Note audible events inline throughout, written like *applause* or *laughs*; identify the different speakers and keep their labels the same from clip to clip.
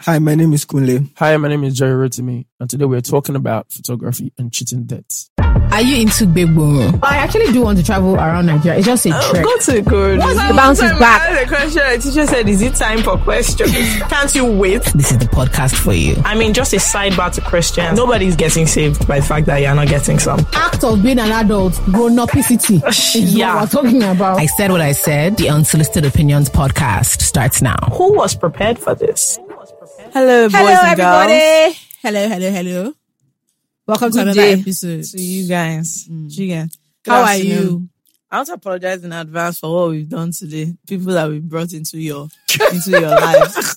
Speaker 1: Hi, my name is Kunle.
Speaker 2: Hi, my name is Jerry Rotimi, and today we're talking about photography and cheating debts.
Speaker 3: Are you into Gbegbo?
Speaker 4: I actually do want to travel around Nigeria. It's just a
Speaker 3: Oh,
Speaker 4: trek.
Speaker 5: Go to good.
Speaker 3: The bounce is back.
Speaker 5: The question, the teacher said, "Is it time for questions? Can't you wait?"
Speaker 3: This is the podcast for you.
Speaker 5: I mean, just a sidebar to Christians. Nobody's getting saved by the fact that you're not getting some.
Speaker 4: Act of being an adult, grown
Speaker 3: *laughs*
Speaker 4: upicity. Is
Speaker 5: Yeah.
Speaker 4: what we're talking about.
Speaker 3: I said what I said. The Unsolicited Opinions podcast starts now.
Speaker 5: Who was prepared for this?
Speaker 6: Hello, boys
Speaker 7: Hello,
Speaker 6: and girls.
Speaker 7: everybody. Hello, hello, hello.
Speaker 4: Welcome to
Speaker 7: Good
Speaker 4: another
Speaker 7: day
Speaker 4: episode.
Speaker 7: To you guys.
Speaker 4: How
Speaker 7: Jigan, Mm. good
Speaker 4: are
Speaker 7: afternoon.
Speaker 4: you?
Speaker 7: I want to apologize in advance for what we've done today. People that we brought into your into *laughs* your lives.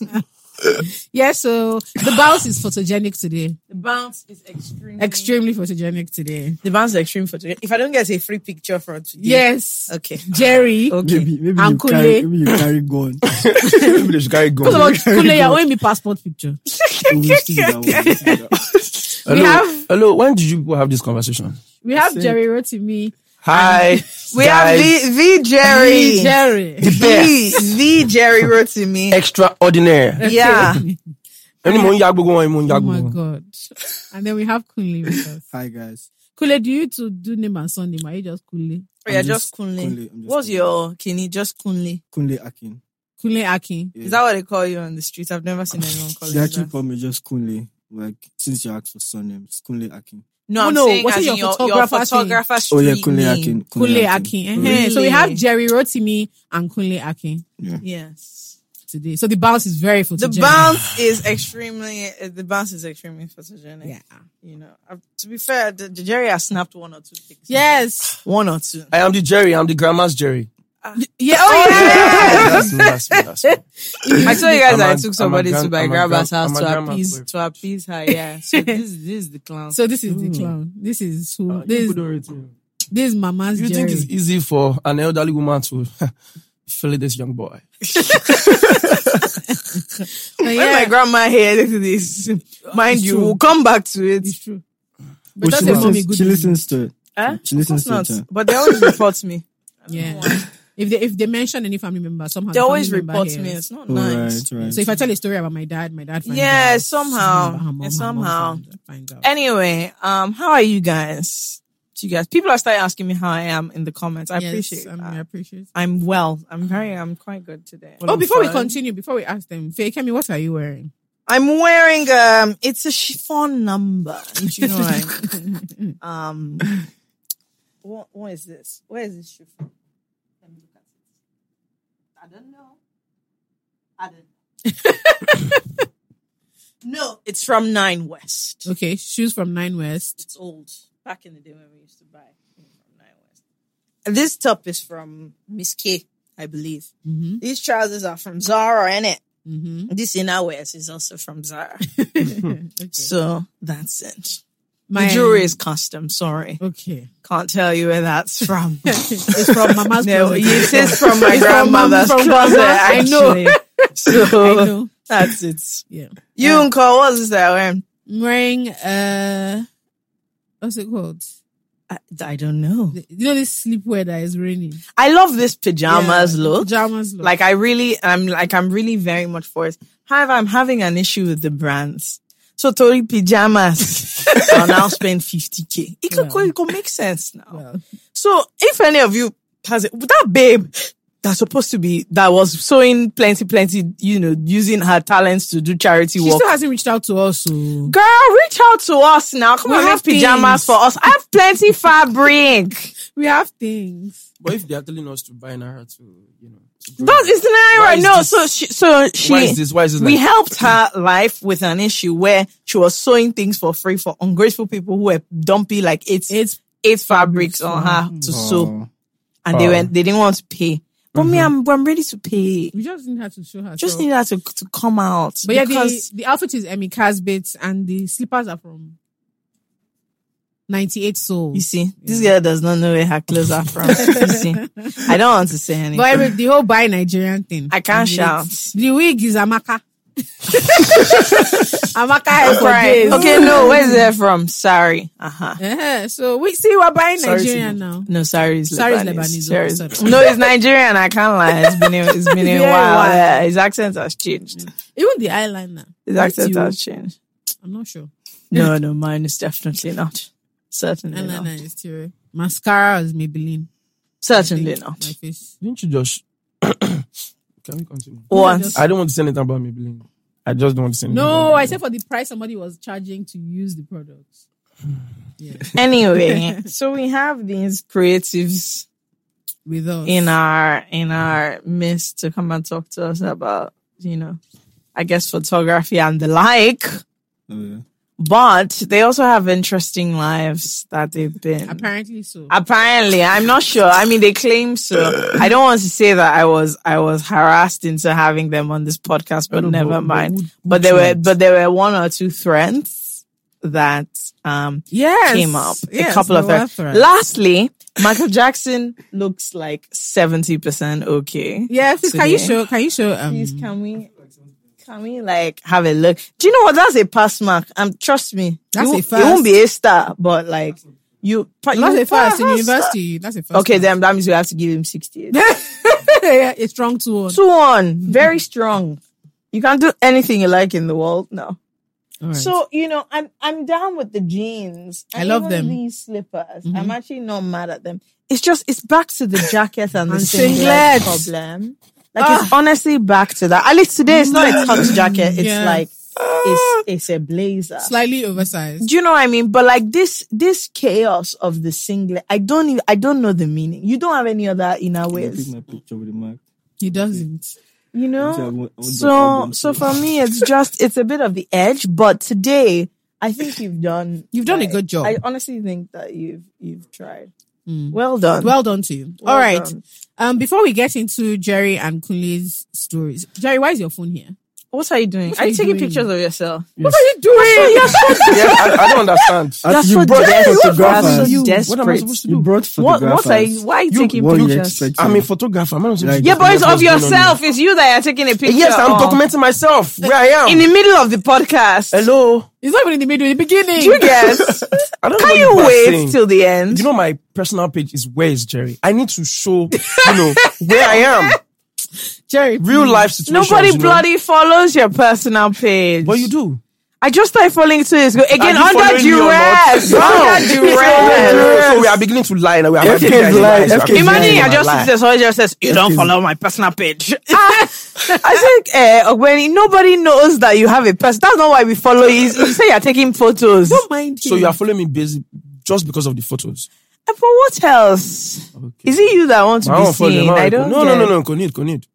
Speaker 4: Yes, so the bounce is photogenic today.
Speaker 7: The bounce is extreme.
Speaker 4: Extremely photogenic today.
Speaker 7: The bounce is extreme for today. If I don't get a free picture from today,
Speaker 4: Yes.
Speaker 7: Okay. Oh.
Speaker 4: Jerry.
Speaker 7: Okay.
Speaker 1: Maybe, maybe you
Speaker 4: Uncle
Speaker 1: carry,
Speaker 4: Lee.
Speaker 1: maybe you carry
Speaker 7: *laughs*
Speaker 1: gun. maybe they should carry gun.
Speaker 4: First of all, Kunle, you're owing me passport picture.
Speaker 1: We will see that one, we will see that one.
Speaker 2: Hello,
Speaker 4: have-
Speaker 2: hello. When did you people have this conversation?
Speaker 4: We have Jerry wrote to me.
Speaker 2: Hi,
Speaker 6: We
Speaker 2: guys.
Speaker 6: have V, v Jerry.
Speaker 4: Jerry.
Speaker 2: the
Speaker 6: V,
Speaker 2: best
Speaker 6: v Jerry wrote to
Speaker 7: *laughs*
Speaker 6: me.
Speaker 2: extraordinaire.
Speaker 4: *laughs*
Speaker 6: Yeah.
Speaker 2: Any more yagbo go, any more
Speaker 4: Oh
Speaker 2: yagbo
Speaker 4: my
Speaker 2: go.
Speaker 4: god. And then we have Kunle with us.
Speaker 1: Hi, guys.
Speaker 4: Kunle, do you two do name and surname? Are you just Kunle?
Speaker 7: Oh, yeah,
Speaker 1: I'm
Speaker 7: just,
Speaker 1: just
Speaker 7: Kunle.
Speaker 1: Kunle, I'm just
Speaker 7: What's
Speaker 1: Kunle.
Speaker 7: your kini? Just Kunle.
Speaker 1: Kunle Akin.
Speaker 4: Kunle Akin.
Speaker 1: Yeah.
Speaker 7: Is that what they call you on the street? I've never seen anyone call
Speaker 1: They
Speaker 7: you
Speaker 1: actually
Speaker 7: that.
Speaker 1: call me just Kunle. Like, since you asked for surnames, Kunle Akin.
Speaker 7: No,
Speaker 4: Oh,
Speaker 7: I'm
Speaker 4: no,
Speaker 7: saying
Speaker 4: what's
Speaker 7: as
Speaker 4: your
Speaker 7: in your, your
Speaker 4: photographer thing?
Speaker 7: photographer
Speaker 1: Oh, yeah,
Speaker 7: street
Speaker 1: Kunle
Speaker 7: name. Uh-huh.
Speaker 1: Akin. Oh,
Speaker 4: Kunle Akin.
Speaker 1: Kunle.
Speaker 4: Eh, So we have
Speaker 7: Really?
Speaker 4: Jerry Rotimi and Kunle Akin
Speaker 7: Yes.
Speaker 4: today. So the bounce is very
Speaker 7: The
Speaker 4: photogenic.
Speaker 7: *sighs* bounce is extremely. uh, The bounce is extremely photogenic.
Speaker 4: Yeah.
Speaker 7: You know, i to be fair, the, the Jerry has snapped one or two pictures.
Speaker 4: Yes.
Speaker 7: one or two.
Speaker 2: I am the Jerry. I'm the grandma's
Speaker 4: *laughs*
Speaker 2: Jerry.
Speaker 4: Yeah. Oh, yeah.
Speaker 2: That's me. That's me. That's me.
Speaker 7: I told you guys
Speaker 2: I'm
Speaker 7: I
Speaker 2: a-
Speaker 7: took somebody
Speaker 2: I'm a
Speaker 7: to my
Speaker 2: gran-
Speaker 7: grandma's
Speaker 2: I'm a
Speaker 7: house
Speaker 2: gran-
Speaker 7: to
Speaker 2: I'm a
Speaker 7: appease
Speaker 2: grandma's
Speaker 7: to appease her. Yeah. *laughs* So this this is the clown.
Speaker 4: So this is
Speaker 7: Hmm.
Speaker 4: the clown. This is
Speaker 7: Oh,
Speaker 4: who. this,
Speaker 2: You think
Speaker 4: this is Mama's Jerry.
Speaker 7: *laughs*
Speaker 2: it's easy for an elderly woman to *laughs* fill this young boy?
Speaker 4: So,
Speaker 7: When
Speaker 4: yeah,
Speaker 7: my grandma heard *laughs* this, mind you,
Speaker 4: true.
Speaker 7: we'll come back to it.
Speaker 4: it's true.
Speaker 1: Oh,
Speaker 4: But that's
Speaker 1: she,
Speaker 4: a mommy
Speaker 1: listens,
Speaker 4: good.
Speaker 1: she
Speaker 4: one.
Speaker 1: listens to it.
Speaker 7: Huh?
Speaker 1: She listens
Speaker 7: It's
Speaker 1: to
Speaker 7: not,
Speaker 1: it. huh?
Speaker 7: but they always report *laughs* me.
Speaker 4: Yeah. If they if they mention any family member somehow,
Speaker 7: They
Speaker 4: the
Speaker 7: always
Speaker 4: family member
Speaker 7: report
Speaker 4: hears.
Speaker 7: me. It's not nice.
Speaker 1: Oh, Right, right.
Speaker 4: So if I tell a story about my dad, my dad finds
Speaker 7: Yeah,
Speaker 4: out.
Speaker 7: somehow.
Speaker 4: Her mom-
Speaker 7: Yeah,
Speaker 4: her mom
Speaker 7: somehow.
Speaker 4: finds- finds out.
Speaker 7: Anyway, um, how are you guys? You guys, people are starting asking me how I am in the comments. I
Speaker 4: Yes,
Speaker 7: appreciate.
Speaker 4: um,
Speaker 7: that.
Speaker 4: I appreciate.
Speaker 7: I'm well. I'm very. I'm quite good today.
Speaker 4: Oh, before we continue, before we ask them, Faye, Kemi, what are you wearing?
Speaker 7: I'm wearing um it's a chiffon *laughs* number. Do you know what I *laughs* mean? Um what what is this? Where is this chiffon? Let me look at it. I don't know. I don't know. *laughs* no, it's from Nine West.
Speaker 4: Okay, shoes from Nine West.
Speaker 7: It's old. Back in the day when we used to buy things from Nine West. And this top is from Miss K, I believe.
Speaker 4: Mm-hmm.
Speaker 7: These trousers are from Zara, innit?
Speaker 4: *laughs* Mm-hmm.
Speaker 7: This innerwear is also from *laughs* Zara.
Speaker 4: okay.
Speaker 7: So that's it.
Speaker 4: My
Speaker 7: the jewelry is custom. Sorry,
Speaker 4: Okay.
Speaker 7: can't tell you where that's *laughs* from.
Speaker 4: it's from *laughs* Mama's
Speaker 7: no,
Speaker 4: closet.
Speaker 7: it is *laughs* from my
Speaker 4: It's from mom-
Speaker 7: grandmother's
Speaker 4: from
Speaker 7: closet.
Speaker 4: grandma. I know.
Speaker 7: *laughs* Actually. So
Speaker 4: I know.
Speaker 7: that's it.
Speaker 4: Yeah.
Speaker 7: You
Speaker 4: Yeah.
Speaker 7: and Cole, what's this that wearing?
Speaker 4: I'm wearing uh what's it called?
Speaker 7: I, I don't know.
Speaker 4: The- You know this sleepwear that is raining.
Speaker 7: I love this pajamas
Speaker 4: Yeah,
Speaker 7: look.
Speaker 4: Pajamas look.
Speaker 7: Like I really, I'm like I'm really very much for it. However, I'm having an issue with the brands. So Tory pajamas. *laughs* I'll now spend fifty k. It could
Speaker 4: Well.
Speaker 7: it could make sense now.
Speaker 4: well,
Speaker 7: So if any of you has it, that babe that's supposed to be that was sewing plenty, plenty, you know, using her talents to do
Speaker 4: she
Speaker 7: charity work.
Speaker 4: still hasn't reached out to us. oh. So
Speaker 7: Girl, reach out to us now. Come
Speaker 4: We
Speaker 7: on, make
Speaker 4: have
Speaker 7: pajamas
Speaker 4: things.
Speaker 7: for us. I have plenty fabric.
Speaker 2: Mm.
Speaker 4: we have things.
Speaker 2: But if they are telling us to buy naira to, you know, to grow-
Speaker 7: That is not
Speaker 2: Why
Speaker 7: right.
Speaker 2: is
Speaker 7: No,
Speaker 2: this-
Speaker 7: so she, so she,
Speaker 2: why is this? Why is this?
Speaker 7: we
Speaker 2: like-
Speaker 7: helped her life with an issue where she was sewing things for free for ungrateful people who were dumpy like eight, eight,
Speaker 4: It's
Speaker 7: eight fabrics on her to sew,
Speaker 1: Oh,
Speaker 7: and they
Speaker 2: Oh.
Speaker 7: went, they didn't want to pay. But me, I'm, I'm ready to pay.
Speaker 4: we just didn't have to show her.
Speaker 7: just
Speaker 4: so-
Speaker 7: need her to, to come out.
Speaker 4: But yeah, the,
Speaker 7: because
Speaker 4: the outfit is Emmy Casbit and the slippers are from 98
Speaker 7: you
Speaker 4: Souls.
Speaker 7: see, this girl does not know where her clothes are from. you see, I don't want to say anything.
Speaker 4: But every, the whole buy Nigerian thing.
Speaker 7: I can't
Speaker 4: The-
Speaker 7: *laughs* shout.
Speaker 4: The wig is Amaka. Amaka hair for
Speaker 7: Right.
Speaker 4: days.
Speaker 7: Okay, no, where's that from? Sorry. Uh huh.
Speaker 4: Eh, so we see we're buying
Speaker 7: Sorry to
Speaker 4: Nigeria
Speaker 7: you.
Speaker 4: now.
Speaker 7: No, sorry is
Speaker 4: Sorry is
Speaker 7: Lebanese.
Speaker 4: Lebanese,
Speaker 7: Sorry
Speaker 4: oh,
Speaker 7: is-
Speaker 4: sorry.
Speaker 7: No, it's Nigerian. I can't lie. It's been a, it's been a
Speaker 4: Very
Speaker 7: while.
Speaker 4: wild.
Speaker 7: *laughs* Yeah, Mm. his accent has changed.
Speaker 4: Even the eyeliner.
Speaker 7: His
Speaker 4: That's
Speaker 7: accent
Speaker 4: you.
Speaker 7: has changed.
Speaker 4: I'm not sure.
Speaker 7: No, no, mine is definitely not. Certainly not.
Speaker 4: Eyeliner is still mascara is Maybelline.
Speaker 7: Certainly
Speaker 4: My
Speaker 7: not.
Speaker 4: face.
Speaker 2: Didn't you just? *coughs* Can we continue?
Speaker 7: Once.
Speaker 2: I don't want to say anything about Maybelline. I just don't want to say anything.
Speaker 4: No,
Speaker 2: about
Speaker 7: Mm-hmm.
Speaker 4: I
Speaker 2: Maybelline.
Speaker 4: said for the price somebody was charging to use the product.
Speaker 7: Hmm.
Speaker 4: Yeah,
Speaker 7: *laughs* *laughs* Anyway, so we have these creatives
Speaker 4: with us
Speaker 7: in uh, our in our midst to come and talk to us about, you know, I guess photography and the like.
Speaker 1: Oh, yeah.
Speaker 7: But they also have interesting lives that they've been.
Speaker 4: apparently so.
Speaker 7: Apparently, I'm not sure. I mean, they claim so. I don't want to say that I was I was harassed into having them on this podcast,
Speaker 2: I
Speaker 7: but
Speaker 2: don't know,
Speaker 7: never
Speaker 2: but
Speaker 7: mind.
Speaker 2: who-
Speaker 7: But
Speaker 2: who
Speaker 7: there were
Speaker 2: tried?
Speaker 7: but there were one or two threads that um
Speaker 4: Yes,
Speaker 7: came up. a
Speaker 4: Yes,
Speaker 7: couple of
Speaker 4: there were
Speaker 7: threads. Lastly, Michael Jackson looks like seventy percent okay.
Speaker 4: Yeah, please, can you
Speaker 7: Today.
Speaker 4: show? Can you show? Um,
Speaker 7: Please, can we? Can we like have a look? Do you know what? That's a pass mark. Um, trust me,
Speaker 4: That's
Speaker 7: you,
Speaker 4: a
Speaker 7: you
Speaker 4: first.
Speaker 7: won't be a star, but like you,
Speaker 4: not a first in
Speaker 7: Ah,
Speaker 4: university. That's a first.
Speaker 7: Okay,
Speaker 4: one.
Speaker 7: then that means we have to give him 68.
Speaker 4: *laughs* yeah, a strong two one.
Speaker 7: Two on, very strong. You can't do anything you like in the world now.
Speaker 4: All right.
Speaker 7: So you know, I'm I'm down with the jeans.
Speaker 4: I
Speaker 7: and
Speaker 4: love
Speaker 7: even
Speaker 4: them. Mm-hmm.
Speaker 7: These slippers. I'm actually not mad at them. It's just it's back to the jacket and
Speaker 4: And
Speaker 7: the
Speaker 4: Ah.
Speaker 7: singlet
Speaker 4: singlets.
Speaker 7: problem. Like it's honestly back to that. At least today it's not a tux jacket. It's
Speaker 4: Mm. Yeah.
Speaker 7: like it's it's a blazer.
Speaker 4: slightly oversized.
Speaker 7: Do you know what I mean? But like this, this chaos of the singlet, I don't, even, I don't know the meaning. You don't have any other inner
Speaker 1: I took
Speaker 7: ways,
Speaker 1: my picture with the mark.
Speaker 4: He doesn't.
Speaker 7: you
Speaker 1: I
Speaker 7: know.
Speaker 1: want- I want the
Speaker 7: So,
Speaker 1: album
Speaker 7: so
Speaker 1: to-
Speaker 7: for me, it's
Speaker 2: *laughs*
Speaker 7: just, it's a bit of the edge. But today, I think you've done,
Speaker 4: You've done a
Speaker 7: like,
Speaker 4: good job.
Speaker 7: I honestly think that you've, you've tried.
Speaker 4: Mm.
Speaker 7: Well done.
Speaker 4: Well done to you.
Speaker 7: Well
Speaker 4: All right.
Speaker 7: done.
Speaker 4: Um, before we get into Jerry and Kunle's stories, Jerry, why is your phone here?
Speaker 7: What are you doing?
Speaker 4: What are you doing?
Speaker 7: of yourself?
Speaker 2: Yes.
Speaker 4: you doing?
Speaker 2: Yeah, I, I don't understand.
Speaker 1: Ah,
Speaker 7: That's
Speaker 1: you
Speaker 7: what
Speaker 1: brought
Speaker 7: Jerry was
Speaker 1: photographers.
Speaker 7: asking you.
Speaker 1: You,
Speaker 2: What am I
Speaker 7: Desperate.
Speaker 2: supposed to do?
Speaker 1: brought
Speaker 7: What,
Speaker 1: photographers.
Speaker 7: what are you? Why are you
Speaker 2: You-
Speaker 7: taking
Speaker 1: What you
Speaker 7: pictures?
Speaker 1: expect?
Speaker 2: I'm a photographer. I'm not supposed
Speaker 1: Like-
Speaker 2: to
Speaker 7: yeah, but it's
Speaker 2: photograph what's
Speaker 7: of
Speaker 2: going on
Speaker 7: yourself. It's you that are taking a picture.
Speaker 2: here. Yes, I'm
Speaker 7: of.
Speaker 2: documenting myself where I am.
Speaker 7: in the middle of the podcast.
Speaker 2: Hello.
Speaker 4: It's not even in the middle, in the beginning.
Speaker 7: Do you guess?
Speaker 2: I don't
Speaker 7: Can
Speaker 2: know *laughs*
Speaker 7: you
Speaker 2: what are
Speaker 7: wait
Speaker 2: saying.
Speaker 7: till the end?
Speaker 2: you know my personal page is where is Jerry? I need to show you
Speaker 7: *laughs*
Speaker 2: know where I am.
Speaker 4: Jerry,
Speaker 2: Real life situations.
Speaker 7: Nobody
Speaker 2: you know.
Speaker 7: bloody follows your personal page.
Speaker 2: But you do.
Speaker 7: I just started following two years ago. Again,
Speaker 2: Are you
Speaker 7: under
Speaker 2: following me or
Speaker 7: duress.
Speaker 2: not?
Speaker 7: *laughs*
Speaker 2: *laughs*
Speaker 7: Under
Speaker 2: No. *laughs*
Speaker 7: duress.
Speaker 2: So we are beginning to lie now. We are
Speaker 1: FK
Speaker 2: admitting that
Speaker 1: is
Speaker 2: you
Speaker 1: lie.
Speaker 2: lies. We are
Speaker 1: FK is
Speaker 7: Imagine
Speaker 1: lying.
Speaker 2: admitting
Speaker 7: you're
Speaker 2: that
Speaker 7: just
Speaker 2: lie.
Speaker 7: sitting there, somebody just says, You don't
Speaker 1: is-
Speaker 7: follow my personal page. *laughs* Ah, I think, uh, Ogbeni, nobody knows that you have a person. That's not why we follow you. You say you're taking photos.
Speaker 4: don't mind him.
Speaker 2: So you are following me basic just because of the photos.
Speaker 7: And for Eh, what else?
Speaker 2: Okay.
Speaker 7: Is it you that want to
Speaker 2: My
Speaker 7: be
Speaker 2: own follow
Speaker 7: seen?
Speaker 2: them, my
Speaker 7: I
Speaker 2: own
Speaker 7: don't
Speaker 2: follow-
Speaker 7: get
Speaker 2: No, no,
Speaker 7: it.
Speaker 2: no, no. Konid, Konid.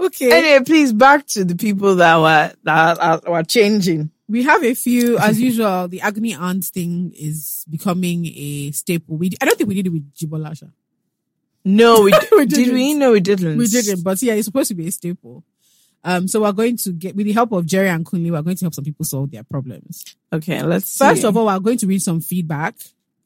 Speaker 4: okay.
Speaker 7: Anyway, please back to the people that were that are, were changing.
Speaker 4: we have a few,
Speaker 7: *laughs*
Speaker 4: as usual. The agony aunt thing is becoming a staple. We, I don't think we did it with Jibolasha.
Speaker 7: No, we,
Speaker 4: We
Speaker 7: did
Speaker 4: didn't.
Speaker 7: we? No, we didn't.
Speaker 4: We didn't, but yeah, it's supposed to be a staple. Um, so we're going to get, with the help of Jerry and Kunle, we're going to help some people solve their problems.
Speaker 7: Okay, let's see.
Speaker 4: First of all, we're going to read some feedback.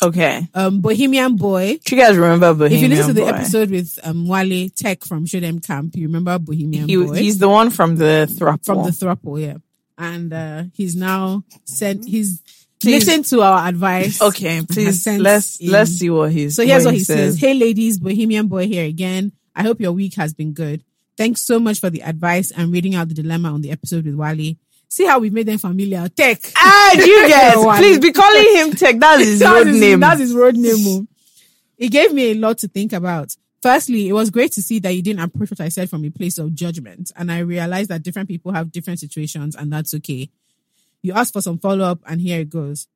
Speaker 7: okay.
Speaker 4: Um, Bohemian Boy.
Speaker 7: Do you guys remember
Speaker 4: if
Speaker 7: Bohemian
Speaker 4: you listen to the
Speaker 7: Boy?
Speaker 4: episode with um, Wale Tech from Show Them Camp, you remember Bohemian
Speaker 7: He-
Speaker 4: Boy
Speaker 7: he's the one from the thruple.
Speaker 4: from the Thruple, yeah. And uh, he's now sent, he's
Speaker 7: Please.
Speaker 4: listened to our advice. *laughs*
Speaker 7: okay, please
Speaker 4: sent
Speaker 7: let's
Speaker 4: in.
Speaker 7: let's see what he's.
Speaker 4: So here's what he says. Hey ladies, Bohemian Boy here again. I hope your week has been good. Thanks so much for the advice and reading out the dilemma on the episode with Wale. See how we've made them familiar. Tech.
Speaker 7: Ah, *laughs* do you
Speaker 4: Wale.
Speaker 7: guys please be calling him Tech. That's
Speaker 4: *laughs*
Speaker 7: *laughs* his
Speaker 4: That's
Speaker 7: road
Speaker 4: his-
Speaker 7: name.
Speaker 4: That's his road name. oh. It gave me a lot to think about. Firstly, it was great to see that you didn't approach what I said from a place of judgment. And I realized that different people have different situations and that's okay. You asked for some follow up and here it goes.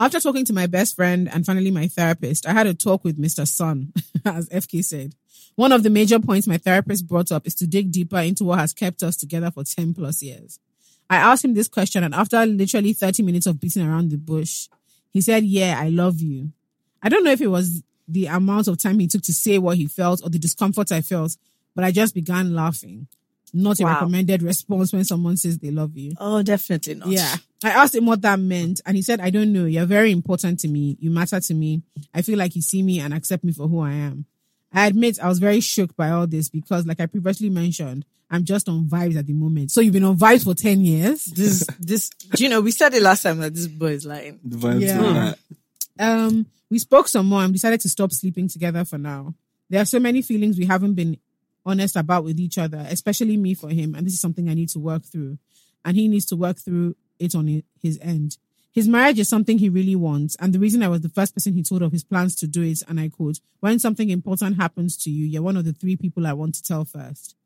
Speaker 4: After talking to my best friend and finally my therapist, I had a talk with Mr. Sun, *laughs* as FK said. One of the major points my therapist brought up is to dig deeper into what has kept us together for 10 plus years. I asked him this question and after literally 30 minutes of beating around the bush, he said, Yeah, I love you. I don't know if it was the amount of time he took to say what he felt or the discomfort I felt, but I just began laughing. Not a
Speaker 7: Wow.
Speaker 4: recommended response when someone says they love you.
Speaker 7: oh, definitely not.
Speaker 4: Yeah. I asked him what that meant, and he said, I don't know. You're very important to me. You matter to me. I feel like you see me and accept me for who I am. I admit I was very shook by all this because, like I previously mentioned, I'm just on vibes at the moment. So you've been on vibes for 10 years.
Speaker 7: This, this, do you know, we said it last time that this boy is lying.
Speaker 1: The vibes
Speaker 4: Yeah.
Speaker 1: are that.
Speaker 7: *laughs*
Speaker 1: *laughs*
Speaker 4: Um, we spoke some more and decided to stop sleeping together for now. There are so many feelings we haven't been honest about with each other, especially me for him, and this is something I need to work through. And he needs to work through it on hi- his end. His marriage is something he really wants, and the reason I was the first person he told of his plans to do it, and I quote, when something important happens to you, you're one of the three people I want to tell first.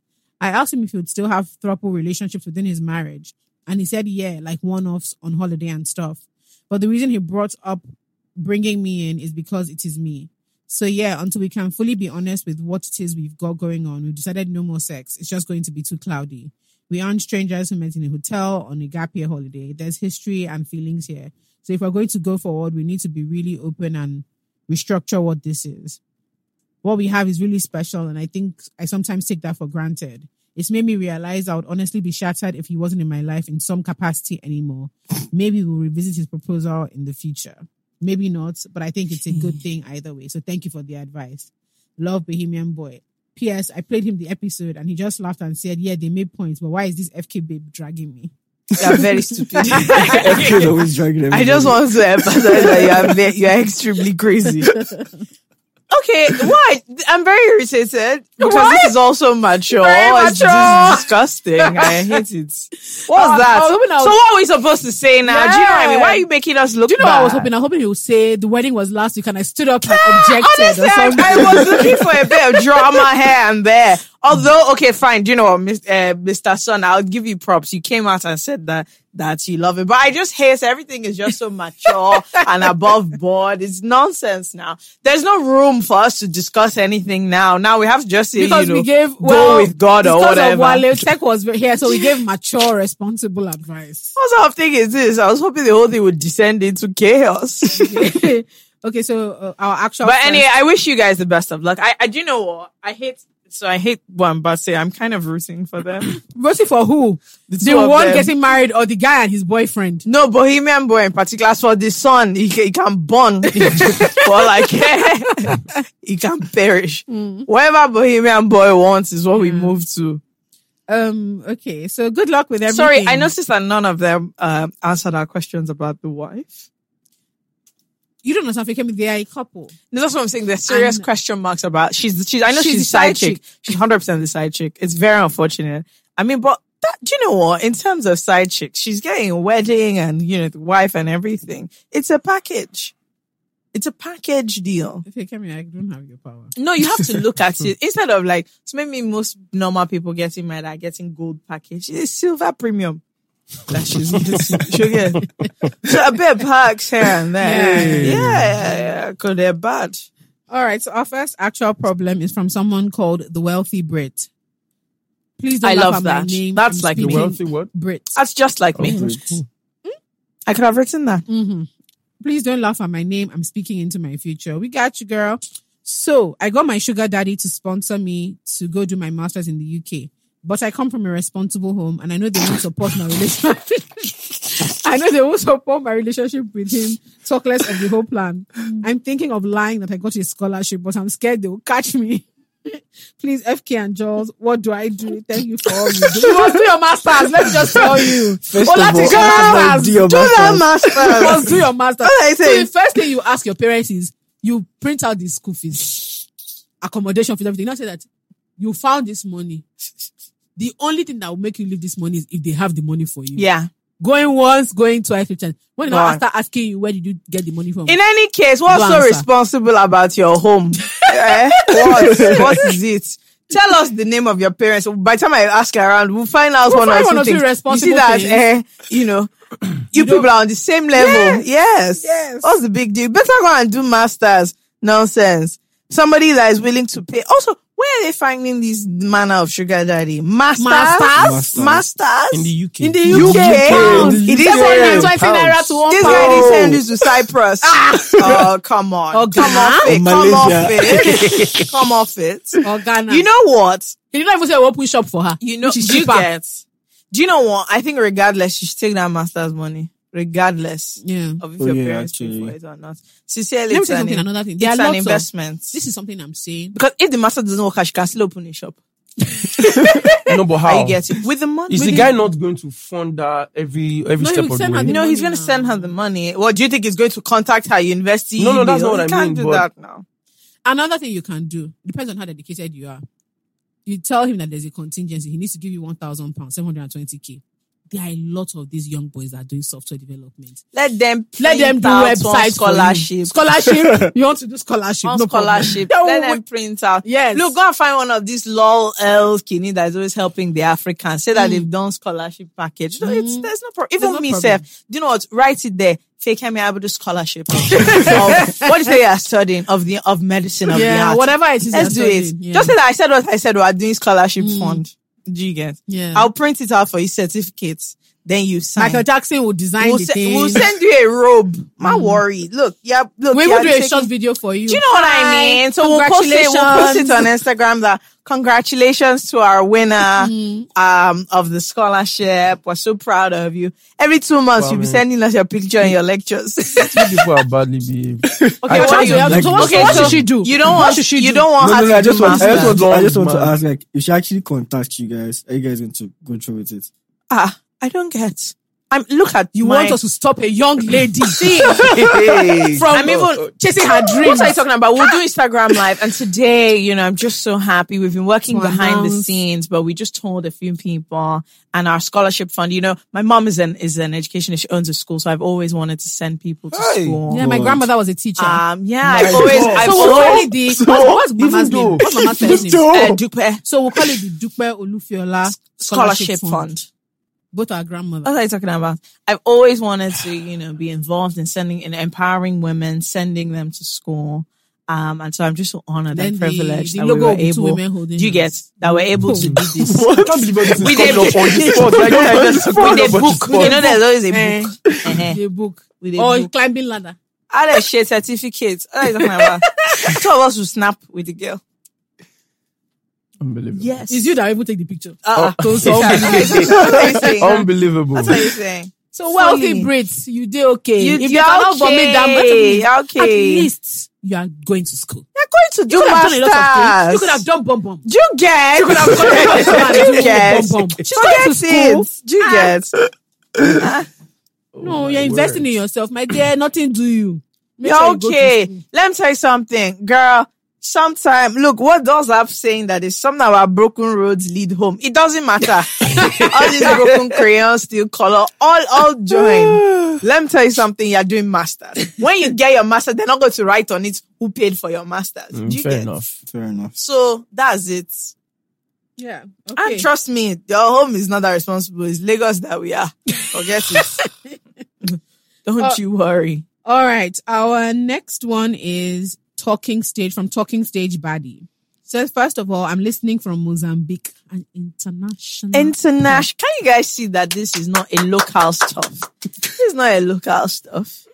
Speaker 4: I asked him if he would still have throuple relationships within his marriage, and he said, yeah, like one offs on holiday and stuff. But the reason he brought up bringing me in is because it is me. So yeah, until we can fully be honest with what it is we've got going on, we've decided no more sex. It's just going to be too cloudy. We aren't strangers who met in a hotel on a gap year holiday. There's history and feelings here. So if we're going to go forward, we need to be really open and restructure what this is. What we have is really special, and I think I sometimes take that for granted. It's made me realize I would honestly be shattered if he wasn't in my life in some capacity anymore. Maybe we'll revisit his proposal in the future maybe not, but I think it's a good thing either way. So thank you for the advice. Love Bohemian Boy. P.S. I played him the episode and he just laughed and said, Yeah, they made points, but why is this FK babe dragging me?
Speaker 7: You're very *laughs* stupid.
Speaker 1: FK's always dragging everybody.
Speaker 7: I just want to emphasize that *laughs* you are, ve- you are extremely crazy. Okay, why? I'm very irritated because this is also mature.
Speaker 6: Very
Speaker 7: It's
Speaker 6: mature.
Speaker 7: just disgusting. I hate it. What's
Speaker 6: was
Speaker 7: that?
Speaker 4: hoping I was-
Speaker 7: so what are we supposed to say now? Do you know what I mean?
Speaker 6: Yeah.
Speaker 7: Why are you making us look?
Speaker 4: Do you know what I was
Speaker 7: bad?
Speaker 4: hoping? I was hoping he would say the wedding was last week and I stood up and objected or
Speaker 7: Honestly,
Speaker 4: something.
Speaker 7: I, I was looking for a bit of drama here and there. Although, okay, fine. Do you know what, Mis- uh, Mr. Son? I'll give you props. You came out and said that that you love it, but I just hate everything is just
Speaker 4: *laughs*
Speaker 7: so mature and above board. It's nonsense now. There's no room for us to discuss anything now. Now we have to just
Speaker 4: *laughs*
Speaker 7: say,
Speaker 4: because
Speaker 7: you know,
Speaker 4: we gave
Speaker 7: go
Speaker 4: well,
Speaker 7: with God or
Speaker 4: because
Speaker 7: whatever.
Speaker 4: Of Wale, Tech was here, so we gave mature, responsible advice.
Speaker 7: what sort of thing is this? I was hoping the whole thing would descend into
Speaker 4: *laughs*
Speaker 7: chaos.
Speaker 4: okay, *laughs* Okay, so uh, our actual.
Speaker 7: But
Speaker 4: first-
Speaker 7: anyway, I wish you guys the best of luck. I, I do you know what I hate. So I hate what I'm about to say. I'm kind of rooting for them.
Speaker 4: voting for who? The
Speaker 7: two of
Speaker 4: one
Speaker 7: them.
Speaker 4: getting married or the guy and his boyfriend?
Speaker 7: no, Bohemian Boy in particular, as for the son, he, ca- he can *laughs* burn. for all I care, *laughs* he can perish. Whatever Bohemian Boy wants is what we move to.
Speaker 4: Um. Okay. So good luck with everything.
Speaker 7: Sorry, I noticed that none of them um, answered our questions about the wife.
Speaker 4: you don't know something. Kemi, they are a couple.
Speaker 7: No, that's what I'm saying. There's serious
Speaker 4: I'm-
Speaker 7: question marks about she's she's I know
Speaker 4: She's
Speaker 7: she's,
Speaker 4: the
Speaker 7: a
Speaker 4: side
Speaker 7: side, chick. She's hundred percent the side chick. It's very unfortunate. I mean, but that do you know what? In terms of side chick, she's getting a wedding and you know, the wife and everything. It's a package. It's a package deal.
Speaker 4: Okay, Kemi, I don't have your power.
Speaker 7: No, you have *laughs* to look at it. Instead of like so maybe most normal people getting married are getting gold package. It's silver premium. That she's she'll get. *laughs* So a bit of perks here and there. Yeah, yeah, yeah. Cause they're bad.
Speaker 4: All right. So our first actual problem is from someone called the wealthy Brit. Please don't
Speaker 7: I
Speaker 4: laugh
Speaker 7: love
Speaker 4: at
Speaker 7: that.
Speaker 4: my name.
Speaker 7: That's
Speaker 4: I'm
Speaker 7: like the
Speaker 4: speaking
Speaker 2: Wealthy what?
Speaker 4: Brit.
Speaker 7: That's just like me. I could have written that.
Speaker 4: hmm Please don't laugh at my name. I'm speaking into my future. We got you, girl. So I got my sugar daddy to sponsor me to go do my masters in the UK. But I come from a responsible home, and I know they won't support my relationship. *laughs* I know they won't support my relationship with him. Talk less of the whole plan. I'm thinking of lying that I got a scholarship, but I'm scared they will catch me. *laughs* Please, FK and Jaws, what do I do? Thank you for all you do. You must do your masters. Let me just tell you.
Speaker 1: First
Speaker 4: Oh,
Speaker 1: of
Speaker 4: that
Speaker 1: all,
Speaker 4: is your
Speaker 1: I'm not dear
Speaker 4: masters.
Speaker 7: Do that,
Speaker 1: masters.
Speaker 4: You
Speaker 7: master.
Speaker 4: must do your master.
Speaker 7: That's what I
Speaker 4: So
Speaker 7: say.
Speaker 4: the first thing you ask your parents is you print out the school fees, accommodation fees, everything. You Now say that you found this money. The only thing that will make you leave this money is if they have the money for you.
Speaker 7: yeah.
Speaker 4: Going once, going twice, three times. When they now
Speaker 7: Wow.
Speaker 4: start asking you where did you get the money from?
Speaker 7: In any case, what's
Speaker 4: Go
Speaker 7: so
Speaker 4: answer.
Speaker 7: responsible about
Speaker 4: *laughs*
Speaker 7: your home? Eh? what? What is it? Tell us the name of your parents. By the time I ask around, we'll find out
Speaker 4: We'll
Speaker 7: one,
Speaker 4: find
Speaker 7: or two
Speaker 4: one or two
Speaker 7: things.
Speaker 4: responsible
Speaker 7: you see that?
Speaker 4: things.
Speaker 7: Eh,
Speaker 4: *clears throat*
Speaker 7: you know, you,
Speaker 4: don't-
Speaker 7: people are on the same level. Yes.
Speaker 6: Yes.
Speaker 7: What's the big deal? Better go and do masters. Nonsense. Somebody that is willing to pay. Also, where are they finding these manner of sugar daddy? Masters.
Speaker 4: Masters?
Speaker 7: Masters?
Speaker 2: In the UK.
Speaker 7: In the UK.
Speaker 1: pounds. In the
Speaker 7: It is
Speaker 1: UK.
Speaker 7: very-
Speaker 1: Pounds.
Speaker 7: this guy didn't send this to Cyprus. *laughs* oh, come on.
Speaker 4: Or
Speaker 7: come
Speaker 4: Ghana.
Speaker 7: off it.
Speaker 1: Or
Speaker 7: Come off
Speaker 1: Malaysia.
Speaker 7: *laughs* it. come off it.
Speaker 4: or Ghana.
Speaker 7: You know what?
Speaker 4: he didn't even say open shop for her.
Speaker 7: You know,
Speaker 4: Which is
Speaker 7: do you
Speaker 4: cheaper.
Speaker 7: get? Do you know what? I think regardless, you should take that master's money. Regardless
Speaker 4: Yeah.
Speaker 7: of if
Speaker 1: Oh,
Speaker 7: your
Speaker 1: yeah,
Speaker 7: parents pay for
Speaker 1: actually.
Speaker 7: it or not. Sincerely,
Speaker 4: Let me
Speaker 7: it's
Speaker 4: say
Speaker 7: an,
Speaker 4: something. Another thing. There
Speaker 7: it's
Speaker 4: are
Speaker 7: an
Speaker 4: lots of.
Speaker 7: investment.
Speaker 4: This is something I'm saying.
Speaker 7: because if the master doesn't work out, she can still open a shop.
Speaker 2: no, but how?
Speaker 7: Are you getting with the money?
Speaker 2: Is
Speaker 7: with
Speaker 2: the guy not going to fund her every every
Speaker 4: No, he
Speaker 2: step
Speaker 4: will
Speaker 2: of the
Speaker 4: send her
Speaker 2: way?
Speaker 4: the
Speaker 7: No, he's
Speaker 4: money
Speaker 7: gonna
Speaker 4: now.
Speaker 7: send her the money. Well, do you think he's going to contact her university?
Speaker 2: No, no, that's not
Speaker 7: email?
Speaker 2: what
Speaker 7: He
Speaker 2: I
Speaker 7: can't
Speaker 2: mean,
Speaker 7: do
Speaker 2: but-
Speaker 7: that now.
Speaker 4: Another thing you can do depends on how dedicated you are. You tell him that there's a contingency. He needs to give you one thousand pounds, seven hundred and twenty k. There are a lot of these young boys that are doing software development.
Speaker 7: Let them
Speaker 4: Let them
Speaker 7: print
Speaker 4: do
Speaker 7: out on
Speaker 4: websites
Speaker 7: scholarship.
Speaker 4: For you.
Speaker 7: *laughs*
Speaker 4: Scholarship. you want to do scholarship?
Speaker 7: On
Speaker 4: no problem.
Speaker 7: scholarship.
Speaker 4: They will
Speaker 7: Let them
Speaker 4: wait-
Speaker 7: print out.
Speaker 4: Yes.
Speaker 7: Look, go and find one of these lol L's kidney that is always helping the Africans. Say that they've done scholarship package. No, it's
Speaker 4: Mm.
Speaker 7: there's no problem. Even
Speaker 4: no
Speaker 7: me,
Speaker 4: problem.
Speaker 7: self, do you know what? Write it there. Fake Hemi Abudu scholarship.
Speaker 4: *laughs*
Speaker 7: of, what do you say you are studying? Of the of medicine of the
Speaker 4: yeah,
Speaker 7: arts.
Speaker 4: whatever it is.
Speaker 7: Let's do
Speaker 4: they're
Speaker 7: it.
Speaker 4: studying, yeah.
Speaker 7: Just say that I said what I said. We are doing scholarship
Speaker 4: Mm.
Speaker 7: fund. Do you get?
Speaker 4: yeah.
Speaker 7: I'll print it out for you, certificates. Then you sign.
Speaker 4: Michael Jackson will design
Speaker 7: we'll,
Speaker 4: the
Speaker 7: se-
Speaker 4: thing. Mm-hmm.
Speaker 7: we'll *laughs* send you a robe. My worry. Look, yeah, look.
Speaker 4: we
Speaker 7: you
Speaker 4: will
Speaker 7: are
Speaker 4: do a
Speaker 7: taking-
Speaker 4: short video for you.
Speaker 7: Do you know what I mean? So we'll post it. We'll post it on Instagram. That congratulations to our winner
Speaker 4: Mm-hmm.
Speaker 7: um, of the scholarship. We're so proud of you. Every two months,
Speaker 2: Wow,
Speaker 7: you'll be
Speaker 2: man.
Speaker 7: sending us your picture and your lectures. okay,
Speaker 2: These people are badly behaved.
Speaker 7: what
Speaker 2: what
Speaker 7: are
Speaker 2: do
Speaker 7: you-
Speaker 2: you have to- so what-
Speaker 7: okay,
Speaker 2: so what
Speaker 7: so *laughs*
Speaker 2: should she
Speaker 4: do?
Speaker 7: You don't
Speaker 4: What
Speaker 7: want.
Speaker 4: should she
Speaker 7: you
Speaker 4: do?
Speaker 7: don't want
Speaker 1: No,
Speaker 7: her
Speaker 1: no, no,
Speaker 7: to
Speaker 1: I just
Speaker 7: do
Speaker 1: want, I just
Speaker 7: masters.
Speaker 1: want, to, I just
Speaker 2: Long
Speaker 1: want to
Speaker 2: man.
Speaker 1: ask, like, if she actually contacts you guys, are you guys going to go through with it?
Speaker 7: Ah, I don't get. I'm look at
Speaker 4: You
Speaker 7: my-
Speaker 4: want us to stop a young lady
Speaker 2: *laughs*
Speaker 7: *laughs*
Speaker 4: from
Speaker 7: I'm even
Speaker 4: chasing her dreams?
Speaker 7: What are you talking about? We'll do Instagram live. And today, you know, I'm just so happy. We've been working
Speaker 4: To
Speaker 7: behind the
Speaker 4: announce.
Speaker 7: scenes, but we just told a few people and our scholarship fund. You know, my mom is an is an educationist. She owns a school, so I've always wanted to send people to
Speaker 2: Hey.
Speaker 7: school.
Speaker 4: Yeah, my
Speaker 1: God.
Speaker 4: grandmother was a teacher.
Speaker 7: Um, yeah, I've
Speaker 2: God.
Speaker 7: always,
Speaker 2: So
Speaker 7: I've
Speaker 4: so we'll call *laughs*
Speaker 7: always,
Speaker 4: it the
Speaker 2: So,
Speaker 4: what's, what's
Speaker 2: even
Speaker 4: mama's
Speaker 2: though-
Speaker 4: name? What's mama's *laughs* first name?
Speaker 7: uh, Dupe
Speaker 4: So we'll call it the Dupe Olufiola
Speaker 7: scholarship fund. Oh,
Speaker 4: Both our grandmother.
Speaker 7: What are you talking about? I've always wanted to, you know, be involved in sending in empowering women, sending them to school. Um, and so I'm just so honored
Speaker 4: Then
Speaker 7: and
Speaker 4: the-
Speaker 7: privileged
Speaker 4: the
Speaker 7: that
Speaker 4: logo
Speaker 7: we were
Speaker 4: of two
Speaker 7: able.
Speaker 4: women holding
Speaker 7: do you get
Speaker 4: hands.
Speaker 7: that we're
Speaker 4: *laughs*
Speaker 7: able to *laughs* do this?
Speaker 2: I can't believe all this
Speaker 7: We
Speaker 2: is
Speaker 7: did-
Speaker 2: coming up on the spot. Like, *laughs* I just
Speaker 7: With
Speaker 2: coming
Speaker 7: a
Speaker 2: up on the
Speaker 7: book,
Speaker 2: spot.
Speaker 7: you know, there's always a
Speaker 4: Eh.
Speaker 7: book. Eh, eh.
Speaker 4: The book.
Speaker 7: With a
Speaker 4: Or
Speaker 7: book.
Speaker 4: Oh, climbing ladder.
Speaker 7: I had a share certificate. What are you talking about? *laughs* Two of us will snap with the girl.
Speaker 2: Unbelievable.
Speaker 7: Yes.
Speaker 4: It's you that even take the picture.
Speaker 7: Uh-uh.
Speaker 4: So,
Speaker 2: Oh. *laughs*
Speaker 4: so
Speaker 7: That's what you're saying.
Speaker 2: Unbelievable.
Speaker 7: That's what you're saying.
Speaker 4: So wealthy
Speaker 7: Funny.
Speaker 4: Brits, you did okay.
Speaker 7: You,
Speaker 4: if
Speaker 7: you're
Speaker 4: can help but
Speaker 7: okay.
Speaker 4: make that money,
Speaker 7: You're okay.
Speaker 4: at least you are going to school.
Speaker 7: You're going to do
Speaker 4: You could have done a lot of
Speaker 7: masters.
Speaker 4: things. You could have done bomb
Speaker 7: *laughs*
Speaker 4: bomb.
Speaker 7: Do you get?
Speaker 4: could have gone to school and
Speaker 7: Do you
Speaker 4: do
Speaker 7: *laughs* get?
Speaker 4: bum bum.
Speaker 7: She's going to
Speaker 4: school.
Speaker 7: It. Do you get?
Speaker 2: Oh
Speaker 4: No,
Speaker 2: my
Speaker 4: you're investing
Speaker 2: word.
Speaker 4: in yourself, my dear. Nothing do you. Make
Speaker 7: You're
Speaker 4: sure you go to
Speaker 7: okay.
Speaker 4: school.
Speaker 7: Let me tell you something, girl. Sometime, look, what does have saying that is some of our broken roads lead home? It doesn't
Speaker 4: *laughs*
Speaker 7: matter. all these broken crayons still color, all, all
Speaker 4: *sighs*
Speaker 7: join. Let me tell you something, you're doing masters. When you get your master, they're not going to write on it who paid for your masters. Do
Speaker 2: Mm,
Speaker 7: you
Speaker 2: fair
Speaker 7: get?
Speaker 2: enough.
Speaker 1: Fair enough.
Speaker 7: So that's it.
Speaker 4: Yeah. *laughs* Okay.
Speaker 7: And trust me, your home is not that responsible. It's Lagos that we are. Forget it.
Speaker 4: *laughs*
Speaker 7: Don't
Speaker 4: Uh,
Speaker 7: you worry.
Speaker 4: All right. Our next one is Talking Stage from Talking Stage Buddy. Says first of all, I'm listening from Mozambique, an international.
Speaker 7: International. Can you guys see that this is not a local stuff? This is not a local stuff.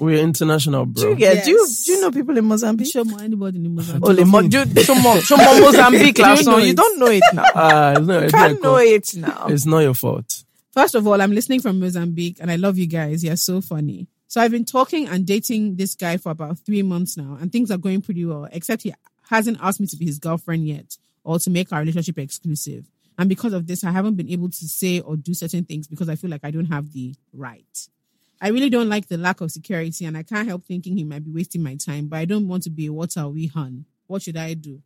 Speaker 2: We're international, bro.
Speaker 7: Do you get? Do you
Speaker 4: Yes.
Speaker 7: do you know people in
Speaker 4: I'm
Speaker 7: Mozambique?
Speaker 4: sure more anybody in Mozambique.
Speaker 7: Only mo- do you- some more, some
Speaker 4: *laughs*
Speaker 7: more Mozambique
Speaker 4: You don't
Speaker 7: last
Speaker 4: know
Speaker 7: You
Speaker 4: it.
Speaker 7: don't know it
Speaker 4: *laughs*
Speaker 7: now.
Speaker 2: Ah, it's not,
Speaker 7: You
Speaker 2: it's, not your
Speaker 7: can't know
Speaker 2: fault.
Speaker 7: it now.
Speaker 2: it's not your fault.
Speaker 4: First of all, I'm listening from Mozambique and I love you guys. You're so funny. So I've been talking and dating this guy for about three months now and things are going pretty well, except he hasn't asked me to be his girlfriend yet or to make our relationship exclusive. And because of this, I haven't been able to say or do certain things because I feel like I don't have the right. I really don't like the lack of security and I can't help thinking he might be wasting my time, but I don't want to be a what are we, hun? What should I do?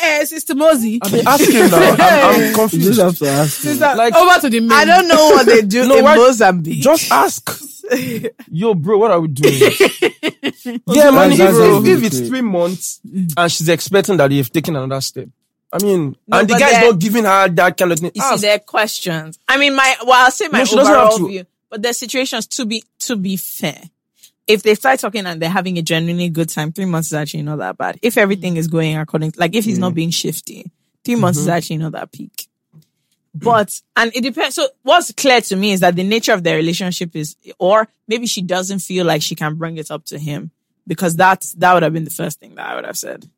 Speaker 4: Eh, Sister Mosey.
Speaker 2: I've been asking now. I'm, I'm
Speaker 1: You
Speaker 2: confused.
Speaker 1: just have to ask. man.
Speaker 2: Like,
Speaker 4: Over to the men.
Speaker 7: I don't know what they do
Speaker 2: *laughs* No,
Speaker 7: in
Speaker 2: why-
Speaker 7: Mozambique.
Speaker 2: just
Speaker 7: *laughs*
Speaker 2: ask. Yo, bro, what are we doing? yeah,
Speaker 1: That's-
Speaker 2: man, if,
Speaker 1: that's
Speaker 2: if,
Speaker 1: what
Speaker 2: if
Speaker 1: we
Speaker 2: it's
Speaker 1: do.
Speaker 2: three months and she's expecting that you've taken another step, I mean,
Speaker 7: No,
Speaker 2: and the
Speaker 7: but
Speaker 2: guy's
Speaker 7: then-
Speaker 2: not giving her that kind of thing.
Speaker 7: You
Speaker 2: Ask.
Speaker 7: see, there are questions. I mean, my well, I'll say my
Speaker 2: No, she doesn't have
Speaker 7: overall
Speaker 2: to.
Speaker 7: view, but there are situations to be to be fair. If they start talking and they're having a genuinely good time, three months is actually not that bad. If everything is going according, like if he's
Speaker 2: Mm.
Speaker 7: not being shifty, 3 months
Speaker 2: Mm-hmm.
Speaker 7: is actually not that peak. But and it depends. So what's clear to me is that the nature of their relationship is, or maybe she doesn't feel like she can bring it up to him because that's that would have been the first thing that I would have said.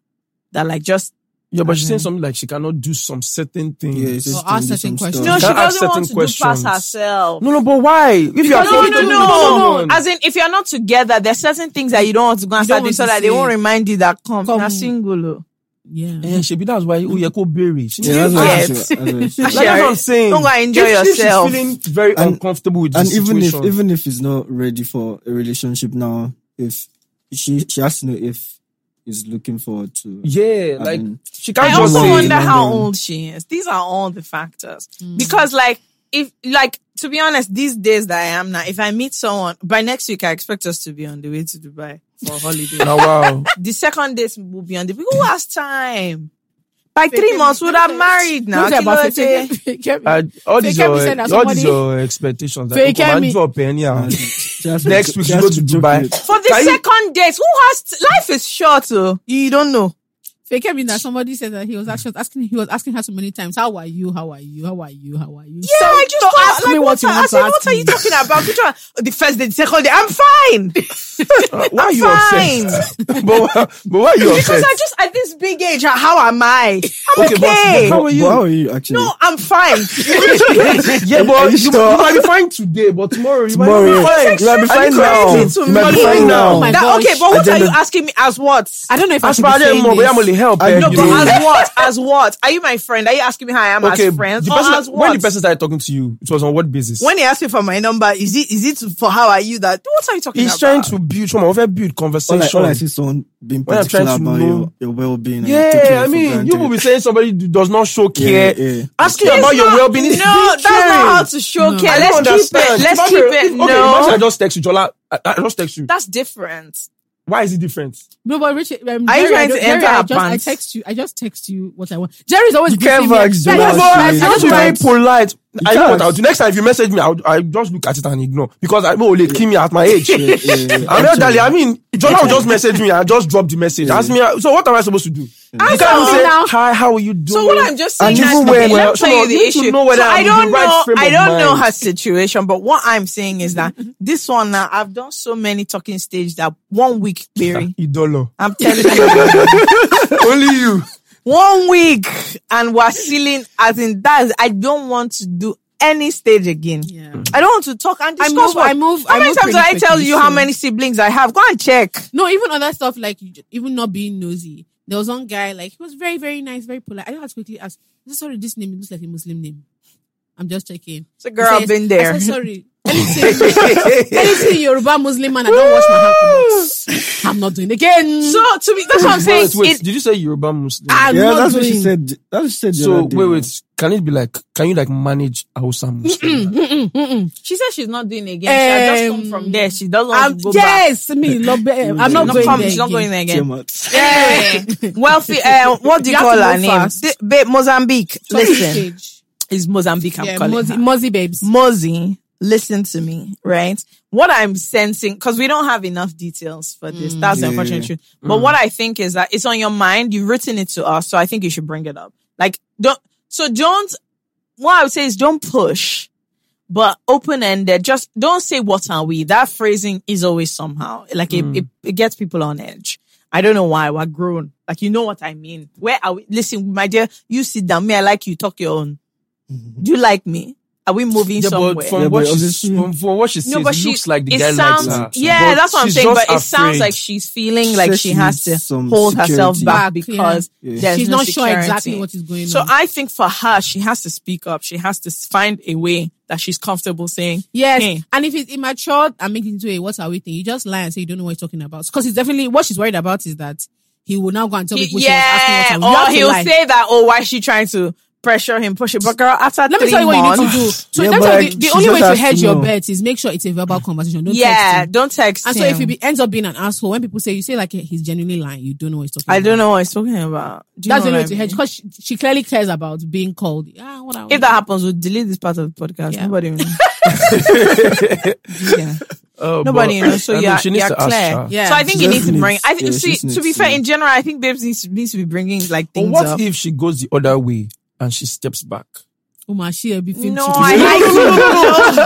Speaker 7: That like just
Speaker 2: Yeah, but
Speaker 7: Mm-hmm.
Speaker 2: she's saying something like she cannot do some certain things.
Speaker 1: Yeah, it's just
Speaker 4: Or ask
Speaker 1: doing some
Speaker 4: certain questions.
Speaker 1: stuff.
Speaker 7: no,
Speaker 2: You
Speaker 7: she
Speaker 2: can't ask
Speaker 7: doesn't want to
Speaker 2: certain
Speaker 7: do past
Speaker 2: questions.
Speaker 7: herself.
Speaker 2: No, no, but why? If you are
Speaker 7: No, no, no,
Speaker 2: comfortable with
Speaker 7: no,
Speaker 2: someone-
Speaker 7: no. As in, if you're not together, there's certain things that you don't want to go
Speaker 4: You don't
Speaker 7: and start doing
Speaker 4: want
Speaker 7: so
Speaker 4: to
Speaker 7: that they
Speaker 4: see.
Speaker 7: won't remind you that come,
Speaker 4: Come.
Speaker 7: na single. oh.
Speaker 4: Yeah.
Speaker 2: Eh, shebi that's why ó yẹ kó béèrè. She
Speaker 1: Yeah, that's
Speaker 2: needs to
Speaker 1: what I
Speaker 2: ask.
Speaker 1: should- that's what I should-
Speaker 2: *laughs* Like, that's what I'm saying.
Speaker 7: Don't go and enjoy
Speaker 2: If- if she's
Speaker 7: yourself.
Speaker 2: feeling very
Speaker 1: And-
Speaker 2: uncomfortable with the
Speaker 1: and even if
Speaker 2: situation.
Speaker 1: even if he's not ready for a relationship now, if she she has to know if he's looking forward to.
Speaker 2: yeah,
Speaker 1: I
Speaker 2: like
Speaker 1: mean,
Speaker 2: she can't
Speaker 7: I
Speaker 2: just
Speaker 7: also
Speaker 2: say,
Speaker 7: wonder
Speaker 1: London.
Speaker 7: how old she is. These are all the factors. Because like if like to be honest, these days that I am now, if I meet someone by next week, I expect us to be on the way to Dubai for a holiday.
Speaker 2: "Oh, wow,
Speaker 7: the second date will be on the who has time? By three months, would have married now.
Speaker 4: Don't say about
Speaker 7: Kilode.
Speaker 4: fake- fake-
Speaker 2: uh, all
Speaker 4: They
Speaker 2: these
Speaker 4: can't
Speaker 2: your
Speaker 4: be saying that
Speaker 2: all these
Speaker 4: somebody-
Speaker 2: your expectations.
Speaker 4: They
Speaker 2: Like, okay,
Speaker 4: can't
Speaker 2: man,
Speaker 4: be-
Speaker 2: drop anyhow.
Speaker 1: *laughs* and she has to-
Speaker 2: Next
Speaker 1: she
Speaker 2: week you
Speaker 1: has
Speaker 2: go
Speaker 1: to
Speaker 2: to
Speaker 1: joke
Speaker 2: Dubai.
Speaker 1: with-
Speaker 7: For the
Speaker 2: Can you-
Speaker 7: second date, who has t- life is short, oh. You don't know.
Speaker 4: Fake him in that somebody said that he was actually asking he was asking her so many times, How are you? How are you? How are you? How are you?
Speaker 7: Yeah, I just
Speaker 4: so
Speaker 7: thought,
Speaker 4: ask me what you
Speaker 7: are-
Speaker 4: want
Speaker 7: I
Speaker 4: to
Speaker 7: said,
Speaker 4: ask
Speaker 7: what are
Speaker 4: me.
Speaker 7: you talking about? Which one? Oh, The first day, the second day, I'm fine.
Speaker 2: Why are you
Speaker 7: Fine.
Speaker 2: obsessed? *laughs* but, why- but why are you
Speaker 7: Because
Speaker 2: obsessed?
Speaker 7: I just at this big age, how- how am I? I'm
Speaker 2: Okay,
Speaker 7: okay.
Speaker 2: but- but
Speaker 1: But-
Speaker 2: how are you?
Speaker 1: but How are you actually?
Speaker 7: no, I'm fine.
Speaker 2: *laughs* yeah, but you,
Speaker 1: you sure?
Speaker 2: you might be fine today, but tomorrow you
Speaker 1: Tomorrow,
Speaker 2: might be fine.
Speaker 1: you might be fine
Speaker 7: crazy
Speaker 1: now.
Speaker 7: to
Speaker 1: You might be
Speaker 7: me?
Speaker 1: fine
Speaker 4: Oh
Speaker 1: now.
Speaker 4: my
Speaker 7: That-
Speaker 4: gosh.
Speaker 7: okay, but what
Speaker 1: At the
Speaker 7: are
Speaker 1: end
Speaker 7: you
Speaker 1: of-
Speaker 7: asking me as what?
Speaker 4: I don't know if I
Speaker 2: As
Speaker 4: should
Speaker 2: far
Speaker 4: be
Speaker 2: as I'm
Speaker 4: saying
Speaker 2: more,
Speaker 4: this.
Speaker 2: I'm only help.
Speaker 1: I
Speaker 2: eh,
Speaker 1: know,
Speaker 2: you
Speaker 7: But
Speaker 1: know.
Speaker 7: as what? As what? Are you my friend? Are you asking me how I am
Speaker 2: okay,
Speaker 7: as friends?
Speaker 2: the
Speaker 7: Or
Speaker 2: person
Speaker 7: as
Speaker 2: that- when the
Speaker 7: what?
Speaker 2: person started talking to you, it was on what basis?
Speaker 7: When he asked me for my number, is it is it for how are you that? What are you talking
Speaker 2: he's
Speaker 7: about?
Speaker 2: trying to build, from over build
Speaker 1: All I,
Speaker 2: conversation.
Speaker 1: all I see is someone being
Speaker 2: When I'm
Speaker 1: particular
Speaker 2: trying
Speaker 1: about
Speaker 2: to know-
Speaker 1: your, your well-being. and taking it
Speaker 2: yeah, I
Speaker 1: for
Speaker 2: mean, you
Speaker 1: granted.
Speaker 2: will be saying somebody do- does not show
Speaker 1: Yeah,
Speaker 2: care.
Speaker 1: yeah.
Speaker 2: Asking
Speaker 7: It's
Speaker 2: about your
Speaker 7: not-
Speaker 2: well-being is
Speaker 7: No, that's not how
Speaker 2: caring.
Speaker 7: to show
Speaker 4: No.
Speaker 7: care.
Speaker 2: I
Speaker 7: Let's
Speaker 2: don't
Speaker 7: keep it.
Speaker 2: understand.
Speaker 7: Let's keep
Speaker 2: Imagine-
Speaker 7: it.
Speaker 2: Okay, imagine I
Speaker 7: No,
Speaker 2: just text you, Jola. I, I just text you.
Speaker 7: that's different.
Speaker 2: Why is it different?
Speaker 4: No, but Richard, um,
Speaker 7: Are you
Speaker 4: Jerry, I
Speaker 7: trying to
Speaker 4: don't- Jerry,
Speaker 7: enter
Speaker 4: I
Speaker 7: her
Speaker 4: just, I
Speaker 7: pants?
Speaker 4: text you. I just text you what I want. Jerry's always
Speaker 1: You can't
Speaker 4: briefing me.
Speaker 1: ask
Speaker 4: Yeah,
Speaker 1: Jola.
Speaker 4: just-
Speaker 1: No,
Speaker 4: I
Speaker 1: you
Speaker 2: You have
Speaker 4: just
Speaker 2: to be very
Speaker 4: want-
Speaker 2: polite. I know what
Speaker 1: can't.
Speaker 2: I'll do. Next time if you message me, I'll, I'll just look at it and ignore because I know late Kimi at my
Speaker 7: *laughs*
Speaker 2: age.
Speaker 1: Yeah, yeah, yeah.
Speaker 2: I'm elderly. I mean, Jola will just message me. I just drop the message. Ask me. So what am I supposed to do? You can't
Speaker 7: me
Speaker 2: say,
Speaker 4: now.
Speaker 2: "Hi, how are you doing?"
Speaker 7: So what I'm just saying
Speaker 2: And
Speaker 7: is,
Speaker 2: even
Speaker 7: okay,
Speaker 2: when-
Speaker 7: let me
Speaker 2: so
Speaker 7: tell you
Speaker 2: you
Speaker 7: the
Speaker 2: need to
Speaker 7: issue.
Speaker 2: know whether
Speaker 7: so
Speaker 2: I'm
Speaker 7: I
Speaker 2: in
Speaker 7: don't
Speaker 2: the right
Speaker 7: know,
Speaker 2: frame
Speaker 7: I
Speaker 2: of
Speaker 7: don't know
Speaker 2: mind. Mm-hmm.
Speaker 7: her situation, but what I'm saying is that this one now, I've done so many talking stage that one week,
Speaker 2: *laughs*
Speaker 7: Barry, *laughs*
Speaker 2: Idolo.
Speaker 7: I'm telling you,
Speaker 2: Only you.
Speaker 7: one week, and we're sealing as in that. I don't want to do any stage again.
Speaker 4: Yeah.
Speaker 7: I don't want to talk and
Speaker 4: I
Speaker 7: discuss.
Speaker 4: move,
Speaker 7: what-
Speaker 4: I move,
Speaker 7: How
Speaker 4: I
Speaker 7: many
Speaker 4: move
Speaker 7: times do I
Speaker 4: pretty
Speaker 7: tell
Speaker 4: quickly,
Speaker 7: you how
Speaker 4: so-
Speaker 7: many siblings I have? Go and check.
Speaker 4: No, even other stuff like you- even not being nosy. There was one guy like he was very, very nice, very polite. I just had to quickly ask, "Is this sorry? This name it looks like a Muslim name." I'm just checking.
Speaker 7: So
Speaker 4: He
Speaker 7: girl, I've
Speaker 4: says-
Speaker 7: been there.
Speaker 4: I said, sorry.
Speaker 7: *laughs*
Speaker 4: Anything, anything Yoruba Muslim man, I don't wash my hand. come out.
Speaker 7: *sighs*
Speaker 4: I'm not doing it again.
Speaker 7: So to me, that's what I'm saying.
Speaker 2: Wait, wait.
Speaker 7: It- Ah.
Speaker 2: Did you say Yoruba Muslim?
Speaker 4: I'm
Speaker 1: Yeah,
Speaker 4: not
Speaker 1: that's
Speaker 4: doing
Speaker 1: what she said. That's what she said. the
Speaker 2: so
Speaker 1: other day,
Speaker 2: wait,
Speaker 1: man.
Speaker 2: wait. Can it be like? Can you like manage Hausa Muslim?
Speaker 4: Mm-mm, mm-mm.
Speaker 7: she said she's not doing it again. she had just come
Speaker 4: Um,
Speaker 7: from there. She doesn't want
Speaker 4: I'm,
Speaker 7: to go back.
Speaker 4: yes, me. Love, I'm not
Speaker 7: Not
Speaker 4: going
Speaker 7: coming.
Speaker 4: there.
Speaker 7: She's not going there again.
Speaker 1: Came out.
Speaker 7: Yeah.
Speaker 4: *laughs*
Speaker 7: Wealthy. Uh, what do
Speaker 4: You
Speaker 7: you,
Speaker 4: have
Speaker 7: call
Speaker 4: to
Speaker 7: her
Speaker 4: go
Speaker 7: name?
Speaker 4: fast.
Speaker 7: Di- babe, Mozambique. Listen, it's Mozambique. I'm
Speaker 4: Yeah,
Speaker 7: calling
Speaker 4: Mozi,
Speaker 7: her.
Speaker 4: Mozi babes.
Speaker 7: Mozi, listen to me, right? What I'm sensing, because we don't have enough details for this.
Speaker 4: Mm.
Speaker 7: That's the
Speaker 1: Yeah.
Speaker 7: unfortunate truth. But what I think is that it's on your mind. You've written it to us, so I think you should bring it up. Like, don't. So don't. What I would say is don't push, but open ended. Just don't say what are we. That phrasing is always somehow like it,
Speaker 2: Mm.
Speaker 7: it. It gets people on edge. I don't know why we're grown. Like you know what I mean. Where are we? Listen, my dear, you sit down. Me, I like you. Talk your own. Do you like me? Are we moving
Speaker 2: Mm-hmm. Yeah,
Speaker 7: somewhere?
Speaker 2: but from
Speaker 1: Yeah,
Speaker 2: what
Speaker 1: but
Speaker 2: she
Speaker 1: obviously-
Speaker 2: from, from what she says,
Speaker 7: No, but
Speaker 2: it
Speaker 7: she
Speaker 2: looks like the
Speaker 7: it
Speaker 2: guy
Speaker 7: sounds,
Speaker 2: likes her.
Speaker 7: Yeah,
Speaker 2: But
Speaker 7: that's what I'm
Speaker 2: she's
Speaker 7: saying. But
Speaker 2: just
Speaker 7: it sounds
Speaker 2: afraid.
Speaker 7: like she's feeling like
Speaker 1: says
Speaker 7: she
Speaker 1: she
Speaker 7: has to
Speaker 1: needs some
Speaker 7: hold herself
Speaker 1: security.
Speaker 7: back
Speaker 4: Back,
Speaker 7: because
Speaker 1: yeah. Yeah.
Speaker 7: there's
Speaker 4: She's
Speaker 7: no
Speaker 4: not sure
Speaker 7: security.
Speaker 4: exactly what is going
Speaker 7: So
Speaker 4: on.
Speaker 7: I think for her, she has to speak up. She has to s- find a way that she's comfortable saying.
Speaker 4: Yes.
Speaker 7: Hey.
Speaker 4: And if it's immature and make it into a what are we thing, you just lie and say you don't know what you're talking about. Because it's definitely what she's worried about is that he will now go and tell people she was
Speaker 7: Yeah,
Speaker 4: asking what are
Speaker 7: or
Speaker 4: we. You
Speaker 7: he'll
Speaker 4: have to lie.
Speaker 7: say that. Oh, why is she trying to pressure him, push it? But girl, after
Speaker 4: Let
Speaker 7: three
Speaker 4: me tell you what
Speaker 7: months,
Speaker 4: you need to do. So
Speaker 1: Yeah,
Speaker 4: that's
Speaker 1: but
Speaker 4: how the,
Speaker 1: like,
Speaker 4: the
Speaker 1: she
Speaker 4: only
Speaker 1: just
Speaker 4: way to
Speaker 1: has
Speaker 4: hedge
Speaker 1: to
Speaker 4: your
Speaker 1: know.
Speaker 4: bets is make sure it's a verbal conversation. Don't
Speaker 7: oh. yeah,
Speaker 4: text him.
Speaker 7: don't text
Speaker 4: And so
Speaker 7: him.
Speaker 4: if he be, ends up being an asshole, when people say you say like he's genuinely lying, you don't know what he's talking
Speaker 7: I don't
Speaker 4: about.
Speaker 7: know what he's talking about. Do
Speaker 4: That's the
Speaker 7: you know
Speaker 4: only
Speaker 7: what
Speaker 4: way
Speaker 7: I
Speaker 4: to
Speaker 7: mean?
Speaker 4: hedge because she, she clearly cares about being called. Ah, what are we?
Speaker 7: If that happens, we'll delete this part of the podcast.
Speaker 4: Yeah.
Speaker 7: Nobody will know. yeah.
Speaker 2: Uh,
Speaker 7: *laughs* Nobody
Speaker 2: but-
Speaker 7: knows. So
Speaker 2: I mean,
Speaker 7: you're,
Speaker 2: she needs
Speaker 7: you're
Speaker 2: to ask
Speaker 7: clear.
Speaker 2: her.
Speaker 4: Yeah.
Speaker 7: So I think
Speaker 1: She
Speaker 7: you need
Speaker 1: just
Speaker 7: to
Speaker 1: needs-
Speaker 7: bring. I think
Speaker 1: yeah, she
Speaker 7: see,
Speaker 1: needs
Speaker 7: to be
Speaker 1: to
Speaker 7: fair,
Speaker 1: know.
Speaker 7: in general, I think babes needs needs to be bringing like
Speaker 2: But
Speaker 7: things
Speaker 2: what
Speaker 7: up.
Speaker 2: if she goes the other way and she steps back?
Speaker 4: Uma, she'll be filmed.
Speaker 7: no,
Speaker 4: she'll be- *laughs*
Speaker 7: I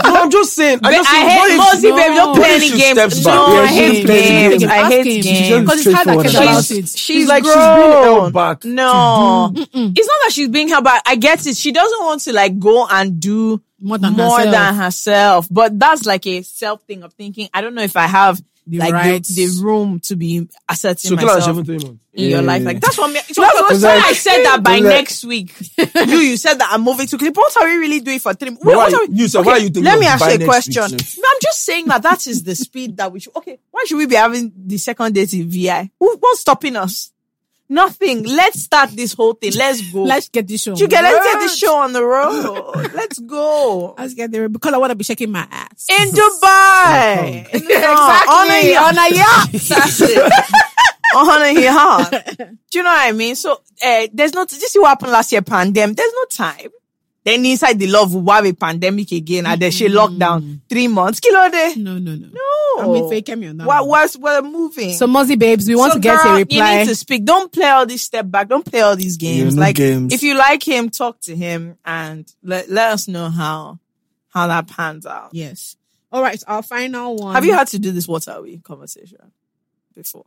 Speaker 7: like
Speaker 2: *laughs*
Speaker 7: *laughs*
Speaker 2: no, I'm just saying.
Speaker 7: But
Speaker 2: I'm just saying,
Speaker 7: I hate
Speaker 2: what if-
Speaker 7: Mosey, babe.
Speaker 4: No.
Speaker 7: Don't play
Speaker 2: What if
Speaker 7: any
Speaker 2: she
Speaker 7: games.
Speaker 2: steps
Speaker 7: No,
Speaker 2: back?
Speaker 7: I
Speaker 1: Yeah,
Speaker 7: hate
Speaker 1: she plays
Speaker 7: games.
Speaker 1: games.
Speaker 7: I
Speaker 4: Ask
Speaker 7: hate
Speaker 4: him.
Speaker 7: games.
Speaker 1: She's
Speaker 4: because it's hard that
Speaker 1: straightforward
Speaker 4: cares
Speaker 1: about
Speaker 4: about
Speaker 7: She's,
Speaker 1: it.
Speaker 4: it.
Speaker 7: she's
Speaker 2: like she's being
Speaker 7: grown.
Speaker 2: held back.
Speaker 7: No, it's not that she's being held back. I get it. She doesn't want to like go and do
Speaker 4: More than
Speaker 7: more
Speaker 4: herself.
Speaker 7: than herself. But that's like a self thing of thinking. I don't know if I have
Speaker 4: the
Speaker 6: like
Speaker 4: right.
Speaker 6: the, the room to be asserting
Speaker 2: So kill her in
Speaker 6: myself
Speaker 2: 17 months.
Speaker 6: in your
Speaker 1: Yeah.
Speaker 6: life. Like that's what me. So
Speaker 7: That's
Speaker 6: that's
Speaker 7: what
Speaker 6: what
Speaker 7: I'm
Speaker 6: when
Speaker 7: saying.
Speaker 6: I said that by
Speaker 2: Don't let-
Speaker 6: next week.
Speaker 7: you you said that I'm moving to Clip. What are we really doing for three?
Speaker 2: But
Speaker 7: what
Speaker 2: why-
Speaker 7: are we-
Speaker 2: you said, why are you thinking
Speaker 7: Let me
Speaker 2: of
Speaker 7: ask
Speaker 2: buy
Speaker 7: you a
Speaker 2: next
Speaker 7: question.
Speaker 2: week,
Speaker 7: No, I'm just saying that that is the speed that we should. Okay, why should we be having the second date in VI? Who, what's stopping us? Nothing. Let's start this whole thing. Let's go.
Speaker 4: Let's get this show.
Speaker 7: you get let's get
Speaker 4: Right.
Speaker 7: the show on the road. Let's go.
Speaker 4: Let's get there because I want to be shaking my ass.
Speaker 7: In Dubai.
Speaker 4: *laughs*
Speaker 7: In Dubai.
Speaker 6: Exactly.
Speaker 7: On a yacht. On a yacht. Do you know what I mean? So, uh, there's not, this is what happened last year, pandemic. There's no time. Then inside the love, we have a pandemic again and then she lockdown three months. Kilo day.
Speaker 4: no, no, no. no.
Speaker 7: No.
Speaker 4: I mean, fake me on that.
Speaker 7: What
Speaker 4: one.
Speaker 7: was, we're moving.
Speaker 4: So, Mozzie babes, we want
Speaker 7: So,
Speaker 4: to get
Speaker 7: girl,
Speaker 4: a
Speaker 7: You
Speaker 4: reply.
Speaker 7: need to speak. Don't play all these step back. Don't play all these games.
Speaker 1: no
Speaker 7: like
Speaker 1: games.
Speaker 7: if you like him, talk to him and let, let us know how how that pans out.
Speaker 4: Yes. All right. Our final one.
Speaker 7: Have you had to do this what are we conversation before?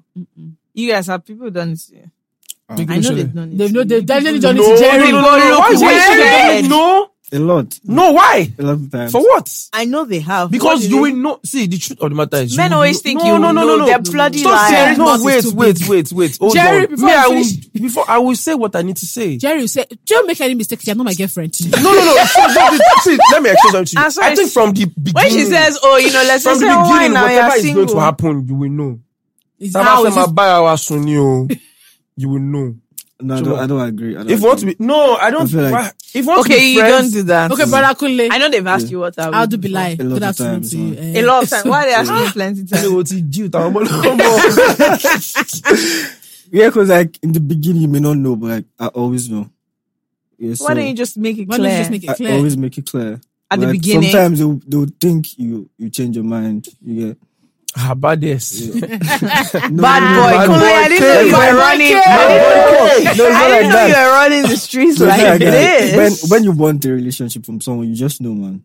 Speaker 7: You guys have people done this to you?
Speaker 1: Big
Speaker 7: I know they've done it.
Speaker 4: They've
Speaker 7: to
Speaker 4: no.
Speaker 7: you.
Speaker 4: They've definitely
Speaker 7: People
Speaker 4: done it
Speaker 2: No,
Speaker 4: to Jerry.
Speaker 2: no, no, no, no.
Speaker 7: Why
Speaker 2: Why
Speaker 7: is Jerry
Speaker 2: Jerry?
Speaker 7: dead?
Speaker 2: No,
Speaker 1: A lot.
Speaker 2: no, why?
Speaker 1: A lot of times.
Speaker 2: For what?
Speaker 7: I know they have. What
Speaker 2: Because
Speaker 7: do
Speaker 2: you
Speaker 7: they-
Speaker 2: will know. See, the truth of the matter is,
Speaker 7: men
Speaker 2: you,
Speaker 7: always
Speaker 2: you-
Speaker 7: think
Speaker 2: no,
Speaker 7: you
Speaker 2: no, no, no,
Speaker 7: know
Speaker 2: no.
Speaker 7: they're bloody
Speaker 2: Stop
Speaker 7: liars.
Speaker 2: saying no.
Speaker 4: Mouth
Speaker 2: Wait,
Speaker 4: is too
Speaker 2: wait, wait, wait. Hold
Speaker 4: Jerry,
Speaker 2: on.
Speaker 4: before
Speaker 2: Me,
Speaker 4: I
Speaker 2: I will,
Speaker 4: finish-
Speaker 2: before I will say what I need to say.
Speaker 4: Jerry said, "Don't make any mistakes. You're not my girlfriend."
Speaker 2: No, no, no. So, so, the- see, let me explain something to you.
Speaker 7: I'm sorry.
Speaker 2: I think from the beginning,
Speaker 7: when she says, "Oh, you know, let's
Speaker 2: Mm. from
Speaker 7: just
Speaker 2: the
Speaker 7: say why
Speaker 2: beginning,
Speaker 7: now you're
Speaker 2: whatever is
Speaker 7: single."
Speaker 2: going to happen, you will know.
Speaker 4: It's
Speaker 2: That
Speaker 4: how
Speaker 2: was
Speaker 4: is
Speaker 2: my
Speaker 4: this-
Speaker 2: buy our sunny, oh. You will know.
Speaker 1: No, I
Speaker 2: So
Speaker 1: don't,
Speaker 2: what?
Speaker 1: I don't agree. I don't
Speaker 2: If you want to
Speaker 1: agree.
Speaker 2: be, no, I
Speaker 1: I
Speaker 2: don't.
Speaker 1: feel like-
Speaker 2: why- if you want to
Speaker 7: Okay,
Speaker 2: be
Speaker 7: you don't
Speaker 2: friends,
Speaker 7: do that.
Speaker 4: Okay, brother Kunle.
Speaker 7: I know they've asked you what are we
Speaker 4: I'll do be
Speaker 7: before.
Speaker 4: lie.
Speaker 1: A lot
Speaker 4: Good
Speaker 1: of
Speaker 4: afternoon
Speaker 1: times,
Speaker 4: to you.
Speaker 1: man.
Speaker 4: eh.
Speaker 7: A lot of time. Why they ask you plenty
Speaker 2: Tell *laughs*
Speaker 7: time?
Speaker 2: me what you do, tell me what you
Speaker 7: *laughs*
Speaker 2: do.
Speaker 1: Yeah, because like in the beginning you may not know, but like I always know. Yeah, so
Speaker 7: Why don't you just make it
Speaker 4: Why don't you just
Speaker 7: clear?
Speaker 4: make it
Speaker 1: I
Speaker 4: clear?
Speaker 1: always make it clear.
Speaker 7: At the
Speaker 1: Like,
Speaker 7: beginning.
Speaker 1: Sometimes they'll, they'll think you you change your mind. You get
Speaker 2: How about this?
Speaker 1: no,
Speaker 7: Bad
Speaker 1: no,
Speaker 7: boy.
Speaker 1: bad
Speaker 7: Kunle, I didn't know you
Speaker 1: Bad
Speaker 7: were
Speaker 1: boy.
Speaker 7: running.
Speaker 1: Bad boy. No, it's
Speaker 7: I
Speaker 1: not
Speaker 7: didn't
Speaker 1: like
Speaker 7: know
Speaker 1: that.
Speaker 7: you were running the streets
Speaker 1: It's not
Speaker 7: like
Speaker 1: like that.
Speaker 7: this.
Speaker 1: When when you want a relationship from someone, you just know, man.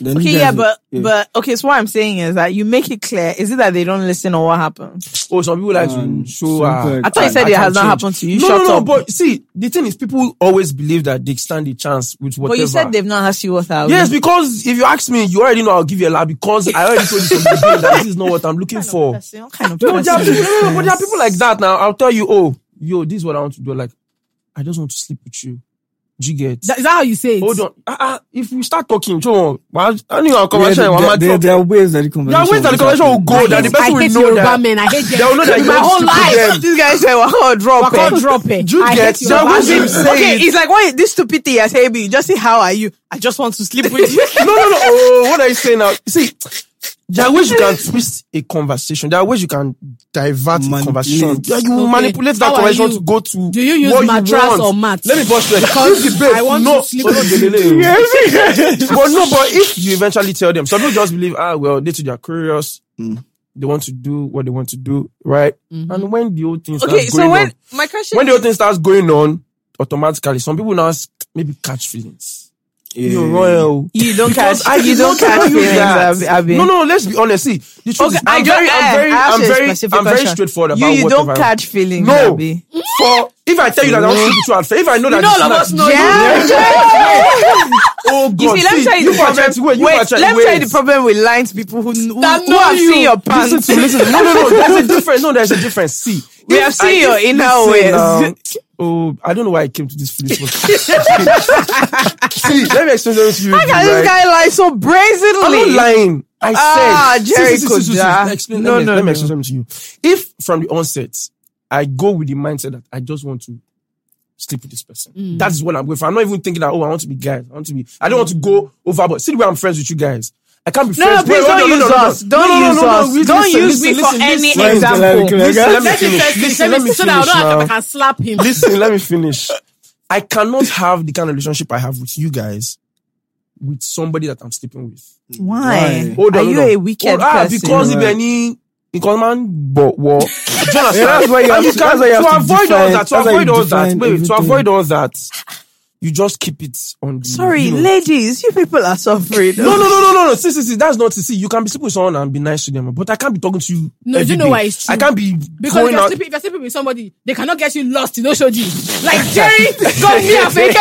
Speaker 1: Then you
Speaker 7: Okay,
Speaker 1: guys
Speaker 7: yeah,
Speaker 1: will-
Speaker 7: but
Speaker 1: yeah.
Speaker 7: but okay. So what I'm saying is that you make it clear. Is it that they don't listen or what happened?
Speaker 2: Oh, some people like to
Speaker 1: Um,
Speaker 2: show.
Speaker 1: some
Speaker 2: Uh,
Speaker 1: people-
Speaker 7: I thought you
Speaker 1: I-
Speaker 7: said
Speaker 2: I
Speaker 7: it
Speaker 2: can't
Speaker 7: has not
Speaker 2: change.
Speaker 7: happened to you.
Speaker 2: no,
Speaker 7: Shut
Speaker 2: no, no.
Speaker 7: up.
Speaker 2: But see, the thing is, people always believe that they stand a chance with whatever.
Speaker 7: But you said they've not asked you what happened.
Speaker 2: Yes, because if you ask me, you already know I'll give you a lie because I already told you from the beginning that this is not what I'm
Speaker 7: *laughs*
Speaker 2: looking for.
Speaker 7: Person, what kind of
Speaker 2: No, there are people,
Speaker 7: person?
Speaker 2: no, no, but there are people like that now. I'll tell you, oh, yo, this is what I want to do. Like, I just want to sleep with you. Do you get?
Speaker 4: That- Is that how you say it?
Speaker 2: Hold on. Ah, ah, if we start talking, Joe, I knew our
Speaker 1: Yeah,
Speaker 2: conversation.
Speaker 1: there, there, there are ways that the
Speaker 2: There
Speaker 1: conversation.
Speaker 2: are ways that the conversation will go. That the
Speaker 4: I
Speaker 2: person will
Speaker 4: hate
Speaker 2: know
Speaker 4: Yoruba
Speaker 2: that.
Speaker 4: men. I hate
Speaker 2: They will know that
Speaker 4: Yours.
Speaker 2: you
Speaker 4: My
Speaker 2: want
Speaker 4: whole
Speaker 2: to
Speaker 4: life.
Speaker 2: them.
Speaker 7: This guy said, "Waka drop
Speaker 4: Waka
Speaker 7: it."
Speaker 4: drop it.
Speaker 2: You
Speaker 4: I
Speaker 2: get-
Speaker 4: hate
Speaker 2: there
Speaker 4: Yoruba
Speaker 2: was
Speaker 4: men.
Speaker 2: him saying-
Speaker 7: Okay, it's like why this stupid thing I say, you just say how are you? I just want to sleep
Speaker 2: *laughs*
Speaker 7: with you.
Speaker 2: no, no, no. Oh, what are you saying now? See, there are ways you can twist a conversation. There are ways you can divert a
Speaker 1: Manipulate.
Speaker 2: conversation. Yeah, you will
Speaker 4: Okay.
Speaker 2: manipulate that
Speaker 4: How are
Speaker 2: conversation
Speaker 4: you?
Speaker 2: to go to
Speaker 4: Do you use
Speaker 2: what
Speaker 4: mattress
Speaker 2: want.
Speaker 4: or mat?
Speaker 2: Let me pause there.
Speaker 4: Because
Speaker 2: This debate,
Speaker 4: I want
Speaker 2: no,
Speaker 4: to sleep
Speaker 2: no,
Speaker 4: with *laughs*
Speaker 2: delele. but no, but if you eventually tell them, some people just believe, ah, well, they too, they're curious.
Speaker 4: Mm.
Speaker 2: They want to do what they want to do, right?
Speaker 4: Mm-hmm.
Speaker 2: And when the whole thing starts
Speaker 7: okay,
Speaker 2: going
Speaker 7: so when
Speaker 2: on,
Speaker 7: my question
Speaker 2: when the whole thing starts going on, automatically, some people now s- maybe catch feelings.
Speaker 1: Yeah.
Speaker 2: You're royal.
Speaker 7: You don't
Speaker 2: Because
Speaker 7: catch.
Speaker 2: I
Speaker 7: you
Speaker 2: did
Speaker 7: don't
Speaker 2: not
Speaker 7: catch
Speaker 2: tell you
Speaker 7: feelings,
Speaker 2: that.
Speaker 7: Abi- Abi.
Speaker 2: No, no, let's be honest. See, the truth
Speaker 7: Okay,
Speaker 2: is, I'm
Speaker 7: I don't-
Speaker 2: very, I'm
Speaker 7: eh,
Speaker 2: very,
Speaker 7: I asked
Speaker 2: I'm
Speaker 7: you a
Speaker 2: very,
Speaker 7: specific
Speaker 2: I'm very
Speaker 7: question.
Speaker 2: straightforward about
Speaker 7: You, you
Speaker 2: whatever.
Speaker 7: don't catch feelings.
Speaker 2: No,
Speaker 7: Abi.
Speaker 2: for if I tell you that I want to sleep with you at first, if I know that
Speaker 7: know
Speaker 2: this
Speaker 7: all of
Speaker 2: man-
Speaker 7: us know
Speaker 2: Yeah.
Speaker 7: you.
Speaker 2: oh god,
Speaker 7: You see, let me
Speaker 2: see,
Speaker 7: tell you,
Speaker 2: you
Speaker 7: the
Speaker 2: for
Speaker 7: problem.
Speaker 2: try to wait, you for
Speaker 7: Wait,
Speaker 2: try to
Speaker 7: let me tell you
Speaker 2: wait.
Speaker 7: the problem with lying to people who, who, who
Speaker 4: That know
Speaker 7: have seen
Speaker 4: you.
Speaker 7: your pants.
Speaker 2: Listen to
Speaker 7: *laughs*
Speaker 2: me, listen. to me. No, no, no. There's a difference. No, there's a difference. See,
Speaker 7: We
Speaker 2: if
Speaker 7: have
Speaker 2: I-
Speaker 7: seen your
Speaker 2: if-
Speaker 7: inner
Speaker 2: listen
Speaker 7: ways.
Speaker 2: now. Oh, I don't know why I came to this *laughs*
Speaker 7: *laughs*
Speaker 2: foolish one. see, let me explain something to you.
Speaker 7: How can this
Speaker 2: right?
Speaker 7: guy lie so
Speaker 2: I'm not
Speaker 7: brazenly?
Speaker 2: lying. I
Speaker 7: Ah,
Speaker 2: said.
Speaker 7: Jerry
Speaker 2: See, see, see, see, see, see.
Speaker 7: Koja.
Speaker 2: Let me Explain,
Speaker 7: No,
Speaker 2: let me,
Speaker 7: no,
Speaker 2: let
Speaker 7: no.
Speaker 2: me explain something to you. If from the onset, I go with the mindset that I just want to sleep with this person.
Speaker 7: Mm.
Speaker 2: That is what I'm going for. I'm not even thinking that, oh, I want to be guys. I want to be, I don't want to go overboard. See the way I'm friends with you guys. I can't be
Speaker 7: No, no,
Speaker 2: friends
Speaker 7: please
Speaker 2: Wait, hold on,
Speaker 7: don't
Speaker 2: no,
Speaker 7: use
Speaker 2: no, no, no.
Speaker 7: us.
Speaker 2: No,
Speaker 7: Don't
Speaker 2: no,
Speaker 7: use
Speaker 2: no, no,
Speaker 7: us.
Speaker 2: no.
Speaker 7: Don't
Speaker 2: Listen,
Speaker 7: use me
Speaker 2: listen,
Speaker 7: for
Speaker 2: listen,
Speaker 7: any
Speaker 2: listen.
Speaker 1: Why is there like-
Speaker 7: example.
Speaker 1: like-
Speaker 2: Listen, let me
Speaker 4: Let me
Speaker 2: finish.
Speaker 4: finish.
Speaker 2: Listen,
Speaker 4: Let
Speaker 2: let
Speaker 4: me
Speaker 2: me
Speaker 4: so that I
Speaker 2: finish
Speaker 4: know I
Speaker 2: now.
Speaker 4: can- I can slap him.
Speaker 2: Listen, let me finish. I cannot have the kind of relationship I have with you guys with somebody that I'm sleeping with.
Speaker 7: Why?
Speaker 2: Hold on,
Speaker 7: Are
Speaker 2: hold
Speaker 7: you
Speaker 2: on.
Speaker 7: a wicked
Speaker 2: Hold- ah,
Speaker 7: person?
Speaker 2: because if
Speaker 1: Right.
Speaker 2: any because man but what Do you understand?
Speaker 1: that's why you
Speaker 2: And
Speaker 1: have
Speaker 2: you
Speaker 1: to-
Speaker 2: can-
Speaker 1: that's why you have to
Speaker 2: avoid all
Speaker 1: define-
Speaker 2: that to
Speaker 1: that's why you
Speaker 2: avoid all that
Speaker 1: define
Speaker 2: wait, to
Speaker 1: everything.
Speaker 2: avoid all that you just keep it on the,
Speaker 7: Sorry,
Speaker 2: you know.
Speaker 7: ladies, you people are suffering.
Speaker 2: no, no, no, no, no, no. See, see, see. That's not see. You can be sleeping with someone and be nice to them, but I can't be talking to you.
Speaker 4: No,
Speaker 2: every
Speaker 4: you know
Speaker 2: day.
Speaker 4: why it's true.
Speaker 2: I can't be
Speaker 4: Because if
Speaker 2: going
Speaker 4: you're,
Speaker 2: out.
Speaker 4: sleeping, if you're sleeping with somebody,
Speaker 2: *laughs*
Speaker 4: they cannot get you lost in Oshodi. Like Jerry got me and Fake me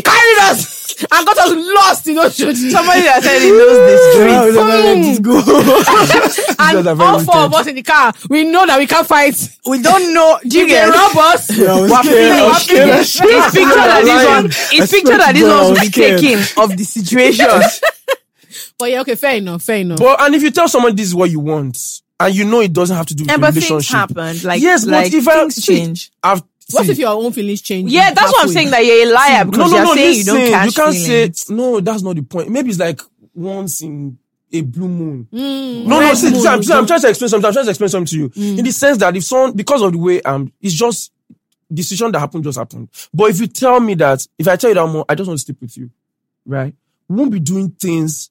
Speaker 4: carried us. and got us lost in Oshodi.
Speaker 7: Somebody that said
Speaker 1: *laughs*
Speaker 7: he knows this
Speaker 2: Now
Speaker 7: drink.
Speaker 2: we don't let this go.
Speaker 4: and
Speaker 2: guys are very
Speaker 4: all four of
Speaker 2: wicked.
Speaker 4: us in the car, we know that we can't fight.
Speaker 7: We don't know. Do you
Speaker 4: If they
Speaker 7: get
Speaker 4: rob
Speaker 2: *laughs*
Speaker 4: us,
Speaker 2: I was
Speaker 4: we're
Speaker 2: scared. I was scared.
Speaker 4: feeling happy.
Speaker 7: It's picture that this
Speaker 2: Lion. I
Speaker 7: one. It's picture
Speaker 2: swear
Speaker 7: that
Speaker 2: to
Speaker 7: this
Speaker 2: God, I
Speaker 7: one
Speaker 2: was
Speaker 7: was
Speaker 2: scared.
Speaker 7: taking of the situation.
Speaker 4: But yeah, okay, fair enough, fair enough.
Speaker 2: But and if you tell someone this is what you want, and you know it doesn't have to do with
Speaker 7: and
Speaker 2: the
Speaker 7: but things
Speaker 2: relationship.
Speaker 7: happen. Like
Speaker 2: yes,
Speaker 7: like,
Speaker 2: but if I
Speaker 7: things change.
Speaker 2: I've,
Speaker 4: what
Speaker 2: see,
Speaker 4: if your own feelings change?
Speaker 7: Yeah, that's what I'm
Speaker 4: *laughs*
Speaker 7: saying. That you're a liar
Speaker 2: no,
Speaker 7: because
Speaker 2: no,
Speaker 7: you're
Speaker 2: no.
Speaker 7: saying you
Speaker 2: listen,
Speaker 7: don't catch
Speaker 2: you can't
Speaker 7: feelings.
Speaker 2: say no. That's not the point. Maybe it's like once in a blue moon.
Speaker 4: Mm,
Speaker 2: No, no,
Speaker 4: red
Speaker 2: see, see, I'm,
Speaker 4: moon.
Speaker 2: see, I'm trying to explain something. I'm trying to explain something to you.
Speaker 7: Mm.
Speaker 2: In the sense that if someone, because of the way um, it's just decision that happened just happened. But if you tell me that, if I tell you that more, I just want to sleep with you, right? We won't be doing things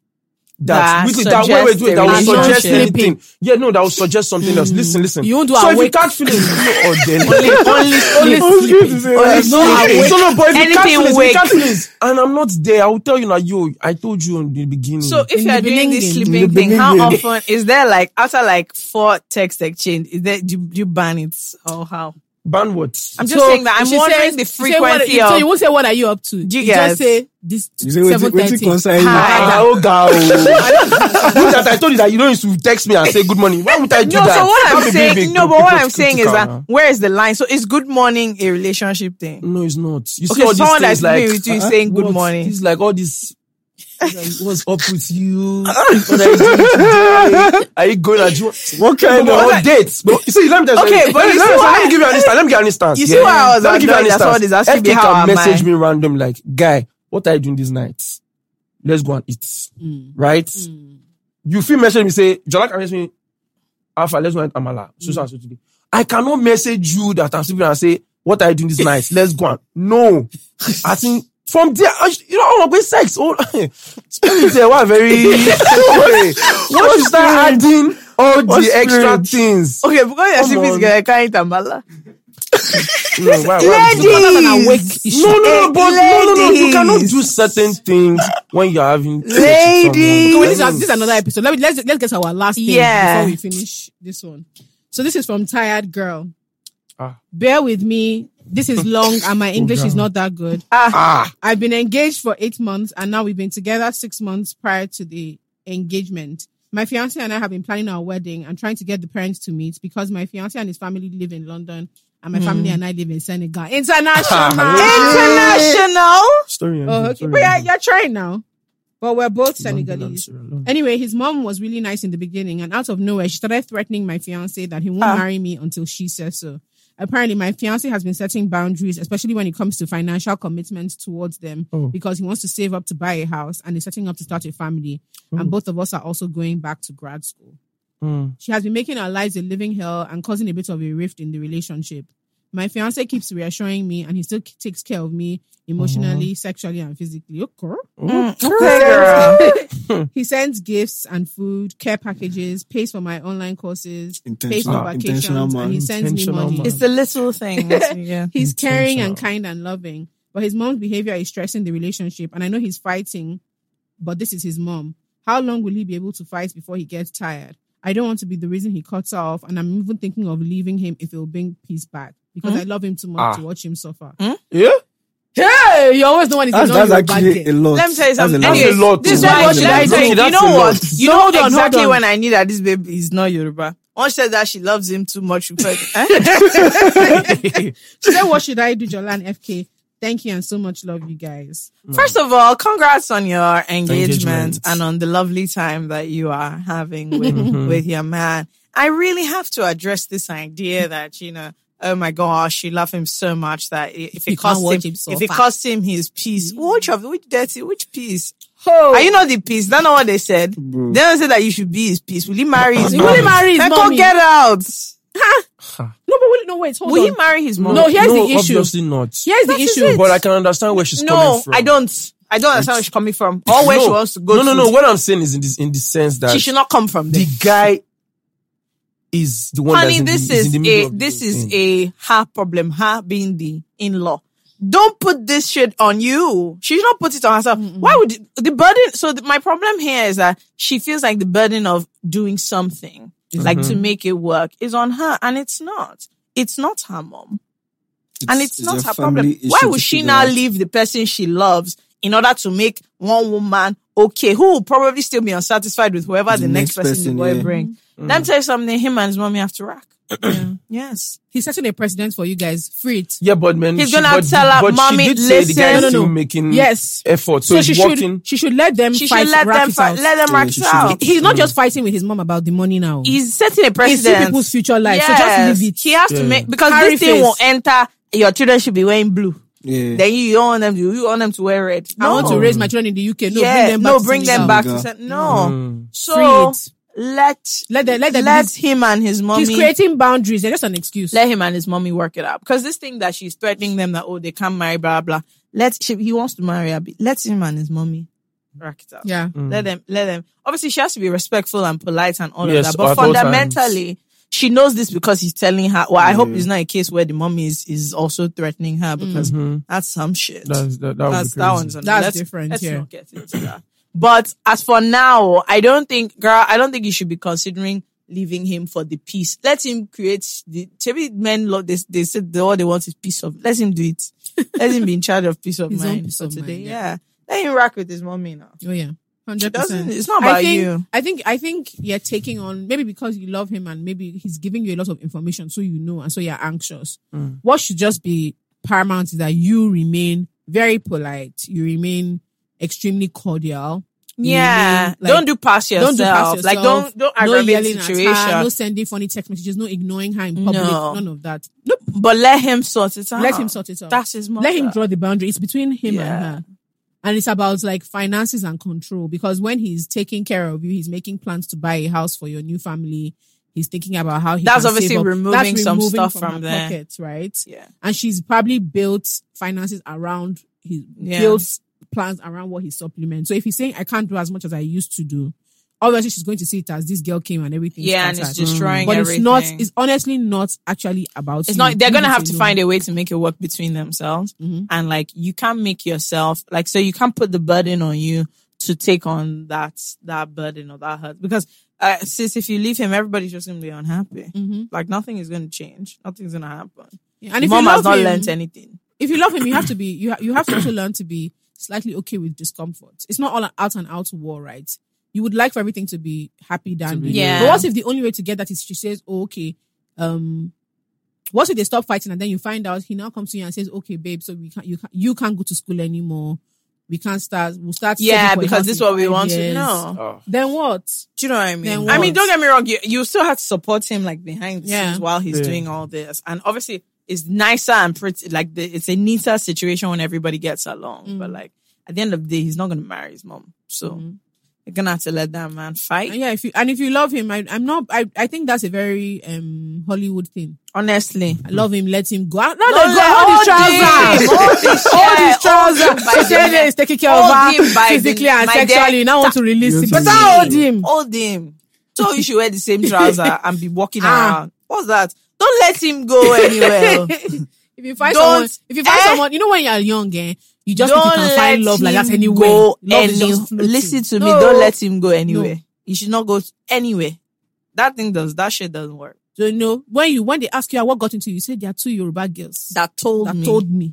Speaker 2: that
Speaker 7: That
Speaker 2: with that wait, wait,
Speaker 7: suggest
Speaker 2: wait,
Speaker 7: a
Speaker 2: that will
Speaker 4: relationship.
Speaker 2: suggest
Speaker 4: Sleeping.
Speaker 2: anything. Yeah, no, that will suggest something else. Listen, listen.
Speaker 4: You won't do
Speaker 2: so if you
Speaker 4: awake-
Speaker 2: can't feel it, you or then
Speaker 7: *laughs*
Speaker 2: only,
Speaker 7: Only, only sleeping.
Speaker 2: only
Speaker 7: awake.
Speaker 2: So no, but if you can't
Speaker 7: Anything
Speaker 2: feel it, if you
Speaker 7: wake.
Speaker 2: can't feel it, and I'm not there, I will tell you now, yo, I told you in the beginning.
Speaker 7: So if
Speaker 4: In
Speaker 7: you
Speaker 4: the
Speaker 7: are doing this
Speaker 4: beginning.
Speaker 7: sleeping
Speaker 2: In the
Speaker 7: thing, how
Speaker 2: beginning.
Speaker 7: often is there like after like four text exchange? Is there do, you- do you ban it or how?
Speaker 2: ban what?
Speaker 7: I'm just saying that I'm
Speaker 4: she
Speaker 7: wondering
Speaker 4: says-
Speaker 7: the
Speaker 4: she say, what-
Speaker 7: frequency
Speaker 4: you- So
Speaker 7: of
Speaker 4: you won't say what are you up to.
Speaker 7: Do you
Speaker 4: just
Speaker 7: guys-
Speaker 4: say this
Speaker 1: You say, wait,
Speaker 4: seven
Speaker 1: wait,
Speaker 4: thirty.
Speaker 1: concern you.
Speaker 7: Hi.
Speaker 2: Ah, oh, God.
Speaker 7: *laughs*
Speaker 2: Look that I told you that you don't used to text me and say good morning. Why would I do
Speaker 7: no,
Speaker 2: that?
Speaker 7: so what
Speaker 2: That
Speaker 7: I'm
Speaker 2: may be
Speaker 7: saying,
Speaker 2: big.
Speaker 7: no, but what
Speaker 2: People
Speaker 7: I'm saying is
Speaker 2: critical
Speaker 7: that
Speaker 2: now.
Speaker 7: where is the line? So is good morning a relationship thing?
Speaker 2: no, it's not. You see
Speaker 7: Okay,
Speaker 2: all these
Speaker 7: someone that's
Speaker 2: things like
Speaker 7: been with you is
Speaker 2: uh-uh,
Speaker 7: saying good
Speaker 2: what?
Speaker 7: morning.
Speaker 2: It's like all this. like, What's up with
Speaker 7: *laughs*
Speaker 2: you? What are you doing today? Are you going to do
Speaker 1: What kind
Speaker 2: no,
Speaker 1: of
Speaker 2: on dates? But you see, let me just
Speaker 7: Okay, but
Speaker 2: let, me-
Speaker 7: you
Speaker 2: let,
Speaker 7: see
Speaker 2: me- let
Speaker 7: why-
Speaker 2: me give you an instance. Let me give you an instance.
Speaker 7: You see why I was
Speaker 2: Let me give you an
Speaker 7: annoyed that
Speaker 2: instance.
Speaker 7: someone is asking me
Speaker 2: FK
Speaker 7: how
Speaker 2: can
Speaker 7: am
Speaker 2: message
Speaker 7: I?
Speaker 2: me random like, guy, what are you doing this night? Let's go and eat,
Speaker 7: Mm.
Speaker 2: right? You feel message me say, Jola can message me, Alpha, let's go and eat amala. So
Speaker 4: Mm.
Speaker 2: so and so today. I cannot message you that I'm sleeping and say, what are you
Speaker 4: *laughs*
Speaker 2: doing this night? Let's go and no. I think from there, I sh- you know, I'm going sex. *laughs* Oh, spirit there, what
Speaker 4: *laughs*
Speaker 2: very. Once you start adding all the extra things,
Speaker 4: *laughs*
Speaker 7: Okay, because you're
Speaker 2: Come
Speaker 7: sleeping
Speaker 2: on.
Speaker 7: together, can't eat amala.
Speaker 2: No, Mm, why- why would you- No,
Speaker 7: Ladies,
Speaker 2: no, no, but no, no, no. You
Speaker 7: Ladies.
Speaker 2: cannot do certain things when you're having. sex with
Speaker 7: Ladies.
Speaker 2: someone. Mm.
Speaker 4: Okay, well, this, is, this is another episode. Let me let's let's get to our last thing
Speaker 7: Yeah.
Speaker 4: before we finish this one. So this is from Tired Girl.
Speaker 2: Ah.
Speaker 4: Bear with me. This is long and my English is not that good.
Speaker 2: Ah,
Speaker 4: I've been engaged for eight months and now we've been together six months prior to the engagement. My fiance and I have been planning our wedding and trying to get the parents to meet because my fiance and his family live in London and my family and I live in Senegal. International.
Speaker 7: International.
Speaker 2: story. ended,
Speaker 4: oh, okay.
Speaker 2: story
Speaker 4: But yeah,
Speaker 2: ended.
Speaker 4: you're trying now. But we're both Senegalese.
Speaker 2: Sorry, no.
Speaker 4: Anyway, his mom was really nice in the beginning, and out of nowhere, she started threatening my fiance that he won't marry me until she says so. Apparently, my fiance has been setting boundaries, especially when it comes to financial commitments towards them,
Speaker 2: Oh.
Speaker 4: because he wants to save up to buy a house and is setting up to start a family. And both of us are also going back to grad school.
Speaker 2: Mm.
Speaker 4: She has been making our lives a living hell and causing a bit of a rift in the relationship. My fiance keeps reassuring me, and he still takes care of me emotionally, sexually, and physically. Okay.
Speaker 2: Mm.
Speaker 7: Okay, girl.
Speaker 4: *laughs* He sends gifts and food, care packages, pays for my online courses, pays for
Speaker 1: Intentional- intentional
Speaker 4: vacations,
Speaker 1: man.
Speaker 4: and he sends me
Speaker 2: Intentional
Speaker 4: money.
Speaker 2: man.
Speaker 7: It's the little
Speaker 2: *laughs*
Speaker 7: thing. Yeah.
Speaker 4: He's caring and
Speaker 2: Intentional.
Speaker 4: kind and loving, but his mom's behavior is stressing the relationship. And I know he's fighting, but this is his mom. How long will he be able to fight before he gets tired? I don't want to be the reason he cuts her off, and I'm even thinking of leaving him if it will bring peace back because
Speaker 1: Hmm?
Speaker 4: I love him too much
Speaker 2: Ah.
Speaker 4: to watch him suffer.
Speaker 2: Yeah,
Speaker 4: Hey, you always know when he's
Speaker 1: That's,
Speaker 4: ignoring
Speaker 1: that's
Speaker 4: your bad
Speaker 1: actually
Speaker 4: girl.
Speaker 1: a lot.
Speaker 7: Let me tell you
Speaker 1: That's
Speaker 7: something.
Speaker 1: a lot.
Speaker 2: Anyway,
Speaker 7: Anyways,
Speaker 2: That's a lot.
Speaker 7: This is
Speaker 2: That's
Speaker 7: why
Speaker 2: a
Speaker 7: what should I
Speaker 2: lot.
Speaker 7: say? You
Speaker 2: That's
Speaker 7: know
Speaker 2: a lot.
Speaker 7: what? You
Speaker 4: So
Speaker 7: know
Speaker 4: hold on, hold
Speaker 7: exactly
Speaker 4: on.
Speaker 7: when I knew that this baby is not Yoruba. Once she said that she loves him too much. we felt, eh?
Speaker 2: *laughs*
Speaker 7: *laughs*
Speaker 4: She said, What should I do, Jola and FK? Thank you and so much love, you guys.
Speaker 7: First of all, congrats on your engagement,
Speaker 2: Engagement.
Speaker 7: and on the lovely time that you are having
Speaker 2: *laughs*
Speaker 7: with,
Speaker 2: Mm-hmm.
Speaker 7: with your man. I really have to address this idea that, you know, oh my gosh, you love him so much that i- if
Speaker 4: You can't
Speaker 7: it costs
Speaker 4: watch
Speaker 7: him,
Speaker 4: him
Speaker 7: if
Speaker 4: suffer.
Speaker 7: it costs him his peace, which of which dirty, which peace?
Speaker 4: Oh.
Speaker 7: Are you not the peace? That's not what they said. They don't say that you should be his peace. Will he marry his
Speaker 4: Will he marry his
Speaker 7: Then
Speaker 4: mommy?
Speaker 7: go get out.
Speaker 4: No, but wait, no, wait, hold
Speaker 7: Will
Speaker 4: on.
Speaker 7: he marry his mom?
Speaker 4: No, here's the issue.
Speaker 2: Obviously not.
Speaker 4: Here's the issue.
Speaker 2: But I can understand where she's coming
Speaker 7: no,
Speaker 2: from.
Speaker 7: I don't. I don't understand where she's coming from or where
Speaker 2: no.
Speaker 7: she wants to go.
Speaker 2: No, no,
Speaker 7: to.
Speaker 2: no. What I'm saying is in this in the sense that
Speaker 7: She should not come from there.
Speaker 2: the guy is the one.
Speaker 7: Honey,
Speaker 2: that's in the-
Speaker 7: this
Speaker 2: is in
Speaker 7: is
Speaker 2: the middle
Speaker 7: a
Speaker 2: of
Speaker 7: this
Speaker 2: the
Speaker 7: is
Speaker 2: thing.
Speaker 7: a her problem. Her being the in law. Don't put this shit on you. She should not put it on herself. Why would the burden? So the, my problem here is that she feels like the burden of doing something, like
Speaker 2: Mm-hmm.
Speaker 7: to make it work, is on her, and it's not. It's not her mom, and it's, not
Speaker 1: a
Speaker 7: her
Speaker 1: family
Speaker 7: problem.
Speaker 1: issue
Speaker 7: Why
Speaker 1: to
Speaker 7: would she
Speaker 1: figure
Speaker 7: now
Speaker 1: out.
Speaker 7: leave the person she loves in order to make one woman okay, who will probably still be unsatisfied with whoever the, next, person, the boy
Speaker 1: yeah. Mm.
Speaker 7: bring. Let me tell you something. Him and his mommy have
Speaker 1: *clears throat*
Speaker 7: to rack. Yes.
Speaker 4: He's setting a precedent for you guys. Free it.
Speaker 2: Yeah, but man,
Speaker 7: He's
Speaker 2: she-
Speaker 7: gonna
Speaker 2: but,
Speaker 7: tell her,
Speaker 2: but
Speaker 7: "Mommy,
Speaker 2: she did say the guy is
Speaker 7: listen." No, no,
Speaker 2: still
Speaker 4: no.
Speaker 2: making
Speaker 4: Yes.
Speaker 2: effort. So,
Speaker 4: So,
Speaker 2: he's
Speaker 4: she
Speaker 2: working.
Speaker 4: should she should let them
Speaker 7: She
Speaker 4: fight.
Speaker 7: should let
Speaker 4: rap
Speaker 7: them
Speaker 4: it
Speaker 7: fight.
Speaker 4: out.
Speaker 7: Let them
Speaker 1: Yeah,
Speaker 7: rack
Speaker 1: she
Speaker 7: it
Speaker 1: should.
Speaker 7: out.
Speaker 4: He's
Speaker 2: Hmm.
Speaker 4: not just fighting with his mom about the money now.
Speaker 7: He's setting a
Speaker 4: it's still
Speaker 7: precedent.
Speaker 4: people's future life. So just leave it.
Speaker 7: He has to
Speaker 2: Yeah.
Speaker 7: make because
Speaker 4: Carry
Speaker 7: this thing
Speaker 4: face.
Speaker 7: will enter. Your children should be wearing blue.
Speaker 1: Yeah.
Speaker 7: Then you, you don't want them. You, you want them to wear red.
Speaker 4: I want to
Speaker 7: No.
Speaker 4: raise my children in the UK. No,
Speaker 7: yeah,
Speaker 4: bring them back.
Speaker 7: no,
Speaker 4: to
Speaker 7: bring them
Speaker 4: Senegal.
Speaker 7: back
Speaker 1: Senegal.
Speaker 7: to Sen- no.
Speaker 1: Mm.
Speaker 2: Hmm.
Speaker 7: So
Speaker 4: Free it.
Speaker 7: let
Speaker 4: Let them- let them
Speaker 7: let
Speaker 4: be-
Speaker 7: him and his mommy.
Speaker 4: He's creating boundaries. They're just an excuse.
Speaker 7: let him and his mommy work it out because this thing that she's threatening them that oh they can't marry blah blah. blah. Let she, he wants to marry Abby. Let him and his mommy work it out.
Speaker 4: yeah.
Speaker 2: Mm.
Speaker 7: Let them let them. Obviously, she has to be respectful and polite and all
Speaker 2: Yes,
Speaker 7: of that. But
Speaker 2: at all
Speaker 7: fundamentally, she knows this because he's telling her. Well, I hope it's not a case where the mommy is, is also threatening her because that's some shit.
Speaker 2: Mm-hmm. That's, that, that, would
Speaker 7: That's
Speaker 2: be
Speaker 7: that
Speaker 2: Oh, crazy.
Speaker 7: one's
Speaker 4: That's
Speaker 7: let's-
Speaker 4: different,
Speaker 7: Let's
Speaker 4: yeah.
Speaker 7: not get into that. But as for now, I don't think, girl, I don't think you should be considering leaving him for the peace. Let him create the. Maybe men love this. They said the- all they want is peace of. Let him
Speaker 4: *laughs*
Speaker 7: do it. Let him be in charge of peace of
Speaker 4: His own
Speaker 7: mind
Speaker 4: peace
Speaker 7: for
Speaker 4: of mind,
Speaker 7: today.
Speaker 4: yeah.
Speaker 7: yeah. Let him rock with his mommy now.
Speaker 4: Oh yeah.
Speaker 7: It
Speaker 4: Hundred
Speaker 7: doesn't.
Speaker 4: percent.
Speaker 7: It's not about
Speaker 4: I think,
Speaker 7: you.
Speaker 4: I think I think you're taking on maybe because you love him and maybe he's giving you a lot of information so you know and so you're anxious.
Speaker 7: Mm.
Speaker 4: What should just be paramount is that you remain very polite, you remain extremely cordial. you
Speaker 7: Yeah.
Speaker 4: remain, like,
Speaker 7: don't do past yourself.
Speaker 4: Don't do past yourself.
Speaker 7: Like don't don't
Speaker 4: no
Speaker 7: aggravate
Speaker 4: yelling
Speaker 7: the
Speaker 4: At her, no
Speaker 7: situation.
Speaker 4: sending funny text messages, no ignoring her in public,
Speaker 7: No.
Speaker 4: none of that.
Speaker 7: But let him sort it out.
Speaker 4: Let him sort it out.
Speaker 7: That's his mother.
Speaker 4: Let him draw the boundary. It's between him
Speaker 7: Yeah.
Speaker 4: and her. And it's about like finances and control because when he's taking care of you, he's making plans to buy a house for your new family. He's thinking about how he
Speaker 7: That's
Speaker 4: can
Speaker 7: obviously
Speaker 4: save up.
Speaker 7: removing
Speaker 4: That's
Speaker 7: some
Speaker 4: removing
Speaker 7: stuff
Speaker 4: from,
Speaker 7: from
Speaker 4: her
Speaker 7: there.
Speaker 4: pocket, right?
Speaker 7: Yeah.
Speaker 4: And she's probably built finances around his
Speaker 7: Yeah.
Speaker 4: built plans around what he supplements. So if he's saying I can't do as much as I used to do, obviously she's going to see it as this girl came and everything.
Speaker 7: Yeah, and it's
Speaker 4: scattered.
Speaker 7: destroying
Speaker 4: but it's
Speaker 7: everything.
Speaker 4: not. It's honestly not actually about.
Speaker 7: It's not. They're gonna have to find a way to make it work between themselves,
Speaker 4: Mhm.
Speaker 7: and like you can't make yourself like so you can't put the burden on you to take on that that burden or that hurt because uh, since if you leave him, everybody's just gonna be unhappy.
Speaker 4: hmm
Speaker 7: Like nothing is gonna change. Nothing's gonna happen.
Speaker 4: And if
Speaker 7: Mom
Speaker 4: you love
Speaker 7: has not
Speaker 4: him,
Speaker 7: learnt anything.
Speaker 4: if you love him, you have to be you ha- you have to also learn to be slightly okay with discomfort. It's not all an out and out war, right? You would like for everything to be happy dandy.
Speaker 7: Yeah.
Speaker 4: But what if the only way to get that is she says, oh, okay, um, what if they stop fighting and then you find out he now comes to you and says, okay, babe, so we can't you can't you can't go to school anymore. We can't start. We'll start. saving
Speaker 7: Yeah,
Speaker 4: for a
Speaker 7: because
Speaker 4: house
Speaker 7: this is
Speaker 4: in
Speaker 7: what we
Speaker 4: five
Speaker 7: want to
Speaker 4: years.
Speaker 7: know.
Speaker 2: Oh.
Speaker 4: Then what?
Speaker 7: Do you know what I
Speaker 4: Then
Speaker 7: mean?
Speaker 4: what?
Speaker 7: I mean, don't get me wrong. You, you still have to support him like behind the
Speaker 4: Yeah.
Speaker 7: scenes while he's
Speaker 2: Yeah.
Speaker 7: doing all this, and obviously it's nicer and pretty. Like the, it's a neater situation when everybody gets along.
Speaker 4: Mm.
Speaker 7: But like at the end of the day, he's not going to marry his mom, so
Speaker 4: Mhm.
Speaker 7: you're gonna have to let that man
Speaker 4: And
Speaker 7: fight.
Speaker 4: yeah, if you and if you love him, I, I'm not. I, I think that's a very um Hollywood thing.
Speaker 7: Honestly,
Speaker 4: I love him. Let him go. No, no, go.
Speaker 7: let-
Speaker 4: Hold his
Speaker 7: hold him,
Speaker 4: trousers.
Speaker 7: hold
Speaker 4: Hold
Speaker 7: his
Speaker 4: his
Speaker 7: shirt, hold him
Speaker 4: trousers.
Speaker 7: by
Speaker 4: So
Speaker 7: the
Speaker 4: Shade
Speaker 7: neck.
Speaker 4: is taking care
Speaker 7: Hold
Speaker 4: of her
Speaker 7: him by the-
Speaker 4: physically and
Speaker 7: my neck.
Speaker 4: sexually. You now want to release him.
Speaker 1: Yes,
Speaker 4: But
Speaker 1: yes.
Speaker 4: I hold him.
Speaker 7: hold him. So you should wear the same trouser and be walking
Speaker 4: *laughs* Ah.
Speaker 7: around. What's that? Don't let him go anywhere.
Speaker 4: *laughs* if you find
Speaker 7: Don't-
Speaker 4: someone, if you find
Speaker 7: eh?
Speaker 4: someone, you know when you're young, eh, you just think you
Speaker 7: don't
Speaker 4: can
Speaker 7: let
Speaker 4: find love like that
Speaker 7: him
Speaker 4: anywhere.
Speaker 7: Go
Speaker 4: Love is
Speaker 7: any-
Speaker 4: just floating.
Speaker 7: listen to me.
Speaker 4: No.
Speaker 7: Don't let him go anywhere. You should not go anywhere. That thing does that shit doesn't work.
Speaker 4: So you know when you when they ask you "Ah, what got into you, you say there are two Yoruba girls that,
Speaker 7: That told me,
Speaker 4: told me.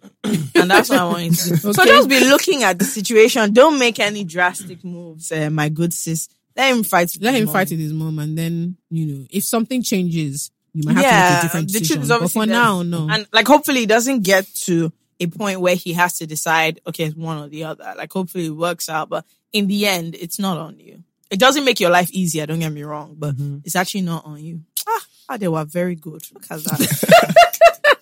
Speaker 7: and that's what I want you to do. *laughs* So
Speaker 4: Okay.
Speaker 7: just be looking at the situation. Don't make any drastic moves, uh, my good sis. Let him fight. with
Speaker 4: Let
Speaker 7: his
Speaker 4: him
Speaker 7: mom.
Speaker 4: fight with his mom, and then you know if something changes, you might have to
Speaker 7: Yeah,
Speaker 4: make a different
Speaker 7: the truth
Speaker 4: decision.
Speaker 7: is
Speaker 4: but
Speaker 7: obviously
Speaker 4: for
Speaker 7: there's-
Speaker 4: now, no.
Speaker 7: And like, hopefully, it doesn't get to a point where he has to decide, okay, it's one or the other. Like, hopefully, it works out. But in the end, it's not on you. It doesn't make your life easier. Don't get me wrong, but
Speaker 4: Mm-hmm.
Speaker 7: it's actually not on you. Ah, ah, they were very good. Look at that.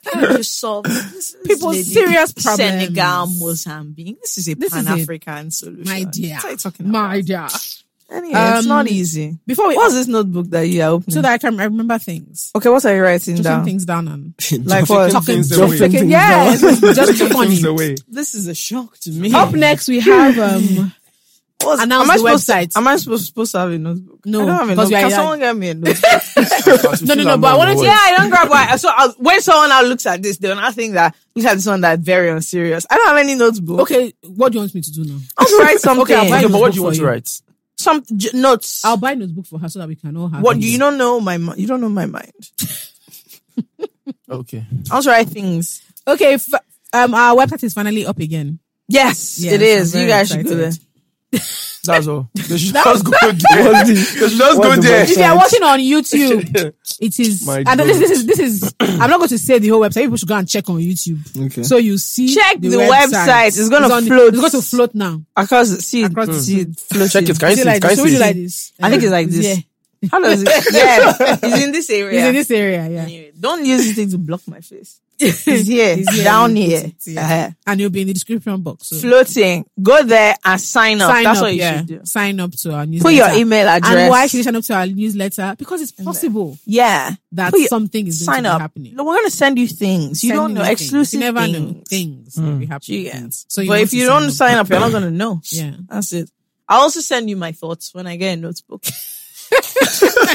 Speaker 4: *laughs*
Speaker 7: Can you solve this- this
Speaker 4: People's
Speaker 7: lady-
Speaker 4: serious problems.
Speaker 7: Senegal, Mozambique. This is a
Speaker 4: This is it.
Speaker 7: Pan African solution.
Speaker 4: my dear,
Speaker 7: What are you talking about?
Speaker 4: my dear.
Speaker 7: Anyway, it's
Speaker 4: Um,
Speaker 7: not easy.
Speaker 4: Before we
Speaker 7: What's this notebook that you are opening?
Speaker 4: so that I can remember things,
Speaker 7: okay, what are you writing
Speaker 4: jotting
Speaker 7: down?
Speaker 4: things down, and
Speaker 7: Like what?
Speaker 2: Things
Speaker 1: Just
Speaker 2: away.
Speaker 1: thinking
Speaker 7: Freaking-
Speaker 4: yeah,
Speaker 2: *laughs*
Speaker 7: yes.
Speaker 4: just keep on
Speaker 2: Things
Speaker 4: it.
Speaker 7: *laughs*
Speaker 2: away.
Speaker 7: This is a shock to me. *laughs*
Speaker 4: Up next, we have um,
Speaker 7: What's-
Speaker 4: Announce
Speaker 7: am I
Speaker 4: the
Speaker 7: supposed,
Speaker 4: website.
Speaker 7: Am I supposed, supposed to have a notebook?
Speaker 4: No,
Speaker 7: I don't have a
Speaker 4: because
Speaker 7: notebook.
Speaker 4: we are-
Speaker 7: Can someone get me a notebook?
Speaker 4: no, no, no. But I wanted to.
Speaker 7: *laughs* yeah, I don't grab one. So I'll, when someone now looks at this, they'll not think that look at this one that's very unserious. I don't have any notebook.
Speaker 4: Okay, what do you want me to do now?
Speaker 7: I'll just *laughs* write something.
Speaker 4: Okay, I'll buy
Speaker 2: Yeah, but what do
Speaker 4: notebook
Speaker 2: you want
Speaker 4: for
Speaker 2: to
Speaker 4: you.
Speaker 2: write?
Speaker 7: some j- notes.
Speaker 4: I'll buy notebook for her so that we can all have.
Speaker 7: what
Speaker 4: it.
Speaker 7: do you don't know my mi- you don't know my mind.
Speaker 2: Okay.
Speaker 7: I'll just write things.
Speaker 4: Okay, f- um, our website is finally up again.
Speaker 7: Yes,
Speaker 4: Yes,
Speaker 7: it is.
Speaker 4: I'm
Speaker 7: You
Speaker 4: very
Speaker 7: guys should go there.
Speaker 4: excited.
Speaker 2: That's all. They should just go there.
Speaker 7: *laughs*
Speaker 1: What's the-
Speaker 2: They should just
Speaker 1: what's
Speaker 2: go
Speaker 1: the
Speaker 2: there.
Speaker 1: website?
Speaker 4: If you are watching on YouTube, it is.
Speaker 2: My
Speaker 4: And this,
Speaker 2: God.
Speaker 4: this is this is. I'm not going to say the whole website. People should go and check on YouTube.
Speaker 1: Okay.
Speaker 4: So you see,
Speaker 7: Check the website. It's gonna
Speaker 4: on the-
Speaker 7: float.
Speaker 4: it's going to float now.
Speaker 7: Across the sea. Hmm.
Speaker 4: Across the sea.
Speaker 2: Check it. Can you
Speaker 4: Is
Speaker 2: see
Speaker 4: it
Speaker 2: it?
Speaker 4: like
Speaker 2: Can
Speaker 4: this?
Speaker 2: you
Speaker 4: Should we
Speaker 2: see
Speaker 4: do
Speaker 2: it?
Speaker 4: like this?
Speaker 7: I think it's like this.
Speaker 4: Yeah.
Speaker 7: How *laughs* does it? Yeah, it's in this area.
Speaker 4: It's in this area. Yeah.
Speaker 7: Anyway, Don't use this thing to block my *laughs* face. It's here,
Speaker 4: It's here.
Speaker 7: down
Speaker 4: It's-
Speaker 7: here,
Speaker 4: it's here. And you'll be in the description box. So.
Speaker 7: Uh, floating. Go there and sign up.
Speaker 4: Sign
Speaker 7: That's
Speaker 4: up,
Speaker 7: what you
Speaker 4: yeah.
Speaker 7: should do.
Speaker 4: Sign up to our newsletter.
Speaker 7: Put your email address.
Speaker 4: And why should you sign up to our newsletter? Because it's possible
Speaker 7: yeah,
Speaker 4: that
Speaker 7: Put your-
Speaker 4: something is going
Speaker 7: sign
Speaker 4: to
Speaker 7: up.
Speaker 4: be happening.
Speaker 7: No, we're gonna send you things. You don't
Speaker 4: Sending
Speaker 7: know
Speaker 4: things.
Speaker 7: exclusive.
Speaker 4: You never
Speaker 7: things.
Speaker 4: know things will be happening.
Speaker 7: You get.
Speaker 4: Things. So you
Speaker 7: but
Speaker 4: want
Speaker 7: if
Speaker 4: to
Speaker 7: you
Speaker 4: sign
Speaker 7: don't
Speaker 4: up.
Speaker 7: sign up, you're not gonna *laughs* know.
Speaker 4: Yeah.
Speaker 7: that's it. I will also send you my thoughts when I get a notebook. *laughs*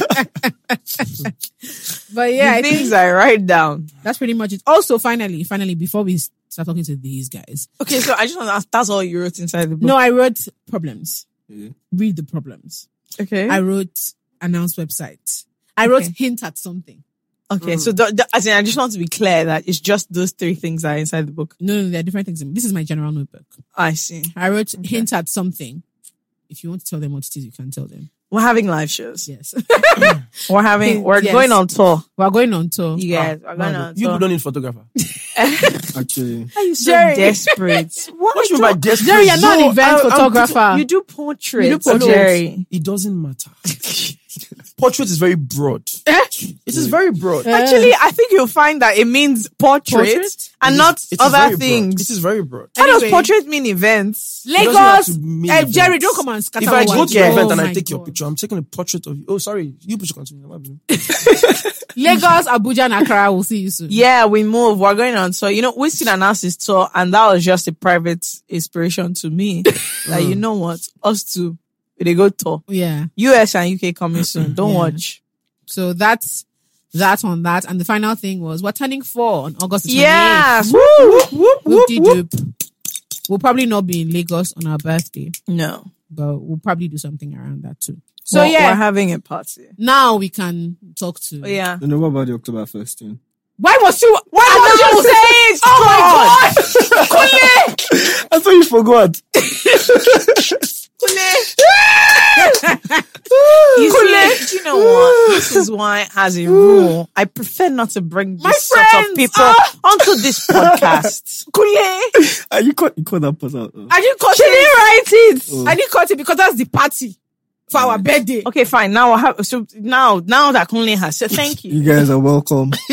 Speaker 4: But yeah, I
Speaker 7: the
Speaker 4: think
Speaker 7: things I write down.
Speaker 4: that's pretty much it. Also, finally, finally, before we start talking to these guys,
Speaker 7: Okay, so I just want to ask. That's all you wrote inside the book.
Speaker 4: no, I wrote problems.
Speaker 1: Yeah.
Speaker 4: Read the problems.
Speaker 7: okay,
Speaker 4: I wrote announce website. I wrote
Speaker 7: Okay.
Speaker 4: hint at something.
Speaker 7: okay. So th- th- as in, I just want to be clear that it's just those three things that are inside the book.
Speaker 4: No, no, there are different things. This is my general notebook.
Speaker 7: I see.
Speaker 4: I wrote hint at something. If you want to tell them what it is, you can tell them.
Speaker 7: We're having live shows.
Speaker 4: Yes. *laughs*
Speaker 7: We're having. We're
Speaker 4: Yes.
Speaker 7: going on tour.
Speaker 4: We're going on tour.
Speaker 7: You guys are going on
Speaker 2: You
Speaker 7: tour.
Speaker 2: don't need photographer.
Speaker 1: Actually,
Speaker 7: Are you so
Speaker 4: Jerry.
Speaker 7: desperate?
Speaker 2: What you mean by desperate?
Speaker 4: Jerry, you're not
Speaker 2: No,
Speaker 4: an event
Speaker 2: I- I'm-
Speaker 4: photographer.
Speaker 7: You do portraits.
Speaker 2: You do portraits.
Speaker 7: Jerry.
Speaker 2: It doesn't matter. *laughs* Portrait is very broad.
Speaker 4: Eh?
Speaker 2: It is very broad.
Speaker 4: Yeah.
Speaker 7: Actually, I think you'll find that it means portraits
Speaker 4: Portrait?
Speaker 7: and
Speaker 2: It
Speaker 7: not
Speaker 2: is- it is very
Speaker 7: other
Speaker 2: broad.
Speaker 7: things.
Speaker 2: It is very broad.
Speaker 7: How does
Speaker 4: Anyway.
Speaker 7: portrait mean events?
Speaker 2: It doesn't have
Speaker 4: Lagos.
Speaker 2: to mean
Speaker 4: Eh, Jerry,
Speaker 2: events.
Speaker 4: don't come and scatter.
Speaker 2: If I
Speaker 4: our
Speaker 2: go to
Speaker 4: world.
Speaker 2: an event and
Speaker 4: Oh
Speaker 2: I
Speaker 4: my
Speaker 2: take your
Speaker 4: God.
Speaker 2: picture, I'm taking a portrait of you. Oh, sorry, you should continue. What happened?
Speaker 4: Lagos, Abuja, and Accra. We'll see you soon.
Speaker 7: Yeah, we move. We're going on tour. You know, we still announced his tour, and that was just a private inspiration to me. like, you know what? Us two, they go tour.
Speaker 4: Yeah.
Speaker 7: US and UK coming soon. Don't
Speaker 4: Yeah.
Speaker 7: watch.
Speaker 4: So that's that on that. And the final thing was we're turning four on August 28th.
Speaker 7: Yes. Woo, whoop, whoop, whoop, whoop.
Speaker 4: Whoop-de-doop. We'll probably not be in Lagos on our birthday,
Speaker 7: No.
Speaker 4: but we'll probably do something around that too. So
Speaker 7: So we're,
Speaker 4: yeah,
Speaker 7: we're having a party.
Speaker 4: now we can talk to.
Speaker 7: But Oh, yeah.
Speaker 1: you know what about the October first thing?
Speaker 4: Why was you?
Speaker 7: Why don't you say it? Oh my god!
Speaker 1: I thought you forgot.
Speaker 7: You, see, do you know what?
Speaker 4: *laughs*
Speaker 7: This is why, as a rule, I prefer not to bring this sort of
Speaker 4: friends,
Speaker 7: people *laughs* onto
Speaker 4: *laughs*
Speaker 7: this podcast.
Speaker 1: Ah, you caught you caught that part out. uh.
Speaker 4: I didn't cut
Speaker 7: She didn't write it. Mm.
Speaker 4: I didn't cut it because that's the party for our birthday.
Speaker 7: Okay, fine. Now I have. So now, now that Kunle has said thank
Speaker 4: *laughs*
Speaker 7: you.
Speaker 1: You guys are
Speaker 7: *laughs*
Speaker 1: welcome.
Speaker 7: Now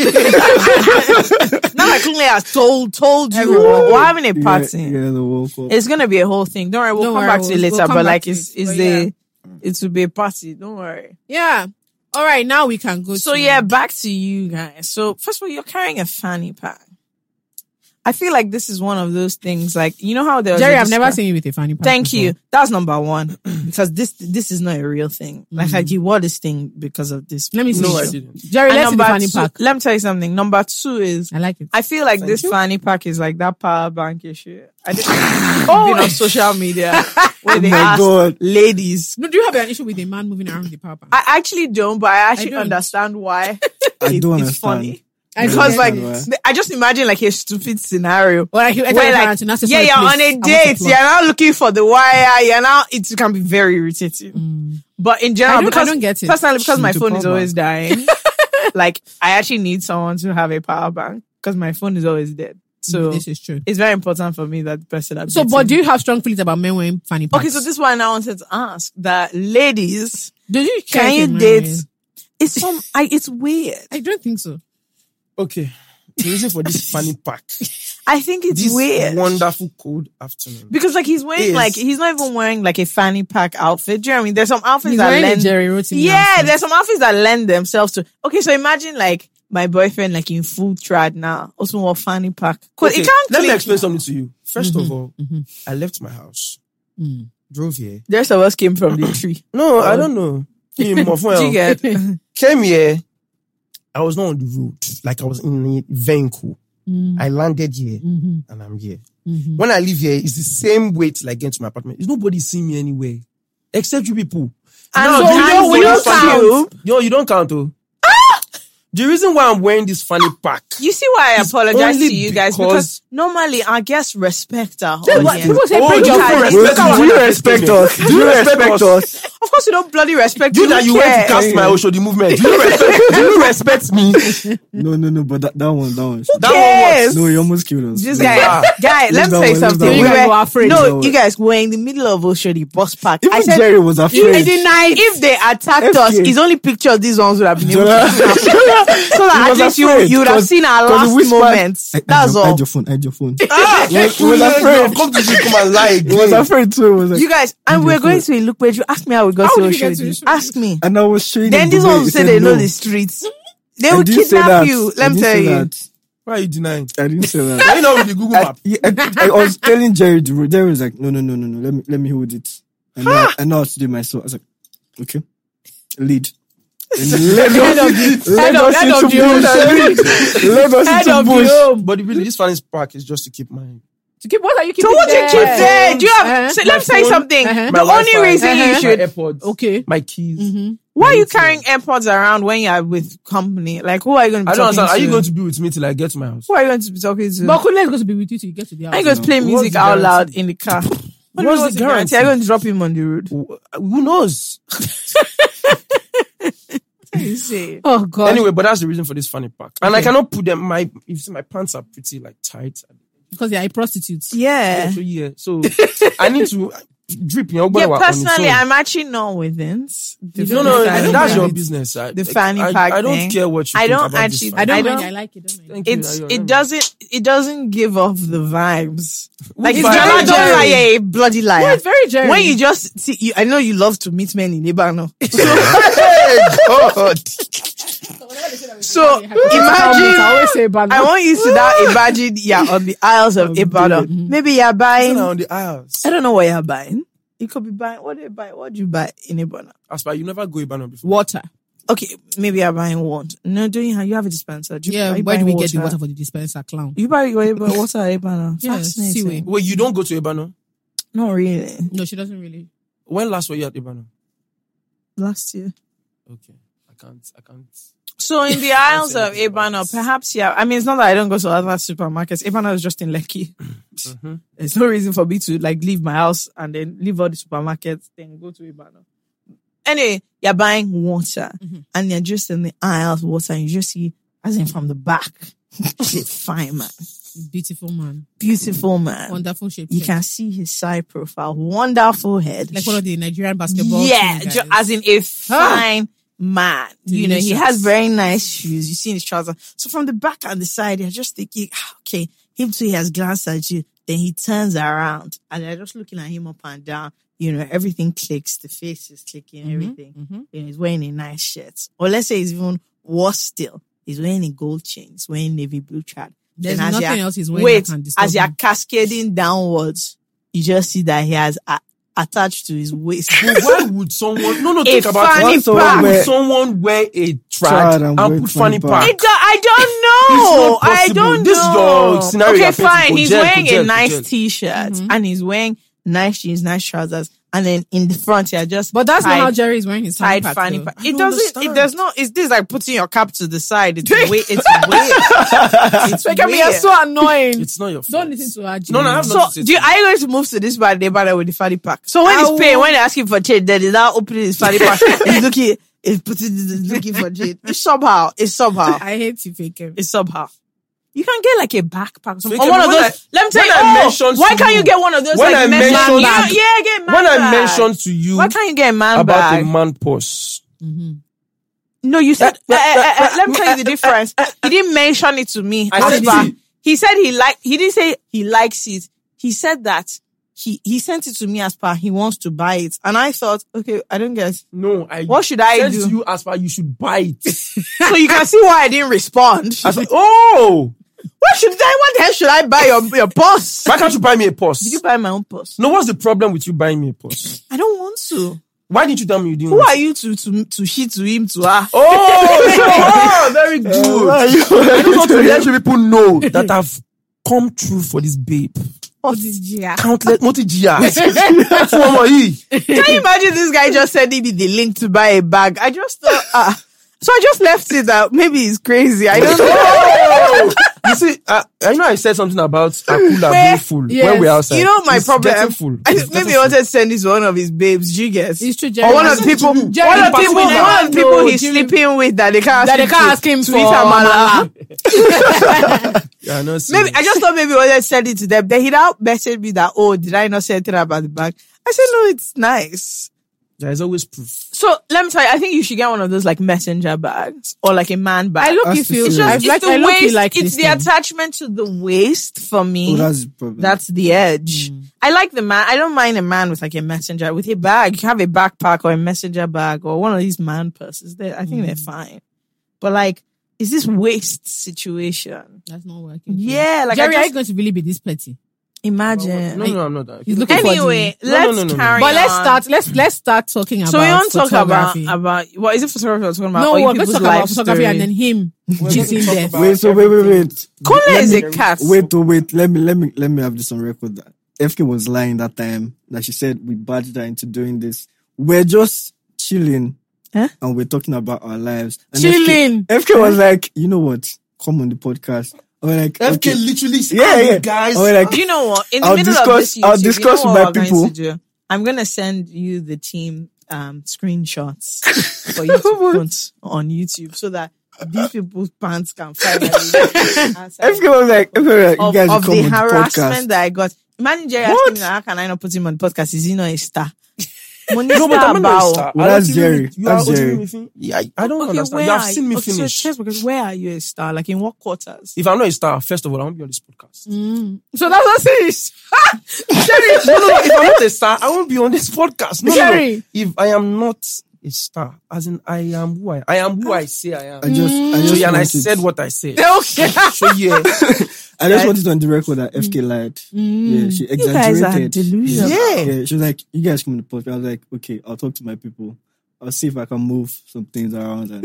Speaker 7: that Kunle has told told you,
Speaker 1: Everyone.
Speaker 7: we're having a
Speaker 1: You guys,
Speaker 7: party.
Speaker 1: you guys are welcome.
Speaker 7: It's gonna be a whole thing. Don't worry, we'll
Speaker 4: Don't
Speaker 7: come
Speaker 4: worry,
Speaker 7: back to
Speaker 4: we'll- we'll
Speaker 7: it later.
Speaker 4: come
Speaker 7: but
Speaker 4: back
Speaker 7: like,
Speaker 4: to
Speaker 7: it's
Speaker 4: it,
Speaker 7: it's
Speaker 4: but
Speaker 7: a it will be a party. Don't worry.
Speaker 4: Yeah. All right, now we can go.
Speaker 7: So
Speaker 4: to-
Speaker 7: yeah, back to you guys. So first of all, you're carrying a fanny pack. I feel like this is one of those things. Like you know how there was a
Speaker 4: Jerry, I've never
Speaker 7: discuss-
Speaker 4: seen Mm-hmm. you with a fanny pack.
Speaker 7: *laughs* Thank
Speaker 4: before.
Speaker 7: you. That's
Speaker 4: *clears throat*
Speaker 7: number one because this this is not a real thing. Like I you wore this thing because of this.
Speaker 4: Mm-hmm. Let me see.
Speaker 2: No, I
Speaker 4: this.
Speaker 2: didn't.
Speaker 4: Jerry,
Speaker 7: And
Speaker 4: let's see the
Speaker 7: number
Speaker 4: fanny
Speaker 7: two-
Speaker 4: pack.
Speaker 7: Let me tell you something. Number two is
Speaker 4: I like it.
Speaker 7: I feel like this fanny pack is like that power bank issue.
Speaker 4: *laughs*
Speaker 7: I did oh. been on social media where
Speaker 4: Oh
Speaker 7: they
Speaker 1: my
Speaker 7: ask
Speaker 1: God.
Speaker 7: ladies.
Speaker 4: No, do you have an issue with a man moving around with the power bank?
Speaker 7: I actually don't, but I actually
Speaker 4: don't. *laughs*
Speaker 7: understand why *laughs*
Speaker 1: I
Speaker 7: it-
Speaker 1: do
Speaker 7: it's
Speaker 1: understand.
Speaker 7: funny.
Speaker 4: I
Speaker 7: Because
Speaker 4: don't
Speaker 7: like
Speaker 1: why.
Speaker 7: th- I just imagine like a stupid scenario.
Speaker 4: Or like you enter
Speaker 7: Where,
Speaker 4: your
Speaker 7: like,
Speaker 4: parents and ask them
Speaker 7: yeah,
Speaker 4: for a
Speaker 7: you're
Speaker 4: place.
Speaker 7: on
Speaker 4: I
Speaker 7: a
Speaker 4: want
Speaker 7: date. You're
Speaker 4: plug.
Speaker 7: now looking for the wire. You're now it can be very irritating. But in general,
Speaker 4: I don't- I
Speaker 7: because
Speaker 4: don't get it.
Speaker 7: personally, because my
Speaker 1: Into
Speaker 7: phone
Speaker 1: power
Speaker 7: is always dying, *laughs* like I actually need someone to have a power bank because my phone is always dead. So
Speaker 4: Mm, This is true.
Speaker 7: it's very important for me that the person. that
Speaker 4: So,
Speaker 7: beats
Speaker 4: but
Speaker 7: me-
Speaker 4: do you have strong feelings about men wearing fanny packs?
Speaker 7: Okay, so this is why I now wanted to ask that ladies,
Speaker 4: do you care
Speaker 7: can
Speaker 4: if a
Speaker 7: you
Speaker 4: man
Speaker 7: date?
Speaker 4: wears- *laughs*
Speaker 7: It's some, I, it's weird.
Speaker 4: I don't think so.
Speaker 2: Okay. The reason for this funny
Speaker 4: *laughs*
Speaker 2: pack,
Speaker 7: I think it's
Speaker 2: this
Speaker 7: weird
Speaker 2: wonderful cold afternoon.
Speaker 7: because like he's wearing
Speaker 2: Is-
Speaker 7: like he's not even wearing like a fanny pack outfit. Do you know what I mean? There's some outfits
Speaker 4: He's
Speaker 7: that
Speaker 4: wearing a
Speaker 7: lend.
Speaker 4: Jerry Rotimi.
Speaker 7: yeah,
Speaker 4: outfit.
Speaker 7: there's some outfits that lend themselves to. Okay, so imagine like my boyfriend like in full trad now, also wore fanny pack. 'Cause
Speaker 2: Okay,
Speaker 7: it can't.
Speaker 2: let me
Speaker 7: click.
Speaker 2: explain something to you. 1st of
Speaker 4: Mm-hmm,
Speaker 2: all, I left my house,
Speaker 4: Mm.
Speaker 2: drove here.
Speaker 7: The rest of us came from the
Speaker 2: *clears throat*
Speaker 7: tree.
Speaker 2: No, I don't know.
Speaker 7: *laughs*
Speaker 2: In Mofuel.
Speaker 7: Uh, Do you get?
Speaker 4: *laughs*
Speaker 2: came here, I was not on the road. Like I was in a vehicle.
Speaker 7: Mm.
Speaker 2: I landed here
Speaker 7: Mm-hmm.
Speaker 2: and I'm here. When I leave here, it's the same wait like getting to my apartment. It's nobody seeing me anywhere. Except you people.
Speaker 7: And
Speaker 2: No,
Speaker 7: so
Speaker 2: you don't-
Speaker 7: we
Speaker 2: you
Speaker 7: don't
Speaker 2: don't
Speaker 7: count. Ah!
Speaker 2: No, you don't count though. The reason why I'm wearing this fanny pack.
Speaker 7: You see why I
Speaker 2: It's
Speaker 7: apologize
Speaker 2: only
Speaker 7: to you guys
Speaker 2: because-
Speaker 7: because, normally our guests respect our
Speaker 4: What-
Speaker 7: audience.
Speaker 4: People say
Speaker 2: Oh,
Speaker 4: bring
Speaker 2: you
Speaker 4: your
Speaker 2: don't
Speaker 4: card.
Speaker 2: respect our-
Speaker 1: Do you respect us? Do you respect us?
Speaker 7: Of course, we don't bloody respect
Speaker 2: You
Speaker 7: you.
Speaker 2: that
Speaker 7: who
Speaker 2: you went to
Speaker 7: cares?
Speaker 2: cast my Oshodi movement. Do you respect, do you respect
Speaker 7: *laughs*
Speaker 2: me?
Speaker 1: No, no, no, but that, that one, that one.
Speaker 2: That one was.
Speaker 7: Yes.
Speaker 1: No, you almost killed us.
Speaker 7: This
Speaker 1: No.
Speaker 7: guy, guy, let me
Speaker 1: that
Speaker 7: say
Speaker 1: one, leave
Speaker 7: something.
Speaker 1: that one.
Speaker 7: We
Speaker 4: You guys were
Speaker 7: were,
Speaker 4: afraid.
Speaker 7: no,
Speaker 1: No.
Speaker 7: you guys were in the middle of Oshodi bus park. I
Speaker 1: Even
Speaker 7: said,
Speaker 1: Jerry was afraid.
Speaker 4: denied.
Speaker 7: if they attacked
Speaker 1: FK.
Speaker 7: us, it's only picture of these ones would have been able to.
Speaker 1: so
Speaker 7: So that at least you, you would have seen our last moments. That's all.
Speaker 1: Hide your phone. Hide your
Speaker 7: *laughs*
Speaker 1: phone.
Speaker 2: Ah,
Speaker 1: He was- he was afraid.
Speaker 2: Come to you, come and lie
Speaker 1: He was
Speaker 2: again.
Speaker 1: afraid too. He was like,
Speaker 7: You guys, and
Speaker 1: Hide
Speaker 7: we're
Speaker 1: your
Speaker 7: going to a look page. You ask me how we got
Speaker 4: How
Speaker 7: to
Speaker 4: did you get to
Speaker 7: Oshodi.
Speaker 4: Oshodi?
Speaker 7: Ask me.
Speaker 1: and I was showing.
Speaker 7: Then
Speaker 1: him
Speaker 7: these
Speaker 1: the way.
Speaker 7: ones
Speaker 1: He
Speaker 7: will say
Speaker 1: said
Speaker 7: they know
Speaker 1: no.
Speaker 7: the streets. They
Speaker 1: I
Speaker 7: will
Speaker 1: didn't say that.
Speaker 7: kidnap you.
Speaker 1: I
Speaker 7: Let me
Speaker 1: didn't
Speaker 7: tell
Speaker 1: say
Speaker 7: you.
Speaker 1: that.
Speaker 2: Why are you denying?
Speaker 1: I didn't say that.
Speaker 7: *laughs*
Speaker 2: Why you not with the Google map?
Speaker 1: Yeah, I, I was telling Jerry the road. Jerry was like, no, no, no, no, no. Let me let me hold it. And know I know how to do it myself. I was like, okay,
Speaker 7: *laughs*
Speaker 1: lead. And led us, led
Speaker 4: Head of-
Speaker 1: us
Speaker 4: head of
Speaker 1: into
Speaker 7: *laughs*
Speaker 1: bush. Led us into bush.
Speaker 2: Um, But really, this fanny pack is just to keep my
Speaker 4: To keep, what are you keeping
Speaker 7: So what you
Speaker 4: there?
Speaker 7: keep there? Do you have?
Speaker 4: Uh-huh.
Speaker 7: say- let me say
Speaker 2: phone,
Speaker 7: something.
Speaker 4: uh-huh.
Speaker 7: The
Speaker 2: My
Speaker 7: only
Speaker 2: Wi-Fi,
Speaker 7: reason you
Speaker 4: uh-huh.
Speaker 7: should. Mm-hmm.
Speaker 2: my AirPods,
Speaker 4: Okay.
Speaker 2: my keys.
Speaker 7: Why are you carrying AirPods around when you are with company? Like, who are you going to be
Speaker 2: I don't
Speaker 7: talking
Speaker 2: understand. Are you
Speaker 7: to?
Speaker 2: going to be with me till I get to my house?
Speaker 7: Who are you going to be talking to?
Speaker 4: But Kunle is going to be with you till you get to the house.
Speaker 7: Are you going to play
Speaker 2: What's
Speaker 7: music
Speaker 2: the
Speaker 7: out
Speaker 2: guarantee?
Speaker 7: loud in the car? What
Speaker 2: What's
Speaker 7: was
Speaker 2: the
Speaker 7: the guarantee? Are you going to drop him on the road?
Speaker 2: Wh- Who knows?
Speaker 7: You say.
Speaker 4: Oh God.
Speaker 2: Anyway, but that's the reason for this fanny pack. And I cannot put them. My you see, my pants are pretty like tight.
Speaker 4: because they are prostitutes.
Speaker 7: Yeah.
Speaker 2: So yeah,
Speaker 7: *laughs*
Speaker 2: so I need to uh, drip. You know,
Speaker 7: Eh. Yeah, personally, I'm actually not with this. The
Speaker 2: No,
Speaker 4: don't
Speaker 2: no,
Speaker 7: fact
Speaker 4: I
Speaker 7: that-
Speaker 4: don't
Speaker 2: that's
Speaker 4: mind
Speaker 2: your
Speaker 4: it.
Speaker 2: business. I,
Speaker 7: The
Speaker 2: like,
Speaker 7: fanny
Speaker 2: I,
Speaker 7: pack
Speaker 2: I don't
Speaker 7: thing.
Speaker 2: care what you
Speaker 7: I
Speaker 2: think
Speaker 7: don't
Speaker 2: about this
Speaker 7: actually-
Speaker 2: fanny
Speaker 4: I
Speaker 7: I
Speaker 4: don't
Speaker 7: don't-
Speaker 4: mind. I like it. Don't mind.
Speaker 2: Thank you.
Speaker 7: It's
Speaker 2: I- I
Speaker 7: it
Speaker 2: don't- *laughs*
Speaker 7: doesn't it doesn't give off the vibes. Like it's
Speaker 2: vibes?
Speaker 7: Jala
Speaker 4: Jerry.
Speaker 7: Jala like a bloody liar.
Speaker 4: Yeah, it's very Jerry.
Speaker 7: When you just see, you, I know you love to meet men in Lebanon.
Speaker 2: Oh, God.
Speaker 7: *laughs* So
Speaker 4: I
Speaker 7: imagine.
Speaker 4: always say bad.
Speaker 7: I want you to *laughs* now imagine you're on the aisles of Ibadan. Maybe you're buying.
Speaker 2: on the aisles.
Speaker 7: I don't know what you're buying. You could be buying. What do you buy? What do you buy in Ibadan?
Speaker 2: As you never go Ibadan before.
Speaker 4: water.
Speaker 7: Okay, maybe you're buying water. No, do you have you have a dispenser? Do you,
Speaker 4: Yeah.
Speaker 7: are you
Speaker 4: Where do
Speaker 7: buying
Speaker 4: we get the water for the dispenser, clown?
Speaker 7: You buy your Iba- water at Ibadan.
Speaker 4: Yeah,
Speaker 7: Fascinating.
Speaker 4: seaweed.
Speaker 2: Wait, you don't go to Ibadan?
Speaker 7: Not really.
Speaker 4: No, she doesn't really.
Speaker 2: When last were you at Ibadan?
Speaker 7: Last year.
Speaker 2: Okay, I can't. I can't.
Speaker 7: So in the aisles of
Speaker 2: anything about
Speaker 7: Ebano,
Speaker 2: it.
Speaker 7: perhaps yeah. I mean, it's not that I don't go to other supermarkets. Ebano is just in Lekki.
Speaker 4: Mm-hmm.
Speaker 7: *laughs* There's no reason for me to like leave my house and then leave all the supermarkets, then go to Ebano. Anyway, you're buying water
Speaker 4: Mm-hmm.
Speaker 7: and you're just in the aisles of water and you just see, as in from the back, *laughs* Shit, fine man,
Speaker 4: Beautiful man.
Speaker 7: beautiful man.
Speaker 4: Wonderful shape.
Speaker 7: Um, You can see his side profile, wonderful head.
Speaker 4: like one of the Nigerian basketball.
Speaker 7: Yeah,
Speaker 4: team
Speaker 7: ju-
Speaker 4: guys.
Speaker 7: as in a fine man. You know, he
Speaker 4: Delicious.
Speaker 7: has very nice shoes. You see in his trousers. So from the back and the side, you're just thinking, "Ah, okay, him too, he has glanced at you. Then he turns around and you're just looking at him up and down. You know, everything clicks. The face is clicking, everything.
Speaker 4: mhm.
Speaker 7: You know, he's wearing a nice shirt. Or let's say he's even worse still. He's wearing a gold chain. He's wearing navy blue trad.
Speaker 4: There's
Speaker 7: Then as
Speaker 4: nothing
Speaker 7: you're-
Speaker 4: else he's wearing
Speaker 7: Wait,
Speaker 4: that can disturb
Speaker 7: as you're
Speaker 4: him.
Speaker 7: cascading downwards, you just see that he has a- attached to
Speaker 4: *laughs*
Speaker 7: his waist.
Speaker 2: But *laughs* why would someone? No, no. Think about
Speaker 7: fanny
Speaker 2: it. Why
Speaker 1: pack.
Speaker 2: would someone wear a trad
Speaker 1: Trad and
Speaker 2: and,
Speaker 1: wear
Speaker 2: put
Speaker 1: fanny
Speaker 2: fanny
Speaker 1: pack?
Speaker 2: pack?
Speaker 7: It do- I don't
Speaker 2: *laughs*
Speaker 7: know.
Speaker 2: It's not
Speaker 7: I
Speaker 2: possible.
Speaker 7: don't
Speaker 2: This is
Speaker 7: know.
Speaker 2: your scenario
Speaker 7: Okay,
Speaker 2: you're painting.
Speaker 7: fine. He's
Speaker 2: Project,
Speaker 7: wearing a
Speaker 2: project,
Speaker 7: nice
Speaker 2: project.
Speaker 7: t-shirt
Speaker 2: Mm-hmm.
Speaker 7: and he's wearing nice jeans, nice trousers, and then in the front you're just
Speaker 4: But that's
Speaker 7: tied,
Speaker 4: not how Jerry is wearing his fanny
Speaker 7: tied
Speaker 4: pack.
Speaker 7: fanny
Speaker 4: though.
Speaker 7: pack.
Speaker 2: I
Speaker 7: It
Speaker 2: don't
Speaker 7: doesn't. It
Speaker 2: understand.
Speaker 7: does not. It's this like putting your cap to the side. It's
Speaker 2: *laughs*
Speaker 7: weird. It's weird. it's
Speaker 4: Like, I mean,
Speaker 7: weird.
Speaker 4: you're so annoying.
Speaker 2: It's not your fault.
Speaker 4: Don't listen to her. Jerry.
Speaker 2: No, no, I have
Speaker 7: So,
Speaker 2: not.
Speaker 7: do you, are you going to move to this part they buy with the fanny pack? So when
Speaker 4: I
Speaker 7: he's paying,
Speaker 4: will-
Speaker 7: when they ask him for change, then he's now opening his
Speaker 2: *laughs*
Speaker 7: fanny pack. he's looking, he's putting, he's looking for change. It's somehow, it's somehow,
Speaker 4: I hate you, fake him.
Speaker 7: it's somehow. You can get like a backpack
Speaker 2: Fake
Speaker 7: or
Speaker 2: it,
Speaker 7: one of
Speaker 2: when
Speaker 7: those.
Speaker 2: I-
Speaker 7: let me tell
Speaker 2: when
Speaker 7: you,
Speaker 2: I
Speaker 7: oh,
Speaker 2: mentioned
Speaker 7: why
Speaker 2: to
Speaker 7: can't
Speaker 2: you-
Speaker 7: you get one of those?
Speaker 2: when I
Speaker 7: like, men
Speaker 2: mentioned
Speaker 7: bag?
Speaker 2: to-
Speaker 7: You- yeah, get man
Speaker 2: when I
Speaker 7: bag.
Speaker 2: mentioned to you
Speaker 7: why can't you get a man
Speaker 2: about
Speaker 7: bag?
Speaker 2: a man purse,
Speaker 7: no, you said.
Speaker 2: Uh, uh,
Speaker 7: eh, eh, eh,
Speaker 2: uh,
Speaker 7: let me
Speaker 2: uh,
Speaker 7: tell you the difference. He didn't mention it to me.
Speaker 2: I said
Speaker 7: Asba.
Speaker 2: it.
Speaker 7: He said he like. He didn't say he likes it. He said that he he sent it to me as per he wants to buy it, and I thought, okay, I don't guess.
Speaker 2: no, I.
Speaker 7: What should I
Speaker 2: said
Speaker 7: do?
Speaker 2: to you as far you should buy it.
Speaker 7: so you can see why I didn't respond.
Speaker 2: *laughs* I said, oh,
Speaker 7: What should I? What the hell should I buy your
Speaker 2: *laughs*
Speaker 7: your purse?
Speaker 2: why can't you buy me a purse?
Speaker 7: Did you buy my own purse?
Speaker 2: no, what's the problem with you buying me a purse?
Speaker 7: I don't want to.
Speaker 2: Why didn't you tell me you didn't?
Speaker 7: Who
Speaker 2: want
Speaker 7: are you to to to she to him to ah? her?
Speaker 2: Hmm. Oh, so- oh,
Speaker 7: *laughs*
Speaker 2: very good.
Speaker 1: *laughs*
Speaker 2: I just want *laughs* to let you people know that I've come through for this babe.
Speaker 4: What is Gia?
Speaker 2: Countless *laughs* multi-GI. Four more E.
Speaker 7: Can you imagine this guy just sending me the link to buy a bag? I just thought, ah. So I just left it that maybe it's crazy. I don't know.
Speaker 2: you see, I, I know I said something about Akula being full when
Speaker 4: Yes.
Speaker 2: we're outside.
Speaker 7: You know my
Speaker 2: It's
Speaker 7: problem.
Speaker 2: Getting full.
Speaker 7: I,
Speaker 2: It's
Speaker 7: *laughs* maybe
Speaker 2: getting
Speaker 7: he wanted to send this to one of his babes, Jiggers.
Speaker 4: It's true, Jerry.
Speaker 7: Or one of the
Speaker 4: Jerry-
Speaker 7: people, one of
Speaker 4: Jerry
Speaker 7: the people,
Speaker 4: Pasuma.
Speaker 7: one of the people
Speaker 4: No,
Speaker 7: he's
Speaker 4: Jerry-
Speaker 7: sleeping with that they can't
Speaker 4: That they
Speaker 7: ask
Speaker 4: can't
Speaker 7: him
Speaker 4: ask him
Speaker 7: to
Speaker 4: for
Speaker 7: eat amala.
Speaker 4: amala.
Speaker 2: full. Yeah, I know,
Speaker 7: Maybe I just thought maybe he wanted to send it to them. Then he now messaged me that, oh, did I not say anything about the bag? I said no, it's nice.
Speaker 2: There's always proof.
Speaker 7: So let me tell you, I think you should get one of those like messenger bags or like a man bag.
Speaker 4: I look
Speaker 1: That's
Speaker 4: if you.
Speaker 1: the
Speaker 7: It's
Speaker 1: thing.
Speaker 7: just
Speaker 1: I
Speaker 7: it's
Speaker 4: like,
Speaker 7: the
Speaker 4: I look you
Speaker 7: waist.
Speaker 4: like
Speaker 7: it's
Speaker 4: this
Speaker 7: the
Speaker 4: thing.
Speaker 7: attachment to the waist for me.
Speaker 1: Oh,
Speaker 7: that's,
Speaker 1: that's the problem.
Speaker 7: the edge.
Speaker 4: Mm.
Speaker 7: I like the man. I don't mind a man with like a messenger with a bag. You can have a backpack or a messenger bag or one of these man purses. They, I think they're
Speaker 4: Mm.
Speaker 7: fine. But like, is this waist situation?
Speaker 4: That's not working.
Speaker 7: Yeah, like
Speaker 4: Mm-hmm. Jerry,
Speaker 7: I
Speaker 4: are
Speaker 7: just
Speaker 4: you going to really be this petty?
Speaker 7: imagine.
Speaker 2: No, no, I'm not that.
Speaker 4: He's looking for
Speaker 7: anyway,
Speaker 2: No,
Speaker 7: let's
Speaker 2: no, no, no, no.
Speaker 7: carry.
Speaker 4: But let's
Speaker 7: on.
Speaker 4: start. Let's let's start talking about.
Speaker 7: So we want to talk about
Speaker 4: photography.
Speaker 7: about what is it photography we're talking about?
Speaker 4: no,
Speaker 7: or you
Speaker 4: we're going to
Speaker 7: people's
Speaker 4: talk about
Speaker 7: life
Speaker 4: photography
Speaker 7: story?
Speaker 4: and then him cheating there.
Speaker 1: Wait, so wait, wait, wait.
Speaker 7: Kola
Speaker 1: Let
Speaker 7: is
Speaker 1: me-
Speaker 7: a cat.
Speaker 1: Wait, oh, wait. Let me, let me, let me have this on record. That FK was lying that time. That she said we badged her into doing this. We're just chilling,
Speaker 7: Huh?
Speaker 1: and we're talking about our lives. And
Speaker 4: Chilling.
Speaker 1: FK, FK was like, you know what? Come on the podcast. I was like,
Speaker 2: FK
Speaker 1: okay.
Speaker 2: literally said,
Speaker 1: Yeah, yeah.
Speaker 2: guys.
Speaker 1: I was like,
Speaker 7: Do
Speaker 1: *laughs*
Speaker 7: you know what? In the
Speaker 1: I'll
Speaker 7: middle of
Speaker 1: discuss-
Speaker 7: this
Speaker 1: I'll
Speaker 7: YouTube,
Speaker 1: discuss
Speaker 7: you know
Speaker 1: with my
Speaker 7: what we're going
Speaker 1: people.
Speaker 7: to do? I'm going to send you the team um, screenshots for you to put on YouTube so that these people's pants can finally answer
Speaker 1: FK was like, FK was like, you
Speaker 7: of,
Speaker 1: guys
Speaker 7: of
Speaker 1: come on
Speaker 7: the
Speaker 1: the
Speaker 7: harassment
Speaker 1: podcast.
Speaker 7: that I got. Imagine Jerry asking me, how can I not put him on the podcast? Is he not a star? Money
Speaker 2: No, but
Speaker 7: star
Speaker 2: I'm
Speaker 7: bow.
Speaker 2: not a star.
Speaker 1: Well,
Speaker 2: I don't
Speaker 1: that's
Speaker 2: think you-
Speaker 1: Jerry.
Speaker 2: You are
Speaker 1: That's
Speaker 2: only
Speaker 1: Jerry.
Speaker 2: me fin- Yeah, I- I don't understand.
Speaker 7: where
Speaker 2: You have
Speaker 7: are
Speaker 2: seen me
Speaker 7: okay, so
Speaker 2: finish.
Speaker 7: check, because where are you a star? Like in what quarters?
Speaker 2: If I'm not a star, first of all, I won't be on this podcast.
Speaker 4: So that's what it is.
Speaker 2: no, no, no. If I'm not a star, I won't be on this podcast. No, no, no.
Speaker 4: Jerry.
Speaker 2: If I am not a star, as in I am who I, I am who I say I am.
Speaker 1: I just, I
Speaker 2: so
Speaker 1: just
Speaker 2: Mm. yeah, and I
Speaker 1: wanted-
Speaker 2: said what I said.
Speaker 4: Okay.
Speaker 2: So yeah,
Speaker 1: *laughs* I just wanted on the record that FK lied. Yeah, she exaggerated.
Speaker 7: guys are delusional.
Speaker 1: Yeah.
Speaker 2: Yeah.
Speaker 1: She was like, you guys come to the podcast. I was like, okay, I'll talk to my people. I'll see if I can move some things around. And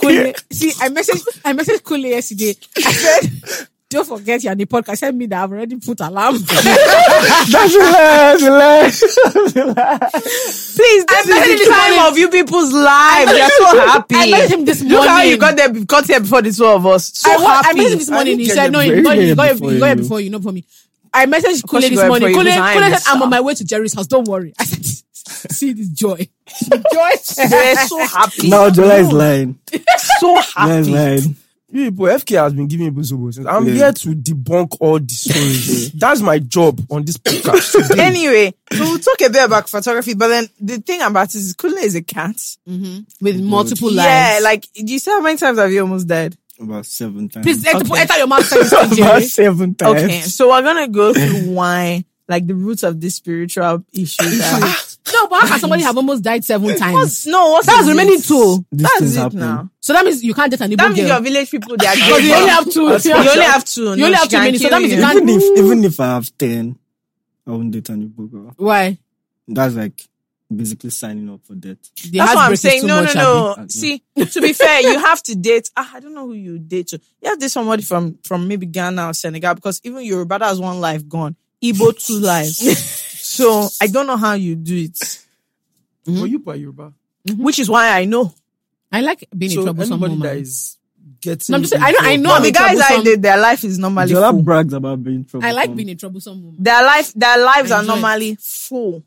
Speaker 4: Kule. *laughs* See, I messaged I messaged Kule yesterday. I said, "Don't forget you're on the podcast. Send me that I've already put alarm."
Speaker 1: that's a lie. That's a lie.
Speaker 7: Please, this
Speaker 4: *laughs* messaged
Speaker 7: is
Speaker 4: him
Speaker 7: the
Speaker 4: this
Speaker 7: time
Speaker 4: morning.
Speaker 7: of you people's lives. You're so happy.
Speaker 4: I messaged him this morning.
Speaker 7: Look how you got there, got here before the two of us. So
Speaker 4: I, wa-
Speaker 7: happy.
Speaker 4: I messaged him this morning. He
Speaker 1: get
Speaker 4: said,
Speaker 1: you
Speaker 4: "No, you
Speaker 1: very
Speaker 4: got, you
Speaker 1: here
Speaker 4: got, you
Speaker 1: before
Speaker 4: got it
Speaker 1: you.
Speaker 4: before you, not for me." I messaged Kule
Speaker 7: course you
Speaker 4: this
Speaker 7: got it
Speaker 4: morning.
Speaker 7: before
Speaker 4: Kule,
Speaker 7: you,
Speaker 4: Kule
Speaker 7: because I
Speaker 4: said,
Speaker 7: am the
Speaker 4: "I'm on
Speaker 7: star."
Speaker 4: my way to Jerry's house. Don't worry." I said, *laughs* "See this joy,
Speaker 2: *laughs*
Speaker 4: joy."
Speaker 7: We're so happy.
Speaker 1: Now Jola is lying.
Speaker 7: so
Speaker 1: Jola is
Speaker 7: happy.
Speaker 1: lying.
Speaker 2: yeah, but FK has been giving me bosobo since. I'm
Speaker 1: Yeah.
Speaker 2: here to debunk all the stories. That's my job on this podcast. Today.
Speaker 7: *laughs* Anyway, so we'll talk a bit about photography, but then the thing about it is Kule is a cat.
Speaker 4: With multiple
Speaker 7: Yeah,
Speaker 4: lives.
Speaker 7: like, you said how many times have you almost died?
Speaker 1: About seven times.
Speaker 4: please enter,
Speaker 7: Okay.
Speaker 4: enter your eh? mouth. first,
Speaker 7: *laughs*
Speaker 1: About
Speaker 4: Jerry.
Speaker 1: seven times.
Speaker 7: Okay, so we're gonna go through why, like, the roots of this spiritual issue. That,
Speaker 4: No, but how can somebody have almost died seven times?
Speaker 7: no, what's
Speaker 4: That's
Speaker 7: it?
Speaker 4: remaining two.
Speaker 1: These
Speaker 7: That's
Speaker 1: things
Speaker 7: it
Speaker 1: happen.
Speaker 7: now.
Speaker 4: So that means you can't date an
Speaker 7: That
Speaker 4: Igbo
Speaker 7: means your
Speaker 4: girl.
Speaker 7: village people, they are
Speaker 4: Because
Speaker 7: *laughs*
Speaker 4: you only have two.
Speaker 7: You
Speaker 4: *laughs*
Speaker 7: only have two.
Speaker 4: You only have two minutes, so that means you can't-
Speaker 1: Even if, even if I have ten, I won't date any girl.
Speaker 4: Why?
Speaker 1: That's like basically signing up for death.
Speaker 4: The
Speaker 7: That's what
Speaker 4: heartbreak
Speaker 7: I'm
Speaker 4: is
Speaker 7: saying.
Speaker 4: too
Speaker 7: No, no,
Speaker 4: much,
Speaker 7: no.
Speaker 4: Abby.
Speaker 1: Abby.
Speaker 7: See, to be fair, you have to date. Ah, I don't know who you date. To. You have to date somebody from from maybe Ghana or Senegal because even Yoruba has one life gone, Igbo two lives.
Speaker 4: *laughs*
Speaker 7: so I don't know how you do it,
Speaker 2: But you by Yoruba.
Speaker 4: Mm-hmm.
Speaker 7: which is why I know.
Speaker 4: I like being
Speaker 2: So
Speaker 4: a troublesome
Speaker 2: anybody
Speaker 4: woman.
Speaker 2: that is getting,
Speaker 4: No, I'm just saying, I know- I know
Speaker 7: But
Speaker 4: I'm
Speaker 7: the
Speaker 4: a
Speaker 7: guys I
Speaker 4: troublesome-
Speaker 7: date, their life is normally
Speaker 1: Jola
Speaker 7: full.
Speaker 1: brags about being trouble.
Speaker 4: I like being a troublesome woman.
Speaker 7: Their life, their lives
Speaker 4: I
Speaker 7: are
Speaker 4: enjoy it.
Speaker 7: normally full.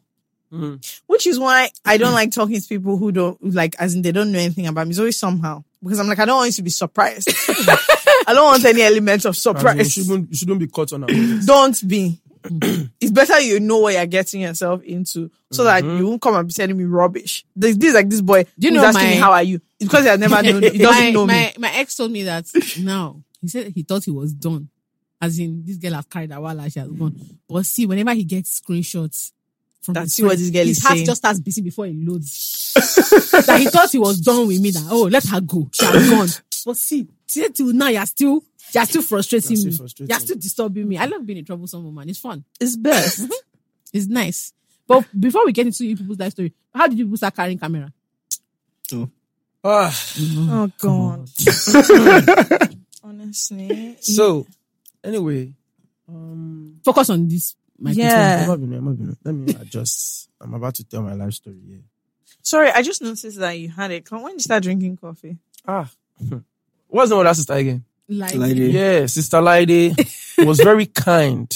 Speaker 2: Mm.
Speaker 7: Which is why I don't like talking to people who don't who like, as in they don't know anything about me. It's always somehow because I'm like, I don't want you to be surprised. *laughs* I don't want any element of
Speaker 2: As in, You
Speaker 7: surprise.
Speaker 2: shouldn't, you shouldn't be caught on
Speaker 7: *clears throat*
Speaker 2: a
Speaker 7: Don't be.
Speaker 2: Mm-hmm.
Speaker 7: it's better you know what you're getting yourself into so
Speaker 2: Mm-hmm.
Speaker 7: that you won't come and be telling me rubbish. This, this is like this boy
Speaker 4: Do you
Speaker 7: who's
Speaker 4: know
Speaker 7: asking me
Speaker 4: my-
Speaker 7: how are you? It's because he has never known he doesn't
Speaker 4: my,
Speaker 7: know me.
Speaker 4: my, my ex told me that now he said he thought he was done. As in, this girl has carried her while she has gone. But see, whenever he gets screenshots from his
Speaker 7: That's see what
Speaker 4: friends,
Speaker 7: this girl
Speaker 4: his
Speaker 7: is
Speaker 4: heart
Speaker 7: saying.
Speaker 4: just starts beating before he loads. that he thought he was done with me. That oh, let her go. She has gone. But see, till till now you're still you're still frustrating
Speaker 2: still
Speaker 4: me.
Speaker 2: frustrating.
Speaker 4: You're still disturbing me. I love being a troublesome woman. It's fun. Mm-hmm.
Speaker 7: It's best.
Speaker 4: It's nice. But before we get into you people's life story, how did you people start carrying camera?
Speaker 2: Ah,
Speaker 7: oh God. *laughs* Honestly.
Speaker 2: so anyway, um,
Speaker 4: Focus on this microphone.
Speaker 7: Yeah.
Speaker 2: I'm not being- I'm not being- let me adjust. I'm about to tell my life story. Yeah.
Speaker 7: Sorry, I just noticed that you had it. Come- When did you start drinking coffee?
Speaker 2: Ah. *laughs* What's the name of that sister again?
Speaker 4: Like,
Speaker 1: Lady
Speaker 2: Yeah, Sister Lady was very kind.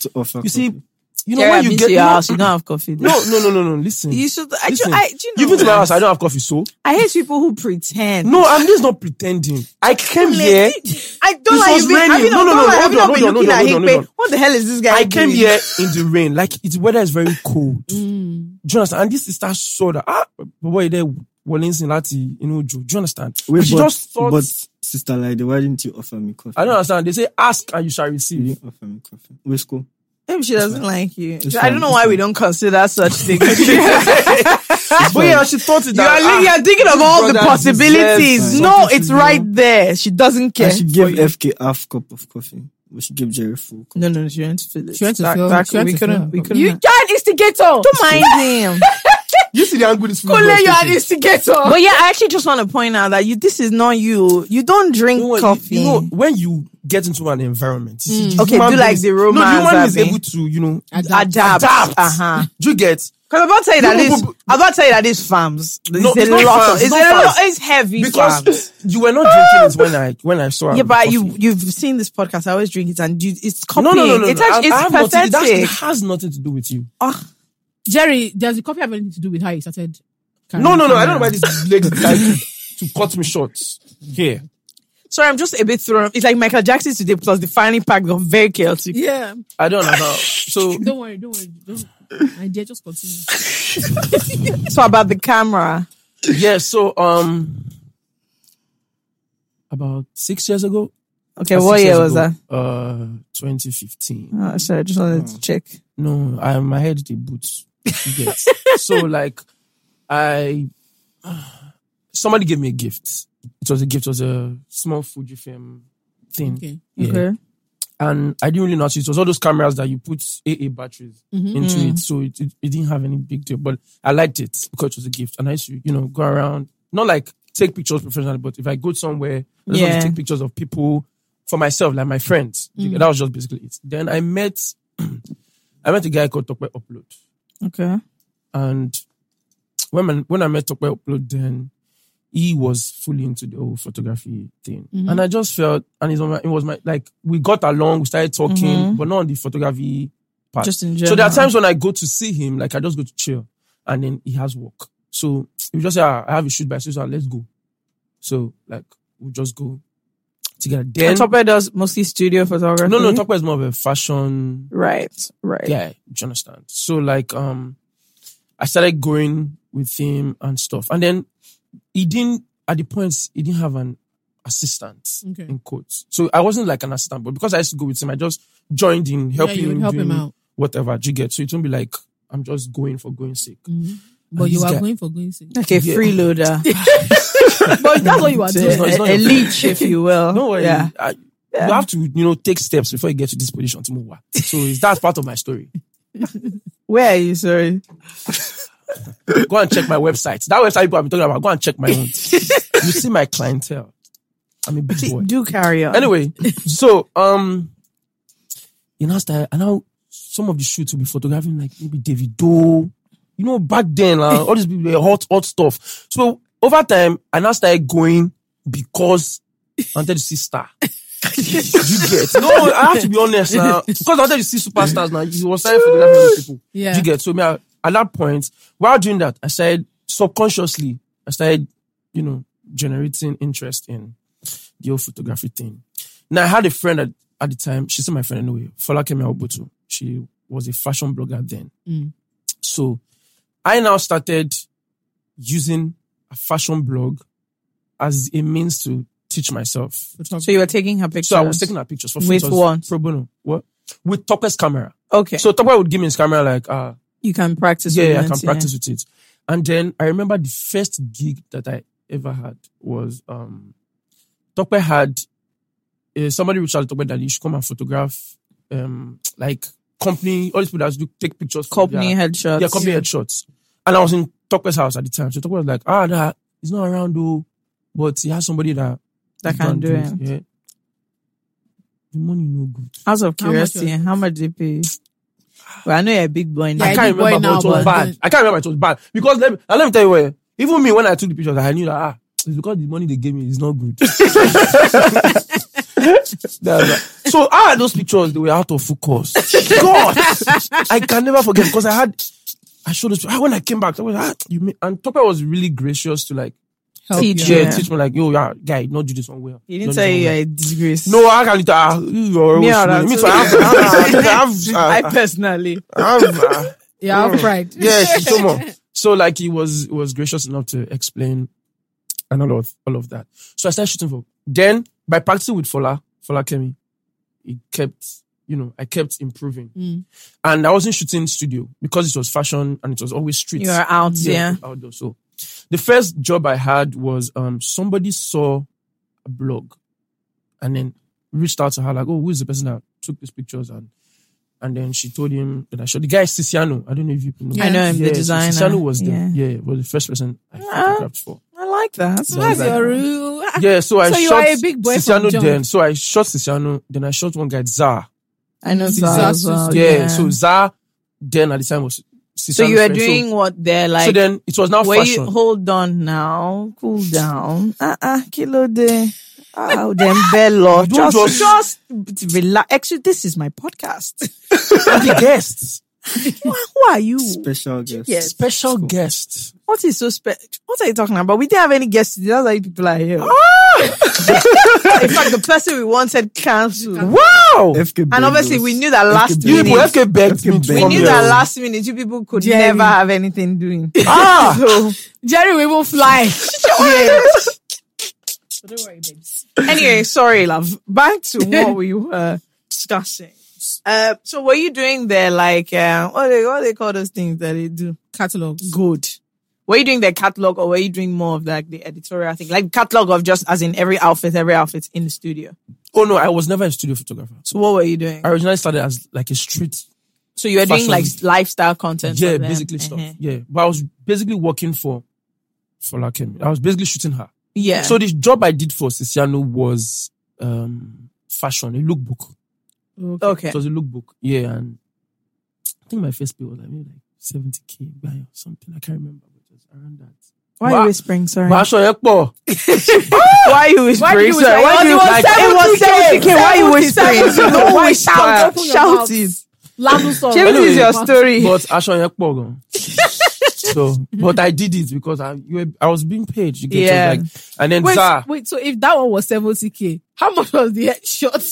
Speaker 1: to offer.
Speaker 2: You see,
Speaker 1: coffee.
Speaker 2: you know when you get you know-
Speaker 7: you don't have coffee.
Speaker 2: no, no, no, no, no. Listen,
Speaker 7: You should. I, ju-
Speaker 2: Listen,
Speaker 7: I, do you know
Speaker 2: you've been to my
Speaker 7: what?
Speaker 2: house. I don't have coffee, so
Speaker 7: I hate people who pretend.
Speaker 2: no. I'm just not pretending. I came here.
Speaker 7: I don't
Speaker 2: This
Speaker 7: like
Speaker 2: was
Speaker 7: you. Been, have you
Speaker 2: raining. No, no,
Speaker 7: not, don't
Speaker 2: no,
Speaker 7: like- have
Speaker 2: hold
Speaker 7: you not
Speaker 2: on,
Speaker 7: been
Speaker 2: hold on,
Speaker 7: looking at
Speaker 2: hold on, hold
Speaker 7: Hikpe? What the hell is this guy?
Speaker 2: I came
Speaker 7: doing?
Speaker 2: here in the rain. Like the weather is very cold.
Speaker 7: Mm.
Speaker 2: Do you understand? And this sister saw that ah, but boy, there, Wallins in Lati, you know, Joe. Do you understand?
Speaker 1: Wait,
Speaker 2: she
Speaker 1: but,
Speaker 2: just thought.
Speaker 1: but sister lady, why didn't you offer me coffee?
Speaker 2: I don't understand. They say ask and you shall receive.
Speaker 1: You didn't offer me coffee. Wait, school.
Speaker 7: Maybe she doesn't like you.
Speaker 1: It's
Speaker 7: I don't
Speaker 1: fine,
Speaker 7: know
Speaker 1: it's
Speaker 7: why we
Speaker 1: fine.
Speaker 7: don't consider such things. you
Speaker 2: but yeah, she thought it.
Speaker 7: are,
Speaker 2: that, ah,
Speaker 7: li- you are thinking of all the
Speaker 2: brother deserves
Speaker 7: possibilities.
Speaker 2: something
Speaker 7: No,
Speaker 2: to
Speaker 7: it's
Speaker 2: do.
Speaker 7: right there. She doesn't care.
Speaker 1: I should give FK half cup of coffee. We should give Jerry full cup.
Speaker 7: No, no, she went to feel it.
Speaker 4: She went to
Speaker 7: That-
Speaker 4: feel-
Speaker 7: that-
Speaker 4: she went
Speaker 7: we
Speaker 4: to
Speaker 7: couldn't.
Speaker 4: feel.
Speaker 7: We couldn't.
Speaker 4: You
Speaker 7: are an instigator. Don't mind him.
Speaker 2: you see the angle this fool
Speaker 4: Kule,
Speaker 2: was
Speaker 4: you are
Speaker 2: taking.
Speaker 4: an instigator.
Speaker 7: but yeah, I actually just want to point out that you. This is not you. You don't drink
Speaker 2: No, you-
Speaker 7: coffee.
Speaker 2: You, know, when you get into an environment, you see, the
Speaker 7: Okay,
Speaker 2: human
Speaker 7: do like
Speaker 2: being-
Speaker 7: the Romans,
Speaker 2: No, the human is
Speaker 7: Abi.
Speaker 2: able to, you know,
Speaker 7: adapt.
Speaker 2: Adapt.
Speaker 7: Uh huh.
Speaker 2: do you get?
Speaker 7: Because I'm about to tell you that
Speaker 2: No,
Speaker 7: this,
Speaker 2: but-
Speaker 7: I'm about to tell you that this farms. It's
Speaker 2: No,
Speaker 7: a
Speaker 2: it's not
Speaker 7: lot of-
Speaker 2: farms,
Speaker 7: it's
Speaker 2: it's not
Speaker 7: a lot-
Speaker 2: farms.
Speaker 7: it's heavy
Speaker 2: Because
Speaker 7: farms.
Speaker 2: *laughs* you were not drinking it when I when I saw. her
Speaker 7: Yeah,
Speaker 2: with
Speaker 7: but
Speaker 2: coffee.
Speaker 7: you you've seen this podcast. I always drink it, and you, it's
Speaker 2: No,
Speaker 7: copying.
Speaker 2: no, no, no.
Speaker 7: It's
Speaker 2: no.
Speaker 7: actually,
Speaker 2: I- I have
Speaker 7: it's
Speaker 2: nothing- that's-
Speaker 7: pathetic.
Speaker 2: It has nothing to do with you.
Speaker 4: Jerry, does the coffee have anything to do with how you started?
Speaker 2: No, no, no. I don't know why this lady decided to cut me short here.
Speaker 7: Sorry, I'm just a bit thrown. off. It's like Michael Jackson today plus the finally packed up, very chaotic.
Speaker 4: Yeah.
Speaker 2: I don't know. How, so
Speaker 4: Don't worry, don't worry. Don't. My dear, just continue.
Speaker 7: So about the camera,
Speaker 2: yeah, so um, about six years ago.
Speaker 7: okay,
Speaker 2: uh,
Speaker 7: what
Speaker 2: six
Speaker 7: year
Speaker 2: years
Speaker 7: was
Speaker 2: ago,
Speaker 7: that?
Speaker 2: Uh, 2015.
Speaker 7: Oh, sorry, I just wanted to check.
Speaker 2: No, I my head the boots. You get.
Speaker 7: *laughs*
Speaker 2: so like I somebody gave me a gift. It was a gift, it was a small Fujifilm thing.
Speaker 4: Okay.
Speaker 2: Yeah.
Speaker 7: Okay.
Speaker 2: And I didn't really notice. It was all those cameras that you put AA batteries
Speaker 4: Mhm.
Speaker 2: into it. So it, it, it didn't have any big deal. But I liked it because it was a gift. And I used to, you know, go around, not like take pictures professionally, but if I go somewhere, I just want
Speaker 7: Yeah.
Speaker 2: to take pictures of people for myself, like my friends. That was just basically it. Then I met *clears throat* I met a guy called Tokwe Upload.
Speaker 7: Okay.
Speaker 2: And when, I- when I met Tokwe Upload, then he was fully into the whole photography thing. And I just felt, and it's on my, it was my, like, we got along, we started talking, but not on the photography part.
Speaker 7: Just in
Speaker 2: So there are
Speaker 7: general.
Speaker 2: times when I go to see him, like, I just go to chill, and then he has work. So we just say, "Ah, I have a shoot by Susan, let's go. So, like, we just go together. Then,
Speaker 7: And Topper does mostly studio photography.
Speaker 2: no, no, Tokwe is more of a fashion
Speaker 7: right, right.
Speaker 2: yeah, do you understand? So like um I started going with him and stuff. And then he didn't at the points he didn't have an assistant
Speaker 4: Okay.
Speaker 2: in quotes. So I wasn't like an assistant, but because I used to go with him, I just joined in helping
Speaker 4: yeah, you
Speaker 2: him
Speaker 4: would help him
Speaker 2: doing
Speaker 4: out.
Speaker 2: whatever you get. So it won't be like I'm just going for going sake.
Speaker 4: But
Speaker 2: And
Speaker 4: you
Speaker 2: this
Speaker 4: are
Speaker 2: guy-
Speaker 4: going for going sake.
Speaker 7: Like a
Speaker 2: Yeah.
Speaker 7: *laughs* freeloader,
Speaker 4: but that's what you are doing.
Speaker 2: No, it's
Speaker 7: a,
Speaker 2: not
Speaker 7: a
Speaker 2: your-
Speaker 7: leech, if you *laughs* will.
Speaker 2: No worry.
Speaker 7: Yeah.
Speaker 2: I, You have to, you know, take steps before you get to this position to move on. So it's, that's part of my story.
Speaker 7: Where are you? Sorry.
Speaker 2: go and check my website. That website people have been talking about, go and check my
Speaker 7: *laughs*
Speaker 2: own. you see my clientele. I'm a big boy.
Speaker 7: Do carry on.
Speaker 2: Anyway, *laughs* so um, you know, style, and now some of the shoots will be photographing like maybe David Doe. You know, back then, uh, all these people were hot, hot stuff. So over time, I now started going because I wanted to see star. *laughs* you get no. I have to be honest now because I wanted to see superstars. Now you was starting photographing those people.
Speaker 4: Yeah.
Speaker 2: Do you get so me I- at that point while doing that I said subconsciously I started you know generating interest in the whole photography thing. Now I had a friend at, at the time. She's still my friend anyway. Folakemi Obutu. She was a fashion blogger then.
Speaker 4: Mm.
Speaker 2: So I now started using a fashion blog as a means to teach myself.
Speaker 7: So you were taking her pictures.
Speaker 2: So I was taking her pictures for free.
Speaker 7: With
Speaker 2: It was
Speaker 7: what?
Speaker 2: Pro bono. What? With Tucker's camera.
Speaker 7: Okay.
Speaker 2: So Tucker would give me his camera like, uh,
Speaker 7: you can practice.
Speaker 2: yeah, I
Speaker 7: with
Speaker 2: can
Speaker 7: it,
Speaker 2: practice with it. And then I remember the first gig that I ever had was um Tokwe had uh, somebody reached out to Tokwe that you should come and photograph um like company, all these people that do take pictures for
Speaker 7: Company
Speaker 2: their,
Speaker 7: headshots.
Speaker 2: their company headshots. And I was in Tokwe's house at the time. So Tokwe was like, ah that he's not around though, but he has somebody that,
Speaker 7: That can do it.
Speaker 2: Yeah. The money no good.
Speaker 7: Out of
Speaker 4: How much
Speaker 7: curiosity, how much, did they pay? you? Well, I know you're a big boy now.
Speaker 4: Yeah,
Speaker 2: I
Speaker 4: big
Speaker 2: can't
Speaker 4: boy
Speaker 2: remember,
Speaker 4: now,
Speaker 2: but it was
Speaker 4: but-
Speaker 2: bad. I can't remember, it was bad. Because let me, and let me tell you what, even me, when I took the pictures, I knew that, ah, it's because the money they gave me is not good. That's right. So I had those pictures, they were out of focus. God! I can never forget because I had, I showed those, ah, when I came back, I was, ah, you mean, and Topper was really gracious to like,
Speaker 4: Help
Speaker 7: Teach
Speaker 4: you.
Speaker 2: yeah,
Speaker 7: Yeah.
Speaker 2: teach me like, yo, yeah, guy, not do this one well.
Speaker 7: He
Speaker 2: Not
Speaker 7: didn't
Speaker 2: do
Speaker 7: tell
Speaker 2: this
Speaker 7: you
Speaker 2: one
Speaker 7: you're
Speaker 2: well.
Speaker 7: a disgrace.
Speaker 2: No, I can't. Ah, you are
Speaker 7: Me,
Speaker 2: always
Speaker 7: I
Speaker 2: fooling
Speaker 7: would
Speaker 2: me.
Speaker 7: have
Speaker 2: So I have, I have, I have, I
Speaker 7: I
Speaker 2: have,
Speaker 7: personally.
Speaker 2: I have, I have
Speaker 4: Yeah,
Speaker 2: Oh.
Speaker 4: I'll pride.
Speaker 2: yes, so much. So like he was he was gracious enough to explain and all of all of that. So I started shooting for then by practicing with Fola, Fola Kemi, it kept, you know, I kept improving.
Speaker 4: Mm.
Speaker 2: And I wasn't shooting studio because it was fashion and it was always streets.
Speaker 7: You are out, yeah.
Speaker 2: Outdoor. So the first job I had was um somebody saw a blog and then reached out to her, like, oh, who's the person that took these pictures? And and then she told him that I shot the guy is Tiziano. I don't know if you know.
Speaker 4: I know
Speaker 7: him, the
Speaker 2: so
Speaker 7: designer.
Speaker 2: Tiziano was the
Speaker 7: Yeah. Ah.
Speaker 2: yeah. was the first person I photographed for.
Speaker 7: I like that.
Speaker 4: So that's your rule. *laughs*
Speaker 7: Ah.
Speaker 2: Yeah, so I
Speaker 4: So you
Speaker 2: shot
Speaker 4: are a big boy from
Speaker 2: Tiziano
Speaker 4: jump.
Speaker 2: then. So I shot Tiziano, then I shot one guy, Za.
Speaker 7: I know
Speaker 4: Zara
Speaker 7: Zara
Speaker 4: as
Speaker 7: as well.
Speaker 4: well,
Speaker 2: yeah, so Za then at the time was Tiziano's
Speaker 7: Oh, So you were
Speaker 2: friend.
Speaker 7: doing what there,
Speaker 2: so,
Speaker 7: like.
Speaker 2: so then it was now
Speaker 7: Were
Speaker 2: fashion.
Speaker 7: you *laughs* hold on now? Cool down. Uh uh kilo de.
Speaker 2: *laughs*
Speaker 7: Oh, them bello.
Speaker 2: Don't
Speaker 7: Just, just relax. Actually, this is my podcast. *laughs*
Speaker 2: And the guests.
Speaker 7: Who are you?
Speaker 1: Special guest.
Speaker 7: Yes.
Speaker 2: Special guests.
Speaker 7: What is so special? What are you talking about? We didn't have any guests today. That's why people are here. *laughs* In fact, the person we wanted cancelled.
Speaker 2: Wow!
Speaker 1: FK
Speaker 7: And obviously,
Speaker 1: Bengals.
Speaker 7: we knew that last
Speaker 1: If
Speaker 2: you people,
Speaker 7: minute.
Speaker 2: FK begged me to
Speaker 1: We
Speaker 7: We
Speaker 2: come
Speaker 7: knew
Speaker 2: here.
Speaker 7: that last minute. You people could
Speaker 4: Jerry.
Speaker 7: never have anything doing.
Speaker 2: Ah!
Speaker 7: So,
Speaker 4: Jerry, we will fly.
Speaker 7: anyway, sorry, love. Back to
Speaker 2: *laughs*
Speaker 7: what we were discussing. Uh, so what you doing there? Like, uh, what they, what they call those things that they do?
Speaker 4: Catalogs.
Speaker 7: Good. Were you doing the catalog, or were you doing more of like the editorial thing, like catalog of just as in every outfit, every outfit in the studio?
Speaker 2: Oh no, I was never a studio photographer.
Speaker 7: So what were you doing?
Speaker 2: I originally started as like a street
Speaker 7: So you were doing
Speaker 2: Fashion.
Speaker 7: like lifestyle content.
Speaker 2: yeah,
Speaker 7: for them.
Speaker 2: basically stuff.
Speaker 7: Uh-huh.
Speaker 2: Yeah, but I was basically working for for Lakemi. I was basically shooting her.
Speaker 7: Yeah.
Speaker 2: So the job I did for Ciciano was um fashion, a lookbook.
Speaker 7: okay.
Speaker 2: It was a lookbook. Yeah, and I think my first pay was like maybe like seventy k buy or something. I can't remember, but it was around that.
Speaker 7: Why
Speaker 2: Wha-
Speaker 7: are you whispering? Sorry.
Speaker 2: But I saw Ekpo.
Speaker 7: Why are
Speaker 4: Why
Speaker 7: you
Speaker 4: do
Speaker 7: whispering?
Speaker 4: you
Speaker 7: Sorry,
Speaker 4: whisper?
Speaker 7: Why do you
Speaker 4: It was
Speaker 7: like, it was
Speaker 4: 70K.
Speaker 7: 70K. Why are you whispering?
Speaker 4: 70K.
Speaker 7: No,
Speaker 4: Why
Speaker 7: why
Speaker 4: shout?
Speaker 7: shout?
Speaker 4: Open your
Speaker 7: Shout
Speaker 4: mouth.
Speaker 7: it.
Speaker 4: Lamu song.
Speaker 7: James,
Speaker 2: Anyway,
Speaker 7: this is your story.
Speaker 2: But Ashon Ekpo
Speaker 7: *laughs*
Speaker 2: gone. so, but I did it because I you were, I was being paid. You get
Speaker 7: Yeah.
Speaker 2: yeah. like, and then
Speaker 4: Wait,
Speaker 2: Zara.
Speaker 4: wait, so if that one was 70k, how much was the headshot?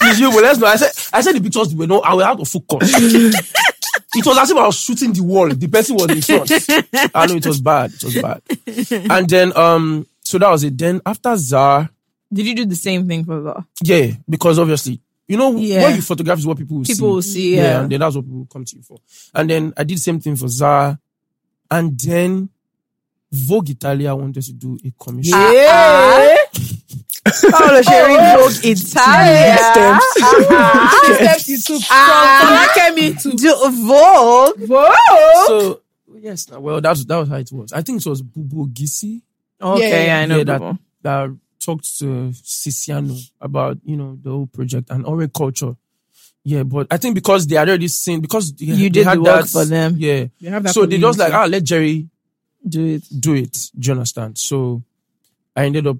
Speaker 2: Please, you will let's know. I said, I said the pictures were no, I was out of
Speaker 7: *laughs*
Speaker 2: focus. it was as if I was shooting the wall. The person was in front. I know it was bad. It was bad. And then, um, so that was it. Then after Zara,
Speaker 7: Did you do the same thing for God?
Speaker 2: yeah, because obviously, you know,
Speaker 7: Yeah.
Speaker 2: what you photograph is what people will see.
Speaker 7: People will see, yeah.
Speaker 2: And then that's what people will come to you for. And then I did the same thing for Zara. And then Vogue Italia wanted to do a commission.
Speaker 7: uh, *laughs* Yeah. Oh. Paolo sharing Vogue *laughs* Italia.
Speaker 4: Two steps you took
Speaker 7: Ah.
Speaker 4: from Kemi to
Speaker 7: Do Vogue. Vogue.
Speaker 2: So, yes, well, that's, that was how it was. I think it was Bubu Gisi.
Speaker 7: Okay,
Speaker 4: Yeah,
Speaker 7: I know
Speaker 2: yeah, that-
Speaker 7: people.
Speaker 2: that talked to Siciano about, you know, the whole project and Ori culture. Yeah, but I think because they had already seen because they,
Speaker 7: You
Speaker 2: they
Speaker 7: did
Speaker 2: had
Speaker 7: the work
Speaker 2: that-
Speaker 7: for them.
Speaker 2: Yeah.
Speaker 4: You have that
Speaker 2: so they just like,
Speaker 4: community.
Speaker 2: ah, let Jerry
Speaker 7: Do it.
Speaker 2: do it. Do you understand? So I ended up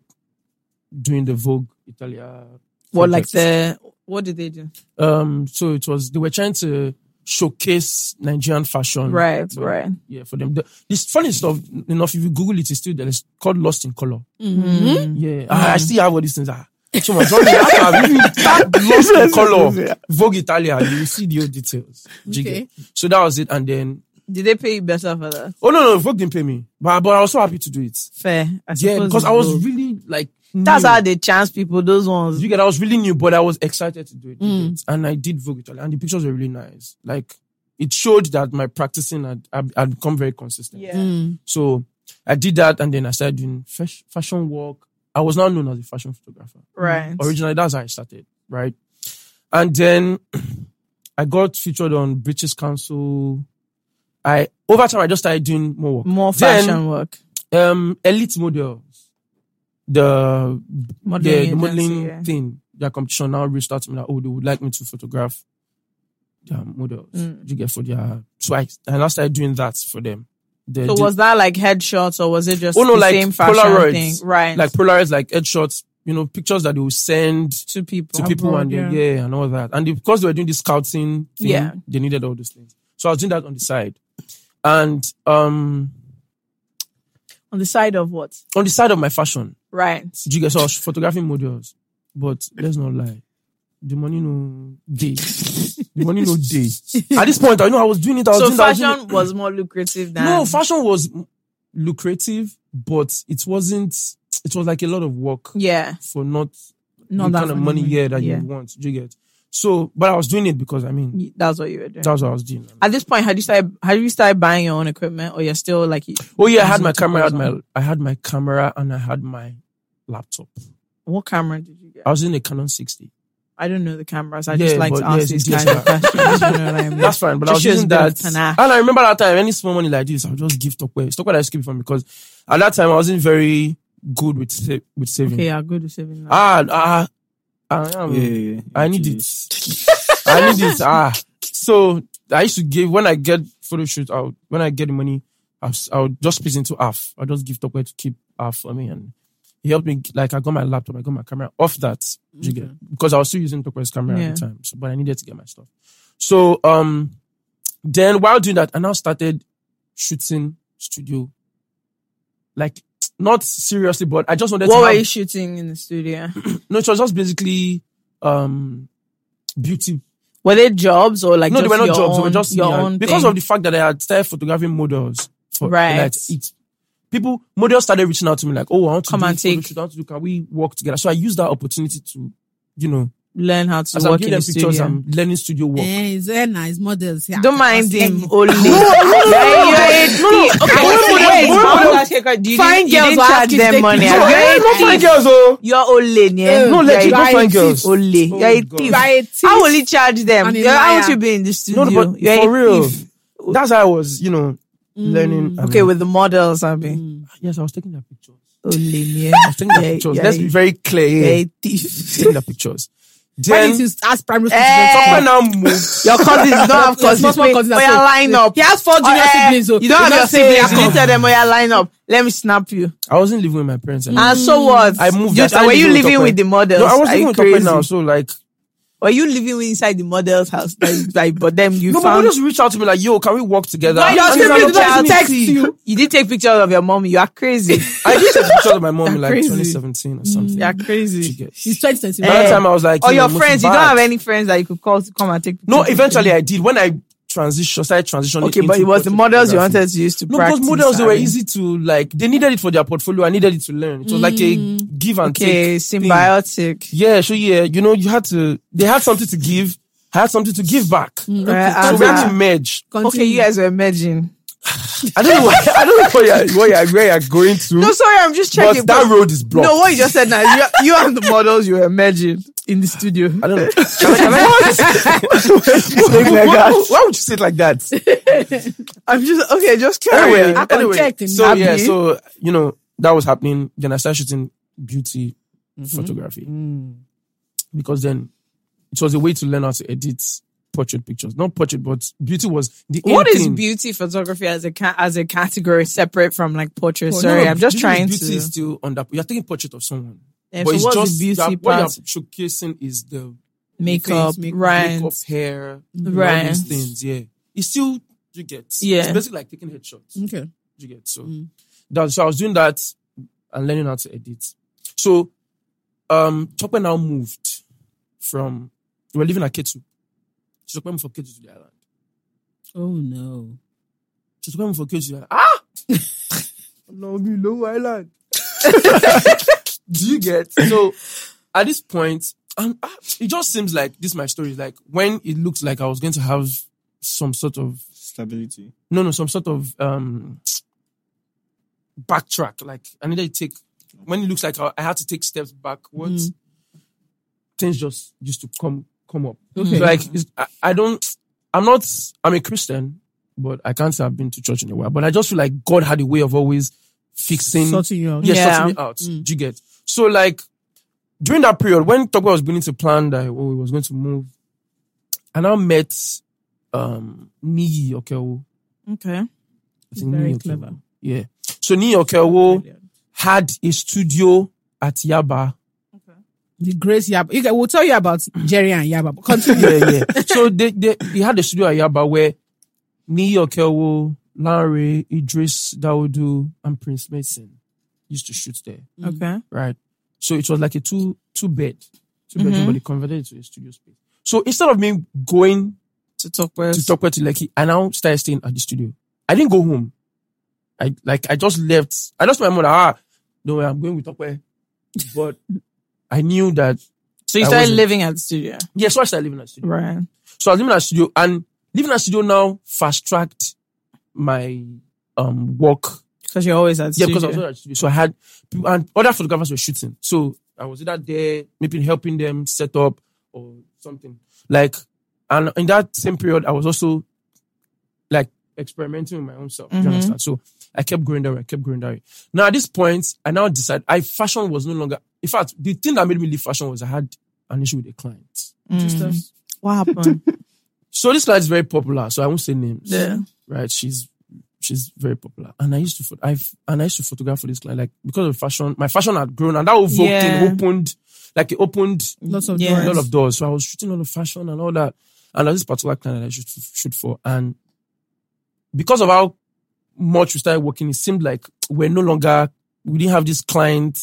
Speaker 2: doing the Vogue Italia.
Speaker 7: What like
Speaker 2: project.
Speaker 7: the what did they do?
Speaker 2: um so it was they were trying to showcase Nigerian fashion.
Speaker 7: Right,
Speaker 2: But,
Speaker 7: right.
Speaker 2: Yeah, for them. The, this funny stuff enough, if you Google it, it's still there. It's called Lost in Color.
Speaker 7: Mm-hmm.
Speaker 2: Yeah, I, I still have all these things. Ah, so much. Don't you have to have- if
Speaker 7: *laughs*
Speaker 2: you tap lost the color Vogue Italia. You will see the whole details. Do you
Speaker 4: Okay.
Speaker 2: get? So that was it, and then
Speaker 7: Did they pay you better for that?
Speaker 2: oh no no Vogue didn't pay me, but but I was so happy to do it.
Speaker 7: Fair. I
Speaker 2: Yeah,
Speaker 7: suppose
Speaker 2: because
Speaker 7: it's
Speaker 2: I was
Speaker 7: Vogue.
Speaker 2: really like
Speaker 7: That's
Speaker 2: new.
Speaker 7: how they chance people. Those ones.
Speaker 2: you get. I was really new, but I was excited to do it,
Speaker 7: Mm.
Speaker 2: and I did Vogue Italia, and the pictures were really nice. Like it showed that my practicing had had, had become very consistent.
Speaker 7: yeah.
Speaker 2: So I did that, and then I started doing fash- fashion work. I was now known as a fashion photographer.
Speaker 7: Right.
Speaker 2: originally that's how I started, right? And then *clears throat* I got featured on British Council. I over time I just started doing more work.
Speaker 7: More
Speaker 2: Then,
Speaker 7: fashion work.
Speaker 2: Um, elite models, the the,
Speaker 7: Modeling
Speaker 2: the
Speaker 7: agency,
Speaker 2: modeling
Speaker 7: yeah.
Speaker 2: thing, their competition now reached out to me that oh they would like me to photograph their models.
Speaker 7: Mm.
Speaker 2: You get for their so I and I started doing that for them. The-
Speaker 7: So
Speaker 2: the-
Speaker 7: was that like headshots or was it just
Speaker 2: Oh, no,
Speaker 7: the
Speaker 2: like
Speaker 7: same fashion
Speaker 2: Polaroids.
Speaker 7: thing? Right.
Speaker 2: like Polaroids, like headshots, you know, pictures that they will send
Speaker 7: to people.
Speaker 2: to people and
Speaker 4: Abroad,
Speaker 2: yeah.
Speaker 4: yeah.
Speaker 2: yeah, and all that. And they- because they were doing the scouting thing,
Speaker 7: Yeah.
Speaker 2: they needed all those things. So I was doing that on the side. And um
Speaker 7: On the side of what?
Speaker 2: on the side of my fashion,
Speaker 7: Right.
Speaker 2: do you get so I was photographing models. But let's not lie. The money no day. the money no day. At this point, I know I was doing it. I was
Speaker 7: So
Speaker 2: doing that, I was doing it.
Speaker 7: fashion was more lucrative than
Speaker 2: No, fashion was lucrative, but it wasn't. It was like a lot of work
Speaker 7: yeah.
Speaker 2: for not
Speaker 7: Not
Speaker 2: the
Speaker 7: that
Speaker 2: kind of money yeah that
Speaker 7: Yeah.
Speaker 2: you want. Do you get? So, but I was doing it because I mean
Speaker 7: That's what you were doing.
Speaker 2: that's what I was doing.
Speaker 7: At this point, had you started had you started buying your own equipment or you're still like
Speaker 2: Oh yeah, I had
Speaker 7: Using
Speaker 2: my
Speaker 7: two
Speaker 2: camera. I had my
Speaker 7: thousand.
Speaker 2: I had my camera and I had my laptop.
Speaker 7: what camera did you get?
Speaker 2: I was in a Canon sixty.
Speaker 7: I don't know the cameras. I
Speaker 2: Yeah,
Speaker 7: just like to
Speaker 2: but
Speaker 7: ask
Speaker 2: yes,
Speaker 7: these
Speaker 2: it's
Speaker 7: kinds of
Speaker 2: DSLR.
Speaker 7: questions. you know what I
Speaker 2: *laughs*
Speaker 7: mean?
Speaker 2: That's fine, but I
Speaker 7: Just
Speaker 2: was
Speaker 7: shows
Speaker 2: using
Speaker 7: a bit of
Speaker 2: that.
Speaker 7: panache.
Speaker 2: And I remember that time, any small money like this, I would just give Tokwe. It's Tokwe that I skip from because at that time I wasn't very good with sa- with saving.
Speaker 7: Okay, I'll go to saving now.
Speaker 2: Ah, ah, ah, I am-
Speaker 1: Yeah, yeah, yeah.
Speaker 2: I need it. I need
Speaker 7: *laughs*
Speaker 2: it. Ah. So I used to give when I get photo shoot out, when I get the money, I'll, s- I'll just split into half. I'll just give Tokwe to keep half for me. And he helped me, like, I got my laptop, I got my camera off that. you get? Because I was still using Tokwe's camera
Speaker 7: Yeah.
Speaker 2: at the time. So, but I needed to get my stuff. So, um, then while doing that, I now started shooting studio. Like, not seriously, but I just wanted
Speaker 7: What
Speaker 2: to.
Speaker 7: were
Speaker 2: have-
Speaker 7: you shooting in the studio?
Speaker 2: no, it was just basically um beauty.
Speaker 7: Were they jobs or like
Speaker 2: no, they
Speaker 7: just
Speaker 2: were not
Speaker 7: your
Speaker 2: jobs. they were
Speaker 7: own-
Speaker 2: just
Speaker 7: your
Speaker 2: me.
Speaker 7: own
Speaker 2: because
Speaker 7: thing?
Speaker 2: of the fact that I had started photographing models for
Speaker 7: Right.
Speaker 2: like it. People models started reaching out to me like, "Oh, I want to
Speaker 7: Come
Speaker 2: do
Speaker 7: and
Speaker 2: photo
Speaker 7: take-
Speaker 2: shoot, I want to do. Can we work together?" So I used that opportunity to, you know,
Speaker 7: learn how to
Speaker 2: as I'm
Speaker 7: work in
Speaker 2: giving
Speaker 7: the
Speaker 2: them pictures,
Speaker 7: studio.
Speaker 2: I'm learning studio work.
Speaker 4: Eh, he's very nice models. Yeah.
Speaker 7: Don't mind him,
Speaker 4: Find
Speaker 7: only. No,
Speaker 4: Fine
Speaker 7: Fine
Speaker 4: girls
Speaker 7: girls
Speaker 4: will ask
Speaker 7: charge
Speaker 4: if they
Speaker 7: them money.
Speaker 4: can-
Speaker 7: You're
Speaker 4: No,
Speaker 7: a
Speaker 4: no fine
Speaker 7: thief.
Speaker 2: girls, oh.
Speaker 7: You're only, yeah.
Speaker 2: No, legit,
Speaker 7: You're
Speaker 2: no
Speaker 7: a
Speaker 2: fine
Speaker 7: thief,
Speaker 2: girls.
Speaker 7: Ole.
Speaker 2: Oh
Speaker 7: You're a
Speaker 2: God.
Speaker 7: thief.
Speaker 4: By a thief.
Speaker 7: How will he charge them?
Speaker 4: And a
Speaker 7: You're- How would
Speaker 4: liar.
Speaker 7: you be in the
Speaker 2: No,
Speaker 7: studio?
Speaker 2: but
Speaker 7: You're a
Speaker 2: for real,
Speaker 7: thief. Mm.
Speaker 2: that's how I was, you know, learning.
Speaker 7: Okay, with the models, I mean.
Speaker 4: Mm.
Speaker 2: yes, I was taking their pictures.
Speaker 7: Ole, yeah.
Speaker 4: *laughs*
Speaker 2: I
Speaker 7: *laughs*
Speaker 2: was taking their
Speaker 7: Yeah,
Speaker 2: pictures.
Speaker 7: yeah,
Speaker 2: Let's be
Speaker 7: yeah.
Speaker 2: very clear.
Speaker 7: You're
Speaker 2: here.
Speaker 7: a thief.
Speaker 2: Taking their pictures.
Speaker 4: Why
Speaker 2: Then,
Speaker 4: did you ask primary school
Speaker 7: Eh,
Speaker 2: Tokwe
Speaker 4: children?
Speaker 2: now moved.
Speaker 4: *laughs*
Speaker 7: Your cousins don't have
Speaker 4: Your
Speaker 7: cousins.
Speaker 4: small
Speaker 7: Wait,
Speaker 4: cousins are
Speaker 7: oya,
Speaker 4: so-
Speaker 7: line up.
Speaker 4: He has four junior
Speaker 7: Oh, eh,
Speaker 4: siblings. So
Speaker 7: You don't have your siblings. You
Speaker 4: Come.
Speaker 7: tell them, oya, line up. Let me snap you.
Speaker 2: I wasn't living with my parents. anymore.
Speaker 7: And so what?
Speaker 2: I moved.
Speaker 7: You-
Speaker 2: I started
Speaker 7: were you
Speaker 2: living with
Speaker 7: living
Speaker 2: Tokwe.
Speaker 7: with the models?
Speaker 2: No, I was
Speaker 7: Are
Speaker 2: living
Speaker 7: you
Speaker 2: with Tokwe
Speaker 7: crazy?
Speaker 2: now. So like,
Speaker 7: Were you living inside the model's house?
Speaker 2: *laughs*
Speaker 7: Like, like, but then you
Speaker 2: no, but
Speaker 7: found.
Speaker 2: just reach out to me like, yo, can we work together?
Speaker 7: Why your
Speaker 2: And it's
Speaker 7: siblings
Speaker 2: an
Speaker 7: did not
Speaker 2: opportunity.
Speaker 7: text you? *laughs* You did take pictures of your mom. You are
Speaker 2: *laughs*
Speaker 7: crazy.
Speaker 2: I did take pictures of my mom in like
Speaker 7: crazy.
Speaker 2: 2017 or something.
Speaker 7: you are
Speaker 2: Did you
Speaker 7: crazy.
Speaker 2: get-
Speaker 4: He's 2021.
Speaker 2: By that
Speaker 7: Eh.
Speaker 2: time, I was like,
Speaker 7: Or
Speaker 2: you know,
Speaker 7: your
Speaker 2: mostly
Speaker 7: friends. You don't
Speaker 2: bad.
Speaker 7: have any friends that you could call to come and take.
Speaker 2: No,
Speaker 7: pictures.
Speaker 2: eventually I did when I transitioned, started transitioning.
Speaker 7: Okay, but
Speaker 2: into
Speaker 7: it was the
Speaker 2: portrait
Speaker 7: models you
Speaker 2: photography.
Speaker 7: wanted to use to
Speaker 2: No,
Speaker 7: practice.
Speaker 2: because models they were
Speaker 7: abi?
Speaker 2: easy to like. They needed it for their portfolio. I needed it to learn. It was like a give and
Speaker 7: Mm. Okay,
Speaker 2: take. thing.
Speaker 7: symbiotic.
Speaker 2: Yeah, so yeah, you know, you had to. They had something to give. I had something to give back.
Speaker 7: Uh,
Speaker 2: Mm-hmm. So
Speaker 7: as
Speaker 2: we had
Speaker 7: a-
Speaker 2: to merge.
Speaker 7: okay, you guys were merging.
Speaker 2: I don't know. Why, *laughs* I don't know where you're, where you're, where you're going to.
Speaker 7: No, sorry, I'm just
Speaker 2: Mm-hmm. but
Speaker 7: checking.
Speaker 2: that
Speaker 7: but-
Speaker 2: road is blocked.
Speaker 7: no, what you just said now, you, you and the models you were merging in the studio.
Speaker 2: I don't know. Can I- can I- why, why- why would you say it like that?
Speaker 7: I'm just okay, just carry
Speaker 2: Anyway,
Speaker 7: on.
Speaker 2: anyway
Speaker 4: check the
Speaker 2: so yeah,
Speaker 7: Abi.
Speaker 2: so you know that was happening. Then I started shooting beauty photography because then it was a way to learn how to edit portrait pictures. Not portrait, but beauty was the
Speaker 7: What
Speaker 2: end
Speaker 7: is
Speaker 2: thing.
Speaker 7: beauty photography as a ca- as a category separate from like portrait?
Speaker 2: No,
Speaker 7: Sorry,
Speaker 2: no,
Speaker 7: I'm just
Speaker 2: beauty-
Speaker 7: trying
Speaker 2: beauty
Speaker 7: to.
Speaker 2: Is still under. You're taking portrait of someone,
Speaker 7: Yeah,
Speaker 2: but
Speaker 7: so
Speaker 2: it's
Speaker 7: what's
Speaker 2: just
Speaker 7: the
Speaker 2: that
Speaker 7: beauty
Speaker 2: what you're
Speaker 7: part?
Speaker 2: showcasing is the
Speaker 7: Makeup,
Speaker 4: Make-
Speaker 7: right?
Speaker 2: makeup, hair, right. all
Speaker 7: Right.
Speaker 2: these things. Yeah, it's still you get.
Speaker 7: Yeah. Mm.
Speaker 2: it's basically like taking headshots.
Speaker 4: Okay.
Speaker 2: You get so
Speaker 4: Mm.
Speaker 2: that. So I was doing that and learning how to edit. So, um, Tokwe now moved from we were living at Ketu. So Tokwe moved from Ketu to the island.
Speaker 4: Oh no.
Speaker 2: So Tokwe moved from Ketu to the island. *laughs* Ah, love me, low island. Do you get so? At this point, and ah, it just seems like this. is My story like when it looked like I was going to have some sort of
Speaker 1: Stability.
Speaker 2: no, no, some sort of um backtrack. Like I needed to take when it looks like I, I had to take steps backwards.
Speaker 4: Mm.
Speaker 2: Things just used to come come up.
Speaker 4: Okay.
Speaker 2: So, like it's- I, I don't, I'm not, I'm a Christian, but I can't say I've been to church in a while. But I just feel like God had a way of always fixing,
Speaker 4: Sorting you out.
Speaker 2: yeah,
Speaker 7: Yeah.
Speaker 2: sorting me out.
Speaker 4: Mm.
Speaker 2: Do you get? So like during that period when Togwa was beginning to plan that oh, he was going to move, I now met um, Niyi Okewo.
Speaker 6: Okay.
Speaker 2: I think
Speaker 4: Very
Speaker 2: Niyi Okewo.
Speaker 4: clever.
Speaker 2: Yeah. So Niyi Okewo
Speaker 4: Brilliant.
Speaker 2: had a studio at Yaba.
Speaker 4: The Grace Yaba. You can, we'll tell you about Jerry and Yaba. but Continue.
Speaker 2: yeah, yeah. So they, they he had a studio at Yaba where Niyi Okewo, Lanre, Idris Daodu, and Prince Mason used to shoot there.
Speaker 6: Okay.
Speaker 2: right? So it was like a two two bed, two bedroom, but they converted it to a studio space. So instead of me going
Speaker 6: To talk
Speaker 2: to
Speaker 6: with.
Speaker 2: Tokwe to Lekki, I now started staying at the studio. I didn't go home. I like I just left. I just told my mother, ah, no, I'm going with Tokwe. But *laughs* I knew that
Speaker 6: So you
Speaker 2: I
Speaker 6: started
Speaker 2: wasn't.
Speaker 6: living at the studio.
Speaker 2: yeah, so I started living at the studio.
Speaker 6: Right.
Speaker 2: So I was living at the studio and living at the studio now fast tracked my um work
Speaker 6: Because you're always at the
Speaker 2: Yeah,
Speaker 6: studio.
Speaker 2: because I was not at studio. So I had people and other photographers were shooting. So I was either there, maybe helping them set up or something. Like and in that same period I was also like experimenting with my own self. Do you understand? So I kept going that way, I kept going that way. Now at this point, I now decided I fashion was no longer in fact, the thing that made me leave fashion was I had an issue with a client.
Speaker 6: Mm.
Speaker 2: *laughs*
Speaker 6: What happened?
Speaker 2: So this client is very popular, so I won't say names
Speaker 6: yeah.
Speaker 2: right? She's she's very popular, and I used to phot- I and I used to photograph for this client like because of fashion. My fashion had grown, and that whole Vogue
Speaker 6: Yeah.
Speaker 2: thing opened like it opened
Speaker 4: Lots of
Speaker 6: Yeah.
Speaker 2: a lot
Speaker 4: doors.
Speaker 2: of doors. So I was shooting all the fashion and all that, and there was this particular client that I should shoot for, and because of how much we started working, it seemed like we're no longer we didn't have this client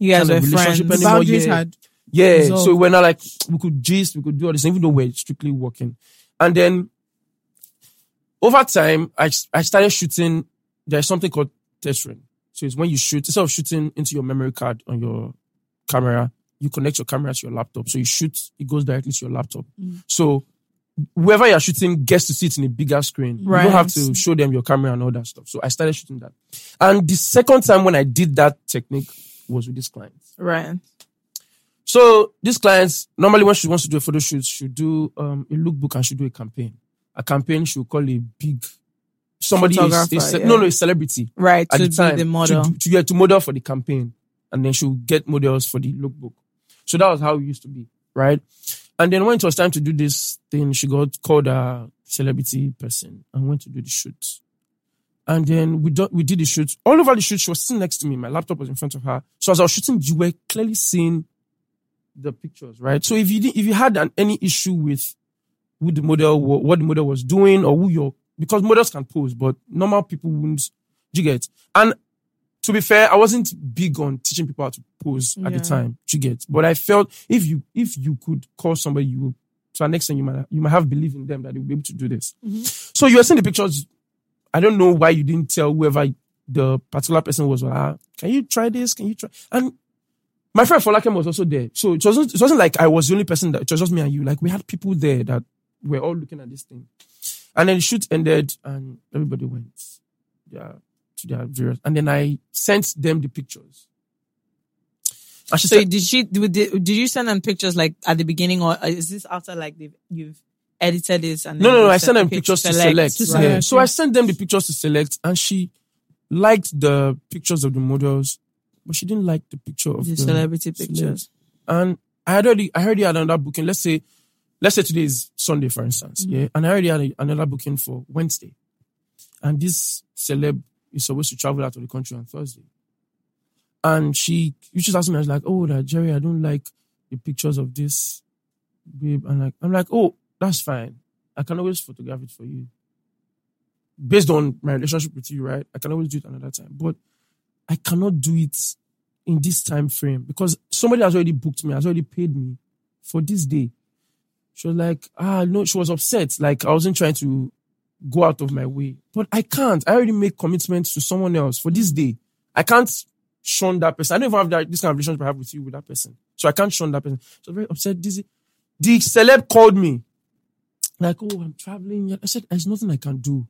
Speaker 6: You guys
Speaker 2: kind
Speaker 6: were
Speaker 2: of relationship
Speaker 6: friends.
Speaker 2: anymore.
Speaker 4: Boundaries
Speaker 2: yeah.
Speaker 4: had.
Speaker 2: Yeah.
Speaker 4: Resolve.
Speaker 2: So we're not like we could gist, we could do all this, even though we're strictly working. And then over time, I I started shooting. There's something called tethering. So it's when you shoot instead of shooting into your memory card on your camera, you connect your camera to your laptop. So you shoot, it goes directly to your laptop. So whoever you're shooting gets to see it in a bigger screen. You
Speaker 6: Right.
Speaker 2: don't have to show them your camera and all that stuff. So I started shooting that. And the second time when I did that technique was with this client.
Speaker 6: Right.
Speaker 2: So these clients normally when she wants to do a photo shoot, she'll do um, a lookbook and she'll do a campaign. A campaign she'll call a big somebody is,
Speaker 6: Photographer,
Speaker 2: is-
Speaker 6: yeah.
Speaker 2: no no a celebrity
Speaker 6: Right.
Speaker 2: at
Speaker 6: to
Speaker 2: the time
Speaker 6: be the model.
Speaker 2: To, to, yeah, to model for the campaign, and then she'll get models for the lookbook. So that was how it used to be, right? And then when it was time to do this thing, she got called a celebrity person and went to do the shoot. And then we do, we did the shoot. All over the shoot, she was sitting next to me. My laptop was in front of her. So as I was shooting, you were clearly seeing the pictures, right? So if you did, if you had an, any issue with who the model wa- what the model was doing or who your because models can pose, but normal people wouldn't. Do you get? And to be fair, I wasn't big on teaching people how to pose at
Speaker 6: Yeah.
Speaker 2: the time. Do you get? But I felt if you if you could call somebody, you would- so next time you might you might have belief in them that they'll be able to do this. So you were seeing the pictures. I don't know why you didn't tell whoever the particular person was. Ah, can you try this? Can you try? And my friend Folakem was also there. So it wasn't, it wasn't like I was the only person that, it was just me and you. Like we had people there that were all looking at this thing. And then the shoot ended and everybody went their, to their various, and then I sent them the pictures. And she
Speaker 6: So
Speaker 2: said,
Speaker 6: did she? Did, did you send them pictures like at the beginning, or uh, is this after like they've, you've edited this? And
Speaker 2: no,
Speaker 6: then
Speaker 2: no,
Speaker 6: you
Speaker 2: no, I
Speaker 6: said,
Speaker 2: sent them
Speaker 6: okay,
Speaker 2: pictures to select.
Speaker 4: To
Speaker 2: Yeah.
Speaker 4: select,
Speaker 2: So
Speaker 4: yeah.
Speaker 2: I sent them the pictures to select and she liked the pictures of the models, but she didn't like the picture of
Speaker 6: The
Speaker 2: the
Speaker 6: celebrity
Speaker 2: Select.
Speaker 6: pictures.
Speaker 2: and I had already I already had another booking. Let's say let's say today is Sunday, for instance. Yeah. And I already had a- another booking for Wednesday. And this celeb is supposed to travel out of the country on Thursday. And she reaches out to me and is like, Oh, that Jerry, I don't like the pictures of this babe. And like I'm like, Oh, that's fine. I can always photograph it for you. Based on my relationship with you, right? I can always do it another time. But I cannot do it in this time frame because somebody has already booked me, has already paid me for this day. She was like, ah, no, she was upset. Like I wasn't trying to go out of my way, but I can't. I already make commitments to someone else for this day. I can't shun that person. I don't even have that, this kind of relationship I have with you with that person. So I can't shun that person. So very upset. This, the celeb called me like, oh, I'm traveling. I said, there's nothing I can do.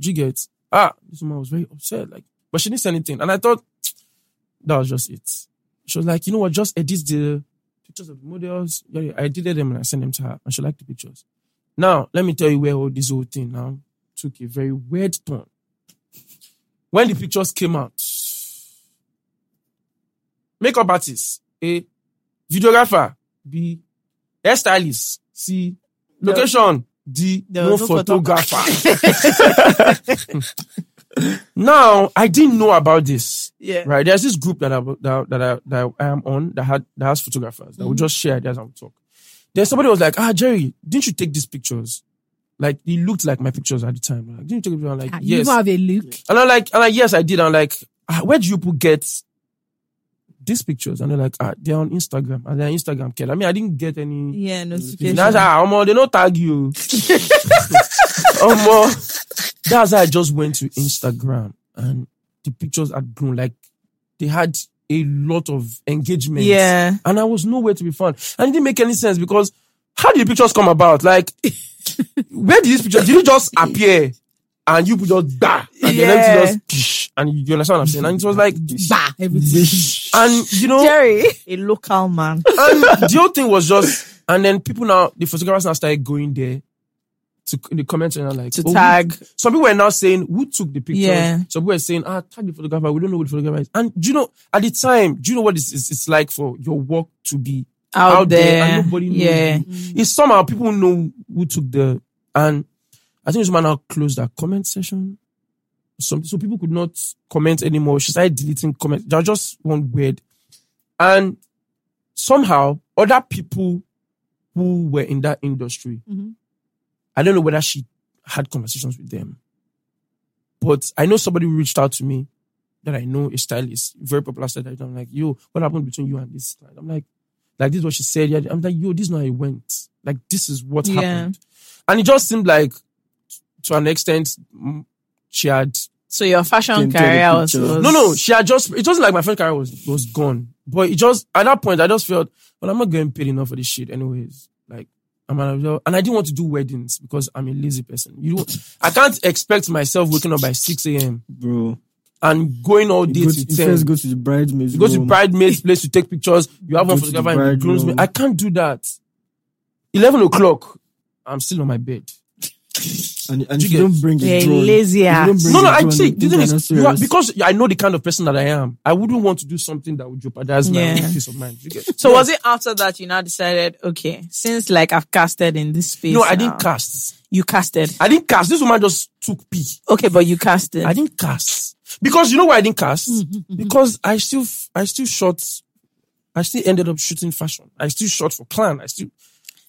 Speaker 2: Do you get? Ah, this woman was very upset. Like, but she didn't say anything. And I thought, that was just it. She was like, you know what, just edit the pictures of the models. Yeah, yeah. I edited them and I sent them to her and she liked the pictures. Now, let me tell you where all this whole thing now took a very weird turn. When the pictures came out, makeup artist, A, videographer, B, hairstylist, C, location, the
Speaker 6: There
Speaker 2: no,
Speaker 6: was no
Speaker 2: photographer. *laughs* now I didn't know about this.
Speaker 6: Yeah.
Speaker 2: Right. There's this group that I that, that I that I am on that had that has photographers that will
Speaker 4: Mm-hmm.
Speaker 2: just share ideas and talk. Then somebody was like, Ah, Jerry, didn't you take these pictures? Like it looked like my pictures at the time. Like, didn't you take them? I'm like,
Speaker 4: Ah, You
Speaker 2: yes.
Speaker 4: have a look.
Speaker 2: And I'm like, and like, yes, I did. I'm like, ah, where do you people get these pictures? And they're like, ah, they're on Instagram. And they're Instagram kid. I mean, I didn't get any.
Speaker 6: Yeah, notification.
Speaker 2: And That's how, omo, they don't tag
Speaker 6: *laughs*
Speaker 2: you. omo, that's how I just went to Instagram and the pictures had grown. Like, they had a lot of engagement.
Speaker 6: Yeah.
Speaker 2: And I was nowhere to be found. And it didn't make any sense because how did the pictures come about?
Speaker 6: *laughs*
Speaker 2: Like, where did these pictures, did it just appear? And you just bah, and
Speaker 6: Yeah.
Speaker 2: the next just psh, and you you understand what I'm saying? And it was like bah, and you know,
Speaker 6: Jerry, a local man.
Speaker 2: and the whole thing was just, and then people now, the photographers now started going there to in the comments and like
Speaker 6: To
Speaker 2: "Oh, who-"
Speaker 6: tag.
Speaker 2: Some people were now saying who took the pictures.
Speaker 6: Yeah.
Speaker 2: Some people were saying, ah, tag the photographer. We don't know who the photographer is. And do you know at the time, do you know what it's, it's, it's like for your work to be
Speaker 6: Out
Speaker 2: out, there.
Speaker 6: there.
Speaker 2: and nobody knows?
Speaker 6: Yeah.
Speaker 2: you? It's somehow people know who took the and I think this man now closed that comment session. Something so people could not comment anymore. She started deleting comments. There was just one weird. And somehow other people who were in that industry,
Speaker 4: Mhm.
Speaker 2: I don't know whether she had conversations with them, but I know somebody reached out to me that I know a stylist, very popular stylist. I'm like, yo, what happened between you and this? guy?" I'm like, like this is what she said. Yeah, I'm like, yo, this is not how it went. Like this is what
Speaker 6: Yeah.
Speaker 2: happened, and it just seemed like, to an extent, mm, she had
Speaker 6: So your fashion
Speaker 1: Didn't take the
Speaker 6: career was,
Speaker 1: pictures.
Speaker 6: was
Speaker 2: no, no, she had just, it wasn't like my friend career was, was gone. But it just, at that point, I just felt, well, I'm not getting paid enough for this shit anyways. Like, I'm an adult. And I didn't want to do weddings because I'm a lazy person. You know, I can't expect myself waking up by 6 a.m.
Speaker 1: bro.
Speaker 2: and going all day
Speaker 1: You go
Speaker 2: to
Speaker 1: to, you
Speaker 2: 10.
Speaker 1: first go to the bridesmaids.
Speaker 2: you go to
Speaker 1: room.
Speaker 2: bridesmaid's place to take pictures. You have
Speaker 1: Go
Speaker 2: one
Speaker 1: to the
Speaker 2: photographer and the
Speaker 1: bride
Speaker 2: groomsman.
Speaker 1: room.
Speaker 2: I can't do that. 11 o'clock, I'm still on my bed.
Speaker 1: and, and
Speaker 2: you
Speaker 1: if you
Speaker 2: get-
Speaker 1: don't bring a
Speaker 6: They're
Speaker 1: drone.
Speaker 6: lazy
Speaker 1: if you don't
Speaker 6: ass.
Speaker 1: bring
Speaker 2: No, no,
Speaker 1: a
Speaker 2: I
Speaker 1: drone,
Speaker 2: see.
Speaker 1: they
Speaker 2: The
Speaker 1: think
Speaker 2: thing
Speaker 1: you're not
Speaker 2: is, you are,
Speaker 1: serious.
Speaker 2: because I know the kind of person that I am, I wouldn't want to do something that would jeopardize my
Speaker 6: Yeah.
Speaker 2: peace of mind. You get-
Speaker 6: So was it after that you now decided, okay, since like I've casted in this space?
Speaker 2: No, I
Speaker 6: now-
Speaker 2: didn't cast.
Speaker 6: You casted.
Speaker 2: I didn't cast. This woman just took pee.
Speaker 6: Okay, but you casted.
Speaker 2: I didn't cast because you know why I didn't
Speaker 6: *laughs*
Speaker 2: cast? Because I still, f- I still shot. I still ended up shooting fashion. I still shot for clan. I still.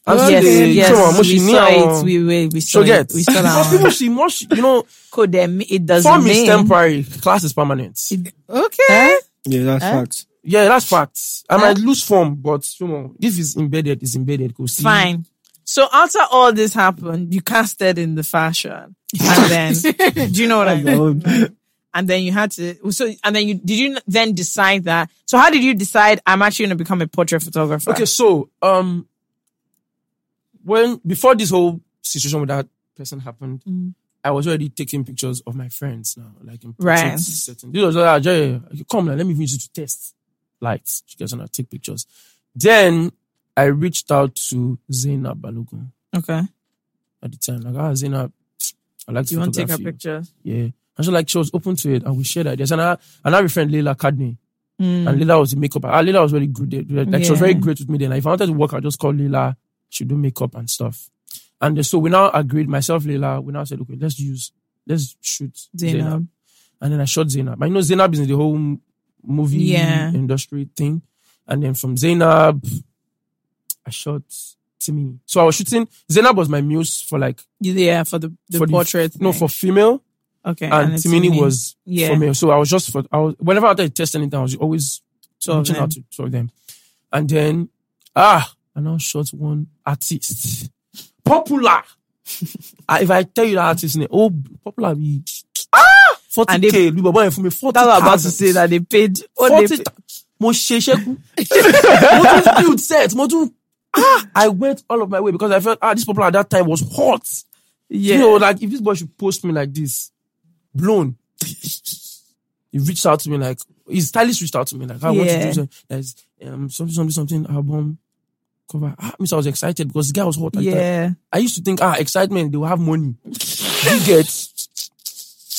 Speaker 2: I'm
Speaker 6: yes,
Speaker 2: still the-
Speaker 6: yes,
Speaker 2: come on, what
Speaker 6: we
Speaker 2: she need,
Speaker 6: saw
Speaker 2: um,
Speaker 6: it. We we, we saw
Speaker 2: so get.
Speaker 6: it. We saw
Speaker 2: Because *laughs*
Speaker 6: that
Speaker 2: people
Speaker 6: one.
Speaker 2: she must, you know,
Speaker 6: Code them. It doesn't
Speaker 2: form is
Speaker 6: mean.
Speaker 2: temporary, class is permanent.
Speaker 4: Okay.
Speaker 6: Eh?
Speaker 1: Yeah, that's
Speaker 6: *laughs*
Speaker 1: fact.
Speaker 2: Yeah, that's facts. I might lose form, but you know, if it's embedded, it's embedded. Go see.
Speaker 6: Fine. So after all this happened, you casted in the fashion,
Speaker 2: *laughs*
Speaker 6: and then do you know what I mean?
Speaker 1: God.
Speaker 6: And then you had to. So and then you did you then decide that? So how did you decide? I'm actually going to become a portrait photographer.
Speaker 2: Okay, so um, when before this whole situation with that person happened,
Speaker 6: Mm.
Speaker 2: I was already taking pictures of my friends now, like in portrait
Speaker 6: Right.
Speaker 2: setting. This was like, "Jay, you come, like, let me use you to test lights. She goes and I take pictures. Then I reached out to Zainab Balogun
Speaker 6: Okay.
Speaker 2: at the time. Like, ah, Zainab, I like to
Speaker 6: You want to take a
Speaker 2: photograph you."
Speaker 6: picture?
Speaker 2: Yeah. And she like she was open to it and we shared ideas. And I and I have a friend Leila Cadney. And Leila was the makeup. Ah, Leila was really good. at- Like she was
Speaker 6: Mm. Yeah.
Speaker 2: very great with me then. Like, if I wanted to work, I just called Leila. She do makeup and stuff. And so we now agreed, myself, Leila, we now said, okay, let's use, let's shoot
Speaker 6: Zainab.
Speaker 2: Zainab. And then I shot Zainab. I know Zainab is in the whole m- movie
Speaker 6: Yeah.
Speaker 2: industry thing. And then from Zainab, I shot Timmy. So I was shooting, Zainab was my muse for like,
Speaker 6: Yeah, for the, the
Speaker 2: for
Speaker 6: portrait.
Speaker 2: no,
Speaker 6: thing.
Speaker 2: for female
Speaker 6: okay.
Speaker 2: and,
Speaker 6: it's
Speaker 2: Timini
Speaker 6: me.
Speaker 2: was
Speaker 6: Yeah.
Speaker 2: for me. So I was just for I was whenever I had to test anything, I was always
Speaker 6: of
Speaker 2: reaching out to two of them. And then ah, I now shot one artist,
Speaker 6: *laughs*
Speaker 2: popular. Ah, if I tell you that artist name, oh, popular be ah
Speaker 6: And
Speaker 2: forty
Speaker 6: they-
Speaker 2: k. Luba boy for me forty.
Speaker 6: That's what I'm about to say that they paid. What they
Speaker 2: forty.
Speaker 6: paid.
Speaker 2: Mo ṣe iṣẹ́ kú.
Speaker 6: *laughs*
Speaker 2: Mo tún build set. Mo tún ah. I went all of my way because I felt ah this popular at that time was hot.
Speaker 6: Yeah.
Speaker 2: You know, like if this boy should post me like this, blown. he reached out to me like his stylist reached out to me like I want to
Speaker 6: Yeah.
Speaker 2: do something. There's um something something something album cover. Ah, miss, I was excited because the guy was hot. at the time.
Speaker 6: yeah.
Speaker 2: I used to think ah excitement they will have money. you get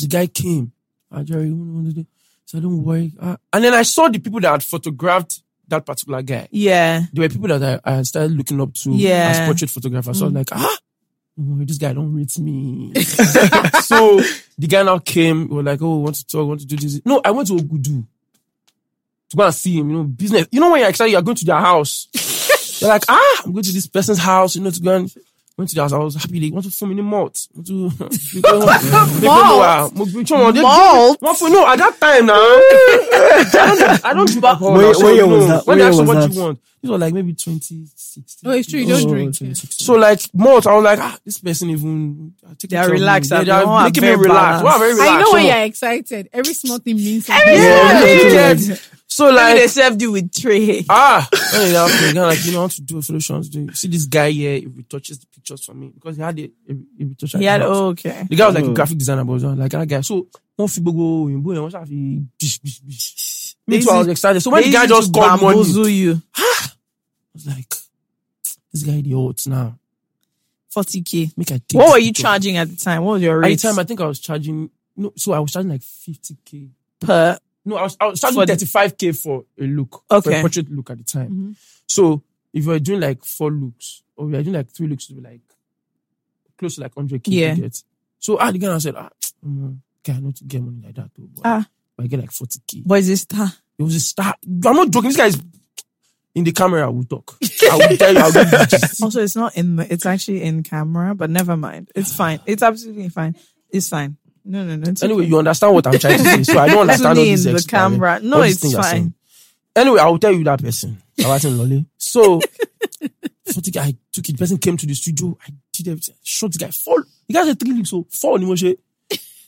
Speaker 2: the guy came. Ah, Jerry, you want to do? So don't worry. Ah. And then I saw the people that had photographed that particular guy
Speaker 6: Yeah.
Speaker 2: *laughs* there were people that I, I had started looking up to
Speaker 6: Yeah.
Speaker 2: as portrait photographers. So I was like, ah, "Oh, this guy don't rate me. so the guy now came, we were like, oh, we want to talk, we want to do this. No, I went to Ogudu to go and see him, you know, business. You know when you're excited, you're going to their house. you're like, ah, I'm going to this person's house, you know, to go and went to their house. I was happy. They want to film in the malt. Want to *laughs*
Speaker 6: *laughs*
Speaker 2: malt? Malt? No, at that *laughs* time now. I don't, I don't drink alcohol.
Speaker 1: Where-
Speaker 2: now, so
Speaker 1: where
Speaker 2: you
Speaker 1: year was
Speaker 2: know.
Speaker 1: that? Where
Speaker 2: When they asked
Speaker 1: year
Speaker 2: you
Speaker 1: was
Speaker 2: what
Speaker 1: that?
Speaker 2: you want, these were like maybe 2016.
Speaker 4: Oh, it's true. You don't drink. Yeah.
Speaker 2: So like malt, I was like, ah, this person even I take
Speaker 6: They are
Speaker 2: picture of
Speaker 6: relaxed,
Speaker 2: me. They, they
Speaker 6: Abdul.
Speaker 2: are
Speaker 6: Are
Speaker 2: making me
Speaker 6: very
Speaker 2: relax. Wow,
Speaker 6: balanced.
Speaker 2: very relaxed.
Speaker 4: I know
Speaker 2: so,
Speaker 4: when you're excited. Every small thing means something.
Speaker 2: yeah, yeah, yeah. So
Speaker 6: Maybe they
Speaker 2: *laughs* like
Speaker 6: served you with
Speaker 2: *laughs*
Speaker 6: tray.
Speaker 2: ah, when they ask me, they're like you know how to do a fellowship. Do see this guy here? He retouches the pictures for me because he had a he retouched. at
Speaker 6: He
Speaker 2: the
Speaker 6: had,
Speaker 2: house.
Speaker 6: oh, okay.
Speaker 2: The guy was like a
Speaker 1: Oh.
Speaker 2: graphic designer, but was like that guy. So one fi gbogbo òyìnbó yẹn, wọ́n ṣáà fi bish, bish, bish. Me
Speaker 6: They
Speaker 2: too, I was
Speaker 6: used-
Speaker 2: excited. So when
Speaker 6: They
Speaker 2: the guy
Speaker 6: used
Speaker 2: just
Speaker 6: to
Speaker 2: called money, I
Speaker 6: bamboozle you.
Speaker 2: was like, this guy the odds now.
Speaker 6: 40k.
Speaker 2: Make I take
Speaker 6: What
Speaker 2: this
Speaker 6: were you
Speaker 2: picture.
Speaker 6: charging at the time? What was your
Speaker 2: At the
Speaker 6: rate?
Speaker 2: time, I think I was charging. No, so I was charging like fifty k.
Speaker 6: per
Speaker 2: No, I was, I was charging
Speaker 6: For the-
Speaker 2: thirty five k for a look, for
Speaker 6: Okay.
Speaker 2: a portrait look at the time. So if you are doing like four looks or you are doing like three looks, it would be like close to like hundred k.
Speaker 6: Yeah.
Speaker 2: You get. So ah, the guy now said, ah, mm, guy, not to get money like that though. But,
Speaker 6: Ah.
Speaker 2: but I get like forty k.
Speaker 6: Boy, is a star.
Speaker 2: It was a star. I'm not joking. This guy is in the camera. I will talk. I will tell you. I will
Speaker 6: *laughs*
Speaker 2: give you this.
Speaker 6: Also, it's not in. the- It's actually in camera, but never mind. It's fine. It's absolutely fine. It's fine. No, no, no. It's
Speaker 2: Anyway,
Speaker 6: okay.
Speaker 2: you understand what I'm trying to say. So I
Speaker 6: *laughs*
Speaker 2: don't understand all
Speaker 6: Only in
Speaker 2: these
Speaker 6: the
Speaker 2: experiment-
Speaker 6: camera. No,
Speaker 2: all these
Speaker 6: it's
Speaker 2: things you're saying.
Speaker 6: fine.
Speaker 2: Anyway, I will tell you that person. I was in Lolly.
Speaker 6: *laughs*
Speaker 2: So, 40K, I took it. The person came to the studio. I did everything. I shot the guy. Four. The guy said three lips. So, four. You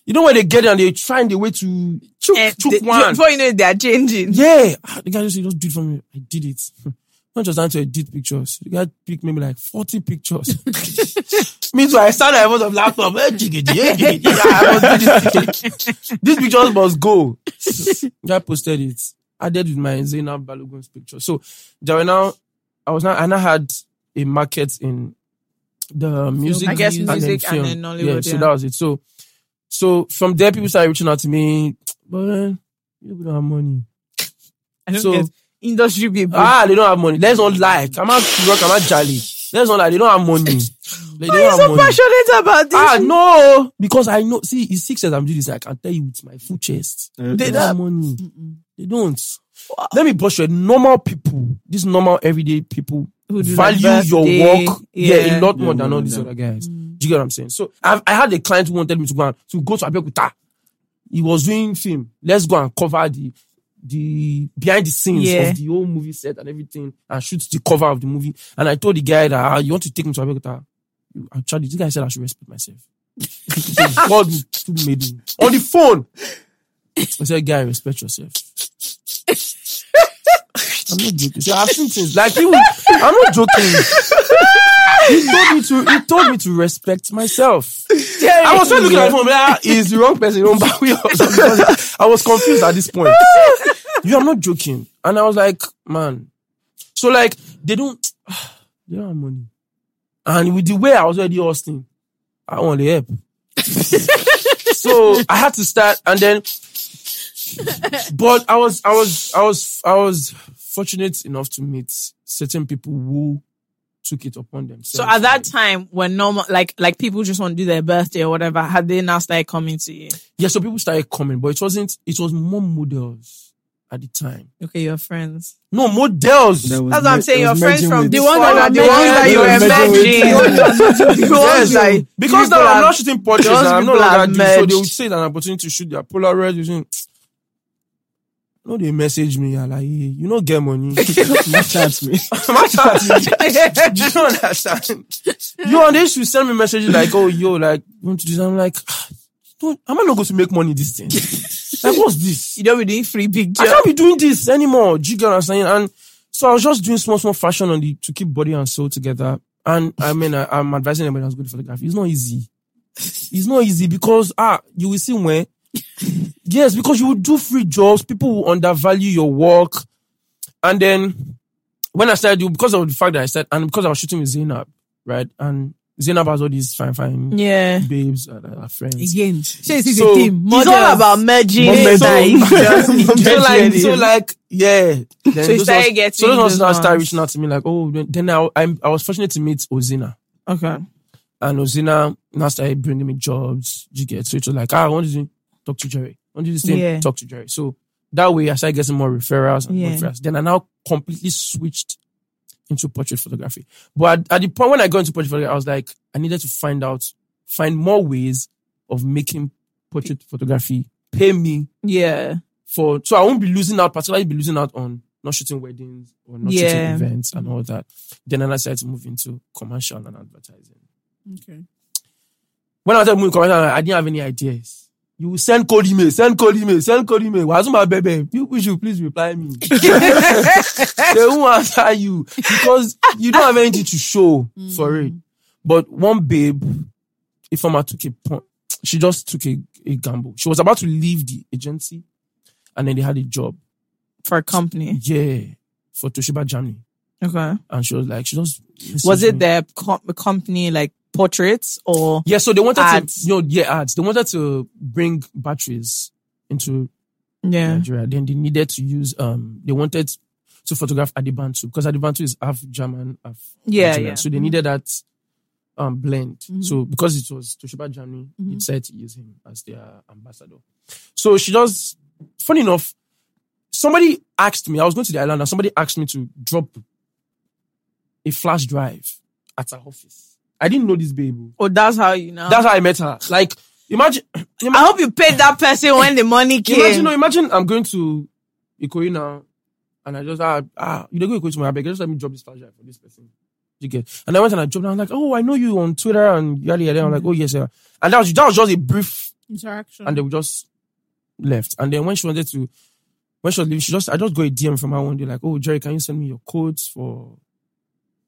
Speaker 2: know when they get there and they try and they way to chook,
Speaker 6: Eh,
Speaker 2: chook
Speaker 6: the-
Speaker 2: one.
Speaker 6: Before you know it, they are changing.
Speaker 2: Yeah. Ah, The guy just, he just did for me. I did it. *laughs* Not just trying to edit pictures. The guy picked maybe like 40 pictures. Means I started, I was of laptop. Eh, jiggity, eh, jiggity. I must do this picture. These pictures must go. The guy posted it. Added with my Zainab Balogun's picture. So there were now, I was now, and I had a market in the music,
Speaker 4: I guess
Speaker 2: and
Speaker 6: music
Speaker 2: then film.
Speaker 6: and then Nollywood,
Speaker 2: Yeah, so
Speaker 6: yeah.
Speaker 2: that was it. So, so from there, people started reaching out to me. But man, you don't have money.
Speaker 6: I don't
Speaker 2: So-
Speaker 6: get industry people.
Speaker 2: Ah, they don't have money. Let's not lie. I'm out to work. I'm out jolly. Let's not lie. They don't have
Speaker 6: *laughs*
Speaker 2: money. They don't have
Speaker 6: so
Speaker 2: money.
Speaker 6: passionate about this.
Speaker 2: Ah, no. Because I know, see, it's six years I'm doing this. I can tell you with my full chest. They
Speaker 1: Okay.
Speaker 2: don't have money. They don't. Let me brush your normal people, these normal everyday people,
Speaker 6: Who do
Speaker 2: value
Speaker 6: like
Speaker 2: your
Speaker 6: birthday,
Speaker 2: work yeah.
Speaker 6: yeah. Mm.
Speaker 2: a lot
Speaker 1: Yeah,
Speaker 2: more than
Speaker 1: more
Speaker 2: all
Speaker 1: than
Speaker 2: these
Speaker 1: them.
Speaker 2: other guys. Do you get what I'm saying? So I've, I had a client who wanted me to go and, to go to Abeokuta. He was doing film. Let's go and cover the the behind the scenes
Speaker 6: Yeah.
Speaker 2: of the whole movie set and everything and shoot the cover of the movie. And I told the guy that ah, you want to take me to Abeokuta. I tried it. This guy said I should respect myself. So God still made me on the phone. I said, guy, respect yourself. I'm not joking. So I've seen things like people. I'm not joking. He told me to. He told me to respect myself. I was trying to look at him. Like, he's the wrong person. Don't bow or something. *laughs* I was confused at this point. You, I'm not joking. And I was like, man. So like, they don't. *sighs* They don't have money. And with the way I was already hustling, I want to
Speaker 6: *laughs*
Speaker 2: help. so I had to start, and then but I was, I was, I was, I was fortunate enough to meet certain people who took it upon themselves.
Speaker 6: So at that time, when normal, like like people just want to do their birthday or whatever, had they now started coming to you?
Speaker 2: yeah, so people started coming, but it wasn't. It was more models at the time.
Speaker 6: Okay, your friends.
Speaker 2: No models.
Speaker 1: That was
Speaker 6: That's what I'm
Speaker 1: me- that
Speaker 6: saying. Your
Speaker 1: was
Speaker 6: friends
Speaker 1: merging
Speaker 6: from
Speaker 1: with-
Speaker 6: the
Speaker 4: The
Speaker 6: ones
Speaker 4: ones that
Speaker 6: that
Speaker 4: were
Speaker 6: the ones that
Speaker 1: merging
Speaker 6: you
Speaker 1: with-
Speaker 6: were merging. The ones that
Speaker 2: Because now I'm not shooting portraits,
Speaker 6: Those
Speaker 2: and I'm not
Speaker 6: people
Speaker 2: like that dude,
Speaker 6: have
Speaker 2: so they
Speaker 6: merged.
Speaker 2: would say that an opportunity to shoot their Polaroid using. No, they message me. I like, hey, you know, get *laughs* money.
Speaker 1: Match at
Speaker 2: *laughs*
Speaker 1: me.
Speaker 2: Match at you. you don't understand. You and they should send me messages like, oh, yo, like, you want to do this? I'm like, ah, don't, am I not going to make money this *laughs* thing? like, what's this?
Speaker 6: You don't be doing free
Speaker 2: I
Speaker 6: pictures.
Speaker 2: can't be doing this anymore. Do you get what I'm saying? And so I was just doing small, small fashion on the, to keep body and soul together. And I mean, I, I'm advising anybody that's good at photography. It's not easy. It's not easy because, ah, you will see when. yes, because you will do free jobs. People will undervalue your work. And then when I started, doing- because of the fact that I said, and because I was shooting with Zainab, right? And Zainab has all these fine, fine
Speaker 6: Yeah.
Speaker 2: babes and uh, her friends.
Speaker 4: Again, Chase is
Speaker 2: So,
Speaker 4: a team.
Speaker 6: It's all about merging.
Speaker 2: Moment.
Speaker 6: Like, *laughs*
Speaker 2: so like,
Speaker 6: Definitely.
Speaker 2: so like, yeah. Then
Speaker 6: So you
Speaker 2: those
Speaker 6: started
Speaker 2: ones-
Speaker 6: getting
Speaker 2: So those ones
Speaker 6: those
Speaker 2: now started
Speaker 6: ones.
Speaker 2: reaching out to me like, oh, then, then I, I, I was fortunate to meet Ozina.
Speaker 6: okay.
Speaker 2: And Ozina now started bringing me jobs. You get so it was like, ah, I want to do- talk to Jerry. I want to do this thing,
Speaker 6: Yeah.
Speaker 2: talk to Jerry. So that way I started getting more referrals and more
Speaker 6: Yeah.
Speaker 2: referrals. Then I now completely switched into portrait photography. But at, at the point when I got into portrait photography, I was like, I needed to find out, find more ways of making portrait photography pay me
Speaker 6: Yeah.
Speaker 2: for so I won't be losing out, particularly be losing out on not shooting weddings or not shooting
Speaker 6: Yeah.
Speaker 2: events and all that. Then I decided to move into commercial and advertising.
Speaker 4: Okay.
Speaker 2: When I started moving commercial, I didn't have any ideas. You will send cold email, send cold email, send cold email. Wazuma baby, people should please reply
Speaker 6: *laughs*
Speaker 2: me. they won't answer you because you don't have anything to show
Speaker 6: Mm.
Speaker 2: for it. But one babe, if Mama took a point, she just took a, a gamble. She was about to leave the agency and then they had a job.
Speaker 6: For a company.
Speaker 2: Yeah, for Toshiba Germany.
Speaker 6: Okay.
Speaker 2: And she was like, she just
Speaker 6: Was it
Speaker 2: that?
Speaker 6: their co- company like portraits or?
Speaker 2: Yeah, so they wanted
Speaker 6: Ads.
Speaker 2: to, you know, yeah, ads. They wanted to bring batteries into
Speaker 6: Yeah.
Speaker 2: Nigeria. Then they needed to use, um, they wanted to photograph Adibantu because Adibantu is half German, half
Speaker 6: Yeah,
Speaker 2: Nigerian.
Speaker 6: yeah. Mm-hmm.
Speaker 2: So they needed that um blend. So because it was Toshiba Germany, they
Speaker 6: Mm-hmm.
Speaker 2: decided to use him as their ambassador. So she just, funny enough, somebody asked me, I was going to the island and somebody asked me to drop a flash drive at her office. I didn't know this baby.
Speaker 6: Oh, that's how you know.
Speaker 2: That's how I met her. Like, imagine,
Speaker 6: I hope you paid that person when the money came.
Speaker 2: imagine, no, imagine I'm going to Ikoyi now, and I just ah, ah you don't go Ikoyi tomorrow. I beg, just let me drop this flash drive for this person. You get, and I went and I dropped. And I'm like, oh, I know you on Twitter and yada yada. I'm like, oh yes, yeah. And that was that was just a brief,
Speaker 4: Interaction.
Speaker 2: and they were just left. And then when she wanted to, when she was leaving, she just I just got a DM from her one day like, oh Jerry, can you send me your codes for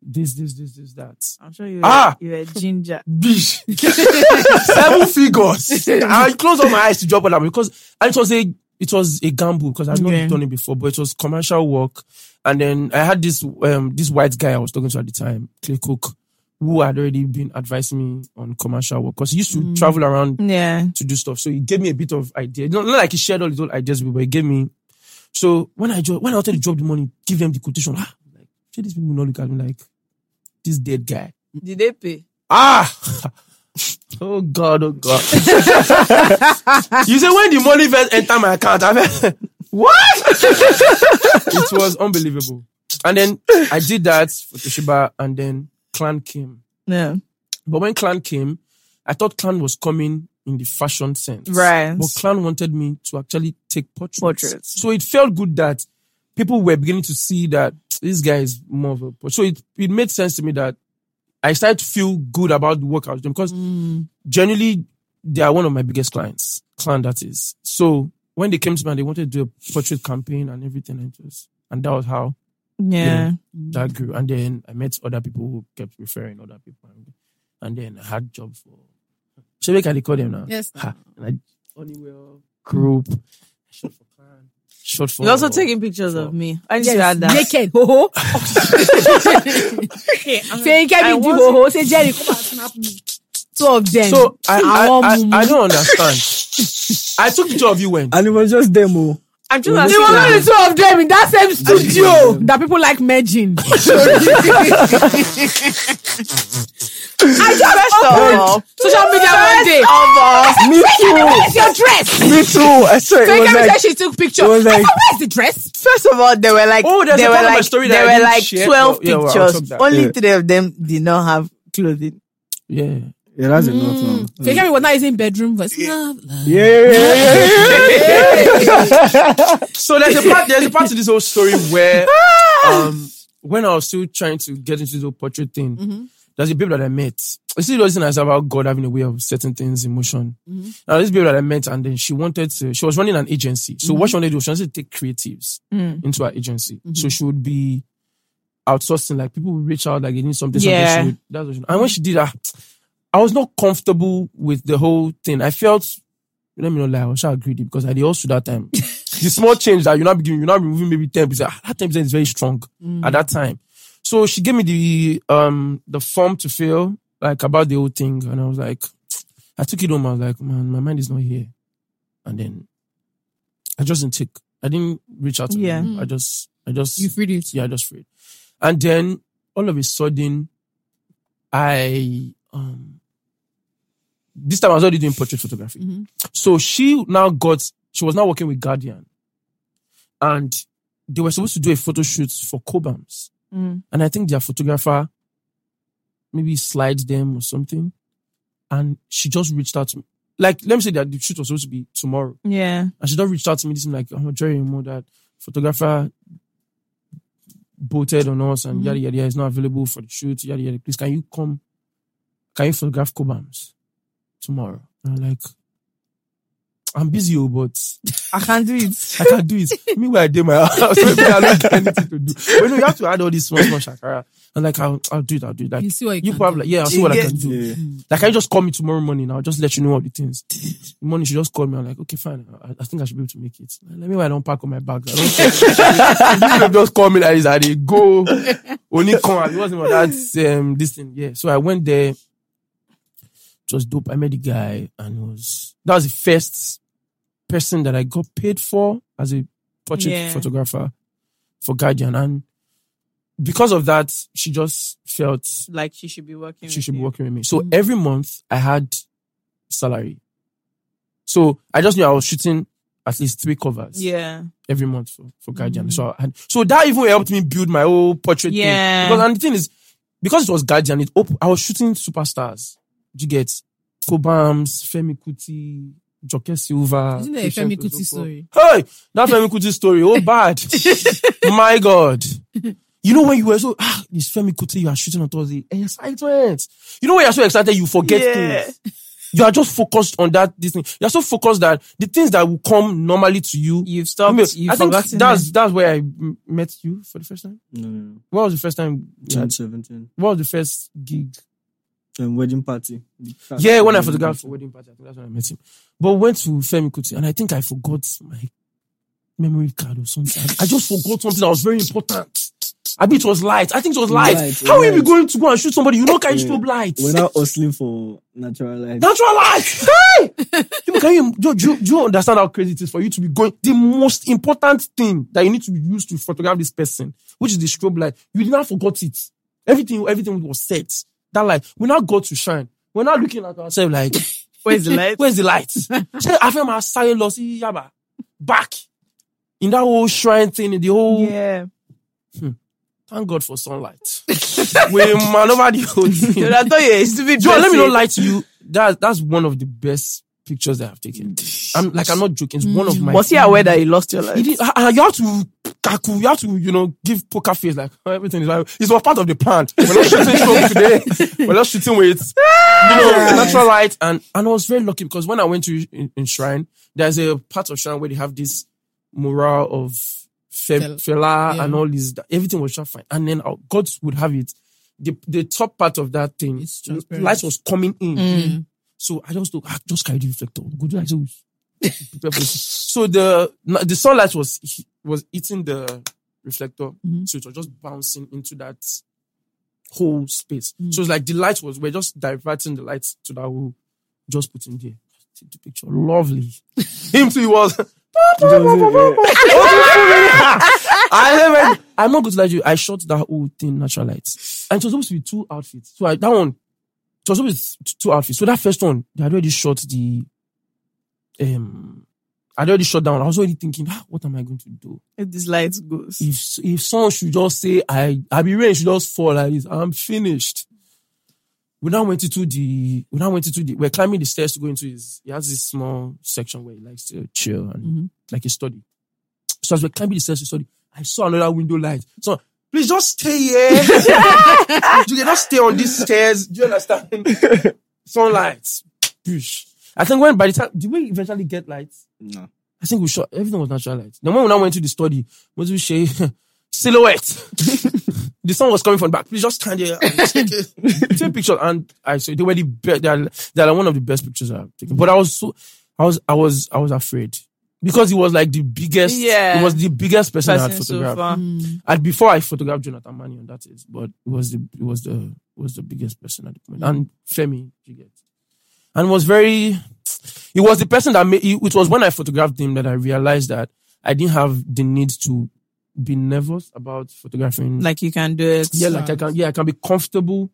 Speaker 2: this, this, this, this, that?
Speaker 6: I'm sure you.
Speaker 2: Ah!
Speaker 6: you were ginger.
Speaker 2: Bish. Seven figures. I closed all my eyes to drop on that because and it was a it was a gamble because I've not
Speaker 6: Yeah.
Speaker 2: done it before, but it was commercial work. And then I had this um this white guy I was talking to at the time, Clay Cook, who had already been advising me on commercial work because he used to travel around
Speaker 6: *laughs* Yeah.
Speaker 2: to do stuff. So he gave me a bit of idea. Not, not like he shared all his own ideas with me, but he gave me. So when I jo- when I wanted to drop the money, give them the quotation. Ah, like, sure these people will not look at me like this dead guy.
Speaker 6: Did they pay?
Speaker 2: Ah! *laughs* Oh God, oh God. *laughs* you say when the money first enter my account, I mean, *laughs* what? it was unbelievable. And then I did that for Toshiba and then Clan came.
Speaker 6: Yeah.
Speaker 2: But when Clan came, I thought Clan was coming in the fashion sense.
Speaker 6: Right.
Speaker 2: But Clan wanted me to actually take portraits.
Speaker 6: Portraits.
Speaker 2: So it felt good that people were beginning to see that this guy is more of a por- So it, it made sense to me that I started to feel good about the work I was doing because
Speaker 6: Mm.
Speaker 2: generally they are one of my biggest clients, client that is. So when they came to me and they wanted to do a portrait campaign and everything, and just and that was how
Speaker 6: Yeah.
Speaker 2: that grew. And then I met other people who kept referring other people, and, and then I had job for. Should we can record them now?
Speaker 4: Yes.
Speaker 2: Ha, and I Honeywell group. Short for clan. Short for.
Speaker 6: You're also taking pictures
Speaker 2: Oh.
Speaker 6: of me. I need to
Speaker 4: Yes,
Speaker 6: add that.
Speaker 4: naked.
Speaker 2: *laughs*
Speaker 4: Ho ho. Say, get
Speaker 6: I
Speaker 4: me the
Speaker 6: want-
Speaker 4: ho ho. Say, Jerry, come and snap me. Two of them.
Speaker 2: So I I,
Speaker 4: want
Speaker 2: I, I,
Speaker 4: mumu.
Speaker 2: don't understand. I took picture of you when.
Speaker 1: And it was just oh. demo.
Speaker 6: I'm just
Speaker 1: They
Speaker 4: There were
Speaker 6: asking.
Speaker 4: only two of them in that same studio that people like merging.
Speaker 6: I just opened
Speaker 4: Social media one day.
Speaker 2: Oh,
Speaker 1: Me too.
Speaker 4: Where's your dress?
Speaker 1: Me too. I swear
Speaker 4: So
Speaker 1: it
Speaker 4: he
Speaker 1: was
Speaker 4: came
Speaker 1: like
Speaker 4: say she took picture.
Speaker 1: it was
Speaker 4: I
Speaker 1: like-
Speaker 4: said, where's the dress?
Speaker 7: First of all, there were like
Speaker 2: Oh, there's a
Speaker 7: there were
Speaker 2: part of my
Speaker 7: like
Speaker 2: story that
Speaker 7: there
Speaker 2: I
Speaker 7: were
Speaker 2: didn't
Speaker 7: like
Speaker 2: share,
Speaker 7: twelve
Speaker 2: but yeah, well, I'll talk
Speaker 7: pictures.
Speaker 2: that.
Speaker 7: Only
Speaker 1: Yeah.
Speaker 7: three of them did not have clothing.
Speaker 2: Yeah.
Speaker 1: yeah, that's
Speaker 6: Mm.
Speaker 1: enough now.
Speaker 4: So Kemi was not using bedroom verse. No,
Speaker 1: Yeah, yeah, yeah, yeah, yeah.
Speaker 2: So there's a part there's a part to this whole story
Speaker 1: *laughs*
Speaker 2: where
Speaker 1: Ah!
Speaker 2: um when I was still trying to get into the whole portrait thing,
Speaker 1: Mm-hmm.
Speaker 2: there's a babe that I met. You see the reason I said about God having a way of setting things in motion.
Speaker 1: Mm-hmm.
Speaker 2: Now this babe that I met and then she wanted to she was running an agency. So
Speaker 1: Mm-hmm.
Speaker 2: what she wanted to do, was she wanted to take creatives
Speaker 1: Mm.
Speaker 2: into her agency.
Speaker 1: Mm-hmm.
Speaker 2: So she would be outsourcing, like people would reach out like they need something,
Speaker 6: Yeah.
Speaker 2: something she would, that's what she, and when she did that, I was not comfortable with the whole thing. I felt let me not lie, I was sure greedy because I did also that time.
Speaker 6: *laughs*
Speaker 2: the small change that you're not giving, you're not removing maybe 10%. Ah, That 10% is very strong
Speaker 6: Mm.
Speaker 2: at that time. So she gave me the um the form to fill, like about the whole thing. And I was like, I took it home. I was like, man, my mind is not here. And then I just didn't take, I didn't reach out to
Speaker 6: Yeah. Mm.
Speaker 2: them. I just, I just,
Speaker 4: You freed it.
Speaker 2: yeah, I just read. And then all of a sudden, I um this time I was already doing portrait photography. So she now got, she was now working with Guardian. And they were supposed to do a photo shoot for Cobams. And I think their photographer maybe slides them or something. And she just reached out to me. Like, let me say that the shoot was supposed to be tomorrow.
Speaker 6: Yeah.
Speaker 2: And she just reached out to me this morning, like, I'm Jerry, you know that photographer bolted on us and yada
Speaker 6: Mm-hmm.
Speaker 2: yada yada is not available for the shoot, yada yada. Please can you come? Can you photograph Cobams tomorrow? And I'm like, I'm busy, oh, but
Speaker 6: I can't do it.
Speaker 2: *laughs* I can't do
Speaker 6: *laughs*
Speaker 2: it. Meanwhile, I did my house. *laughs* I don't have anything to do. But no, you have to add all these small, small shakara. And like, I'll, I'll do it, I'll do it. Like,
Speaker 4: You see what you
Speaker 2: you
Speaker 4: can
Speaker 2: probably, yeah, I'll see what I can do.
Speaker 1: Yeah.
Speaker 2: Like, can you just call me tomorrow morning? I'll just let you know all the things. The morning, she just called me. I'm like, okay, fine. I, I think I should be able to make it. Let me, I don't pack all my bags. I don't care. People just call me like this. I they go. Only come. It wasn't about that, um, this thing. Yeah. So I went there. It was dope. I met the guy and it was, that was the first person that I got paid for as a portrait
Speaker 6: Yeah.
Speaker 2: photographer for Guardian. And because of that, she just felt
Speaker 6: Like she should be working.
Speaker 2: she
Speaker 6: with
Speaker 2: should be
Speaker 6: you.
Speaker 2: working with me. So
Speaker 4: Mm-hmm.
Speaker 2: every month I had salary. So I just knew I was shooting at least three covers
Speaker 6: Yeah.
Speaker 2: every month for, for Guardian.
Speaker 4: Mm-hmm.
Speaker 2: So I had, so that even helped me build my whole portrait
Speaker 6: Yeah.
Speaker 2: thing. Because and the thing is, because it was Guardian, it opened, I was shooting superstars. Did you get Kobams, Femi Kuti, Joke Silva?
Speaker 4: Isn't there a Femi
Speaker 2: Patience
Speaker 4: Kuti
Speaker 2: Ozuko?
Speaker 4: story?
Speaker 2: Hey, that Femi Kuti story. Oh,
Speaker 6: *laughs*
Speaker 2: bad. My God. You know when you were so, ah, this Femi Kuti you are shooting on Thursday. Excitement. You know when you're so excited, you forget
Speaker 6: Yeah.
Speaker 2: things. You are just focused on that, this thing. You're so focused that the things that will come normally to you.
Speaker 6: You've
Speaker 2: I,
Speaker 6: stopped.
Speaker 2: mean,
Speaker 6: you've
Speaker 2: I think
Speaker 6: forgotten.
Speaker 2: that's,
Speaker 6: them.
Speaker 2: that's where I m- met you for the first time.
Speaker 1: No, no, no.
Speaker 2: What was the first time? we had-
Speaker 1: 2017.
Speaker 2: What was the first gig?
Speaker 1: Um, wedding party. The cast
Speaker 2: Yeah, when I
Speaker 1: wedding
Speaker 2: photographed
Speaker 1: party.
Speaker 2: for wedding party, I think that's when I met him. But went to Femi Kuti, and I think I forgot my memory card or something. I just forgot something that was very important. I mean, it was light. I think it was light.
Speaker 1: Light,
Speaker 2: How are you
Speaker 1: light.
Speaker 2: going to go and shoot somebody? You know, can you
Speaker 1: Yeah.
Speaker 2: strobe light?
Speaker 1: We're not hustling for natural life.
Speaker 2: Natural light. Hey, You know, can you do, do, do you understand how crazy it is for you to be going? The most important thing that you need to use to photograph this person, which is the strobe light, you now forgot it. Everything, everything was set. That light, we now got to shine. We're now looking at ourselves like,
Speaker 6: where's the light?
Speaker 2: Where's the
Speaker 6: *laughs*
Speaker 2: light? Ṣé afẹ́ máa sáré lọ sí Yaba? Back. In that whole shrine thing, in the whole...
Speaker 6: yeah.
Speaker 2: Thank God for sunlight. *laughs* we man over the
Speaker 6: *laughs*
Speaker 2: whole thing.
Speaker 6: Dude, I thought you were a stupid.
Speaker 2: Joe, let me
Speaker 6: person.
Speaker 2: not lie to you. That, that's one of the best pictures that I've taken. I'm like, I'm not joking. It's one of my...
Speaker 6: Was he aware that you lost your
Speaker 2: It
Speaker 6: life?
Speaker 2: is- ah, ah, you have to cackle, you have to, you know, give poker face, like oh, everything is like it was part of the plan. We're not
Speaker 6: *laughs*
Speaker 2: shooting stroke today. We're not shooting with you know natural light. And and I was very lucky because when I went to in, in Shrine, there's a part of Shrine where they have this mural of Fe-
Speaker 4: Fel-
Speaker 2: Fela
Speaker 4: yeah.
Speaker 2: and all this. Everything was just fine. And then our God would have it. The, the top part of that thing,
Speaker 4: It's transparent.
Speaker 2: light was coming in.
Speaker 4: Mm.
Speaker 2: So I just look, ah, just carry the reflector. Good light. So, *laughs* prepare for this. so the the sunlight was was eating the reflector,
Speaker 4: Mhm.
Speaker 2: so it was just bouncing into that whole space.
Speaker 4: Mm.
Speaker 2: So it's like the light was we're just diverting the light to that whole, just putting there. Take the picture, lovely. *laughs* Him too he was. I never, *laughs* I'm not going to lie to you. I shot that whole thing natural lights, and it was supposed to be two outfits. So I, that one it was always t- two outfits. So that first one, they had already shot the um I'd already shot down. I was already thinking, ah, what am I going to do?
Speaker 6: If this light goes.
Speaker 2: If if someone should just say I I be rain should just fall like this, I'm finished. We now went into the we now went into the we're climbing the stairs to go into his he has this small section where he likes to chill and
Speaker 6: Mm-hmm.
Speaker 4: Mhm.
Speaker 2: like a study. So as we're climbing the stairs to study, I saw another window light. So please just stay *laughs* here. you cannot stay on these stairs. Do you understand? *laughs* Sunlight. Push. I think when by the time did we eventually get lights?
Speaker 1: No.
Speaker 2: I think we shot everything was natural light. Then when we now went to the study, what did we say? *laughs* Silhouette. *laughs* the sun was coming from the back. Please just stand here and take, a- *laughs* take a picture. And I said they were the best. They are, they are one of the best pictures I've taken. But I was so I was I was I was afraid because it was like the biggest.
Speaker 6: Yeah.
Speaker 2: It was the biggest person, I had
Speaker 6: Person so
Speaker 2: photographed.
Speaker 6: far.
Speaker 4: Mm.
Speaker 2: And before I photographed Jonathan Mannion, that is, but it was the it was the it was the biggest person at the point. And Femi, you get. And was very it was the person that made it was when I photographed him that I realized that I didn't have the need to be nervous about photographing
Speaker 6: Like you can do it.
Speaker 2: yeah, like I can yeah, I can be comfortable.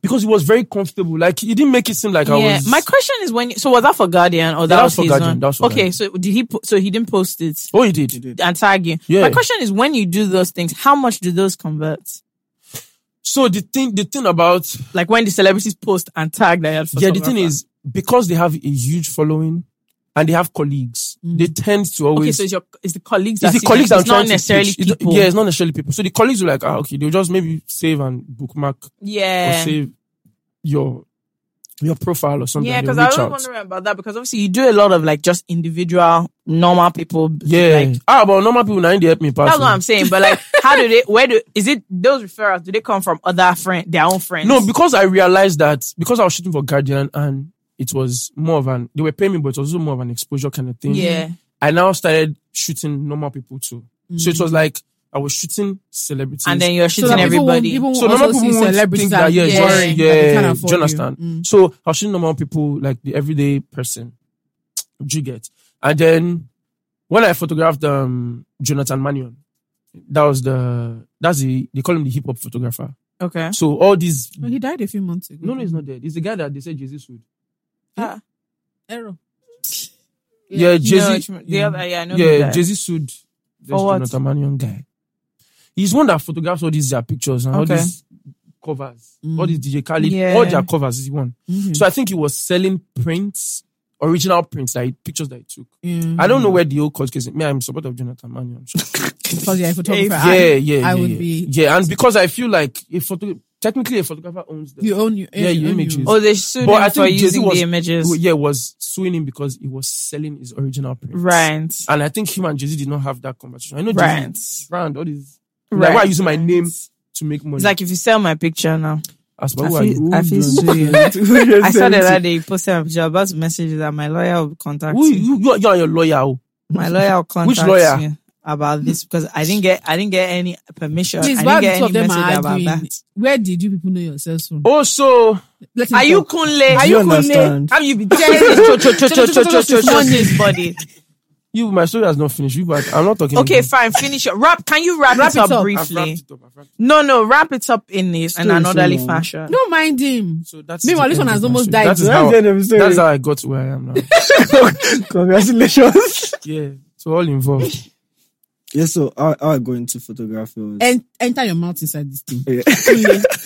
Speaker 2: because he was very comfortable. Like he didn't make it seem like I
Speaker 7: yeah.
Speaker 2: was.
Speaker 7: My question is when. So was that for Guardian or that,
Speaker 2: Yeah, that
Speaker 7: was
Speaker 2: was for
Speaker 7: his
Speaker 2: Guardian,
Speaker 7: own?
Speaker 2: that was for
Speaker 7: okay.
Speaker 2: Guardian.
Speaker 7: So did he? Po- so he didn't post it
Speaker 2: oh, he did.
Speaker 7: and tag you.
Speaker 2: Yeah.
Speaker 7: My question is when you do those things, how much do those convert?
Speaker 2: So the thing, the thing about
Speaker 7: Like when the celebrities post and tag their had.
Speaker 2: yeah, the thing is because they have a huge following and they have colleagues, they tend to
Speaker 7: Mm. Okay,
Speaker 2: always.
Speaker 7: so it's your it's the colleagues.
Speaker 2: it's
Speaker 7: that
Speaker 2: the
Speaker 7: see
Speaker 2: colleagues
Speaker 7: them.
Speaker 2: that
Speaker 7: It's
Speaker 2: I'm trying
Speaker 7: not
Speaker 2: to
Speaker 7: necessarily
Speaker 2: pitch. It-
Speaker 7: people.
Speaker 2: Yeah, it's not necessarily people. So the colleagues were like, ah, okay, they'll just maybe save and bookmark
Speaker 7: yeah.
Speaker 2: or save your your profile or something.
Speaker 7: Yeah,
Speaker 2: They'll
Speaker 7: because I
Speaker 2: reach
Speaker 7: was
Speaker 2: out.
Speaker 7: wondering about that because obviously you do a lot of like just individual normal people.
Speaker 2: Yeah.
Speaker 7: like,
Speaker 2: ah, but normal people now need to help me pass.
Speaker 7: that's what
Speaker 2: me.
Speaker 7: I'm saying. But like, how do they? Where do is it? Those referrals do they come from other friend, their own friends?
Speaker 2: No, because I realized that because I was shooting for Guardian and it was more of an they were paying me, but it was also more of an exposure kind of thing.
Speaker 7: yeah,
Speaker 2: I now started shooting normal people too. So it was like I was shooting celebrities.
Speaker 7: Mm. and then you're
Speaker 4: So
Speaker 7: shooting
Speaker 4: that people won't,
Speaker 7: everybody.
Speaker 4: people won't
Speaker 2: so normal
Speaker 4: also see
Speaker 2: people won't
Speaker 4: celebrities
Speaker 2: think that, yeah,
Speaker 4: yeah,
Speaker 2: it's
Speaker 7: just-
Speaker 4: boring, that they can't
Speaker 2: yeah, do
Speaker 4: afford
Speaker 2: you understand?
Speaker 4: Mm.
Speaker 2: So I was shooting normal people, like the everyday person. Do you get? And then when I photographed um Jonathan Mannion, that was the that's the they call him the hip hop photographer.
Speaker 7: okay,
Speaker 2: So all these
Speaker 4: Well, he died a few months ago.
Speaker 2: no, no, he's not dead. He's the guy that they said Jesus would.
Speaker 4: Error.
Speaker 2: Yeah, Jay
Speaker 7: No,
Speaker 2: Z.
Speaker 7: it's- the other, yeah, I know the guy.
Speaker 2: yeah, Jay Z sued this
Speaker 7: For what?
Speaker 2: Jonathan Mannion guy. He's one that photographs all these their pictures and
Speaker 7: Okay.
Speaker 2: all
Speaker 7: Mm.
Speaker 2: these covers, all these DJ Khaled,
Speaker 7: Yeah. Mm-hmm.
Speaker 2: all their covers is the one. So I think he was selling prints, original prints, like pictures that he took.
Speaker 7: Mm.
Speaker 4: Yeah.
Speaker 2: I don't know where the old court case. is. Me, I'm in support of Jonathan Mannion.
Speaker 7: *laughs*
Speaker 4: Because you're a photographer.
Speaker 2: yeah,
Speaker 4: I-
Speaker 2: yeah, yeah.
Speaker 4: I would
Speaker 2: yeah.
Speaker 4: be-
Speaker 2: Yeah, and because I feel like a photo, technically a photographer owns them.
Speaker 4: You own your
Speaker 2: Yeah, you
Speaker 4: own
Speaker 2: images.
Speaker 4: your-
Speaker 7: Oh, they sued
Speaker 2: But I
Speaker 7: him for
Speaker 2: think Jay-Z
Speaker 7: using
Speaker 2: was-
Speaker 7: the images,
Speaker 2: Who- Yeah, was suing him because he was selling his original prints.
Speaker 7: right?
Speaker 2: And I think him and Jay Z did not have that conversation. I know Jay
Speaker 7: Right.
Speaker 2: Z brand all these.
Speaker 7: Right.
Speaker 2: Like, why are you using my name to make money?
Speaker 7: It's like if you sell my picture now,
Speaker 2: as
Speaker 7: I
Speaker 2: well, who are you?
Speaker 7: feel, I feel sued. I saw that other day you posted a picture. I'm about to message you that my lawyer will contact
Speaker 2: Who, you,
Speaker 7: you.
Speaker 2: you, are- you are your lawyer. oh.
Speaker 7: My lawyer will contact
Speaker 2: lawyer?
Speaker 7: you about this because I didn't get I didn't get any permission.
Speaker 4: Please,
Speaker 7: I
Speaker 4: why
Speaker 7: didn't
Speaker 4: the
Speaker 7: get
Speaker 4: two of
Speaker 7: any
Speaker 4: them
Speaker 7: message
Speaker 4: are
Speaker 7: about
Speaker 4: arguing?
Speaker 7: that.
Speaker 4: Where did you people know yourselves from?
Speaker 2: Oh, so
Speaker 4: Let him
Speaker 7: Are you
Speaker 4: talk.
Speaker 7: Kunle? Are
Speaker 1: you
Speaker 7: you Kunle?
Speaker 1: understand?
Speaker 7: Have you been telling *laughs* this cho- cho- cho- cho- cho- cho- cho- cho- this body?
Speaker 2: you, my story has not finished. You, but I'm not talking.
Speaker 7: Okay,
Speaker 2: anymore.
Speaker 7: fine. Finish your wrap. Can you wrap, it
Speaker 4: it
Speaker 7: up,
Speaker 4: up.
Speaker 2: I've
Speaker 7: briefly?
Speaker 2: wrapped it up, I've wrapped it
Speaker 7: No, no, wrap it up in this in
Speaker 1: Still
Speaker 7: an
Speaker 1: so
Speaker 7: orderly
Speaker 1: long.
Speaker 7: fashion.
Speaker 4: Don't mind him.
Speaker 2: up. So that's
Speaker 4: Meanwhile,
Speaker 2: the
Speaker 4: this
Speaker 2: end
Speaker 4: one has
Speaker 2: of my
Speaker 4: almost
Speaker 2: story.
Speaker 4: died.
Speaker 2: That is
Speaker 1: That's the end of
Speaker 2: how,
Speaker 1: the story.
Speaker 2: that's how I got to where I am now.
Speaker 6: *laughs*
Speaker 1: Congratulations.
Speaker 2: yeah, so all involved.
Speaker 1: Yeah, so I I go into photography was
Speaker 4: En- enter your mouth inside this thing.
Speaker 1: Yeah. *laughs*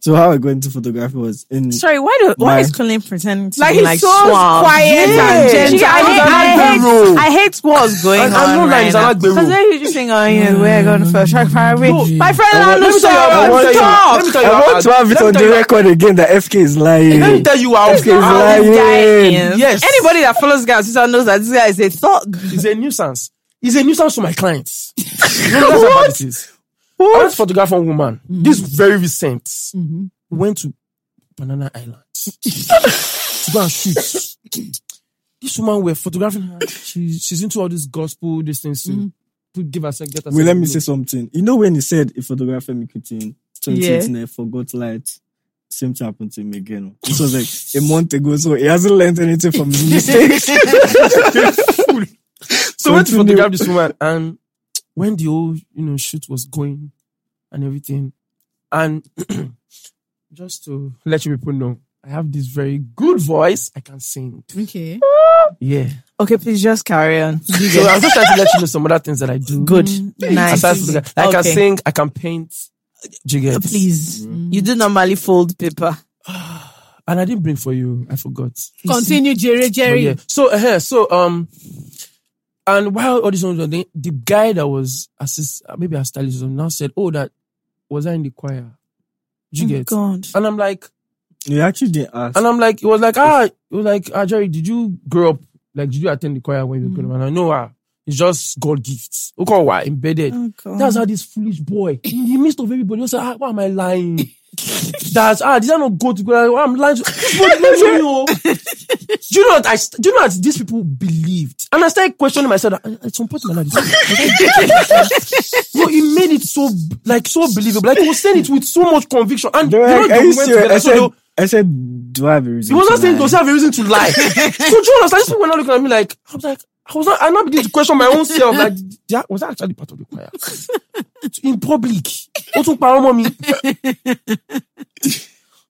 Speaker 1: so how I got into photography was in
Speaker 7: Sorry, why do why
Speaker 1: My-
Speaker 7: is Kunle pretending to
Speaker 4: Like,
Speaker 7: be
Speaker 4: he's
Speaker 7: like
Speaker 4: so
Speaker 7: suave?
Speaker 4: quiet and gentle.
Speaker 7: Gee, I,
Speaker 4: I was
Speaker 7: hate, I,
Speaker 2: an
Speaker 7: hate, I hate what's going
Speaker 2: And
Speaker 7: on.
Speaker 2: I'm not like
Speaker 7: right
Speaker 2: it's
Speaker 7: now.
Speaker 2: an Agbero.
Speaker 7: Because then you just think, oh yeah, we're going for a track fire away. My friend
Speaker 2: Let
Speaker 7: Lando
Speaker 2: me tell you- I want to tell
Speaker 7: Sora,
Speaker 2: you-
Speaker 7: stop.
Speaker 2: let me tell you
Speaker 1: I
Speaker 2: how-
Speaker 1: want to have it
Speaker 2: uh, let me
Speaker 1: on
Speaker 2: tell
Speaker 1: the
Speaker 2: you how-
Speaker 1: record again that FK is
Speaker 2: Let me
Speaker 1: lying.
Speaker 2: tell you how.
Speaker 1: FK is
Speaker 2: how-
Speaker 7: This guy
Speaker 1: lying.
Speaker 7: is-
Speaker 2: Yes.
Speaker 7: Anybody that follows Gavin Susan knows that this guy is a thug.
Speaker 2: It's a nuisance. It's a nuisance to my
Speaker 1: *laughs*
Speaker 2: clients. You know, that's what it is. I was photograph one woman.
Speaker 1: Mm-hmm.
Speaker 2: This very recent. Went to Banana
Speaker 1: *laughs*
Speaker 2: Island to go and shoot. This woman we're photographing her. She, she's into all this gospel, these things to to give herself, get herself.
Speaker 1: Mm-hmm. Wait, let me
Speaker 2: known.
Speaker 1: say something. You know when he said a photographer me quitting 2018 I forgot light. Same thing happened to him again. This was like a month ago, so he hasn't learned anything
Speaker 2: *laughs*
Speaker 1: from his mistakes.
Speaker 2: So I went to
Speaker 1: Continue.
Speaker 2: photograph this
Speaker 7: *laughs*
Speaker 2: woman, and when the whole you know shoot was going and everything, and *clears throat* just to let you people know, I have this very good voice. I can sing.
Speaker 4: Okay.
Speaker 2: Yeah.
Speaker 7: Okay, please just carry on.
Speaker 2: So I'm just trying to let you know some other things that I do.
Speaker 7: Good.
Speaker 2: Aside
Speaker 7: Nice.
Speaker 2: from photography. I can
Speaker 7: Okay.
Speaker 2: sing. I can paint. Do you get?
Speaker 7: Please. You do normally fold paper.
Speaker 2: And I didn't bring for you. I forgot.
Speaker 4: Continue, Jerry.
Speaker 2: But
Speaker 1: Oh,
Speaker 4: Jerry.
Speaker 2: yeah. So uh, so um, and while all this was the, the guy that was assist, uh, maybe a stylist or something, now said, "Oh, that was I in the choir." Do you get?
Speaker 7: Oh God.
Speaker 2: And I'm like,
Speaker 1: you actually didn't ask.
Speaker 2: and I'm like, it was like, ah, it was like, ah, Jerry, did you grow up? Like, did you attend the choir when you were growing up? And I know, ah, it's just God gifts. Okay, why embedded? That's how this foolish boy, in the midst of everybody, was like, ah, why am I lying? That's ah, these are not go together. Why I'm lying. To, This boy did not know me, oh. do you know what I? Do you know what these people believed? And I started questioning myself. ah, At some point in my life, so he made it so like so believable. Like he was saying it with so much conviction. And
Speaker 1: They
Speaker 2: you
Speaker 1: were
Speaker 2: know,
Speaker 1: like,
Speaker 2: they
Speaker 1: are you
Speaker 2: went
Speaker 1: serious?
Speaker 2: together.
Speaker 1: I
Speaker 2: so they-
Speaker 1: said, I said, do I have a reason?
Speaker 2: he was
Speaker 1: to
Speaker 2: not saying
Speaker 1: lie?
Speaker 2: does he have a reason to *laughs* lie? so do you understand? These people were not looking at me like I was like I was not I now begin to question my own self. Like did I- was I actually part of the choir? *laughs* In public. Ó tún parọ́ mọ́ mi.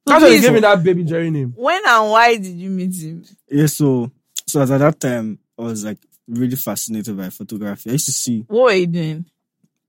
Speaker 2: That's why they
Speaker 6: please-
Speaker 2: gave me that baby Jerry name.
Speaker 6: When and why did you meet him?
Speaker 1: Yeah, so so as at that time I was like really fascinated by photography. I used to see
Speaker 6: What were you doing?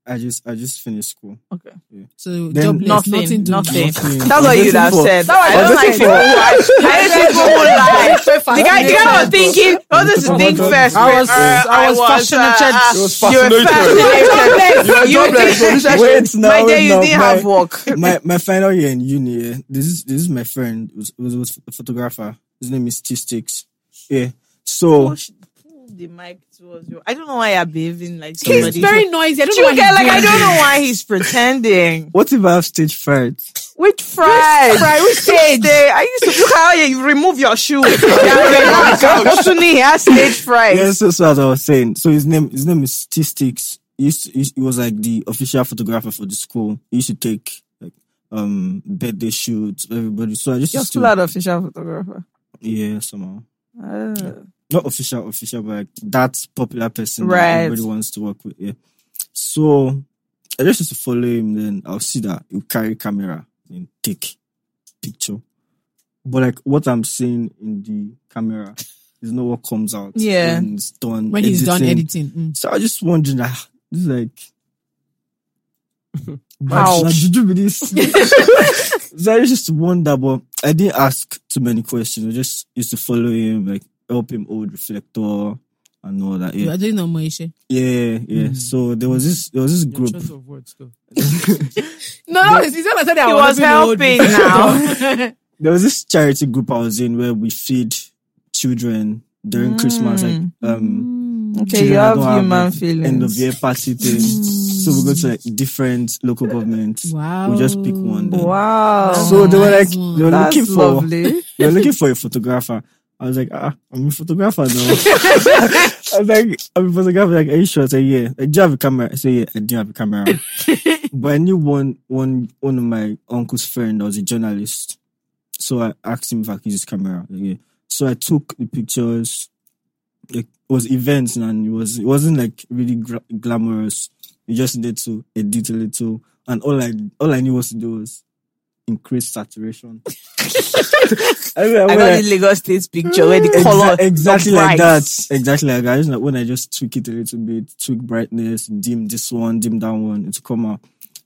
Speaker 1: I just I just finished school.
Speaker 6: Okay.
Speaker 4: So
Speaker 1: Then-
Speaker 4: jobless,
Speaker 6: Nothing.
Speaker 4: nothing, doing.
Speaker 6: nothing.
Speaker 1: Nothing.
Speaker 6: That's what
Speaker 1: Nothing
Speaker 6: you'd have
Speaker 1: for-
Speaker 6: said. I don't like
Speaker 2: *laughs*
Speaker 6: people who lie. I hate people who lie. The guy, the guy was thinking, oh, this is think first.
Speaker 1: I
Speaker 6: Uh, was,
Speaker 4: I was fascinated.
Speaker 6: uh,
Speaker 2: It was
Speaker 6: you were
Speaker 2: fascinated.
Speaker 6: fascinated. You were
Speaker 1: Wait, no,
Speaker 6: My
Speaker 1: wait,
Speaker 6: dear, you
Speaker 1: no,
Speaker 6: didn't
Speaker 1: my-
Speaker 6: have work.
Speaker 1: my my final year in uni, yeah, this is this is my friend was was, was a photographer. His name is T Sticks. Yeah. So
Speaker 6: Push- pull Oh, the mic towards you. I don't know why you're behaving like
Speaker 4: He's
Speaker 6: somebody.
Speaker 4: very noisy. I don't know
Speaker 6: Chuka,
Speaker 4: what he's
Speaker 6: like I
Speaker 4: doing.
Speaker 6: don't know why he's pretending.
Speaker 1: what if I have stage fright?
Speaker 6: Which fries? *laughs* Which stage? I used to look at how you remove your shoe. *laughs* Sunni has stage fries.
Speaker 1: Yes, that's what I was saying. So his name his name is T Sticks. He, used to- he- he was like the official photographer for the school. He used to take like um birthday shoots, everybody. So I just
Speaker 6: You're
Speaker 1: used to,
Speaker 6: still an official photographer.
Speaker 1: yeah somehow
Speaker 6: Ah.
Speaker 1: not official official, but like that popular person
Speaker 6: Right.
Speaker 1: that everybody wants to work with. Yeah. So I just used to follow him. Then I'll see that he'll carry camera and take picture. But like what I'm seeing in the camera is not what comes out.
Speaker 6: Yeah.
Speaker 1: When it's done.
Speaker 4: When he's done
Speaker 1: editing.
Speaker 4: editing. Mm.
Speaker 1: So I was just wondering, ah, this is like,
Speaker 6: Ouch.
Speaker 1: how did you do
Speaker 6: *laughs*
Speaker 1: this? so I just wonder, but I didn't ask too many questions. I just used to follow him, like help him hold reflector and all that.
Speaker 4: You
Speaker 1: Yeah,
Speaker 4: are doing no Moeshe.
Speaker 1: yeah, yeah. So there was this, there was this group.
Speaker 4: *laughs* No, no, he's not said that
Speaker 6: He
Speaker 4: I
Speaker 6: was helping now.
Speaker 1: There was this charity group I was in where we feed children during Christmas,
Speaker 6: Hmm.
Speaker 1: like um.
Speaker 6: okay,
Speaker 1: children
Speaker 6: you have
Speaker 1: don't have
Speaker 6: human
Speaker 1: like
Speaker 6: feelings.
Speaker 1: End of year party thing. so we go to like
Speaker 6: Hmm.
Speaker 1: different local governments.
Speaker 4: Wow.
Speaker 1: We just pick one. then-
Speaker 6: Wow.
Speaker 1: So they were like,
Speaker 4: Nice
Speaker 1: they
Speaker 4: one.
Speaker 1: were
Speaker 6: That's
Speaker 1: looking for
Speaker 6: lovely.
Speaker 1: They were looking for a photographer. I was like, ah, I'm a photographer now. *laughs* I was like, I'm a photographer. Like, are you sure? I said, yeah. Like, do you have a camera? I said, yeah, I do have a
Speaker 6: *laughs*
Speaker 1: camera. but I knew one, one, one of my uncle's friend that was a journalist. So I asked him if I could use his camera. Like, yeah. So I took the pictures. Like, it was events and it was, it wasn't like really gra- glamorous. You just needed to edit a little. And all I, all I knew was to do was increase saturation.
Speaker 6: *laughs*
Speaker 1: *laughs* I mean,
Speaker 6: I
Speaker 1: when I-
Speaker 6: got the Lagos State picture where the
Speaker 1: Exa-
Speaker 6: color
Speaker 1: exactly
Speaker 6: not
Speaker 1: like
Speaker 6: bright.
Speaker 1: that. Exactly like that. Just like when I just tweak it a little bit, tweak brightness, dim this one, dim that one, it'll come out.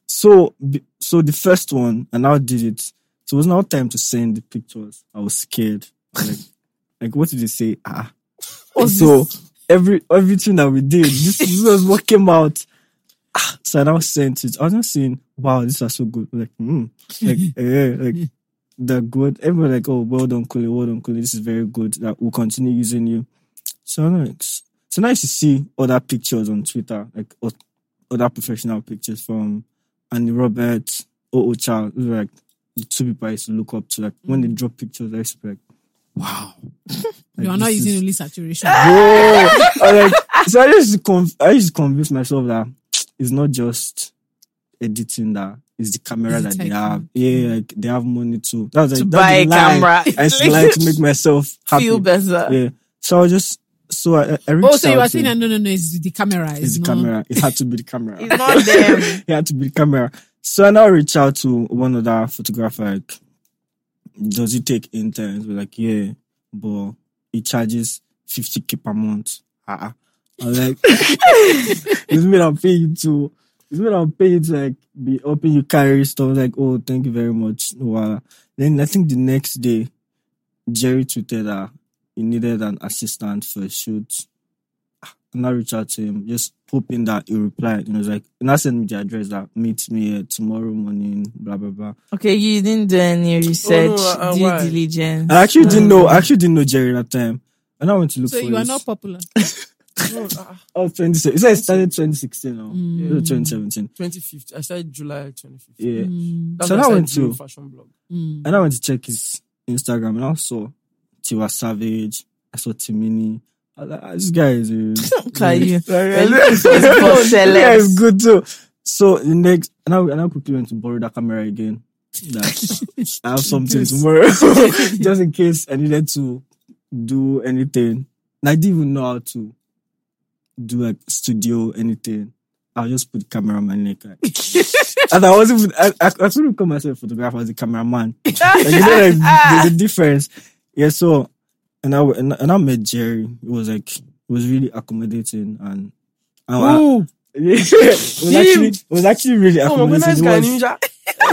Speaker 1: So, b- so the first one, and I did it. So it was not time to send the pictures. I was scared. I was Like, *laughs* like what did they say? Ah. *laughs* So every everything that we did, this, this was what came out. Ah, so I now sent it. I was not saying, wow, these are so good. Like, mm, like, *laughs* eh, like they're good. Everyone like, oh, well done, Kule, well done, Kule. This is very good. That we'll continue using you. So I'm like, s- so nice to see other pictures on Twitter, like o- other professional pictures from Annie Roberts, Oh Child. Those were like the two people I used to look up to. Like when they drop pictures, I used to be like, wow.
Speaker 4: Mm. *laughs* You are
Speaker 1: Like,
Speaker 4: not
Speaker 1: this
Speaker 4: using
Speaker 1: is-
Speaker 4: only saturation.
Speaker 1: Bro, I like, so I just conf- I just convince myself that it's not just editing that it's the camera
Speaker 4: It's the
Speaker 1: that they
Speaker 4: tech.
Speaker 1: have. Yeah, like they have money to that was like
Speaker 6: to
Speaker 1: that was
Speaker 6: buy a
Speaker 1: the lie.
Speaker 6: camera.
Speaker 4: *laughs*
Speaker 1: I just like to make myself happy.
Speaker 6: feel better.
Speaker 1: Yeah. So I was just so I, I reached
Speaker 4: Oh, so you
Speaker 1: out
Speaker 4: are
Speaker 1: to
Speaker 4: saying that no, no, no, it's the camera. It's,
Speaker 1: it's the
Speaker 4: not-
Speaker 1: camera. It had to be the
Speaker 4: *laughs*
Speaker 1: camera.
Speaker 6: It's not
Speaker 7: *laughs*
Speaker 6: them.
Speaker 1: it had to be the camera. So I now reach out to one other photographer. Like, does it take interns? We're like, yeah, but he charges fifty k per month. Ah, ah. I'm like, *laughs* it's me that pay you to. It's me that pay you to like be helping you carry stuff. Like, oh, thank you very much. Voila. Then I think the next day, Jerry tweeted that he needed an assistant for a shoot. And I reached out to him, just hoping that he replied. And he was like, and I sent me the address that meet me here tomorrow morning, blah, blah, blah.
Speaker 6: Okay, you didn't do any research,
Speaker 2: uh,
Speaker 6: due
Speaker 2: why?
Speaker 6: diligence.
Speaker 1: I actually didn't know, I actually didn't know Jerry that time. And I went to look
Speaker 4: So
Speaker 1: for
Speaker 4: you are
Speaker 1: his-
Speaker 4: not popular.
Speaker 2: Ah,
Speaker 1: I was 26. He said it started 2016 or
Speaker 4: Mm.
Speaker 1: 2017.
Speaker 2: 2015. I started July 2015.
Speaker 1: Yeah.
Speaker 4: Mm,
Speaker 2: That's
Speaker 1: So
Speaker 2: when
Speaker 1: that
Speaker 2: I
Speaker 1: went
Speaker 2: started doing
Speaker 1: to-
Speaker 2: fashion blog.
Speaker 4: mm.
Speaker 1: And I went to check his Instagram and I saw Tiwa Savage. I saw Timini. I was like, "Ah, this guy is a,
Speaker 6: Look
Speaker 1: *laughs*
Speaker 6: at you.
Speaker 1: Like,
Speaker 6: It's for celebs.
Speaker 1: yeah, it's good too. So the next, and I, and I quickly went to borrow that camera again. That I have something tomorrow, just in case I needed to do anything. And I didn't even know how to do like studio anything. I'll just put cameraman neck.
Speaker 2: *laughs*
Speaker 1: and I wasn't, even- I, I, I couldn't call myself a photographer as a
Speaker 2: *laughs*
Speaker 1: cameraman. Like, you know, like, there's a difference. Yeah, so, and I, and, and I met Jerry. It was like, it was really accommodating and, and I-
Speaker 2: Ooh,
Speaker 1: yeah, *laughs* it was actually, it was actually really
Speaker 2: oh my goodness,
Speaker 1: accommodating.
Speaker 2: guy
Speaker 1: It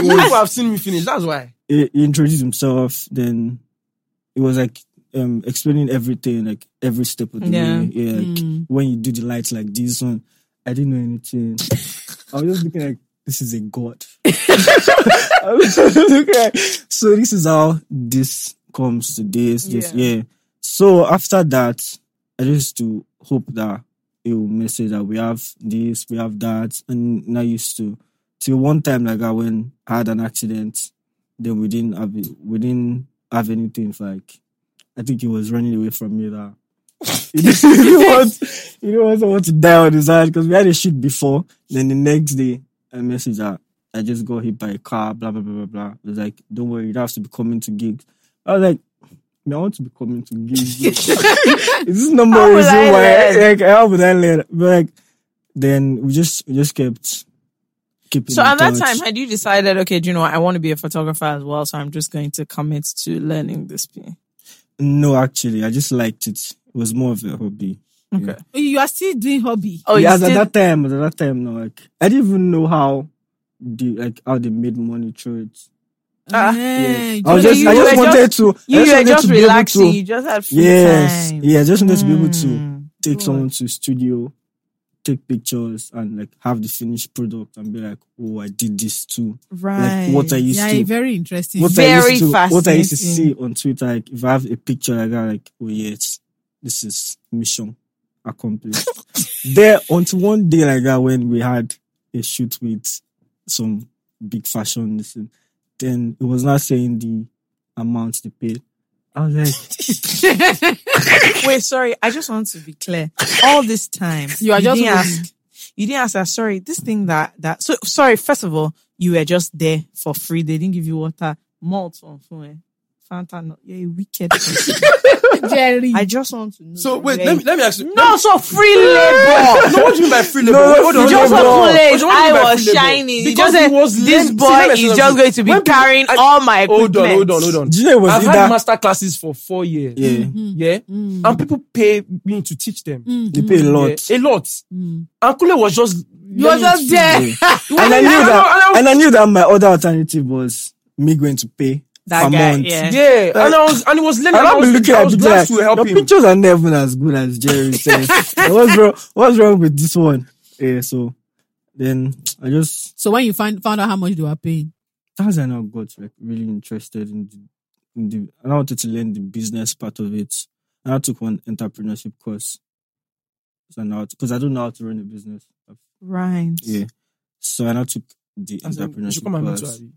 Speaker 1: was-
Speaker 2: ninja. You people have seen me finish. That's why.
Speaker 1: he, he introduced himself. Then it was like um, explaining everything, like every step of the
Speaker 7: Yeah.
Speaker 1: way. Yeah, like, when you do the lights like this one, I didn't know anything. I was just looking like this is a god. *laughs* I was just looking like, so this is how this comes to this. This yeah. So after that, I just to hope that it will message that we have this, we have that, and now used to. Till one time, like I went, I had an accident then we didn't have it- we didn't have anything for like I think he was running away from me that *laughs* he didn't want he didn't want someone to die on his hand because we had a shoot before. Then the next day I messaged her. I just got hit by a car, blah blah blah blah blah. It was like, don't worry, you don't have to be coming to gigs. I was like, me, I want to be coming to
Speaker 7: *laughs*
Speaker 1: gigs. Is this number
Speaker 7: How
Speaker 1: one
Speaker 7: will
Speaker 1: reason why?
Speaker 7: I learn?
Speaker 1: Like, how would I learn? But like, then we just we just kept keeping.
Speaker 7: So
Speaker 1: in
Speaker 7: at that
Speaker 1: touch.
Speaker 7: time, had you decided, okay, do you know what? I want to be a photographer as well, so I'm just going to commit to learning this thing.
Speaker 1: No, actually, I just liked it. It was more of a hobby. Okay.
Speaker 4: Oh, You are still doing hobby.
Speaker 7: Oh,
Speaker 1: yeah,
Speaker 7: you
Speaker 1: at
Speaker 7: still,
Speaker 1: that time, at that time, no, like I didn't even know how the like how they made money through it.
Speaker 7: Ah.
Speaker 4: Eh,
Speaker 1: I was
Speaker 7: So
Speaker 1: just,
Speaker 7: you
Speaker 1: I just
Speaker 7: were
Speaker 1: wanted to.
Speaker 7: you
Speaker 1: I just
Speaker 7: were
Speaker 1: wanted
Speaker 7: just
Speaker 1: to be able
Speaker 7: relaxing.
Speaker 1: To,
Speaker 7: You just had free
Speaker 1: yes,
Speaker 7: time.
Speaker 1: yeah, I just wanted to be able to
Speaker 7: Mm.
Speaker 1: take someone to studio, take pictures, and like have the finished product, and be like, oh, I did this too.
Speaker 7: Right.
Speaker 1: Like what I used
Speaker 4: yeah,
Speaker 1: to.
Speaker 4: very interesting.
Speaker 1: what I
Speaker 7: Very
Speaker 1: used to, what I used to see
Speaker 7: fascinating.
Speaker 1: on Twitter, like if I have a picture like that, like oh yes, this is mission
Speaker 7: *laughs*
Speaker 1: accomplished. there until one day like that when we had a shoot with some big fashion, this and- then it was not saying the amount they paid. I was like,
Speaker 7: *laughs* Wait, sorry. I just want to be clear. All this time,
Speaker 4: You are just
Speaker 7: didn't
Speaker 4: waiting.
Speaker 7: ask. You didn't ask that. Sorry, this thing that that. So sorry. First of all, you were just there for free. They didn't give you water, malt on phone. Fanta, no, you're a wicked. person. *laughs*
Speaker 4: Jerry.
Speaker 7: I just want to know.
Speaker 2: So
Speaker 7: that
Speaker 2: wait,
Speaker 7: you're
Speaker 2: let
Speaker 7: a-
Speaker 2: me let me ask you.
Speaker 7: No, so free labor.
Speaker 2: No, what do you mean by free labor?
Speaker 1: No,
Speaker 2: What- what do
Speaker 1: free
Speaker 2: you mean
Speaker 7: Just
Speaker 2: by
Speaker 1: labor.
Speaker 2: free labor?
Speaker 7: for
Speaker 2: What do
Speaker 7: foolish,
Speaker 2: you mean
Speaker 7: I
Speaker 2: by
Speaker 7: was
Speaker 2: free labor?
Speaker 7: shining.
Speaker 2: Because
Speaker 7: he just
Speaker 2: he was
Speaker 7: said, this
Speaker 2: learning-
Speaker 7: boy
Speaker 2: See, let me
Speaker 7: is
Speaker 2: explain
Speaker 7: just
Speaker 2: something.
Speaker 7: going to be
Speaker 2: When people- Oh,
Speaker 7: carrying
Speaker 2: I-
Speaker 7: all my equipment.
Speaker 2: Hold on, hold on, hold on.
Speaker 1: do you know it was
Speaker 2: I've
Speaker 1: either
Speaker 2: had master classes for four years.
Speaker 1: yeah,
Speaker 7: Mm-hmm.
Speaker 2: Yeah. And people pay me to teach them.
Speaker 1: they pay a lot.
Speaker 2: Yeah, a lot.
Speaker 7: Mm-hmm.
Speaker 2: And Kule was just.
Speaker 4: you are just there.
Speaker 7: *laughs*
Speaker 1: And I knew that,
Speaker 2: I don't know, I don't-
Speaker 1: and I knew that my other alternative was me going to pay
Speaker 7: That
Speaker 1: a
Speaker 7: guy,
Speaker 1: month.
Speaker 7: yeah.
Speaker 2: Yeah. and I was, and he was learning.
Speaker 1: And
Speaker 2: I
Speaker 1: I'll be
Speaker 2: was,
Speaker 1: looking
Speaker 2: I
Speaker 1: at
Speaker 2: was
Speaker 1: the
Speaker 2: glad
Speaker 1: glass.
Speaker 2: to help
Speaker 1: Your
Speaker 2: him.
Speaker 1: pictures are never as good as Jerry
Speaker 2: *laughs*
Speaker 1: says. And what's wrong? What's wrong with this one? Yeah, so then I just
Speaker 4: so when you find found out how much they were paying,
Speaker 1: that's when I got like really interested in the, in the and I wanted to learn the business part of it. And I took one entrepreneurship course. So now because I don't know how to run a business.
Speaker 7: Right.
Speaker 1: Yeah. So and I took the
Speaker 2: I was like, you
Speaker 1: entrepreneurship
Speaker 2: should come and meet
Speaker 1: course.
Speaker 2: you,
Speaker 7: my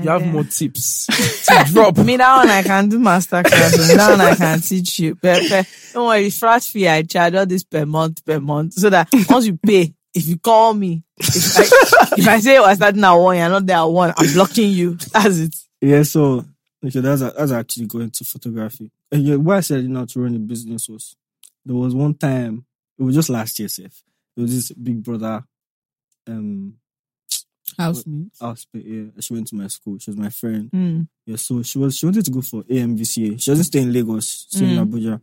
Speaker 2: Abi. You have
Speaker 7: dear.
Speaker 2: more
Speaker 1: *laughs*
Speaker 2: tips to drop.
Speaker 7: Me that one I can do master class. and *laughs* that one I can teach you. Per, per, don't worry, flat fee I charge all this per month, per month, so that once you pay, if you call me, if I, if I say oh, I starting at one, you're not there at one, I'm blocking you. *laughs* That's it.
Speaker 1: Yeah, so okay, that's that's actually going to photography. And yeah, why I said you know to run a business was there was one time it was just last year, Seth. It was this big brother um
Speaker 4: housemate.
Speaker 1: house yeah, she went to my school. She was my friend.
Speaker 7: Mm.
Speaker 1: Yeah, so she was she wanted to go for AMVCA. She doesn't stay in Lagos, she's in
Speaker 7: Mm.
Speaker 1: Abuja.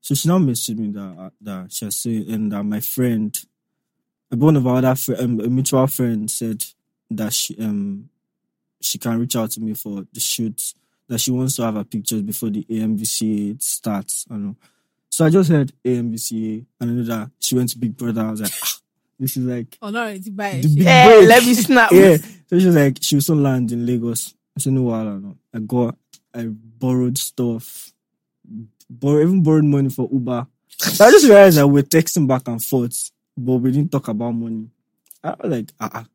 Speaker 1: So she now messaged me that uh, that she has said and that my friend, uh, one of our other fri um, a mutual friend said that she um she can reach out to me for the shoot that she wants to have her pictures before the AMVCA starts. I know. So I just heard AMVCA and I know that she went to Big Brother. I was like, ah, this is like
Speaker 7: *laughs*
Speaker 4: Oh no, it's by
Speaker 1: the big
Speaker 7: Hey,
Speaker 1: break.
Speaker 7: Eh, let me snap.
Speaker 1: Yeah. So she was like, she was still land in Lagos. I said, no, wahala, no. I got, I borrowed stuff, borrow, even borrowed money for Uber. So I just realized that we're texting back and forth, but we didn't talk about money. I was like, ah, ah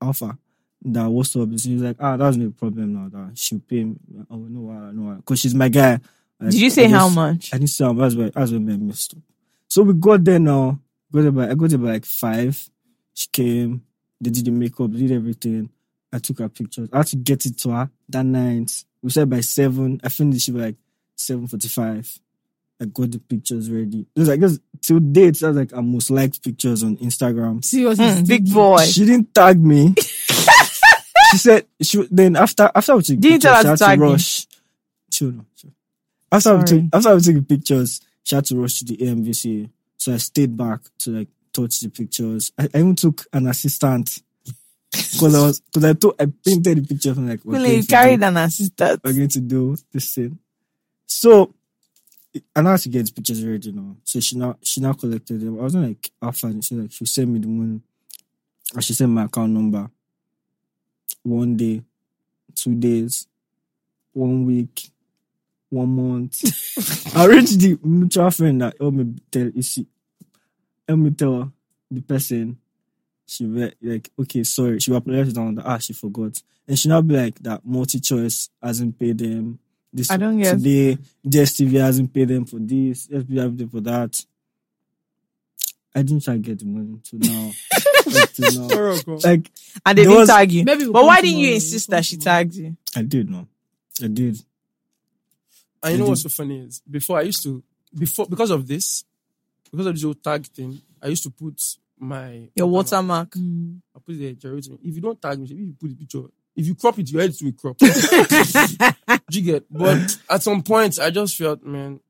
Speaker 1: Alpha, that what's up? She was like, ah, that's no problem now. That she'll pay me. Oh, no, wahala, no, wahala. Cause she's my guy. Like,
Speaker 7: Did you
Speaker 1: I
Speaker 7: say how
Speaker 1: just-
Speaker 7: much?
Speaker 1: I didn't see him. That's where that's where me messed up. So we got there now. Got there by I got there by like five. She came. They did the makeup. They did everything. I took her pictures. I had to get it to her that night. We said by seven. I finished it by like seven forty-five. I got the pictures ready. It was like this, till date, that's like our most liked pictures on Instagram.
Speaker 4: Seriously,
Speaker 7: Hmm,
Speaker 6: Big boy.
Speaker 1: She didn't tag
Speaker 6: *laughs*
Speaker 1: me. she said she then after after we took
Speaker 6: Didn't tell
Speaker 1: pictures,
Speaker 6: her
Speaker 1: she
Speaker 6: to
Speaker 1: had
Speaker 6: tag
Speaker 1: to
Speaker 6: you.
Speaker 1: rush. Chill, now, chill. After we took
Speaker 6: Sorry.
Speaker 1: after we took the pictures, she had to rush to the AMVCA. So I stayed back to like touch the pictures. I, I even took an assistant *laughs* because I was because I told I painted the picture from like we're
Speaker 6: Really,
Speaker 1: going
Speaker 6: you
Speaker 1: to
Speaker 6: carried
Speaker 1: do-
Speaker 6: an assistant.
Speaker 1: we're going to do this thing. So I now had to get the pictures ready now. So she now she now collected them. I was not like how far she like she sent me the money. And she sent my account number. One day, two days, one week, one month. I reached the mutual friend that helped me tell you see help me tell the person she be like, okay, sorry. She apologized down that ah she forgot. And she now be like that multi choice hasn't paid them. This
Speaker 6: I don't get-
Speaker 1: today, DSTV hasn't paid them for this, SB hasn't paid for that. I didn't try to get the money to
Speaker 6: *laughs*
Speaker 1: now. Up to now. Like
Speaker 6: And they
Speaker 1: There
Speaker 6: didn't
Speaker 1: was-
Speaker 6: tag you.
Speaker 4: Maybe we'll
Speaker 6: but
Speaker 4: come
Speaker 6: why didn't
Speaker 4: tomorrow,
Speaker 6: you
Speaker 4: we'll
Speaker 6: insist
Speaker 4: come
Speaker 6: that she
Speaker 4: tomorrow.
Speaker 6: tagged you?
Speaker 1: I did no. I did.
Speaker 2: And you know what's so funny is before I used to before because of this, because of this whole tag thing, I used to put my
Speaker 1: Uh,
Speaker 6: Your watermark.
Speaker 4: Mm.
Speaker 2: I put the generator. If you don't tag me, if you put the picture, if you crop it, your head will *laughs* crop. Do you get? But at some point, I just felt, man.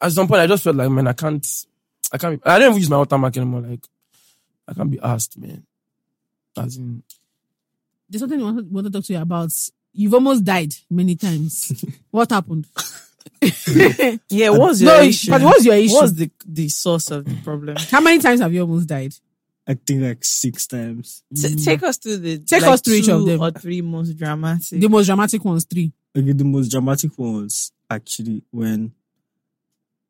Speaker 2: At some point, I just felt like, man, I can't, I can't. Be, I don't even use my watermark anymore. Like, I can't be asked, man. As in,
Speaker 4: There's something I wanted, wanted to talk to you about. You've almost died many times. what happened?
Speaker 6: Yeah,
Speaker 7: Uh,
Speaker 6: what's your
Speaker 4: No,
Speaker 6: issue?
Speaker 4: but what's your issue?
Speaker 6: What's the the source of the problem?
Speaker 4: How many times have you almost died?
Speaker 1: I think like six times.
Speaker 6: T- take us through the
Speaker 4: Mm. Take us through each of
Speaker 6: two
Speaker 4: them.
Speaker 6: or three most dramatic.
Speaker 4: The most dramatic one's three.
Speaker 1: Okay, the most dramatic one was actually when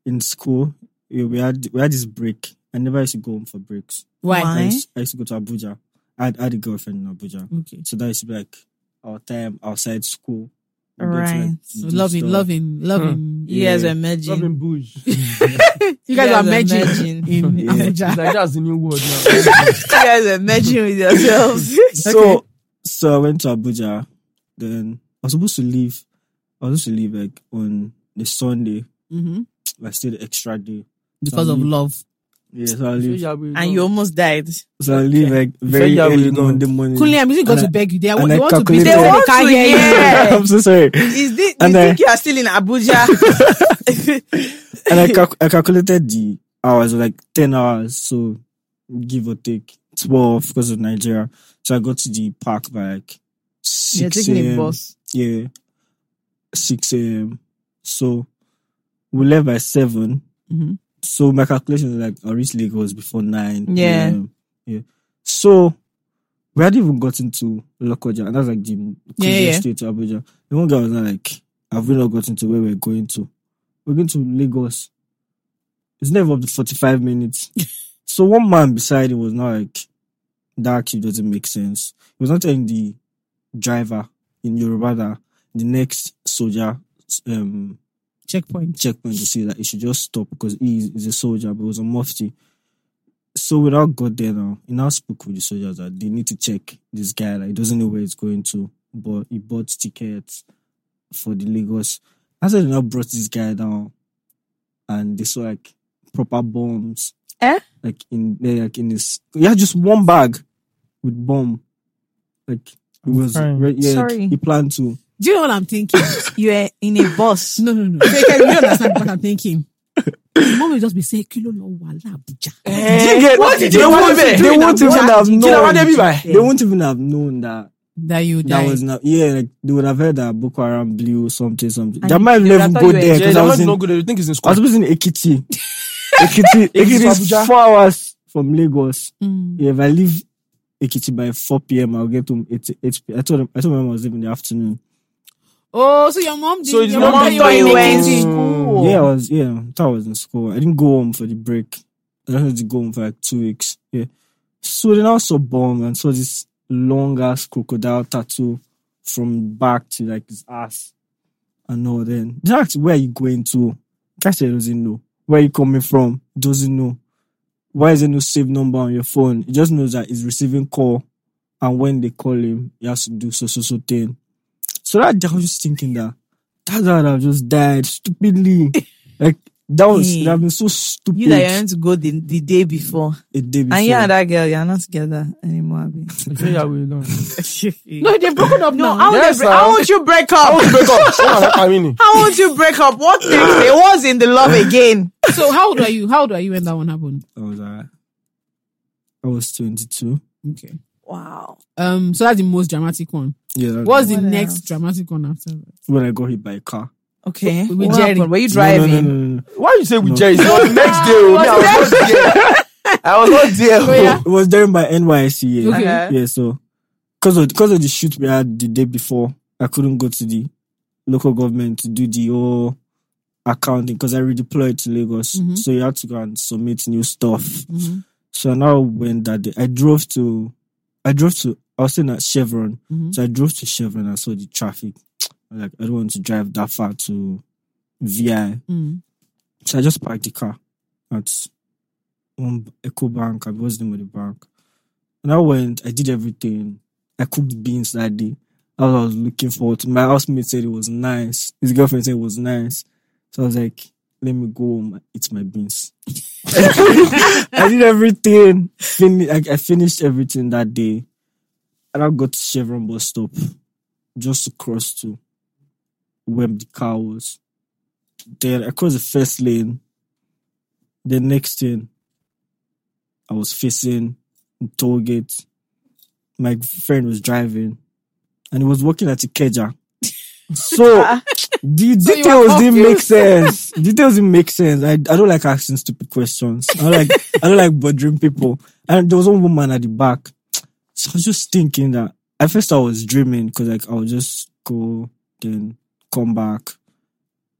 Speaker 1: in school we we had we had this break. I never used to go home for breaks.
Speaker 4: Why?
Speaker 6: Why?
Speaker 1: I used, I used to go to Abuja. I had, I had a girlfriend in Abuja,
Speaker 4: Okay.
Speaker 1: so that used to be like our time outside school.
Speaker 6: Right.
Speaker 4: So loving, loving, loving.
Speaker 7: Hmm.
Speaker 6: Years
Speaker 1: Yeah.
Speaker 6: were merging.
Speaker 2: loving bush. *laughs*
Speaker 4: You guys are merging *laughs*
Speaker 6: merging.
Speaker 4: in
Speaker 1: Yeah.
Speaker 4: Abuja.
Speaker 2: like that's the new word now. *laughs*
Speaker 6: you guys are merging
Speaker 4: *laughs*
Speaker 6: with yourselves.
Speaker 1: So so I went to Abuja. Then I was supposed to leave. I was supposed to leave like on the Sunday.
Speaker 4: hmm
Speaker 1: I stayed the extra day.
Speaker 4: Because of
Speaker 1: Some-
Speaker 4: love.
Speaker 1: Yeah, so I leave.
Speaker 6: and you almost died.
Speaker 1: So I leave like very
Speaker 2: yeah, we
Speaker 1: early
Speaker 2: know.
Speaker 1: Monday morning.
Speaker 4: Kunle, I'm using God
Speaker 1: Hmm. And
Speaker 4: to
Speaker 1: I-
Speaker 4: beg you. They,
Speaker 1: and
Speaker 4: they
Speaker 1: I
Speaker 4: want to be
Speaker 1: calculated-
Speaker 4: there.
Speaker 1: They
Speaker 4: They
Speaker 6: want
Speaker 4: can't
Speaker 6: to,
Speaker 4: hear you.
Speaker 1: *laughs*
Speaker 6: yeah.
Speaker 1: I'm so sorry.
Speaker 6: *laughs* Is this, you
Speaker 1: And I-
Speaker 6: think you are still
Speaker 4: *laughs*
Speaker 6: in Abuja? *laughs*
Speaker 1: and I, calc- I calculated the hours like 10 hours so give or take 12 because of nigeria so i got to the park by like 6 a.m yeah 6 a.m so we left by 7
Speaker 4: Mhm.
Speaker 1: so my calculation was like i reached lagos before 9
Speaker 6: Yeah.
Speaker 1: a.m. yeah so we hadn't even gotten to Lokoja, and that's like the closest
Speaker 4: Yeah, yeah.
Speaker 1: state to Abuja. The one guy was not like, Have we not gotten to where we're going to? We're going to Lagos. It's never up to 45
Speaker 4: *laughs*
Speaker 1: minutes. so one man beside him was not like, That actually doesn't make sense. He was not telling the driver in Yoruba that the next soldier um,
Speaker 4: Checkpoint.
Speaker 1: checkpoint to say that he should just stop because he is, is a soldier, but he was a mufti. So when I got there now, he now spoke with the soldiers that they need to check this guy. Like he doesn't know where he's going to, but he bought tickets for the Lagos. I said they now brought this guy down, and they saw like proper bombs,
Speaker 6: Eh?
Speaker 1: like in there, like in this. Yeah, just one bag with bomb. Like it was,
Speaker 2: crying.
Speaker 1: re- yeah, like,
Speaker 6: Sorry.
Speaker 1: he planned to.
Speaker 4: Do you know what I'm thinking?
Speaker 6: You were in a bus.
Speaker 4: No, no, no. They can, you understand what I'm thinking. Your Mom will just be saying, Kilo no wala Abuja.
Speaker 2: Eh, What did you
Speaker 1: they
Speaker 2: want
Speaker 1: won't,
Speaker 2: to be?
Speaker 1: they won't even have
Speaker 2: Kí la wá débi
Speaker 1: known.
Speaker 2: báyìí?
Speaker 1: They won't even have known that
Speaker 4: That you
Speaker 1: That
Speaker 4: die.
Speaker 1: was not yeah. Like they would have heard that Boko Haram blew something something.
Speaker 6: And
Speaker 1: That
Speaker 6: you-
Speaker 1: might
Speaker 6: you would
Speaker 1: not
Speaker 6: have
Speaker 1: even
Speaker 6: thought
Speaker 1: go
Speaker 6: you were
Speaker 1: there because I was
Speaker 2: German
Speaker 1: in.
Speaker 2: no good. You think it's in
Speaker 1: I was
Speaker 2: school?
Speaker 1: supposed to be in
Speaker 6: *laughs*
Speaker 1: Ekiti. Ekiti, Ekiti is
Speaker 2: Abuja.
Speaker 1: four hours from Lagos.
Speaker 4: Mm.
Speaker 1: Yeah, if I leave Ekiti by four p.m., I'll get home eight eight p.m. I told him I told my mom I was leaving in the afternoon.
Speaker 4: Oh, so your mom did.
Speaker 2: So it's
Speaker 4: your
Speaker 2: not
Speaker 4: mom
Speaker 2: that
Speaker 4: thought
Speaker 2: you
Speaker 4: you were
Speaker 2: were in
Speaker 4: eating.
Speaker 6: school.
Speaker 1: Yeah, I was yeah. I thought I was in school. I didn't go home for the break. I had to go home for like two weeks. Yeah. So then I was so bummed and saw this long ass crocodile tattoo from back to like his ass. And all then they asked where are you going to? Guy said he doesn't know. Where are you coming from? Doesn't know. Why is there no save number on your phone? He just knows that he's receiving call and when they call him, he has to do so so so thing.
Speaker 6: *laughs*
Speaker 1: So that day I was just thinking that that's how I just died stupidly. like That was
Speaker 6: Yeah.
Speaker 1: they have been so stupid.
Speaker 6: You that you're going to go the, the day before.
Speaker 1: a day before.
Speaker 6: And you and that girl, you're not together
Speaker 4: *laughs*
Speaker 6: anymore,
Speaker 1: *laughs*
Speaker 6: Abby.
Speaker 4: No, they've broken up
Speaker 6: no,
Speaker 4: now.
Speaker 6: how, would
Speaker 2: Yes,
Speaker 6: they break- how
Speaker 2: now.
Speaker 6: would you break up?
Speaker 1: *laughs*
Speaker 2: Break up. Oh, I mean it.
Speaker 6: How would you break up? What next? It was in the love again.
Speaker 4: so how old are you? How old are you when that one happened?
Speaker 1: I was uh, I was twenty two.
Speaker 4: Okay.
Speaker 6: Wow.
Speaker 4: Um. So that's the most dramatic one.
Speaker 1: Yeah, that
Speaker 4: What's the
Speaker 6: What
Speaker 4: next
Speaker 6: else?
Speaker 4: dramatic one after that?
Speaker 1: when I got hit by a car.
Speaker 6: Okay.
Speaker 4: With
Speaker 6: What
Speaker 4: Jerry.
Speaker 6: happened? Were you
Speaker 1: No, no,
Speaker 6: driving?
Speaker 1: No, no, no, no.
Speaker 2: Why you say we
Speaker 1: No.
Speaker 2: Jerry? No, the next day.
Speaker 1: *laughs*
Speaker 2: oh, me, I was not there. I was not there. oh.
Speaker 4: yeah.
Speaker 1: It was during my NYC year.
Speaker 4: Okay.
Speaker 6: Uh-huh.
Speaker 1: Yeah, so because of because of the shoot we had the day before, I couldn't go to the local government to do the whole accounting because I redeployed to Lagos.
Speaker 4: Mhm.
Speaker 1: So you had to go and submit new stuff.
Speaker 4: Mhm.
Speaker 1: So now when that day I drove to I drove to I was staying at Chevron.
Speaker 4: Mhm.
Speaker 1: So I drove to Chevron and saw the traffic. I was like, I don't want to drive that far to VI.
Speaker 4: Mm.
Speaker 1: So I just parked the car at um, Eco Bank. I was the name of the bank. And I went, I did everything. I cooked beans that day. That's what I was looking forward to. My housemate said it was nice. His girlfriend said it was nice. So I was like, let me go home and eat my beans. *laughs* I did everything. Fin- I, I finished everything that day. And I got to Chevron bus stop just to cross to where the car was then I crossed the first lane. The next thing, I was facing the toll gate. My friend was driving, and he was working at
Speaker 4: *laughs*
Speaker 1: Ikeja. So the
Speaker 4: So you
Speaker 1: details
Speaker 4: were
Speaker 1: didn't make
Speaker 4: confused.
Speaker 1: sense. details didn't make sense. I, I don't like asking stupid questions. I don't like I don't like bothering people. And there was one woman at the back. So I was just thinking that at first I was dreaming because like I would just go then come back.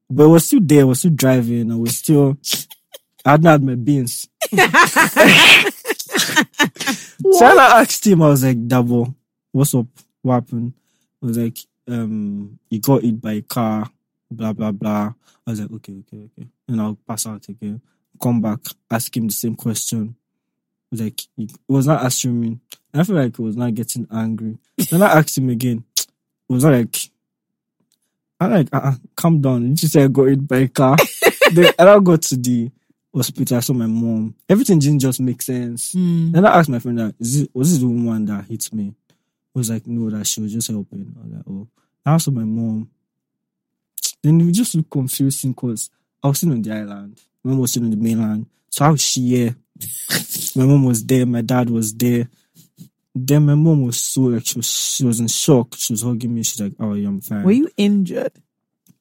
Speaker 1: But we're still there, we're still driving, and we're still I hadn't had my beans. so when I asked him, I was like, Double, what's up? What happened? I was like, um, you got hit by a car, blah blah blah. I was like, okay, okay, okay. And I'll pass out again. Come back, ask him the same question. He was Like he was not assuming. And I feel like he was not getting angry. Then I asked him again. It was not like I like uh, uh calm down. You just said I got hit by a car. then, and I got to the hospital. I saw my mom. Everything didn't just make sense.
Speaker 4: Mm.
Speaker 1: And I asked my friend, that, Is it, was this the woman that hit me? He was like, no, that she was just helping. I was like, oh. I asked my mom. Then we just look confusing because I was still on the island. My mom was still on the mainland. So how is she here? my mom was there. My dad was there. Then my mom was so like she was she was in shock. She was hugging me. She's like, "Oh, yeah, I'm fine."
Speaker 6: Were you injured?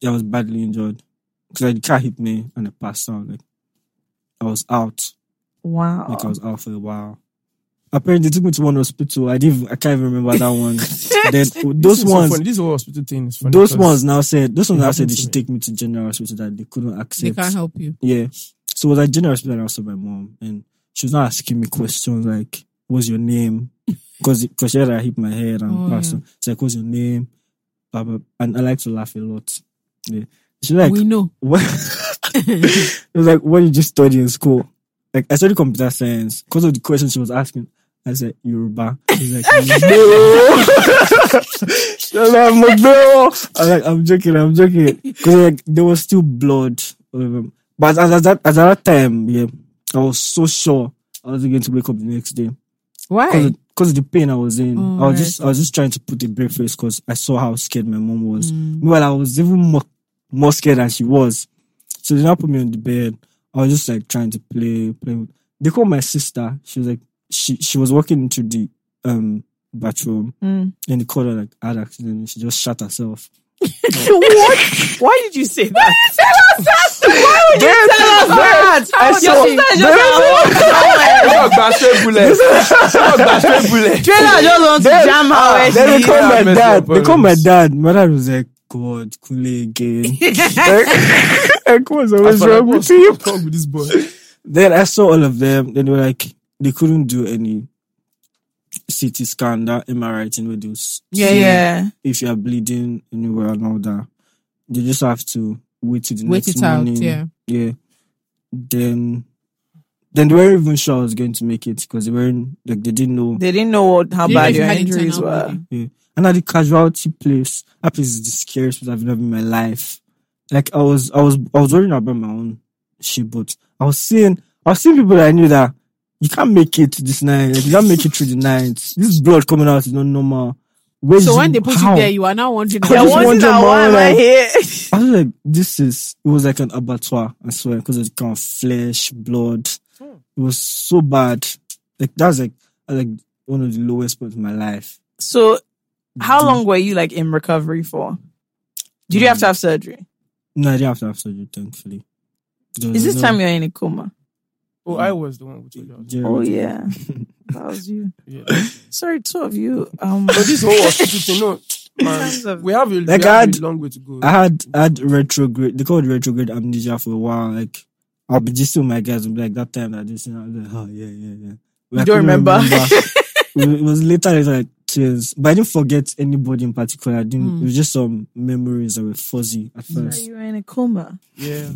Speaker 1: I was badly injured because like, the car hit me and I passed out. Like I was out.
Speaker 6: Wow.
Speaker 1: Like I was out for a while. Apparently, they took me to one hospital. I didn't. I can't even remember that
Speaker 4: *laughs*
Speaker 1: one. then
Speaker 2: This
Speaker 1: those
Speaker 2: is so
Speaker 1: ones,
Speaker 2: funny. This whole hospital thing is funny.
Speaker 1: those
Speaker 2: 'cause *laughs*
Speaker 1: ones now said, those ones now said
Speaker 2: happened
Speaker 1: they
Speaker 2: to
Speaker 1: should
Speaker 2: me.
Speaker 1: take me to general hospital that they couldn't
Speaker 4: They
Speaker 1: accept.
Speaker 4: can't help you.
Speaker 1: Yeah. So I was at general hospital and I saw my mom, and she was not asking me questions like, "What's your
Speaker 4: *laughs*
Speaker 1: name?" Because because she had I hit my head and
Speaker 4: Oh,
Speaker 1: passed
Speaker 4: yeah.
Speaker 1: on. It's like, "What's your name?" Blah, blah. And I like to laugh a lot. Yeah. She like,
Speaker 4: we know.
Speaker 1: what *laughs* it was like what did you study in school like i studied computer science because of the question she was asking i said yoruba she's like no She was like, "I'm like, no *laughs* i'm like i'm joking i'm joking because like there was still blood all over me. but as, as that as at that time yeah i was so sure i was going to wake up the next day
Speaker 4: Why?
Speaker 1: because of the pain I was in.
Speaker 4: Oh,
Speaker 1: I was
Speaker 4: right.
Speaker 1: just I was just trying to put a brave face because I saw how scared my mom was.
Speaker 4: Mm.
Speaker 1: Meanwhile, I was even more more scared than she was. So they now put me on the bed. I was just like trying to play play. with- They called my sister. She was like she she was walking into the um bathroom
Speaker 6: Mm.
Speaker 1: and they called her like had accident and she just shot
Speaker 2: *laughs*
Speaker 1: herself.
Speaker 6: what? Why did you say that?
Speaker 2: I
Speaker 6: Your
Speaker 2: saw.
Speaker 6: sister is just like,
Speaker 2: Wọ́n gba straight bullet. Wọ́n gba straight
Speaker 1: *laughs*
Speaker 2: bullet.
Speaker 6: trailer just want to
Speaker 1: Then-
Speaker 6: jam her. where
Speaker 1: Then
Speaker 6: she
Speaker 1: they
Speaker 6: is.
Speaker 1: called
Speaker 2: yeah,
Speaker 1: my
Speaker 2: messed
Speaker 1: dad.
Speaker 2: up
Speaker 1: They called my
Speaker 2: parents.
Speaker 1: dad. My dad was like, God, Kule
Speaker 4: *laughs*
Speaker 1: again. like, *laughs* like, what's always
Speaker 2: But I
Speaker 1: wrong with
Speaker 2: was
Speaker 1: you?
Speaker 2: wrong with this boy.
Speaker 1: Then I saw all of them. Then they were like, they couldn't do any CT scan, that MRI thing where they would s-
Speaker 6: *laughs* Yeah,
Speaker 1: see
Speaker 6: yeah.
Speaker 1: if you are bleeding anywhere and all that. They just have to wait till the
Speaker 4: Wait
Speaker 1: next
Speaker 4: it out,
Speaker 1: morning.
Speaker 4: yeah.
Speaker 1: yeah. Then, then they weren't even sure I was going to make it because they weren't like they didn't know.
Speaker 6: They didn't know what, how
Speaker 4: Didn't know
Speaker 6: bad
Speaker 4: if you
Speaker 6: your
Speaker 4: had internal
Speaker 6: injuries were.
Speaker 4: bleeding.
Speaker 1: Yeah. And at the casualty place, that place is the scariest place I've ever been in my life. Like I was, I was, I was worrying about my own shit, but I was seeing, I was seeing people that I knew that you can't make it this night. Like, you can't make it through the night. This blood coming out is not normal. Where
Speaker 4: So
Speaker 1: is
Speaker 4: when
Speaker 1: it?
Speaker 4: they put
Speaker 1: How?
Speaker 4: you there, you are now wondering.
Speaker 1: I was
Speaker 4: why-
Speaker 1: wondering,
Speaker 6: Now,
Speaker 1: man,
Speaker 6: why am I
Speaker 1: like,
Speaker 6: here?
Speaker 1: I was like, this is, it was like an abattoir, I swear, because it's kind of flesh, blood.
Speaker 4: Hmm.
Speaker 1: It was so bad. Like, that's like, like one of the lowest points in my life.
Speaker 6: *laughs* So, how long were you like in recovery for? Did you have to have surgery?
Speaker 1: No, I didn't have to have surgery, thankfully. There was
Speaker 6: Is this
Speaker 1: no-
Speaker 6: time you're in a coma?
Speaker 2: Oh, I was the one with you.
Speaker 1: Yeah.
Speaker 6: Oh yeah, that was you.
Speaker 2: Yeah.
Speaker 6: Sorry, two of you. Um,
Speaker 2: But this whole hospital thing, no,
Speaker 6: terms
Speaker 2: man,
Speaker 6: of-
Speaker 2: we have a, we
Speaker 1: Like,
Speaker 2: have
Speaker 1: I
Speaker 2: a
Speaker 1: had-
Speaker 2: long way to go.
Speaker 1: I had I had retrograde. They called it retrograde amnesia for a while. Like I'll be just with my guys and be like that time that this and I was like, oh yeah, yeah, yeah. But I couldn't
Speaker 6: don't remember.
Speaker 1: it was later it was like tears. But I didn't forget anybody in particular. I didn't it was just some memories that were fuzzy at first.
Speaker 6: you were in a coma.
Speaker 2: Yeah.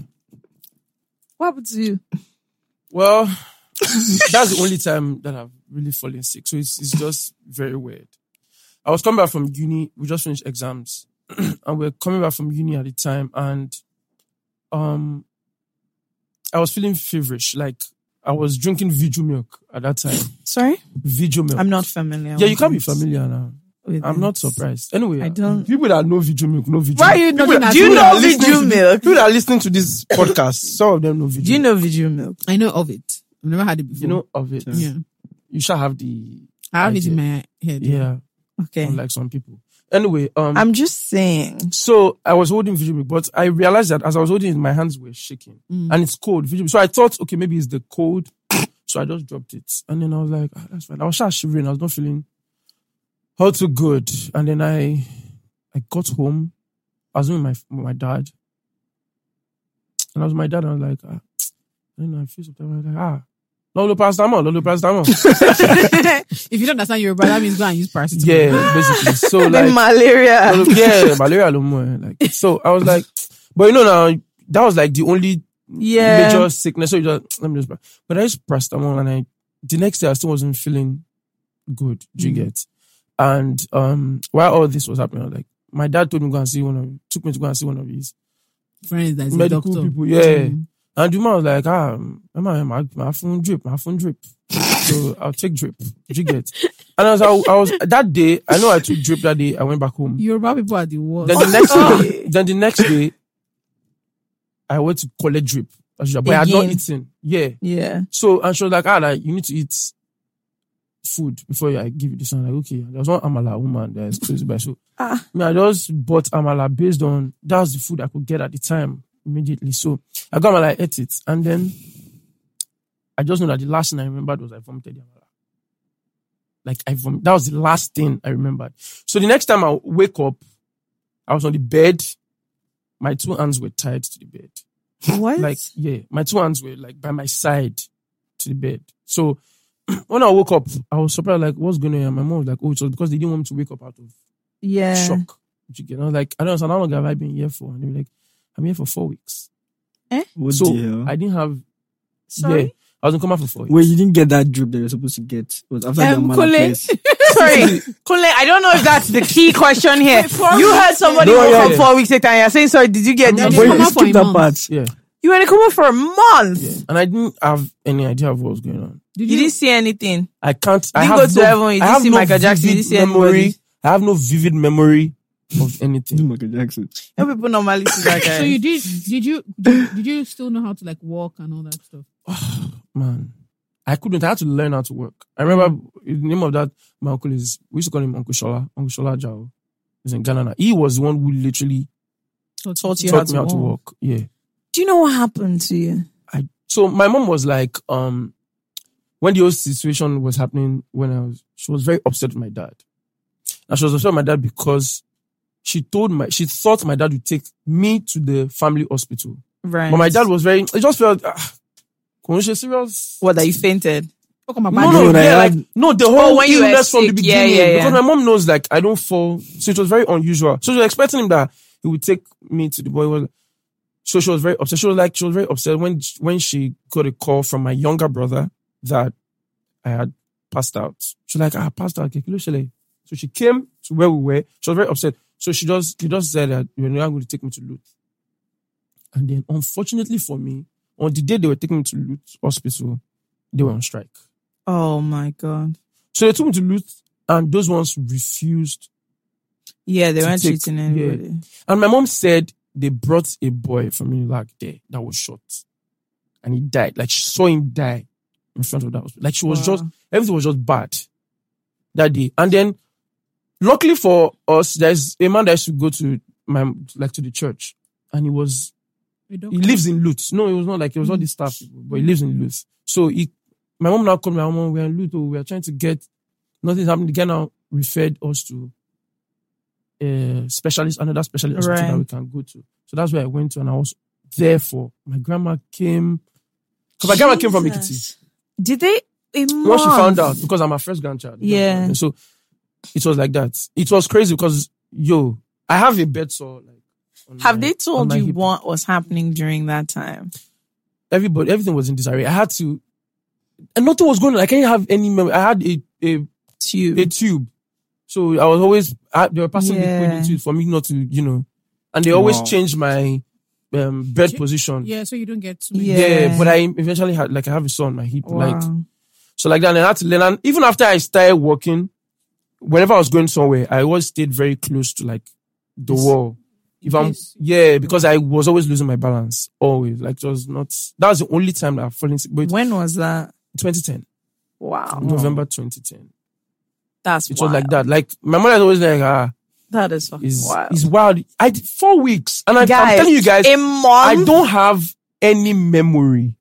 Speaker 6: What happened to you? *laughs*
Speaker 2: Well, that's the only time that I've really fallen sick. So it's, it's just very weird. I was coming back from uni. We just finished exams, *clears throat* and we are coming back from uni at the time, and um, I was feeling feverish. Like I was drinking Vigil milk at that time.
Speaker 6: Sorry,
Speaker 2: Vigil milk.
Speaker 6: I'm not familiar.
Speaker 2: Yeah, you
Speaker 6: with
Speaker 2: can't be
Speaker 6: it.
Speaker 2: familiar now.
Speaker 6: With
Speaker 2: I'm not
Speaker 6: it.
Speaker 2: surprised. Anyway,
Speaker 6: I don't-
Speaker 2: People that know Vigil milk know Vigil.
Speaker 6: Why are you
Speaker 2: People
Speaker 4: looking
Speaker 2: that-
Speaker 4: at
Speaker 6: Do you
Speaker 2: people
Speaker 4: me?
Speaker 2: that
Speaker 6: know
Speaker 2: are listening to
Speaker 6: Viju
Speaker 2: this-
Speaker 6: milk?
Speaker 2: People that are listening to this podcast, some of them know Vigil.
Speaker 6: Do you know Viju milk?
Speaker 4: I know of it. I've never had it before.
Speaker 2: You know of it.
Speaker 4: yeah,
Speaker 2: You shall have the
Speaker 4: I have it in
Speaker 2: Idea.
Speaker 4: my head.
Speaker 2: yeah.
Speaker 6: Okay,
Speaker 2: unlike some people. Anyway, um,
Speaker 6: I'm just saying.
Speaker 2: so I was holding Vigilmilk, but I realized that as I was holding it, my hands were shaking
Speaker 4: Mm.
Speaker 2: and it's cold. Vigilmilk. So I thought, okay, maybe it's the cold. So I just dropped it. And then I was like, ah, that's fine. I was just shivering. I was not feeling all too good. And then I, I got home. I was with my, with my dad. And I was with my dad. And I was like, ah, I don't know. I feel something. I was like, ah, Lolo Paracetamol, Lolo Paracetamol.
Speaker 4: if you don't understand Yoruba, that means go and use paracetamol.
Speaker 2: yeah, basically. So like, *laughs*
Speaker 6: malaria.
Speaker 2: Well, yeah, malaria no more. Like so, I was like, but you know now that was like the only
Speaker 6: Yeah.
Speaker 2: major sickness. So you just let me just, but I just pressed them on, and I the next day I still wasn't feeling good. Do you get? And um, while all this was happening, I was like my dad told me to go and see one of took me to go and see one of his
Speaker 4: friends that's a
Speaker 2: medical
Speaker 4: doctor. Mm.
Speaker 2: people. Yeah, and the man was like, ah, my my my phone drip, my phone drip. so I'll take drip. Do you get? And I was I was that day. I know I took drip that day. I went back home.
Speaker 4: Yoruba people are the worst.
Speaker 2: Then the *laughs* next day, then the next day, I went to collect drip. as usual, But I had not
Speaker 6: Again.
Speaker 2: eaten. Yeah.
Speaker 6: yeah.
Speaker 2: So and she was like, ah, like, you need to eat food before I give you this. And I'm like, okay, there was one Amala woman that is crazy by so
Speaker 6: *laughs* Ah.
Speaker 2: me, I just bought Amala based on that's the food I could get at the time immediately. So I got Amala, I ate it, and then I just know that the last thing I remembered was I vomited the Amala. Like I vom- that was the last thing I remembered. So the next time I wake up, I was on the bed. My two hands were tied to the bed.
Speaker 6: What?
Speaker 2: Like, yeah, my two hands were like by my side to the bed. So *clears throat* when I woke up, I was surprised, like, what's going on? here? My mom was like, oh, it was because they didn't want me to wake up out of
Speaker 6: yeah.
Speaker 2: shock. You get, I was like, I don't understand how long have I been here for? And they were like, I'm here for four weeks.
Speaker 1: What
Speaker 2: so
Speaker 1: the hell?
Speaker 2: I didn't have,
Speaker 6: Oh, Sorry.
Speaker 2: yeah, I was in coma for four weeks.
Speaker 1: Wait, you didn't get that drip that you're supposed to get. It was after
Speaker 4: Um,
Speaker 1: the
Speaker 4: Kule.
Speaker 1: Amala place.
Speaker 6: Sorry,
Speaker 2: *laughs*
Speaker 6: Kunle, I don't know if that's the key question here. You had somebody
Speaker 2: No,
Speaker 6: go
Speaker 2: yeah,
Speaker 6: for
Speaker 2: yeah.
Speaker 6: four weeks later and you're saying, sorry, did you get
Speaker 4: No,
Speaker 6: this?
Speaker 4: no,
Speaker 1: But
Speaker 4: Come
Speaker 1: you
Speaker 4: out for a
Speaker 1: skipped that
Speaker 4: month.
Speaker 1: part. *laughs*
Speaker 2: Yeah,
Speaker 6: You were in a coma for a month.
Speaker 2: yeah. And I didn't have any idea of what was going on.
Speaker 4: Did
Speaker 6: You didn't see anything.
Speaker 2: I can't, I
Speaker 6: Didn't
Speaker 2: have
Speaker 6: go to
Speaker 2: no,
Speaker 6: heaven, you
Speaker 2: I
Speaker 6: didn't
Speaker 2: have
Speaker 6: see
Speaker 2: no
Speaker 6: Michael Jackson, you
Speaker 2: vivid
Speaker 6: didn't see
Speaker 2: memory.
Speaker 6: anybody.
Speaker 2: I have no vivid memory of
Speaker 1: Do
Speaker 2: anything.
Speaker 1: Michael Jackson.
Speaker 6: You know, people normally
Speaker 2: *laughs*
Speaker 6: see that guy.
Speaker 4: So you did? Did you? Did, did you still know how to like walk and all that stuff?
Speaker 2: Man, I couldn't, I had to learn how to work. I remember the name of that, my uncle is, we used to call him Uncle Shola, Uncle Shola Jao. He's in Ghana now. He was the one who literally
Speaker 6: Taught you
Speaker 2: taught
Speaker 6: how
Speaker 2: me
Speaker 6: to
Speaker 2: how to
Speaker 6: walk.
Speaker 2: walk. Yeah.
Speaker 6: Do you know what happened to you?
Speaker 2: I so my mom was like, um, when the whole situation was happening, when I was, she was very upset with my dad, and she was upset with my dad because she told my, she thought my dad would take me to the family hospital,
Speaker 6: Right.
Speaker 2: but my dad was very, it just felt, ah, Konosha, serious.
Speaker 6: What, that you fainted?
Speaker 4: Talk about
Speaker 2: No,
Speaker 4: bad
Speaker 2: no,
Speaker 1: Dude, I
Speaker 2: yeah, like
Speaker 1: had-
Speaker 2: no, the whole
Speaker 6: Oh, when you were
Speaker 2: illness from the
Speaker 6: sick,
Speaker 2: beginning.
Speaker 6: yeah, yeah, yeah.
Speaker 2: Because my mom knows, like, I don't fall, so it was very unusual. So she was expecting him that he would take me to the boy. Was so she was very upset. She was like, she was very upset when when she got a call from my younger brother that I had passed out. She was like, I passed out. okay, kí ló ṣẹlẹ̀? So she came to where we were. She was very upset. So she just she just said that you're not going to take me to Luth. And then, unfortunately for me, On the day they were taking me to Luth Hospital, they were on strike.
Speaker 7: Oh my god.
Speaker 2: So they took me to Luth, and those ones refused
Speaker 7: Yeah, they
Speaker 2: To
Speaker 7: weren't
Speaker 2: take-
Speaker 7: treating anybody.
Speaker 2: And my mom said they brought a boy from Unilag there that was shot. And he died. Like she saw him die in front of that hospital. Like she was just everything was just bad that day. And then luckily for us, there's a man that used to go to my like to the church. And he was
Speaker 4: We don't
Speaker 2: he lives in Lutz. No, it was not like it was all this stuff,
Speaker 7: Mm.
Speaker 2: but he lives in Lutz. So he my mom now called my mom, we're in Lutz, oh, we're trying to get nothing's happening. The guy now referred us to a specialist, another specialist hospital
Speaker 7: Right.
Speaker 2: that we can go to. So that's where I went to and I was there for my grandma came because my grandma came from Ikiti.
Speaker 7: Jesus. Did they? A
Speaker 2: Once she
Speaker 7: month?
Speaker 2: found out, because I'm her first grandchild.
Speaker 7: Yeah.
Speaker 2: And so it was like that. It was crazy because yo, I have a bed sore like on
Speaker 7: Have
Speaker 2: my-
Speaker 7: they
Speaker 2: on
Speaker 7: told
Speaker 2: my
Speaker 7: you
Speaker 2: hip.
Speaker 7: what was happening during that time?
Speaker 2: everybody, everything was in disarray. I had to, and nothing was going on. I can't have any memory. I had a, a,
Speaker 7: To you?
Speaker 2: a tube. So I was always, I, they were passing liquid
Speaker 7: Yeah.
Speaker 2: into it for me not to, you know, and they always
Speaker 1: Wow.
Speaker 2: changed my um, bed position.
Speaker 4: Yeah, so you don't get too many.
Speaker 7: Yeah.
Speaker 2: Yeah, but I eventually had, like, I have a sore on my hip. Like,
Speaker 7: Wow.
Speaker 2: so like that, and I had to learn. And even after I started working, whenever I was going somewhere, I always stayed very close to like the wall. If I'm
Speaker 4: Yes.
Speaker 2: yeah, because I was always losing my balance. Always like just not. That was the only time that I've fallen sick. But
Speaker 7: when was that?
Speaker 2: 2010,
Speaker 7: Wow,
Speaker 2: November 2010.
Speaker 7: that's
Speaker 2: It
Speaker 7: wild.
Speaker 2: was like that. Like my mother is always like, ah,
Speaker 7: That is fucking
Speaker 2: it's
Speaker 7: wild.
Speaker 2: it's wild. I did four weeks, and I, I'm
Speaker 7: Guys,
Speaker 2: telling you guys,
Speaker 7: a
Speaker 2: I
Speaker 7: month.
Speaker 2: don't have any memory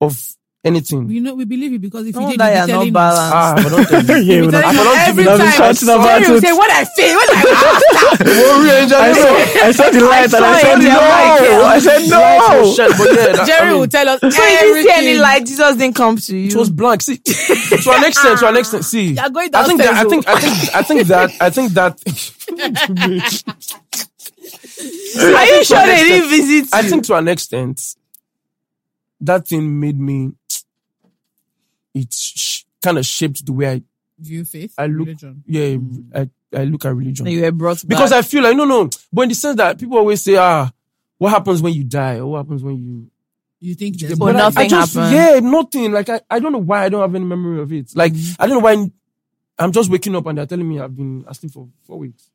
Speaker 2: of anything.
Speaker 4: We know we believe you because if
Speaker 7: No
Speaker 4: you did,
Speaker 7: wonder
Speaker 4: you'd
Speaker 7: you're
Speaker 4: be
Speaker 7: not
Speaker 4: telling us.
Speaker 2: *laughs*
Speaker 7: balanced.
Speaker 2: Ah, I don't tell you.
Speaker 1: yeah,
Speaker 4: You'd be
Speaker 1: but
Speaker 2: I
Speaker 4: telling us
Speaker 2: don't
Speaker 4: every
Speaker 1: I've
Speaker 4: time.
Speaker 1: been shouting about
Speaker 4: You
Speaker 1: it.
Speaker 4: say what I feel, what I
Speaker 2: *laughs* Worry, Angel,
Speaker 1: I
Speaker 2: no.
Speaker 1: saw, I
Speaker 2: *laughs*
Speaker 1: saw the light and I
Speaker 7: saw
Speaker 1: said
Speaker 7: it,
Speaker 1: no.
Speaker 7: I'm like,
Speaker 1: I said no.
Speaker 2: *laughs*
Speaker 4: Jerry will tell us.
Speaker 7: so you didn't see any
Speaker 4: everything.
Speaker 7: light. Jesus didn't come to you.
Speaker 2: It was blank. See, *laughs* to an extent, to an extent. See,
Speaker 4: You're going
Speaker 2: I think that, I
Speaker 4: downstairs,
Speaker 2: think, I think, I think that, I think that,
Speaker 7: Are you sure they
Speaker 2: honest,
Speaker 7: didn't visit you?
Speaker 2: I think to an extent, that thing made me. It sh- kind of shaped the way I,
Speaker 4: View faith.
Speaker 2: I look.
Speaker 4: religion.
Speaker 2: Yeah, I, I look at religion.
Speaker 7: you were brought back.
Speaker 2: Because I feel like no, no. But in the sense that people always say, ah, what happens when you die, or what happens when you
Speaker 4: You think there's
Speaker 7: Or
Speaker 2: But I-
Speaker 7: nothing
Speaker 2: I just,
Speaker 7: happened.
Speaker 2: Yeah, nothing. Like I, I don't know why I don't have any memory of it. Like I don't know why I'm just waking up and they're telling me I've been asleep for four weeks.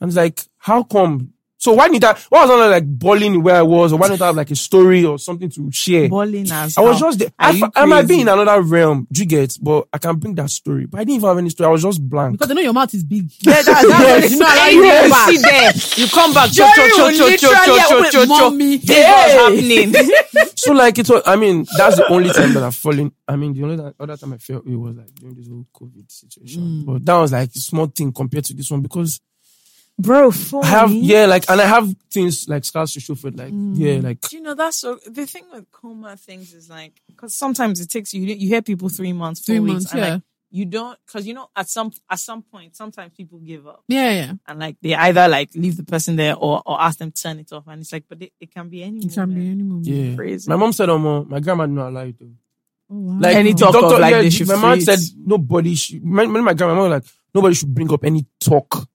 Speaker 2: And it's like, how come? So why did I? Why was I not like balling where I was, or why don't I have like a story or something to share?
Speaker 7: balling as
Speaker 2: I was
Speaker 7: hell.
Speaker 2: just there.
Speaker 7: Are
Speaker 2: I,
Speaker 7: you
Speaker 2: f- I might be
Speaker 7: crazy?
Speaker 2: in another realm, do you get? But I can bring that story. But I didn't even have any story. I was just blank.
Speaker 4: Because I know your mouth is big.
Speaker 7: Yeah, that, that's
Speaker 4: Yes.
Speaker 7: not
Speaker 4: Yes.
Speaker 7: like you go back. sit there. You come back. Chop,
Speaker 4: Jerry
Speaker 7: chop,
Speaker 4: will
Speaker 7: chop, chop,
Speaker 4: literally
Speaker 7: chop, chop,
Speaker 4: open-
Speaker 7: chop, chop.
Speaker 4: Mommy.
Speaker 7: This was happening.
Speaker 2: so like it was. I mean, that's the only time that I've fallen. I mean, the only other time I felt it was like during this whole COVID situation.
Speaker 7: Hmm.
Speaker 2: But that was like a small thing compared to this one because
Speaker 7: *laughs* Bro, phone.
Speaker 2: I have yeah, like and I have things like scars to show for it, like
Speaker 7: Hmm.
Speaker 2: yeah, like
Speaker 7: Do you know that's so the thing with coma things is like because sometimes it takes you you hear people three months, four
Speaker 4: Three
Speaker 7: weeks,
Speaker 4: months,
Speaker 7: and
Speaker 4: yeah.
Speaker 7: like you don't because you know at some at some point sometimes people give up
Speaker 4: Yeah, yeah.
Speaker 7: and like they either like leave the person there or or ask them turn it off and it's like but it, it can be any
Speaker 4: It can be
Speaker 7: moment.
Speaker 4: any moment.
Speaker 2: yeah.
Speaker 7: Crazy.
Speaker 2: My mom said, "Um, uh, my grandma did not allow you to."
Speaker 4: Oh, wow.
Speaker 2: Like
Speaker 7: Hmm. Any talk of, like, they
Speaker 2: the-
Speaker 7: should
Speaker 2: My mom
Speaker 7: free it.
Speaker 2: said nobody. Should, my, my my grandma my mom was like nobody should bring up any talk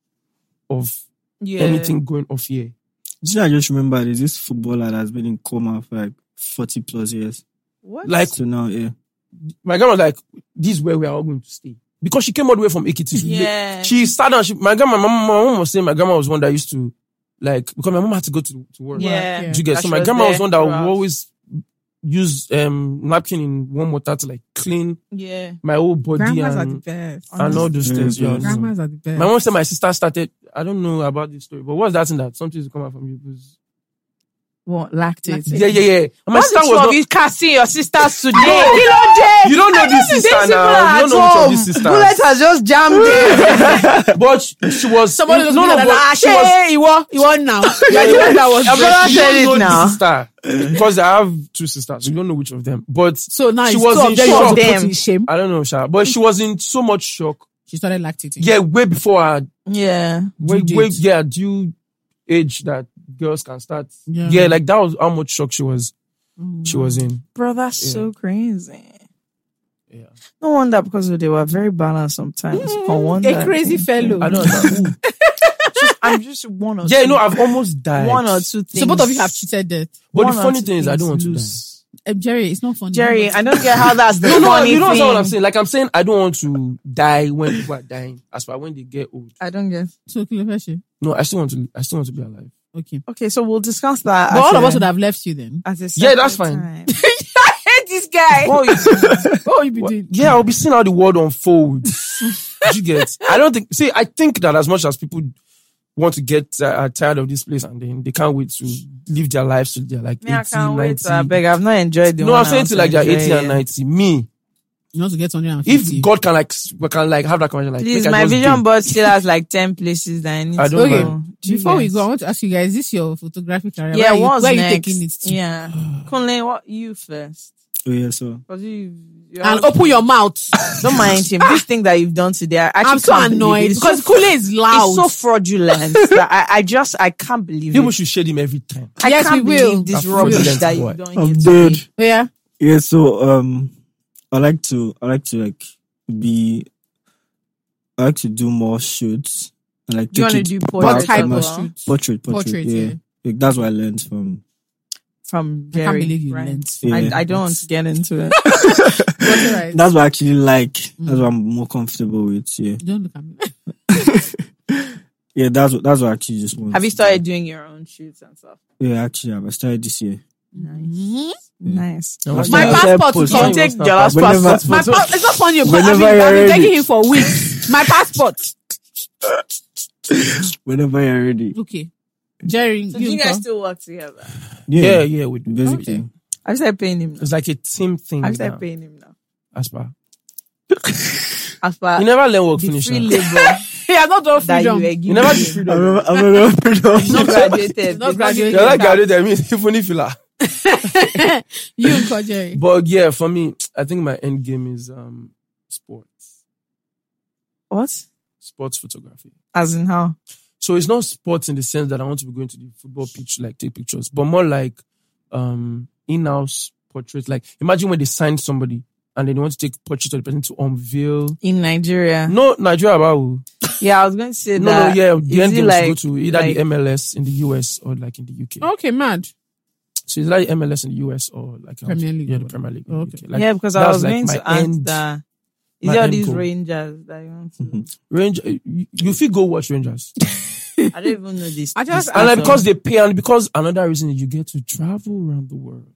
Speaker 2: of
Speaker 7: yeah.
Speaker 2: anything going off here.
Speaker 1: Do you know, I just remember there's this footballer that's been in coma for like 40 plus years.
Speaker 7: What?
Speaker 2: Like
Speaker 1: So now, yeah.
Speaker 2: my grandma was like, "This is where we are all going to stay." Because she came all the way from Ikiti.
Speaker 7: Yeah.
Speaker 2: She sat down. She, my grandma, my mom, my mom was saying my grandma was one that used to, like, because my mom had to go to, to work.
Speaker 7: yeah.
Speaker 4: Yeah.
Speaker 2: Do you get
Speaker 7: That
Speaker 2: so
Speaker 7: she
Speaker 2: my
Speaker 7: was
Speaker 2: grandma was
Speaker 7: there
Speaker 2: one that would
Speaker 7: throughout.
Speaker 2: always use um napkin in warm water to like clean
Speaker 7: Yeah.
Speaker 2: my whole body
Speaker 4: Grandmas are the
Speaker 2: and,
Speaker 4: best.
Speaker 2: and all those
Speaker 1: Yeah,
Speaker 2: things. Yeah.
Speaker 1: grandma-
Speaker 4: Grandmas are the best.
Speaker 2: My mom said my sister started. I don't know about this story, but what's that thing that something's come out from you? because-
Speaker 7: What lactate?
Speaker 2: Yeah, yeah, yeah. And my
Speaker 7: What's
Speaker 2: sister was
Speaker 7: the two of
Speaker 2: not-
Speaker 7: you can see your sisters *laughs* today?
Speaker 2: You don't know this sister now. You don't know much of this sister.
Speaker 7: Bullet has just jammed in.
Speaker 2: But she- she was
Speaker 4: Somebody
Speaker 2: no, no,
Speaker 7: "Ah,
Speaker 2: but she was
Speaker 4: Hey, you want, you want
Speaker 2: *laughs*
Speaker 4: now. You're the one that was
Speaker 2: I'm
Speaker 4: dressed.
Speaker 2: not
Speaker 7: said it
Speaker 2: know
Speaker 7: now.
Speaker 2: the sister because I have two sisters. We don't know which of them, but
Speaker 4: So now
Speaker 2: She
Speaker 4: it's
Speaker 2: was
Speaker 4: two
Speaker 2: in
Speaker 4: of them. You
Speaker 2: shock.
Speaker 4: want to put
Speaker 7: Them.
Speaker 4: in shame.
Speaker 2: I don't know, Sha. But she was in so much shock.
Speaker 4: She started lactating.
Speaker 2: Yeah, way before her
Speaker 7: Yeah.
Speaker 2: way,
Speaker 4: date.
Speaker 2: way, yeah, due age that girls can start.
Speaker 4: Yeah.
Speaker 2: Yeah. like that was how much shock she was
Speaker 7: Mm.
Speaker 2: she was in.
Speaker 7: Bro, that's
Speaker 2: Yeah.
Speaker 7: so crazy.
Speaker 2: Yeah.
Speaker 7: No wonder because they were very balanced sometimes. For one,
Speaker 4: A crazy fellow.
Speaker 2: I don't know. Ooh.
Speaker 7: I'm just one
Speaker 2: *laughs*
Speaker 7: or
Speaker 2: yeah,
Speaker 7: two.
Speaker 2: *laughs* no, I've almost died.
Speaker 7: one or two things.
Speaker 4: So both of you have cheated death.
Speaker 2: But the
Speaker 7: one or
Speaker 2: funny
Speaker 7: two
Speaker 2: thing is, I don't want to die.
Speaker 7: things loose.
Speaker 4: um, Jerry, it's not funny.
Speaker 7: Jerry, I don't get how that's the
Speaker 2: No, no,
Speaker 7: funny
Speaker 2: you know
Speaker 7: thing.
Speaker 2: what I'm saying. Like I'm saying, I don't want to die when people are dying. As far when they get old,
Speaker 7: I don't get.
Speaker 4: So kill
Speaker 2: no, I still want to. I still want to be alive.
Speaker 4: Okay.
Speaker 7: Okay, so we'll discuss that.
Speaker 4: But all of us
Speaker 7: at
Speaker 4: would have left you then.
Speaker 7: a- at a
Speaker 2: Yeah, that's
Speaker 7: separate
Speaker 2: fine.
Speaker 7: time. I hate this guy.
Speaker 2: Oh, it's-
Speaker 4: What would you be
Speaker 2: Well,
Speaker 4: doing?
Speaker 2: yeah, I'll be seeing how the world
Speaker 7: *laughs*
Speaker 2: unfolds. Did you get? I don't think. See, I think that as much as people want to get uh, are tired of this place and then they can't wait to live their lives till they're like
Speaker 7: Me, I
Speaker 2: 80,
Speaker 7: can't wait.
Speaker 2: 90.
Speaker 7: To, I beg. I've not enjoyed the.
Speaker 2: no,
Speaker 7: one
Speaker 2: I'm saying
Speaker 7: to
Speaker 2: till like they're
Speaker 7: enjoy
Speaker 2: 80 and
Speaker 7: it.
Speaker 2: 90. Me,
Speaker 4: You want to get 150.
Speaker 2: if God can like s- we can like have that conversation, like
Speaker 7: Please,
Speaker 2: make I
Speaker 7: my
Speaker 2: just
Speaker 7: vision
Speaker 2: do.
Speaker 7: board still has like ten places that I need.
Speaker 2: I
Speaker 7: to
Speaker 2: don't
Speaker 7: go.
Speaker 2: mind.
Speaker 7: Do you
Speaker 4: Before we
Speaker 7: guys-
Speaker 4: go, I want to ask you guys, is this your photographic career? where
Speaker 7: yeah,
Speaker 4: are you,
Speaker 7: what's
Speaker 4: where are you
Speaker 7: next?
Speaker 4: taking it to? *sighs*
Speaker 7: Yeah, Kunle, what you first?
Speaker 1: Oh yeah, so
Speaker 7: Cause you you're
Speaker 4: And open your mouth.
Speaker 7: Don't mind him. This thing that you've done today, I actually
Speaker 4: I'm so
Speaker 7: can't believe it.
Speaker 4: annoyed
Speaker 7: It's
Speaker 4: because
Speaker 7: so,
Speaker 4: Kule is loud.
Speaker 7: it's so
Speaker 4: *laughs*
Speaker 7: fraudulent that I, I just I can't believe
Speaker 2: People
Speaker 7: it.
Speaker 2: should shade him every time.
Speaker 7: I
Speaker 4: Yes,
Speaker 7: can't
Speaker 4: we will.
Speaker 7: believe this
Speaker 2: A
Speaker 7: rubbish
Speaker 2: fraudulent
Speaker 7: that
Speaker 2: boy.
Speaker 7: you've done.
Speaker 1: I'm
Speaker 7: here
Speaker 1: dead.
Speaker 7: today.
Speaker 4: yeah.
Speaker 1: Um, Yeah, so um, I like to I like to like be I like to do more shoots. I like
Speaker 7: Do you want
Speaker 1: take
Speaker 7: to
Speaker 1: it
Speaker 7: do
Speaker 1: back
Speaker 7: portrait
Speaker 4: What
Speaker 1: and
Speaker 4: type
Speaker 1: my-
Speaker 4: of
Speaker 7: as well?
Speaker 4: shoot?
Speaker 1: portrait, portrait,
Speaker 4: Portrait,
Speaker 1: yeah.
Speaker 4: yeah.
Speaker 1: Like, that's what I learned from.
Speaker 7: from
Speaker 4: I
Speaker 7: Jerry?
Speaker 4: can't believe you
Speaker 7: right?
Speaker 4: learned.
Speaker 7: *laughs*
Speaker 1: Yeah,
Speaker 7: I, I don't want
Speaker 1: that's-
Speaker 7: to get into it.
Speaker 4: That's right.
Speaker 1: That's what I actually like.
Speaker 7: Mm.
Speaker 1: That's what I'm more comfortable with. Yeah,
Speaker 4: Don't look at me.
Speaker 1: yeah. That's what that's what I actually just want.
Speaker 7: Have you
Speaker 1: to do.
Speaker 7: started doing your own shoots and stuff?
Speaker 1: Yeah, actually, I started this year.
Speaker 4: Mm-hmm.
Speaker 7: Nice,
Speaker 1: Yeah.
Speaker 7: nice.
Speaker 4: My
Speaker 1: Yeah.
Speaker 4: passport
Speaker 1: Post-
Speaker 4: is
Speaker 7: You can
Speaker 4: on.
Speaker 1: Sorry.
Speaker 7: take your last
Speaker 1: Whenever-
Speaker 7: passport.
Speaker 4: My pa- it's not funny. but I've
Speaker 1: Whenever
Speaker 4: been, I've
Speaker 1: you're
Speaker 4: been taking
Speaker 1: ready.
Speaker 4: him for weeks. My passport.
Speaker 1: Whenever you're ready.
Speaker 4: Okay. Jerry,
Speaker 7: So do
Speaker 4: you,
Speaker 7: you guys
Speaker 4: come.
Speaker 7: still work together?
Speaker 2: Yeah, yeah, we do.
Speaker 1: Basically,
Speaker 7: I've started paying him. Now.
Speaker 2: It's like a team thing.
Speaker 7: I've started
Speaker 2: now,
Speaker 7: paying him now.
Speaker 2: As far
Speaker 7: As far
Speaker 2: you never let work
Speaker 7: the
Speaker 2: finish.
Speaker 7: free
Speaker 2: now. *laughs*
Speaker 7: labor
Speaker 4: He has not done
Speaker 7: that you
Speaker 4: freedom.
Speaker 7: were giving,
Speaker 2: You
Speaker 7: *laughs*
Speaker 2: never do
Speaker 7: him.
Speaker 1: I
Speaker 2: freedom.
Speaker 1: remember. I *laughs* remember.
Speaker 7: not graduated.
Speaker 4: Not
Speaker 7: They graduated.
Speaker 4: graduated.
Speaker 2: You're like graduated. I mean, *laughs* even if you like.
Speaker 4: you and
Speaker 2: *laughs*
Speaker 4: Ko Jerry.
Speaker 2: But yeah, for me, I think my end game is um sports,
Speaker 7: What?
Speaker 2: sports photography.
Speaker 7: As in how?
Speaker 2: So it's not sports in the sense that I want to be going to the football pitch like take pictures, but more like um in-house portraits. Like imagine when they sign somebody and they want to take portraits of the person to unveil.
Speaker 7: In Nigeria.
Speaker 2: No, Nigeria, about
Speaker 7: Yeah, I was going to say
Speaker 2: no, no,
Speaker 7: that.
Speaker 2: yeah. The
Speaker 7: is
Speaker 2: end
Speaker 7: it
Speaker 2: game
Speaker 7: like-
Speaker 2: is to go to either
Speaker 7: like- Oh.
Speaker 2: the MLS in the US or like in the UK.
Speaker 4: Okay, mad.
Speaker 2: So it's like MLS in the US or like
Speaker 4: Premier League.
Speaker 2: Yeah, the Premier League. in the
Speaker 4: Okay.
Speaker 2: UK. Like,
Speaker 7: Oh, yeah, because I
Speaker 2: that's
Speaker 7: was
Speaker 2: like
Speaker 7: going
Speaker 2: my
Speaker 7: to ask
Speaker 2: end-
Speaker 7: that. Is
Speaker 2: my
Speaker 7: there all
Speaker 2: end
Speaker 7: these
Speaker 2: goal.
Speaker 7: rangers that you want
Speaker 2: *laughs*
Speaker 7: to?
Speaker 2: Range, you, you feel go watch Rangers.
Speaker 7: I don't even know this.
Speaker 4: I just-
Speaker 2: and like
Speaker 4: Awesome.
Speaker 2: because they pay, and because another reason is you get to travel around the world.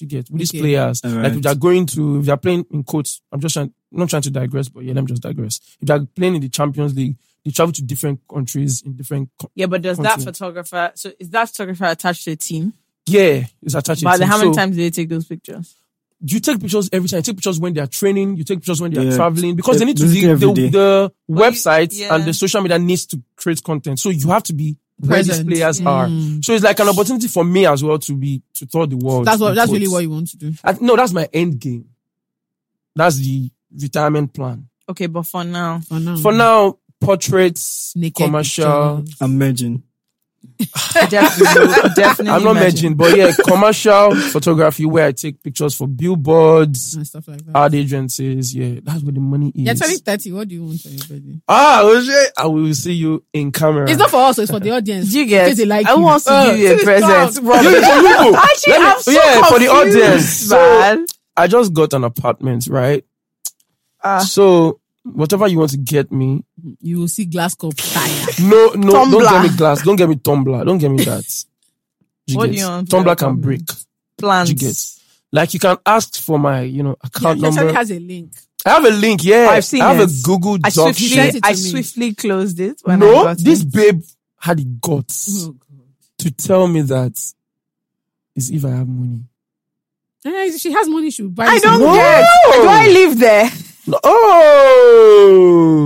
Speaker 2: You get with these
Speaker 4: Okay.
Speaker 2: players, like
Speaker 1: Alright.
Speaker 2: if they're going to, if they're playing in courts. I'm just trying, not trying to digress, but yeah, let me just digress. If they're playing in the Champions League, they travel to different countries in different. Co-
Speaker 7: yeah, but does that
Speaker 2: Continue.
Speaker 7: photographer? So is that photographer attached to a team?
Speaker 2: yeah, it's attached.
Speaker 7: But
Speaker 2: to
Speaker 7: then how many
Speaker 2: so
Speaker 7: times do they take those pictures?
Speaker 2: You take pictures every time. You take pictures when they are training. You take pictures when they are
Speaker 1: Yeah.
Speaker 2: traveling because they
Speaker 1: Yeah,
Speaker 2: need to
Speaker 1: basically
Speaker 2: the,
Speaker 1: every
Speaker 2: the,
Speaker 1: day.
Speaker 2: the
Speaker 7: Well, you-
Speaker 2: websites
Speaker 7: yeah.
Speaker 2: and the social media needs to create content. So you have to be where these
Speaker 4: Present.
Speaker 2: players are.
Speaker 4: Mm.
Speaker 2: So it's like an opportunity for me as well to be to tour the world.
Speaker 4: That's what.
Speaker 2: in
Speaker 4: That's
Speaker 2: quotes.
Speaker 4: really what you want to do.
Speaker 2: I, no, that's my end game. That's the retirement plan.
Speaker 7: Okay, but for now,
Speaker 2: *laughs*
Speaker 4: For now.
Speaker 2: For now, portraits,
Speaker 4: Mm. Naked
Speaker 2: commercial.
Speaker 4: pictures.
Speaker 1: I'm merging.
Speaker 7: definitely, definitely
Speaker 2: I'm not merging,
Speaker 7: imagine.
Speaker 2: but yeah, commercial *laughs* photography where I take pictures for billboards,
Speaker 4: and stuff like that.
Speaker 7: Uh,
Speaker 2: ad agencies. Yeah, that's where the money is.
Speaker 4: You're turning 30. What do you want for your birthday?
Speaker 2: ah, Oje, I will see you in camera. *laughs*
Speaker 4: It's not for us, it's for the audience.
Speaker 7: Uh, Do you get?
Speaker 4: Because they like
Speaker 7: I
Speaker 4: you.
Speaker 7: want to
Speaker 4: Uh,
Speaker 7: give you a
Speaker 4: this
Speaker 7: present.
Speaker 4: dog.
Speaker 2: Yeah,
Speaker 7: Robert.
Speaker 2: it's for people.
Speaker 7: Actually,
Speaker 2: Let me-
Speaker 7: I'm so
Speaker 2: yeah, for the
Speaker 7: confused,
Speaker 2: audience. So
Speaker 7: man.
Speaker 2: I just got an apartment, right?
Speaker 7: Ah.
Speaker 2: So whatever you want to get me,
Speaker 4: You will see glass cup
Speaker 7: *laughs*
Speaker 4: fire.
Speaker 2: No, no,
Speaker 7: Tumbler.
Speaker 2: don't get me glass. Don't get me tumbler. Don't get me that. You
Speaker 7: What do
Speaker 2: get?
Speaker 7: you want?
Speaker 2: Tumbler can break. You get?
Speaker 7: Plans.
Speaker 2: Like you can ask for my, you know, account
Speaker 4: He actually
Speaker 2: number.
Speaker 4: has a link.
Speaker 2: I have a link. Yeah,
Speaker 7: I've seen
Speaker 2: I have
Speaker 7: it.
Speaker 2: a Google
Speaker 7: I
Speaker 2: Doc.
Speaker 4: sent
Speaker 7: swiftly,
Speaker 4: it to
Speaker 7: I
Speaker 4: me.
Speaker 7: swiftly closed it when I Mm.
Speaker 2: no,
Speaker 7: got
Speaker 2: this
Speaker 7: it.
Speaker 2: babe had the guts
Speaker 4: Oh, God.
Speaker 2: to tell me that is if I have money.
Speaker 4: Eh, she has money, she will buy
Speaker 7: I
Speaker 4: this
Speaker 7: don't
Speaker 4: thing.
Speaker 7: get. Oh, Do I live there?
Speaker 2: No. Oh.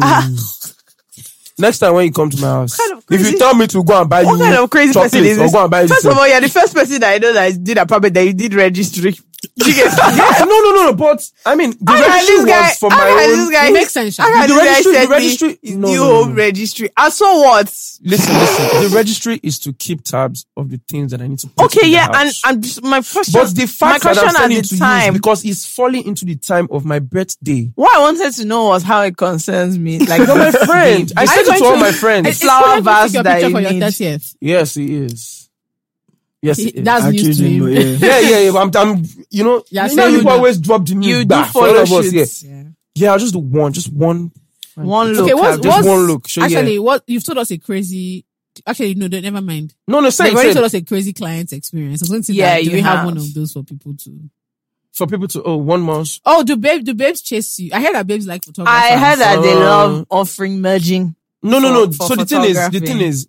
Speaker 2: *laughs* Next time when you come to my house,
Speaker 7: Ah. kind of
Speaker 2: if
Speaker 7: crazy-
Speaker 2: you tell me to go and buy
Speaker 7: What
Speaker 2: you
Speaker 7: kind of crazy
Speaker 2: chocolates
Speaker 7: person is
Speaker 2: or
Speaker 7: this?
Speaker 2: go and buy you
Speaker 7: First
Speaker 2: this-
Speaker 7: of all, you're the first person that I know that did apartment that you did registry. You get
Speaker 2: Yeah, *laughs* no, no, no, no. But I mean, the
Speaker 7: How can
Speaker 2: registry
Speaker 7: this
Speaker 2: was
Speaker 7: guy?
Speaker 2: for
Speaker 7: how
Speaker 2: my
Speaker 7: can
Speaker 2: own.
Speaker 7: this guy?
Speaker 4: It makes sense,
Speaker 7: How
Speaker 4: Sha.
Speaker 7: can
Speaker 2: The
Speaker 7: this guy
Speaker 2: registry- the
Speaker 7: send me
Speaker 2: registry-
Speaker 7: his
Speaker 2: No,
Speaker 7: new
Speaker 2: no, no,
Speaker 7: home
Speaker 2: no.
Speaker 7: registry? And so what?
Speaker 2: Listen, listen. the registry is to keep tabs of the things that I need to. Put
Speaker 7: Okay,
Speaker 2: in
Speaker 7: yeah,
Speaker 2: the
Speaker 7: and
Speaker 2: house.
Speaker 7: and just my question.
Speaker 2: but the fact
Speaker 7: my
Speaker 2: that I'm
Speaker 7: question at
Speaker 2: sending
Speaker 7: the
Speaker 2: it to you
Speaker 7: time.
Speaker 2: is because it's falling into the time of my birthday.
Speaker 7: what I wanted to know was how it concerns
Speaker 2: *laughs*
Speaker 7: me. Like
Speaker 2: You're my friend. I
Speaker 4: Are you
Speaker 2: said it
Speaker 4: going
Speaker 2: to all
Speaker 4: to-
Speaker 2: my
Speaker 4: It's
Speaker 2: friends.
Speaker 7: flower
Speaker 4: Kola who took
Speaker 7: vase
Speaker 4: your
Speaker 7: that
Speaker 4: picture
Speaker 7: you
Speaker 4: for your
Speaker 7: need.
Speaker 4: 30th.
Speaker 2: Yes, it is. Yes,
Speaker 4: He-
Speaker 2: it is.
Speaker 4: that's
Speaker 1: I
Speaker 4: news
Speaker 1: kid
Speaker 4: to
Speaker 1: you
Speaker 4: him.
Speaker 1: not, yeah.
Speaker 2: yeah, yeah, yeah. but I'm, I'm you know,
Speaker 4: Yeah,
Speaker 2: you
Speaker 4: so
Speaker 2: know,
Speaker 4: you
Speaker 2: people
Speaker 4: know.
Speaker 2: always drop the news.
Speaker 7: You do
Speaker 2: bah, for all
Speaker 7: follow
Speaker 2: of us, yeah.
Speaker 7: shoots. Yeah.
Speaker 2: Yeah, I'll just do one, just one.
Speaker 7: One look.
Speaker 4: Okay, what's,
Speaker 2: just
Speaker 4: what's
Speaker 2: one look. So, yeah.
Speaker 4: actually what you've told us a crazy. Actually, no, don't- never mind.
Speaker 2: No, no, say,
Speaker 4: You've already
Speaker 2: say
Speaker 4: told us a crazy client experience. I was going to say
Speaker 7: Yeah,
Speaker 4: that. Do
Speaker 7: you
Speaker 4: we have.
Speaker 7: have.
Speaker 4: one of those for people to?
Speaker 2: for people to oh one month.
Speaker 4: Oh, do babe? Do babes chase you? I heard that babes like photographers.
Speaker 7: I heard that they
Speaker 2: Uh,
Speaker 7: love offering merging
Speaker 2: No, no,
Speaker 7: For-
Speaker 2: no.
Speaker 7: for
Speaker 2: so the thing is, the
Speaker 7: photography.
Speaker 2: thing is,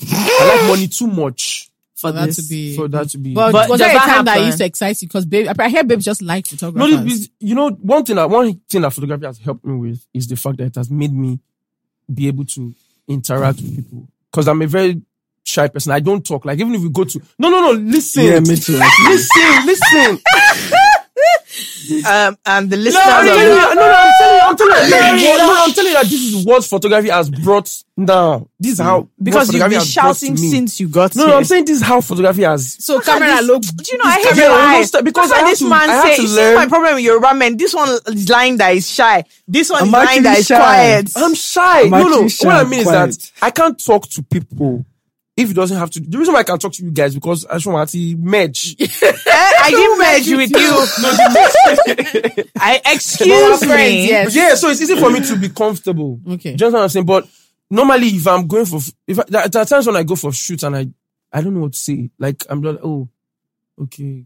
Speaker 2: I like money too much
Speaker 7: for
Speaker 4: that
Speaker 7: this.
Speaker 4: to be.
Speaker 2: for that to be.
Speaker 4: but,
Speaker 7: But
Speaker 4: was
Speaker 7: does
Speaker 4: there a
Speaker 7: that
Speaker 4: time that
Speaker 7: happen?
Speaker 4: used to excite you? Because babe, I heard babes just like
Speaker 2: no,
Speaker 4: photographers.
Speaker 2: the- is- you know, one thing that one thing that photography has helped me with is the fact that it has made me be able to interact with people because I'm a very shy person. I don't talk. Like even if we go to no, no, no. Listen,
Speaker 1: Yeah, me too. actually.
Speaker 2: listen,
Speaker 7: *laughs*
Speaker 2: listen.
Speaker 7: Um, and the listeners
Speaker 2: I'm
Speaker 7: are
Speaker 2: telling
Speaker 7: like,
Speaker 2: you, no, no, I'm telling you, I'm telling you, I'm telling you, no, I'm telling you that this is what photography has brought down. This is how what
Speaker 7: Mm. because you've
Speaker 2: photography
Speaker 7: been
Speaker 2: has brought to
Speaker 7: shouting
Speaker 2: me.
Speaker 7: since you got
Speaker 2: No,
Speaker 7: here.
Speaker 2: no, I'm saying this is how photography has.
Speaker 4: so camera look.
Speaker 7: Do you know, I hate
Speaker 2: camera,
Speaker 7: to
Speaker 2: I
Speaker 7: lie.
Speaker 2: don't sta- because
Speaker 7: Look
Speaker 2: I
Speaker 7: at
Speaker 2: have
Speaker 7: this
Speaker 2: to-
Speaker 7: man
Speaker 2: I have
Speaker 7: say,
Speaker 2: to
Speaker 7: you see
Speaker 2: learn."
Speaker 7: my problem with Yoruba men. This one is lying that is shy. This one
Speaker 1: I'm
Speaker 7: is lying that
Speaker 1: actually
Speaker 7: is
Speaker 1: shy.
Speaker 7: quiet.
Speaker 2: I'm shy.
Speaker 1: I'm
Speaker 2: no, no.
Speaker 1: actually shy,
Speaker 2: what I mean
Speaker 1: quiet.
Speaker 2: is that I can't talk to people if it doesn't have to. The reason why I can talk to you guys because I just want to merge.
Speaker 7: Eh, I didn't merge
Speaker 2: *laughs*
Speaker 7: with you. I excuse
Speaker 4: We're *laughs* friends,
Speaker 7: me.
Speaker 4: yes.
Speaker 2: yeah, so it's easy for me to be comfortable.
Speaker 4: Okay.
Speaker 2: Just what I'm saying. But normally, if I'm going for, if I, there, there are times when I go for shoots and I, I don't know what to say. Like I'm just like, oh, okay,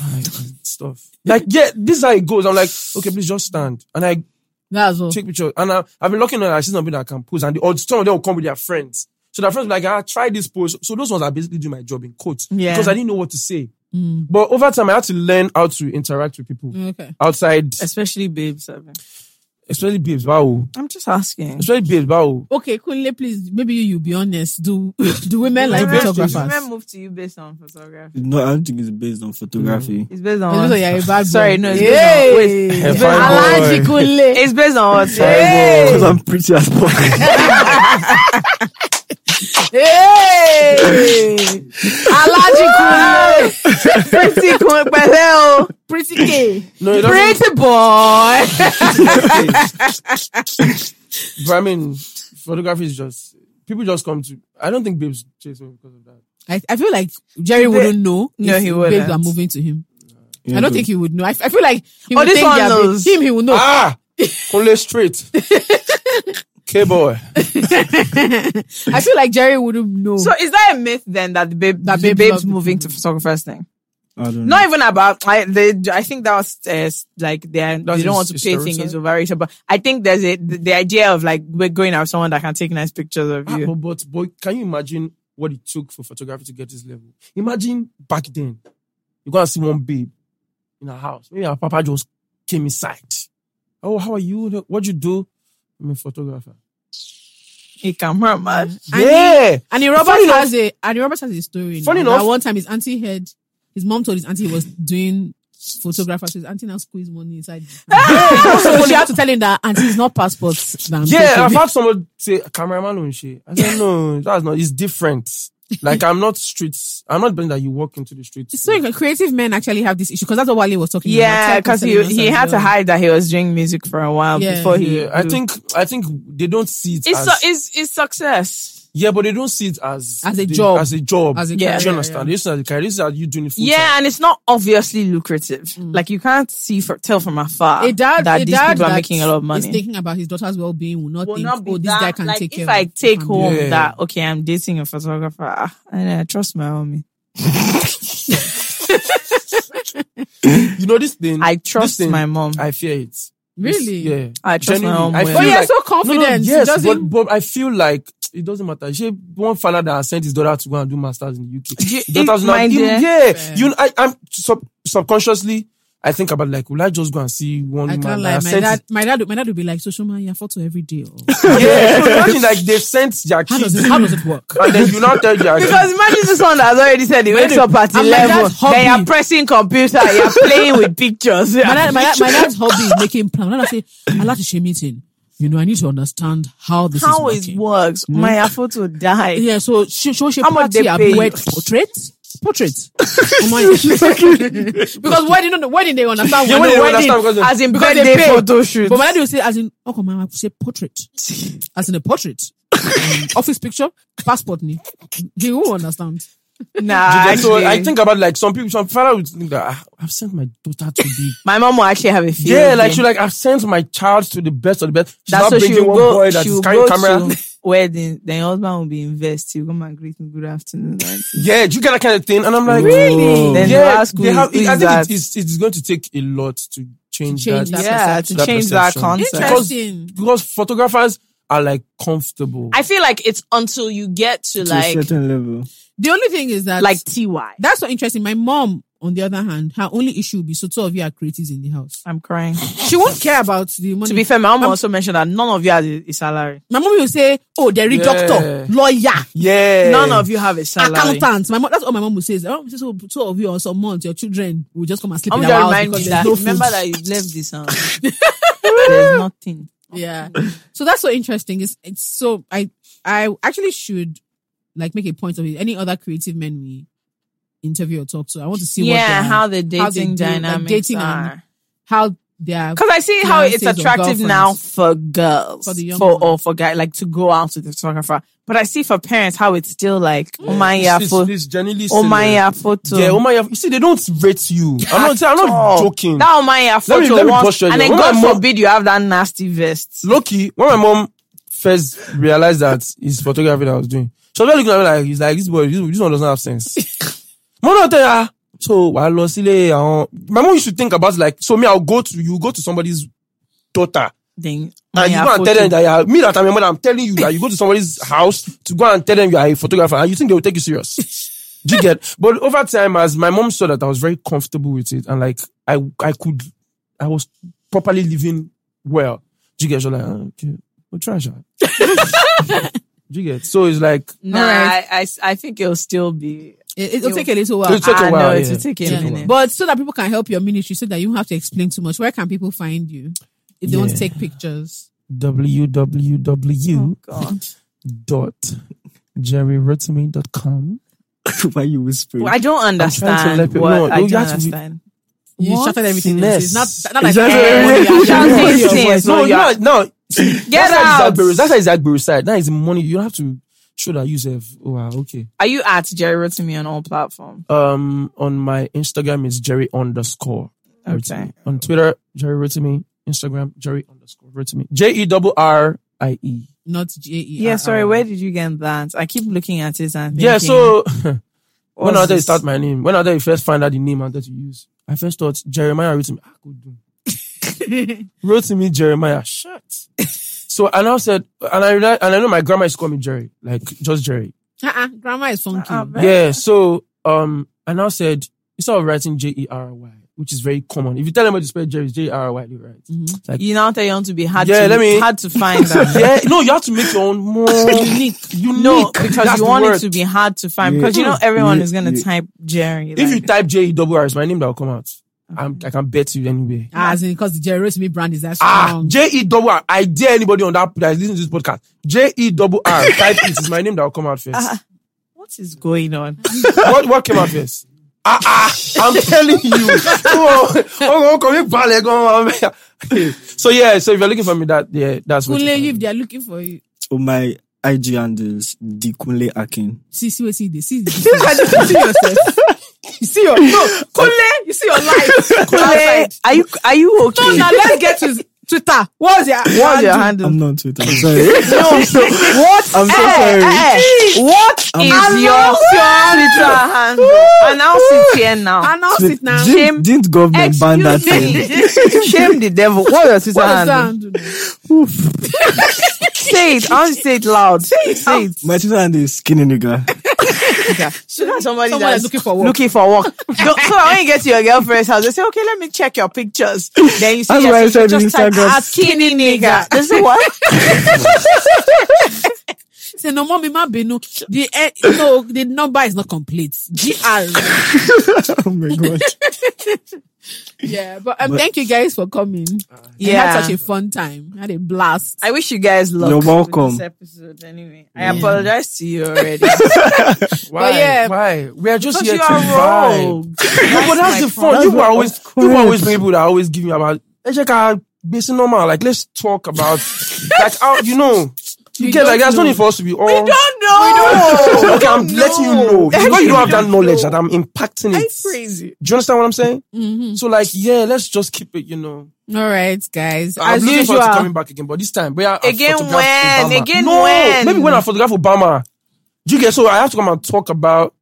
Speaker 2: I, stuff. Like yeah, this is how it goes. I'm like, okay, please just stand, and I
Speaker 4: That's what.
Speaker 2: take pictures. And I, I've been looking at I see something that I can pose, and the, or some of them will come with their friends. So their friends will be like, ah, try this pose. So those ones are basically doing my job in quotes
Speaker 7: Yeah.
Speaker 2: because I didn't know what to say.
Speaker 4: Mm.
Speaker 2: But over time, I had to learn how to interact with people
Speaker 4: Okay.
Speaker 2: outside,
Speaker 7: Especially babes.
Speaker 2: especially babes. Wow,
Speaker 7: I'm just asking.
Speaker 2: especially babes. Wow.
Speaker 4: Okay, Kunle, please. Maybe you, you be honest. Do *laughs* do women like
Speaker 7: Do women-
Speaker 4: photographers?
Speaker 7: do women move to you based on photography.
Speaker 1: No, I don't think it's based on photography.
Speaker 7: It's based
Speaker 4: It's
Speaker 7: on
Speaker 4: because you're a bad boy.
Speaker 7: Sorry, no, it's
Speaker 4: Yay.
Speaker 7: based on- wait.
Speaker 2: Fine
Speaker 4: Alaji
Speaker 2: boy.
Speaker 4: Kunle.
Speaker 7: It's based on what?
Speaker 1: Because I'm pretty as
Speaker 7: *laughs*
Speaker 1: fuck.
Speaker 4: Hey! Alaji Kunle.
Speaker 7: pretty cool, pẹ̀lẹ́ o.
Speaker 4: Pretty gay.
Speaker 2: No, it doesn't.
Speaker 4: Pretty boy.
Speaker 2: But I mean, photography is just people just come to. I don't think babes chase me because of that.
Speaker 4: I, I feel like Jerry wouldn't know.
Speaker 7: No,
Speaker 4: if
Speaker 7: he
Speaker 4: Babes
Speaker 7: wouldn't.
Speaker 4: are moving to him. I don't think he would know. I, I feel like he
Speaker 7: Oh,
Speaker 4: would
Speaker 7: this
Speaker 4: think
Speaker 7: one
Speaker 4: they are babes.
Speaker 7: knows.
Speaker 4: Him, he would know.
Speaker 2: Ah, Kunle straight. K boy.
Speaker 4: I feel like Jerry wouldn't know.
Speaker 7: So is that a myth then that the babe
Speaker 4: That
Speaker 7: that the
Speaker 4: babes
Speaker 7: babes
Speaker 4: love-
Speaker 7: moving to photographers thing?
Speaker 1: I don't know.
Speaker 7: Not even about I they, I think that was uh, like they
Speaker 2: That's
Speaker 7: they don't want
Speaker 2: a-
Speaker 7: to
Speaker 2: a
Speaker 7: pay thing is
Speaker 2: stereotype.
Speaker 7: overrated. But I think there's a the, the idea of like we're going out with someone that can take nice pictures of
Speaker 2: Ah,
Speaker 7: you.
Speaker 2: but, but boy, can you imagine what it took for photography to get this level? Imagine back then, you go and see one babe in her house. Maybe her papa just came inside. Oh, how are you? What you do? I'm a photographer.
Speaker 7: A camera man.
Speaker 4: And
Speaker 2: yeah.
Speaker 4: and Robert
Speaker 2: Funny enough-
Speaker 4: has a and Robert has a story.
Speaker 2: Funny
Speaker 4: now,
Speaker 2: enough-
Speaker 4: that one time his auntie had his mom told his auntie he was doing photographers. His auntie now squeezed money inside.
Speaker 7: *laughs*
Speaker 4: so she had to tell him that auntie is not passports. that I'm
Speaker 2: yeah,
Speaker 4: taking."
Speaker 2: I've had someone say cameraman on shit. I said
Speaker 4: *laughs*
Speaker 2: no, that's not. It's different. Like I'm not streets. I'm not bringing that you walk into the streets.
Speaker 4: It's so inc- creative men actually have this issue because that's what Wale was talking
Speaker 7: Yeah,
Speaker 4: about. Tech was
Speaker 7: because he
Speaker 4: telling us
Speaker 7: he
Speaker 4: as
Speaker 7: had to
Speaker 4: well.
Speaker 7: hide that he was doing music for a while
Speaker 4: Yeah.
Speaker 7: before he.
Speaker 2: Yeah, I think I think they don't see it.
Speaker 7: it's
Speaker 2: as,
Speaker 7: su- it's it's success.
Speaker 2: yeah, but they don't see it as
Speaker 4: As a
Speaker 2: the-
Speaker 4: job.
Speaker 2: As a job.
Speaker 4: As a
Speaker 7: Yeah.
Speaker 2: Do
Speaker 4: career,
Speaker 2: you understand? This is a career. This is how you doing it full
Speaker 7: Yeah,
Speaker 2: time.
Speaker 7: and it's not obviously lucrative. Like you can't see for tell from afar
Speaker 4: A dad,
Speaker 7: that
Speaker 4: a
Speaker 7: these
Speaker 4: dad
Speaker 7: people are
Speaker 4: that
Speaker 7: making a lot of
Speaker 4: Is
Speaker 7: money.
Speaker 4: thinking about his daughter's well-being will not
Speaker 7: Will
Speaker 4: think,
Speaker 7: not be
Speaker 4: oh, this
Speaker 7: that-
Speaker 4: guy can
Speaker 7: like,
Speaker 4: take
Speaker 7: if
Speaker 4: care.
Speaker 7: I
Speaker 4: of
Speaker 7: take
Speaker 4: the
Speaker 7: home
Speaker 4: family."
Speaker 2: Yeah.
Speaker 7: that okay, I'm dating a photographer ah, and I trust my homie.
Speaker 2: You know this thing.
Speaker 7: I
Speaker 2: this
Speaker 7: trust
Speaker 2: thing,
Speaker 7: my mom.
Speaker 2: I fear it.
Speaker 4: really?
Speaker 2: Yeah.
Speaker 7: I trust my
Speaker 2: Genuinely,
Speaker 7: mom.
Speaker 2: I
Speaker 7: well.
Speaker 2: feel
Speaker 4: But you're
Speaker 2: like-
Speaker 4: so
Speaker 2: No,
Speaker 4: confident.
Speaker 2: no,
Speaker 4: It
Speaker 2: yes,
Speaker 4: doesn't-
Speaker 2: but, but I feel like it doesn't matter. She one father that has sent his daughter to go and do masters in the UK.
Speaker 7: You-
Speaker 2: Daughter's
Speaker 7: it-
Speaker 2: now-
Speaker 7: my
Speaker 2: you-
Speaker 7: dear.
Speaker 2: yeah, you. I, I'm sub, subconsciously. I think about like, will I just go and see one
Speaker 4: I
Speaker 2: man that
Speaker 4: can't lie.
Speaker 2: has
Speaker 4: My
Speaker 2: sent
Speaker 4: dad, my dad, my dad would be like, "So, Shoma, you're photo every day. oh."
Speaker 2: it-
Speaker 4: *laughs*
Speaker 2: Yeah, so imagine like they sent their
Speaker 4: How
Speaker 2: kids,
Speaker 4: does it? How does it work?
Speaker 2: *laughs* and then you now tell their
Speaker 7: because imagine this one that has already said he wakes up at
Speaker 4: and my dad's
Speaker 7: 11.
Speaker 4: hobby-
Speaker 7: They are pressing computer. You're playing with
Speaker 4: *laughs*
Speaker 7: pictures. *laughs*
Speaker 4: My dad, my, dad, my dad's hobby is making plans. My dad say, "I like to share meeting. You know, I need to understand how this
Speaker 7: How
Speaker 4: is
Speaker 7: it
Speaker 4: working."
Speaker 7: works.
Speaker 2: Hmm?
Speaker 7: My photo died.
Speaker 4: yeah, so she, she, she
Speaker 7: How much
Speaker 4: party
Speaker 7: they
Speaker 4: a
Speaker 7: pay you?
Speaker 4: wed portrait. Portrait.
Speaker 7: *laughs*
Speaker 4: Come on. *laughs* because wedding, no, wedding they understand.
Speaker 2: Yeah,
Speaker 4: when
Speaker 2: when
Speaker 4: they
Speaker 2: they
Speaker 4: wedding,
Speaker 2: understand because
Speaker 7: As in
Speaker 4: Because they
Speaker 7: birthday
Speaker 4: pay.
Speaker 7: photo shoot.
Speaker 4: But my dad will say, as in, oh, come on, I say portrait.
Speaker 7: *laughs*
Speaker 4: As in a portrait. Um, office picture, passport. Ni. He won't understand.
Speaker 7: Nah,
Speaker 2: Do you get- so
Speaker 7: actually,
Speaker 2: I think about like some people, some father would think that ah, I've sent my daughter to the
Speaker 7: my mom will actually have a few.
Speaker 2: yeah, like she like I've sent my child to the best of the best. She's
Speaker 7: that's
Speaker 2: not
Speaker 7: what she
Speaker 2: bringing
Speaker 7: will
Speaker 2: one
Speaker 7: go.
Speaker 2: boy that
Speaker 7: she
Speaker 2: is
Speaker 7: will
Speaker 2: carrying
Speaker 7: go
Speaker 2: camera.
Speaker 7: to wedding. Then your husband will be invested. Come and greet me. Good afternoon. auntie."
Speaker 2: Yeah, do you get that kind of thing? And I'm like,
Speaker 7: Really? Then
Speaker 2: yeah,
Speaker 7: the ask who
Speaker 2: they
Speaker 7: is-
Speaker 2: have,
Speaker 7: who
Speaker 2: I
Speaker 7: is
Speaker 2: think
Speaker 7: that?
Speaker 2: it is, it's going to take a lot to change,
Speaker 4: To change
Speaker 2: that.
Speaker 4: that.
Speaker 7: yeah, to
Speaker 4: perception.
Speaker 7: change that
Speaker 2: That perception.
Speaker 7: concept.
Speaker 2: Because-
Speaker 4: Interesting.
Speaker 2: Because photographers are like comfortable.
Speaker 7: I feel like it's until you get to,
Speaker 1: to
Speaker 7: like
Speaker 1: a certain level. *laughs*
Speaker 4: The only thing is that
Speaker 7: like ty.
Speaker 4: that's so interesting. My mom, on the other hand, her only issue would be so two of you are creatives in the house.
Speaker 7: I'm crying.
Speaker 4: She won't care about the money.
Speaker 7: to be fair, my mom also mentioned that none of you have a, a salary.
Speaker 4: my mom will say, "Oh, there is
Speaker 2: Yeah.
Speaker 4: doctor, lawyer,
Speaker 2: yeah.
Speaker 7: None of you have a salary.
Speaker 4: accountant." My mom, that's all my mom will say. Is, oh, just so two of you or some months, your children will just come and sleep
Speaker 7: I'm
Speaker 4: in
Speaker 7: just
Speaker 4: our house
Speaker 7: remind me
Speaker 4: because there's
Speaker 7: that
Speaker 4: no food.
Speaker 7: remember that you left this *laughs* house. There's nothing.
Speaker 4: yeah so that's so interesting it's, it's so i i actually should like make a point of it any other creative men we interview or talk to i want to see what
Speaker 7: yeah,
Speaker 4: their-
Speaker 7: how the dating
Speaker 4: how they do, like,
Speaker 7: dynamics
Speaker 4: dating and-
Speaker 7: are.
Speaker 4: how they're
Speaker 7: Because I see how it's
Speaker 4: Fiancés or
Speaker 7: attractive now
Speaker 4: girlfriends.
Speaker 7: for girls,
Speaker 4: For the young
Speaker 7: for
Speaker 4: ones.
Speaker 7: or for guys, like to go out with the photographer. But I see for parents how it's still like, oh my yeah,
Speaker 2: It's-
Speaker 7: photo,
Speaker 2: it's genuinely
Speaker 7: oh my
Speaker 2: serious.
Speaker 7: yeah, photo.
Speaker 2: Yeah, oh my yeah. You see, they don't rate you. I'm not, I'm not
Speaker 7: Oh,
Speaker 2: joking.
Speaker 7: That oh my yeah,
Speaker 2: Let
Speaker 7: photo
Speaker 2: me- let me
Speaker 7: once,
Speaker 2: posture you.
Speaker 7: and then
Speaker 2: When my
Speaker 7: God
Speaker 2: mom-
Speaker 7: forbid you have that nasty vest.
Speaker 2: Loki, when my mom first realized that it's photography that I was doing, she was just looking at me like, he's like, this boy, this, this one doesn't have sense. Mom don't tell her, so, why lost My mom used to think about like, so me, I'll go to, you go to somebody's daughter.
Speaker 7: Then
Speaker 2: And
Speaker 7: Maya
Speaker 2: you go and tell
Speaker 7: photo.
Speaker 2: them that you are, me that I'm your mother, I'm telling you that you go to somebody's house to go and tell them you are a photographer and you think they will take you serious. Do you
Speaker 7: *laughs*
Speaker 2: get? But over time, as my mom saw that I was very comfortable with it and like I, I could, I was properly living well. Do you get? She was like, "Ah, okay, we'll try
Speaker 7: *laughs*
Speaker 2: that. Do you get? So it's like,
Speaker 7: Nah,
Speaker 4: Alright.
Speaker 7: I, I I think it'll still be. oh
Speaker 4: it, it'll take a little while
Speaker 2: It'll take a
Speaker 7: I
Speaker 2: while,
Speaker 7: know it
Speaker 2: yeah.
Speaker 7: will take a
Speaker 2: Take a
Speaker 7: minute.
Speaker 2: while.
Speaker 4: but so that people can help your ministry so that you don't have to explain too much where can people find you if they want to
Speaker 2: Yeah.
Speaker 4: take pictures
Speaker 2: www
Speaker 7: God.
Speaker 2: dot jerryrotomy.com.
Speaker 1: Why you whispering?
Speaker 7: I don't
Speaker 2: trying to let
Speaker 7: understand.
Speaker 2: people
Speaker 7: What,
Speaker 2: know.
Speaker 7: I
Speaker 2: You
Speaker 7: don't
Speaker 2: have to be-
Speaker 7: understand.
Speaker 4: you
Speaker 2: What?
Speaker 4: shouted everything else.
Speaker 2: Finesse.
Speaker 4: It's not, not like
Speaker 2: Exactly.
Speaker 4: everybody
Speaker 2: Yeah.
Speaker 4: are shouting
Speaker 7: Yeah.
Speaker 4: your
Speaker 7: Yeah.
Speaker 4: voice.
Speaker 2: No,
Speaker 7: No,
Speaker 2: you
Speaker 7: yeah.
Speaker 2: know, no,
Speaker 7: Get
Speaker 2: that's how
Speaker 7: out.
Speaker 2: Zach Berry- That's how Zach Berry side. That is money. You have to show that yourself. Oh, wow, okay.
Speaker 7: Are you at Jerry wrote to me on all platforms?
Speaker 2: Um, on my Instagram is Jerry underscore. Rotimi. On Twitter, Jerry Rotimi. Instagram, Jerry underscore Rotimi. J E R R I E.
Speaker 4: Not J E.
Speaker 7: Yeah, sorry. Where did you get that? I keep looking at it and
Speaker 2: Yeah.
Speaker 7: thinking,
Speaker 2: So *laughs* when I
Speaker 7: what's
Speaker 2: thought you
Speaker 7: this?
Speaker 2: start my name, when I thought you first find out the name I thought you use, I first thought Jeremiah Rotimi. I could "Ah, do. *laughs* Rotimi Jeremiah. Shut. so and I said, and I realized, and I know my grandma used to call me Jerry, like just Jerry.
Speaker 4: Uh-uh, grandma is funky.
Speaker 7: Uh-uh, but-
Speaker 2: Yeah. So um, I now said instead of writing J E R R Y, which is very common. If you tell them how to spell Jerry, it's J E R R Y, they write.
Speaker 4: Mhm.
Speaker 2: Like,
Speaker 7: you now tell you want to be hard.
Speaker 2: Yeah,
Speaker 7: to,
Speaker 2: let me-
Speaker 7: hard to find that.
Speaker 2: *laughs* yeah. No, you have to make your own more *laughs* unique. Unique.
Speaker 7: No, because
Speaker 2: That's the
Speaker 7: you want
Speaker 2: word.
Speaker 7: it to be hard to find.
Speaker 1: Yeah.
Speaker 7: Because you know everyone
Speaker 1: Yeah,
Speaker 7: is gonna
Speaker 1: yeah.
Speaker 7: type Jerry.
Speaker 2: If you
Speaker 7: like-
Speaker 2: type J E R R, it's my name that will come out. I'm, I can bet you anywhere.
Speaker 4: Ah, As in, because the Jerry Rosemary brand is that
Speaker 2: Ah,
Speaker 4: strong.
Speaker 2: J E double R. I dare anybody on that that is listening to this podcast. J E double R. Type it. It's my name that will come out first.
Speaker 7: what is going *laughs* on?
Speaker 2: what what came out first? Ah ah! I'm telling you. Oh, oh, oh, come here, go on. So yeah, so if you're looking for me, that yeah, that's what.
Speaker 4: Kunle,
Speaker 2: you
Speaker 4: if
Speaker 2: find.
Speaker 4: they are looking for you,
Speaker 1: oh, my IG handle is Dikunle Akin.
Speaker 4: see, see what see they see. see, see yourself. You see your no, Kunle. You see your life. Kunle.
Speaker 7: are you are you okay?
Speaker 4: No, now let's get to Twitter. What's your
Speaker 7: What's your
Speaker 4: handle?
Speaker 7: handle?
Speaker 1: I'm not on
Speaker 7: *laughs*
Speaker 1: Twitter. I'm sorry.
Speaker 7: What? eh,
Speaker 1: I'm so sorry.
Speaker 7: What
Speaker 1: I'm
Speaker 7: is
Speaker 1: so
Speaker 7: your Twitter handle? Announce it here now.
Speaker 4: Announce it now. What
Speaker 1: Didn't, didn't government ban that thing?
Speaker 7: *laughs* Excuse me. Shame the devil. What is your Twitter
Speaker 4: is
Speaker 7: handle?
Speaker 4: that handle?
Speaker 7: Say *laughs* it. I want to say it loud. Say it. Say it.
Speaker 1: My Twitter handle is Skinny Nigga. *laughs*
Speaker 7: Sugar, somebody
Speaker 4: Someone
Speaker 7: that's
Speaker 4: is looking for work.
Speaker 7: Looking for work. Don't- so that when you get to your girlfriend's house, they say, okay, let me check your pictures. Then you see
Speaker 1: That's
Speaker 7: your
Speaker 1: why I
Speaker 7: picture,
Speaker 1: said
Speaker 7: just type,
Speaker 1: Instagram.
Speaker 7: "Ah, skinny nigga. They say *laughs* what?
Speaker 4: Say no, mommy, ma benu. The eh, no, the number is not complete. Gr.
Speaker 1: oh my god.
Speaker 4: Yeah, but, um, thank you guys for coming. Yeah, had
Speaker 7: Yeah.
Speaker 4: such a fun time. Had a blast.
Speaker 7: I wish you guys luck.
Speaker 1: You're
Speaker 7: with
Speaker 1: welcome.
Speaker 7: This episode, anyway. I apologize to you *laughs* already.
Speaker 2: Why?
Speaker 4: yeah.
Speaker 2: Why? We are just
Speaker 7: Because
Speaker 2: here
Speaker 7: you
Speaker 2: to
Speaker 7: are
Speaker 2: vibe.
Speaker 7: rogue. *laughs*
Speaker 2: No, but that's
Speaker 7: my
Speaker 2: the fun.
Speaker 1: point.
Speaker 2: You were always,
Speaker 1: Of
Speaker 2: you were always
Speaker 1: course.
Speaker 2: bring people that always give me about. Hey, check out basic normal. Like let's talk about like how you know. You,
Speaker 4: You
Speaker 2: get like
Speaker 4: don't
Speaker 2: there's no
Speaker 4: know.
Speaker 2: need for us to be all.
Speaker 7: don't know. know. *laughs*
Speaker 2: okay, I'm letting you know. It's because you don't have that knowledge that I'm impacting
Speaker 7: I'm
Speaker 2: it.
Speaker 7: crazy.
Speaker 2: Do you understand what I'm saying?
Speaker 7: Mm-hmm.
Speaker 4: Mhm.
Speaker 2: So like, yeah, let's just keep it, you know.
Speaker 4: All right, guys.
Speaker 2: I'm
Speaker 4: As
Speaker 2: looking
Speaker 4: usual,
Speaker 2: forward to coming back again, but this time, we are
Speaker 7: Again when? Again
Speaker 2: no,
Speaker 7: when?
Speaker 2: maybe when I photograph Obama. Do you get so I have to come and talk about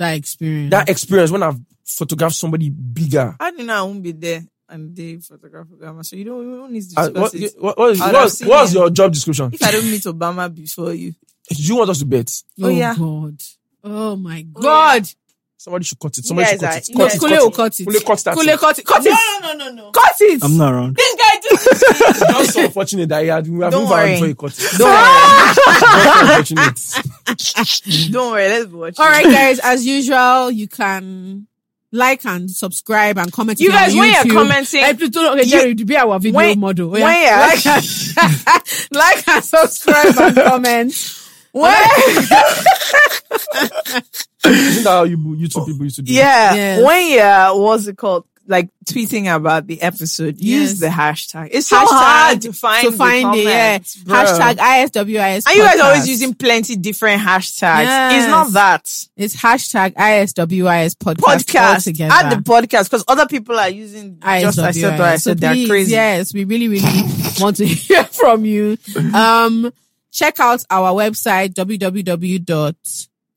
Speaker 4: that experience.
Speaker 2: that experience when I've photographed somebody bigger.
Speaker 7: How do you know I won't be there and they photograph Obama? So you don't, you don't need to
Speaker 2: Uh,
Speaker 7: discuss
Speaker 2: what,
Speaker 7: it.
Speaker 2: what, what, is-
Speaker 7: I'd have
Speaker 2: what's-
Speaker 7: seen
Speaker 2: what's
Speaker 7: him.
Speaker 2: your job description?
Speaker 7: If I don't meet Obama before you,
Speaker 2: Do you want us to bet?
Speaker 4: oh,
Speaker 7: Oh, yeah.
Speaker 4: God. Oh my God.
Speaker 2: Somebody should cut it. Somebody should cut
Speaker 7: guys
Speaker 2: it.
Speaker 7: are-
Speaker 2: Cut
Speaker 7: you
Speaker 2: it,
Speaker 7: guys-
Speaker 4: Kule will cut it.
Speaker 2: Kule, cut that.
Speaker 4: Kule cut it. Cut it.
Speaker 7: *laughs* no, no, Um, no.
Speaker 4: Cut it.
Speaker 1: I'm not around.
Speaker 7: This guy *laughs* just.
Speaker 2: That's so unfortunate that he had, we have
Speaker 7: Don't
Speaker 2: moved around
Speaker 7: worry.
Speaker 2: before he cut it.
Speaker 7: don't, worry,
Speaker 2: That's so unfortunate.
Speaker 7: Ah! don't worry. Let's watch.
Speaker 4: All
Speaker 7: *laughs*
Speaker 4: right, guys. As usual, you can like and subscribe and comment.
Speaker 7: You
Speaker 4: if
Speaker 7: guys,
Speaker 4: on
Speaker 7: when you're
Speaker 4: YouTube.
Speaker 7: commenting-
Speaker 4: Eh, please don't- okay, Jerry, be our video
Speaker 7: when-
Speaker 4: model. Oh,
Speaker 7: when
Speaker 4: yeah.
Speaker 7: you're-
Speaker 4: like, and, *laughs* like and subscribe and comment.
Speaker 2: Isn't that how you, you two people used to do it?
Speaker 7: *laughs* Yeah.
Speaker 4: Yes.
Speaker 7: When you're, what's it called? Like tweeting about the episode,
Speaker 4: Yes.
Speaker 7: use the hashtag. It's so
Speaker 4: Hashtag
Speaker 7: hard to *laughs* find,
Speaker 4: to find
Speaker 7: the
Speaker 4: it, yeah.
Speaker 7: comments, bro.
Speaker 4: Hashtag ISWIS.
Speaker 7: And you guys are
Speaker 4: podcast.
Speaker 7: always using plenty different hashtags.
Speaker 4: Yes.
Speaker 7: It's not that.
Speaker 4: It's hashtag ISWIS podcast,
Speaker 7: Podcast.
Speaker 4: altogether.
Speaker 7: Add the podcast because other people are using just I said what I
Speaker 4: ISWIS. So
Speaker 7: said. They're
Speaker 4: please,
Speaker 7: crazy.
Speaker 4: Yes, we really, really *laughs* want to hear from you. Um, check out our website, www.com.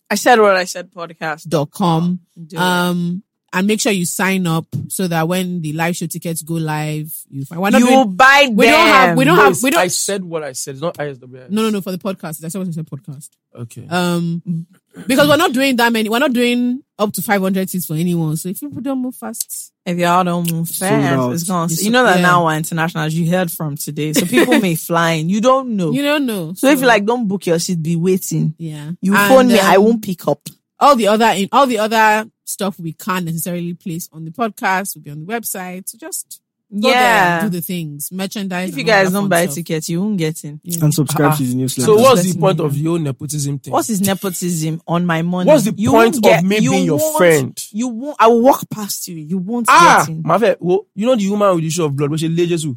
Speaker 7: I said what I said podcast. Do
Speaker 4: Um, and make sure you sign up so that when the live show tickets go live, you find. We're
Speaker 7: it.
Speaker 4: not
Speaker 7: you will
Speaker 4: doing,
Speaker 7: buy
Speaker 4: we don't have, we
Speaker 7: them.
Speaker 4: don't have, we
Speaker 2: I
Speaker 4: don't.
Speaker 2: said what I said. It's not ISWS.
Speaker 4: No, no, no, for the podcast. That's what I said, podcast.
Speaker 2: Okay.
Speaker 4: Um, because we're not doing that many, we're not doing up to 500 seats for anyone. So if people don't move fast,
Speaker 7: If y'all don't move
Speaker 1: out.
Speaker 7: fast, it's gone.
Speaker 4: It's-
Speaker 7: you know that
Speaker 4: yeah.
Speaker 7: now we're international, as you heard from today. So people *laughs* may fly in. You don't know.
Speaker 4: you don't know.
Speaker 7: Oh. so if you like, don't book your seat, be waiting.
Speaker 4: yeah,
Speaker 7: You
Speaker 4: And,
Speaker 7: phone me, I
Speaker 4: um,
Speaker 7: won't pick up.
Speaker 4: all the other in all the other stuff we can't necessarily place on the podcast will be on the website. So just go there,
Speaker 7: Yeah.
Speaker 4: do the things, merchandise.
Speaker 7: If you
Speaker 4: and all
Speaker 7: guys
Speaker 4: that
Speaker 7: don't
Speaker 4: fun
Speaker 7: buy
Speaker 4: stuff.
Speaker 7: tickets, you won't get in.
Speaker 4: Yeah.
Speaker 1: And
Speaker 7: Ah,
Speaker 1: subscribe to the newsletter.
Speaker 2: So what's the
Speaker 7: Letting
Speaker 2: point
Speaker 7: me
Speaker 2: of your nepotism thing?
Speaker 7: What is nepotism on my money?
Speaker 2: What's the
Speaker 7: You
Speaker 2: point
Speaker 7: won't get-
Speaker 2: of me
Speaker 7: you
Speaker 2: being your
Speaker 7: won't-
Speaker 2: friend?
Speaker 7: You won't. I will walk past you. You won't
Speaker 2: Ah,
Speaker 7: get in.
Speaker 2: my friend, well, you know the woman with the issue of blood, where she lay Jesus.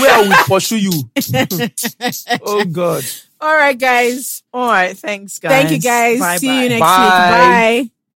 Speaker 2: Where I will pursue you. *laughs* oh God.
Speaker 4: All right, guys.
Speaker 7: All right. Thanks, guys.
Speaker 4: Thank you, guys.
Speaker 7: Bye-bye.
Speaker 4: See you next
Speaker 2: Bye.
Speaker 4: week. Bye.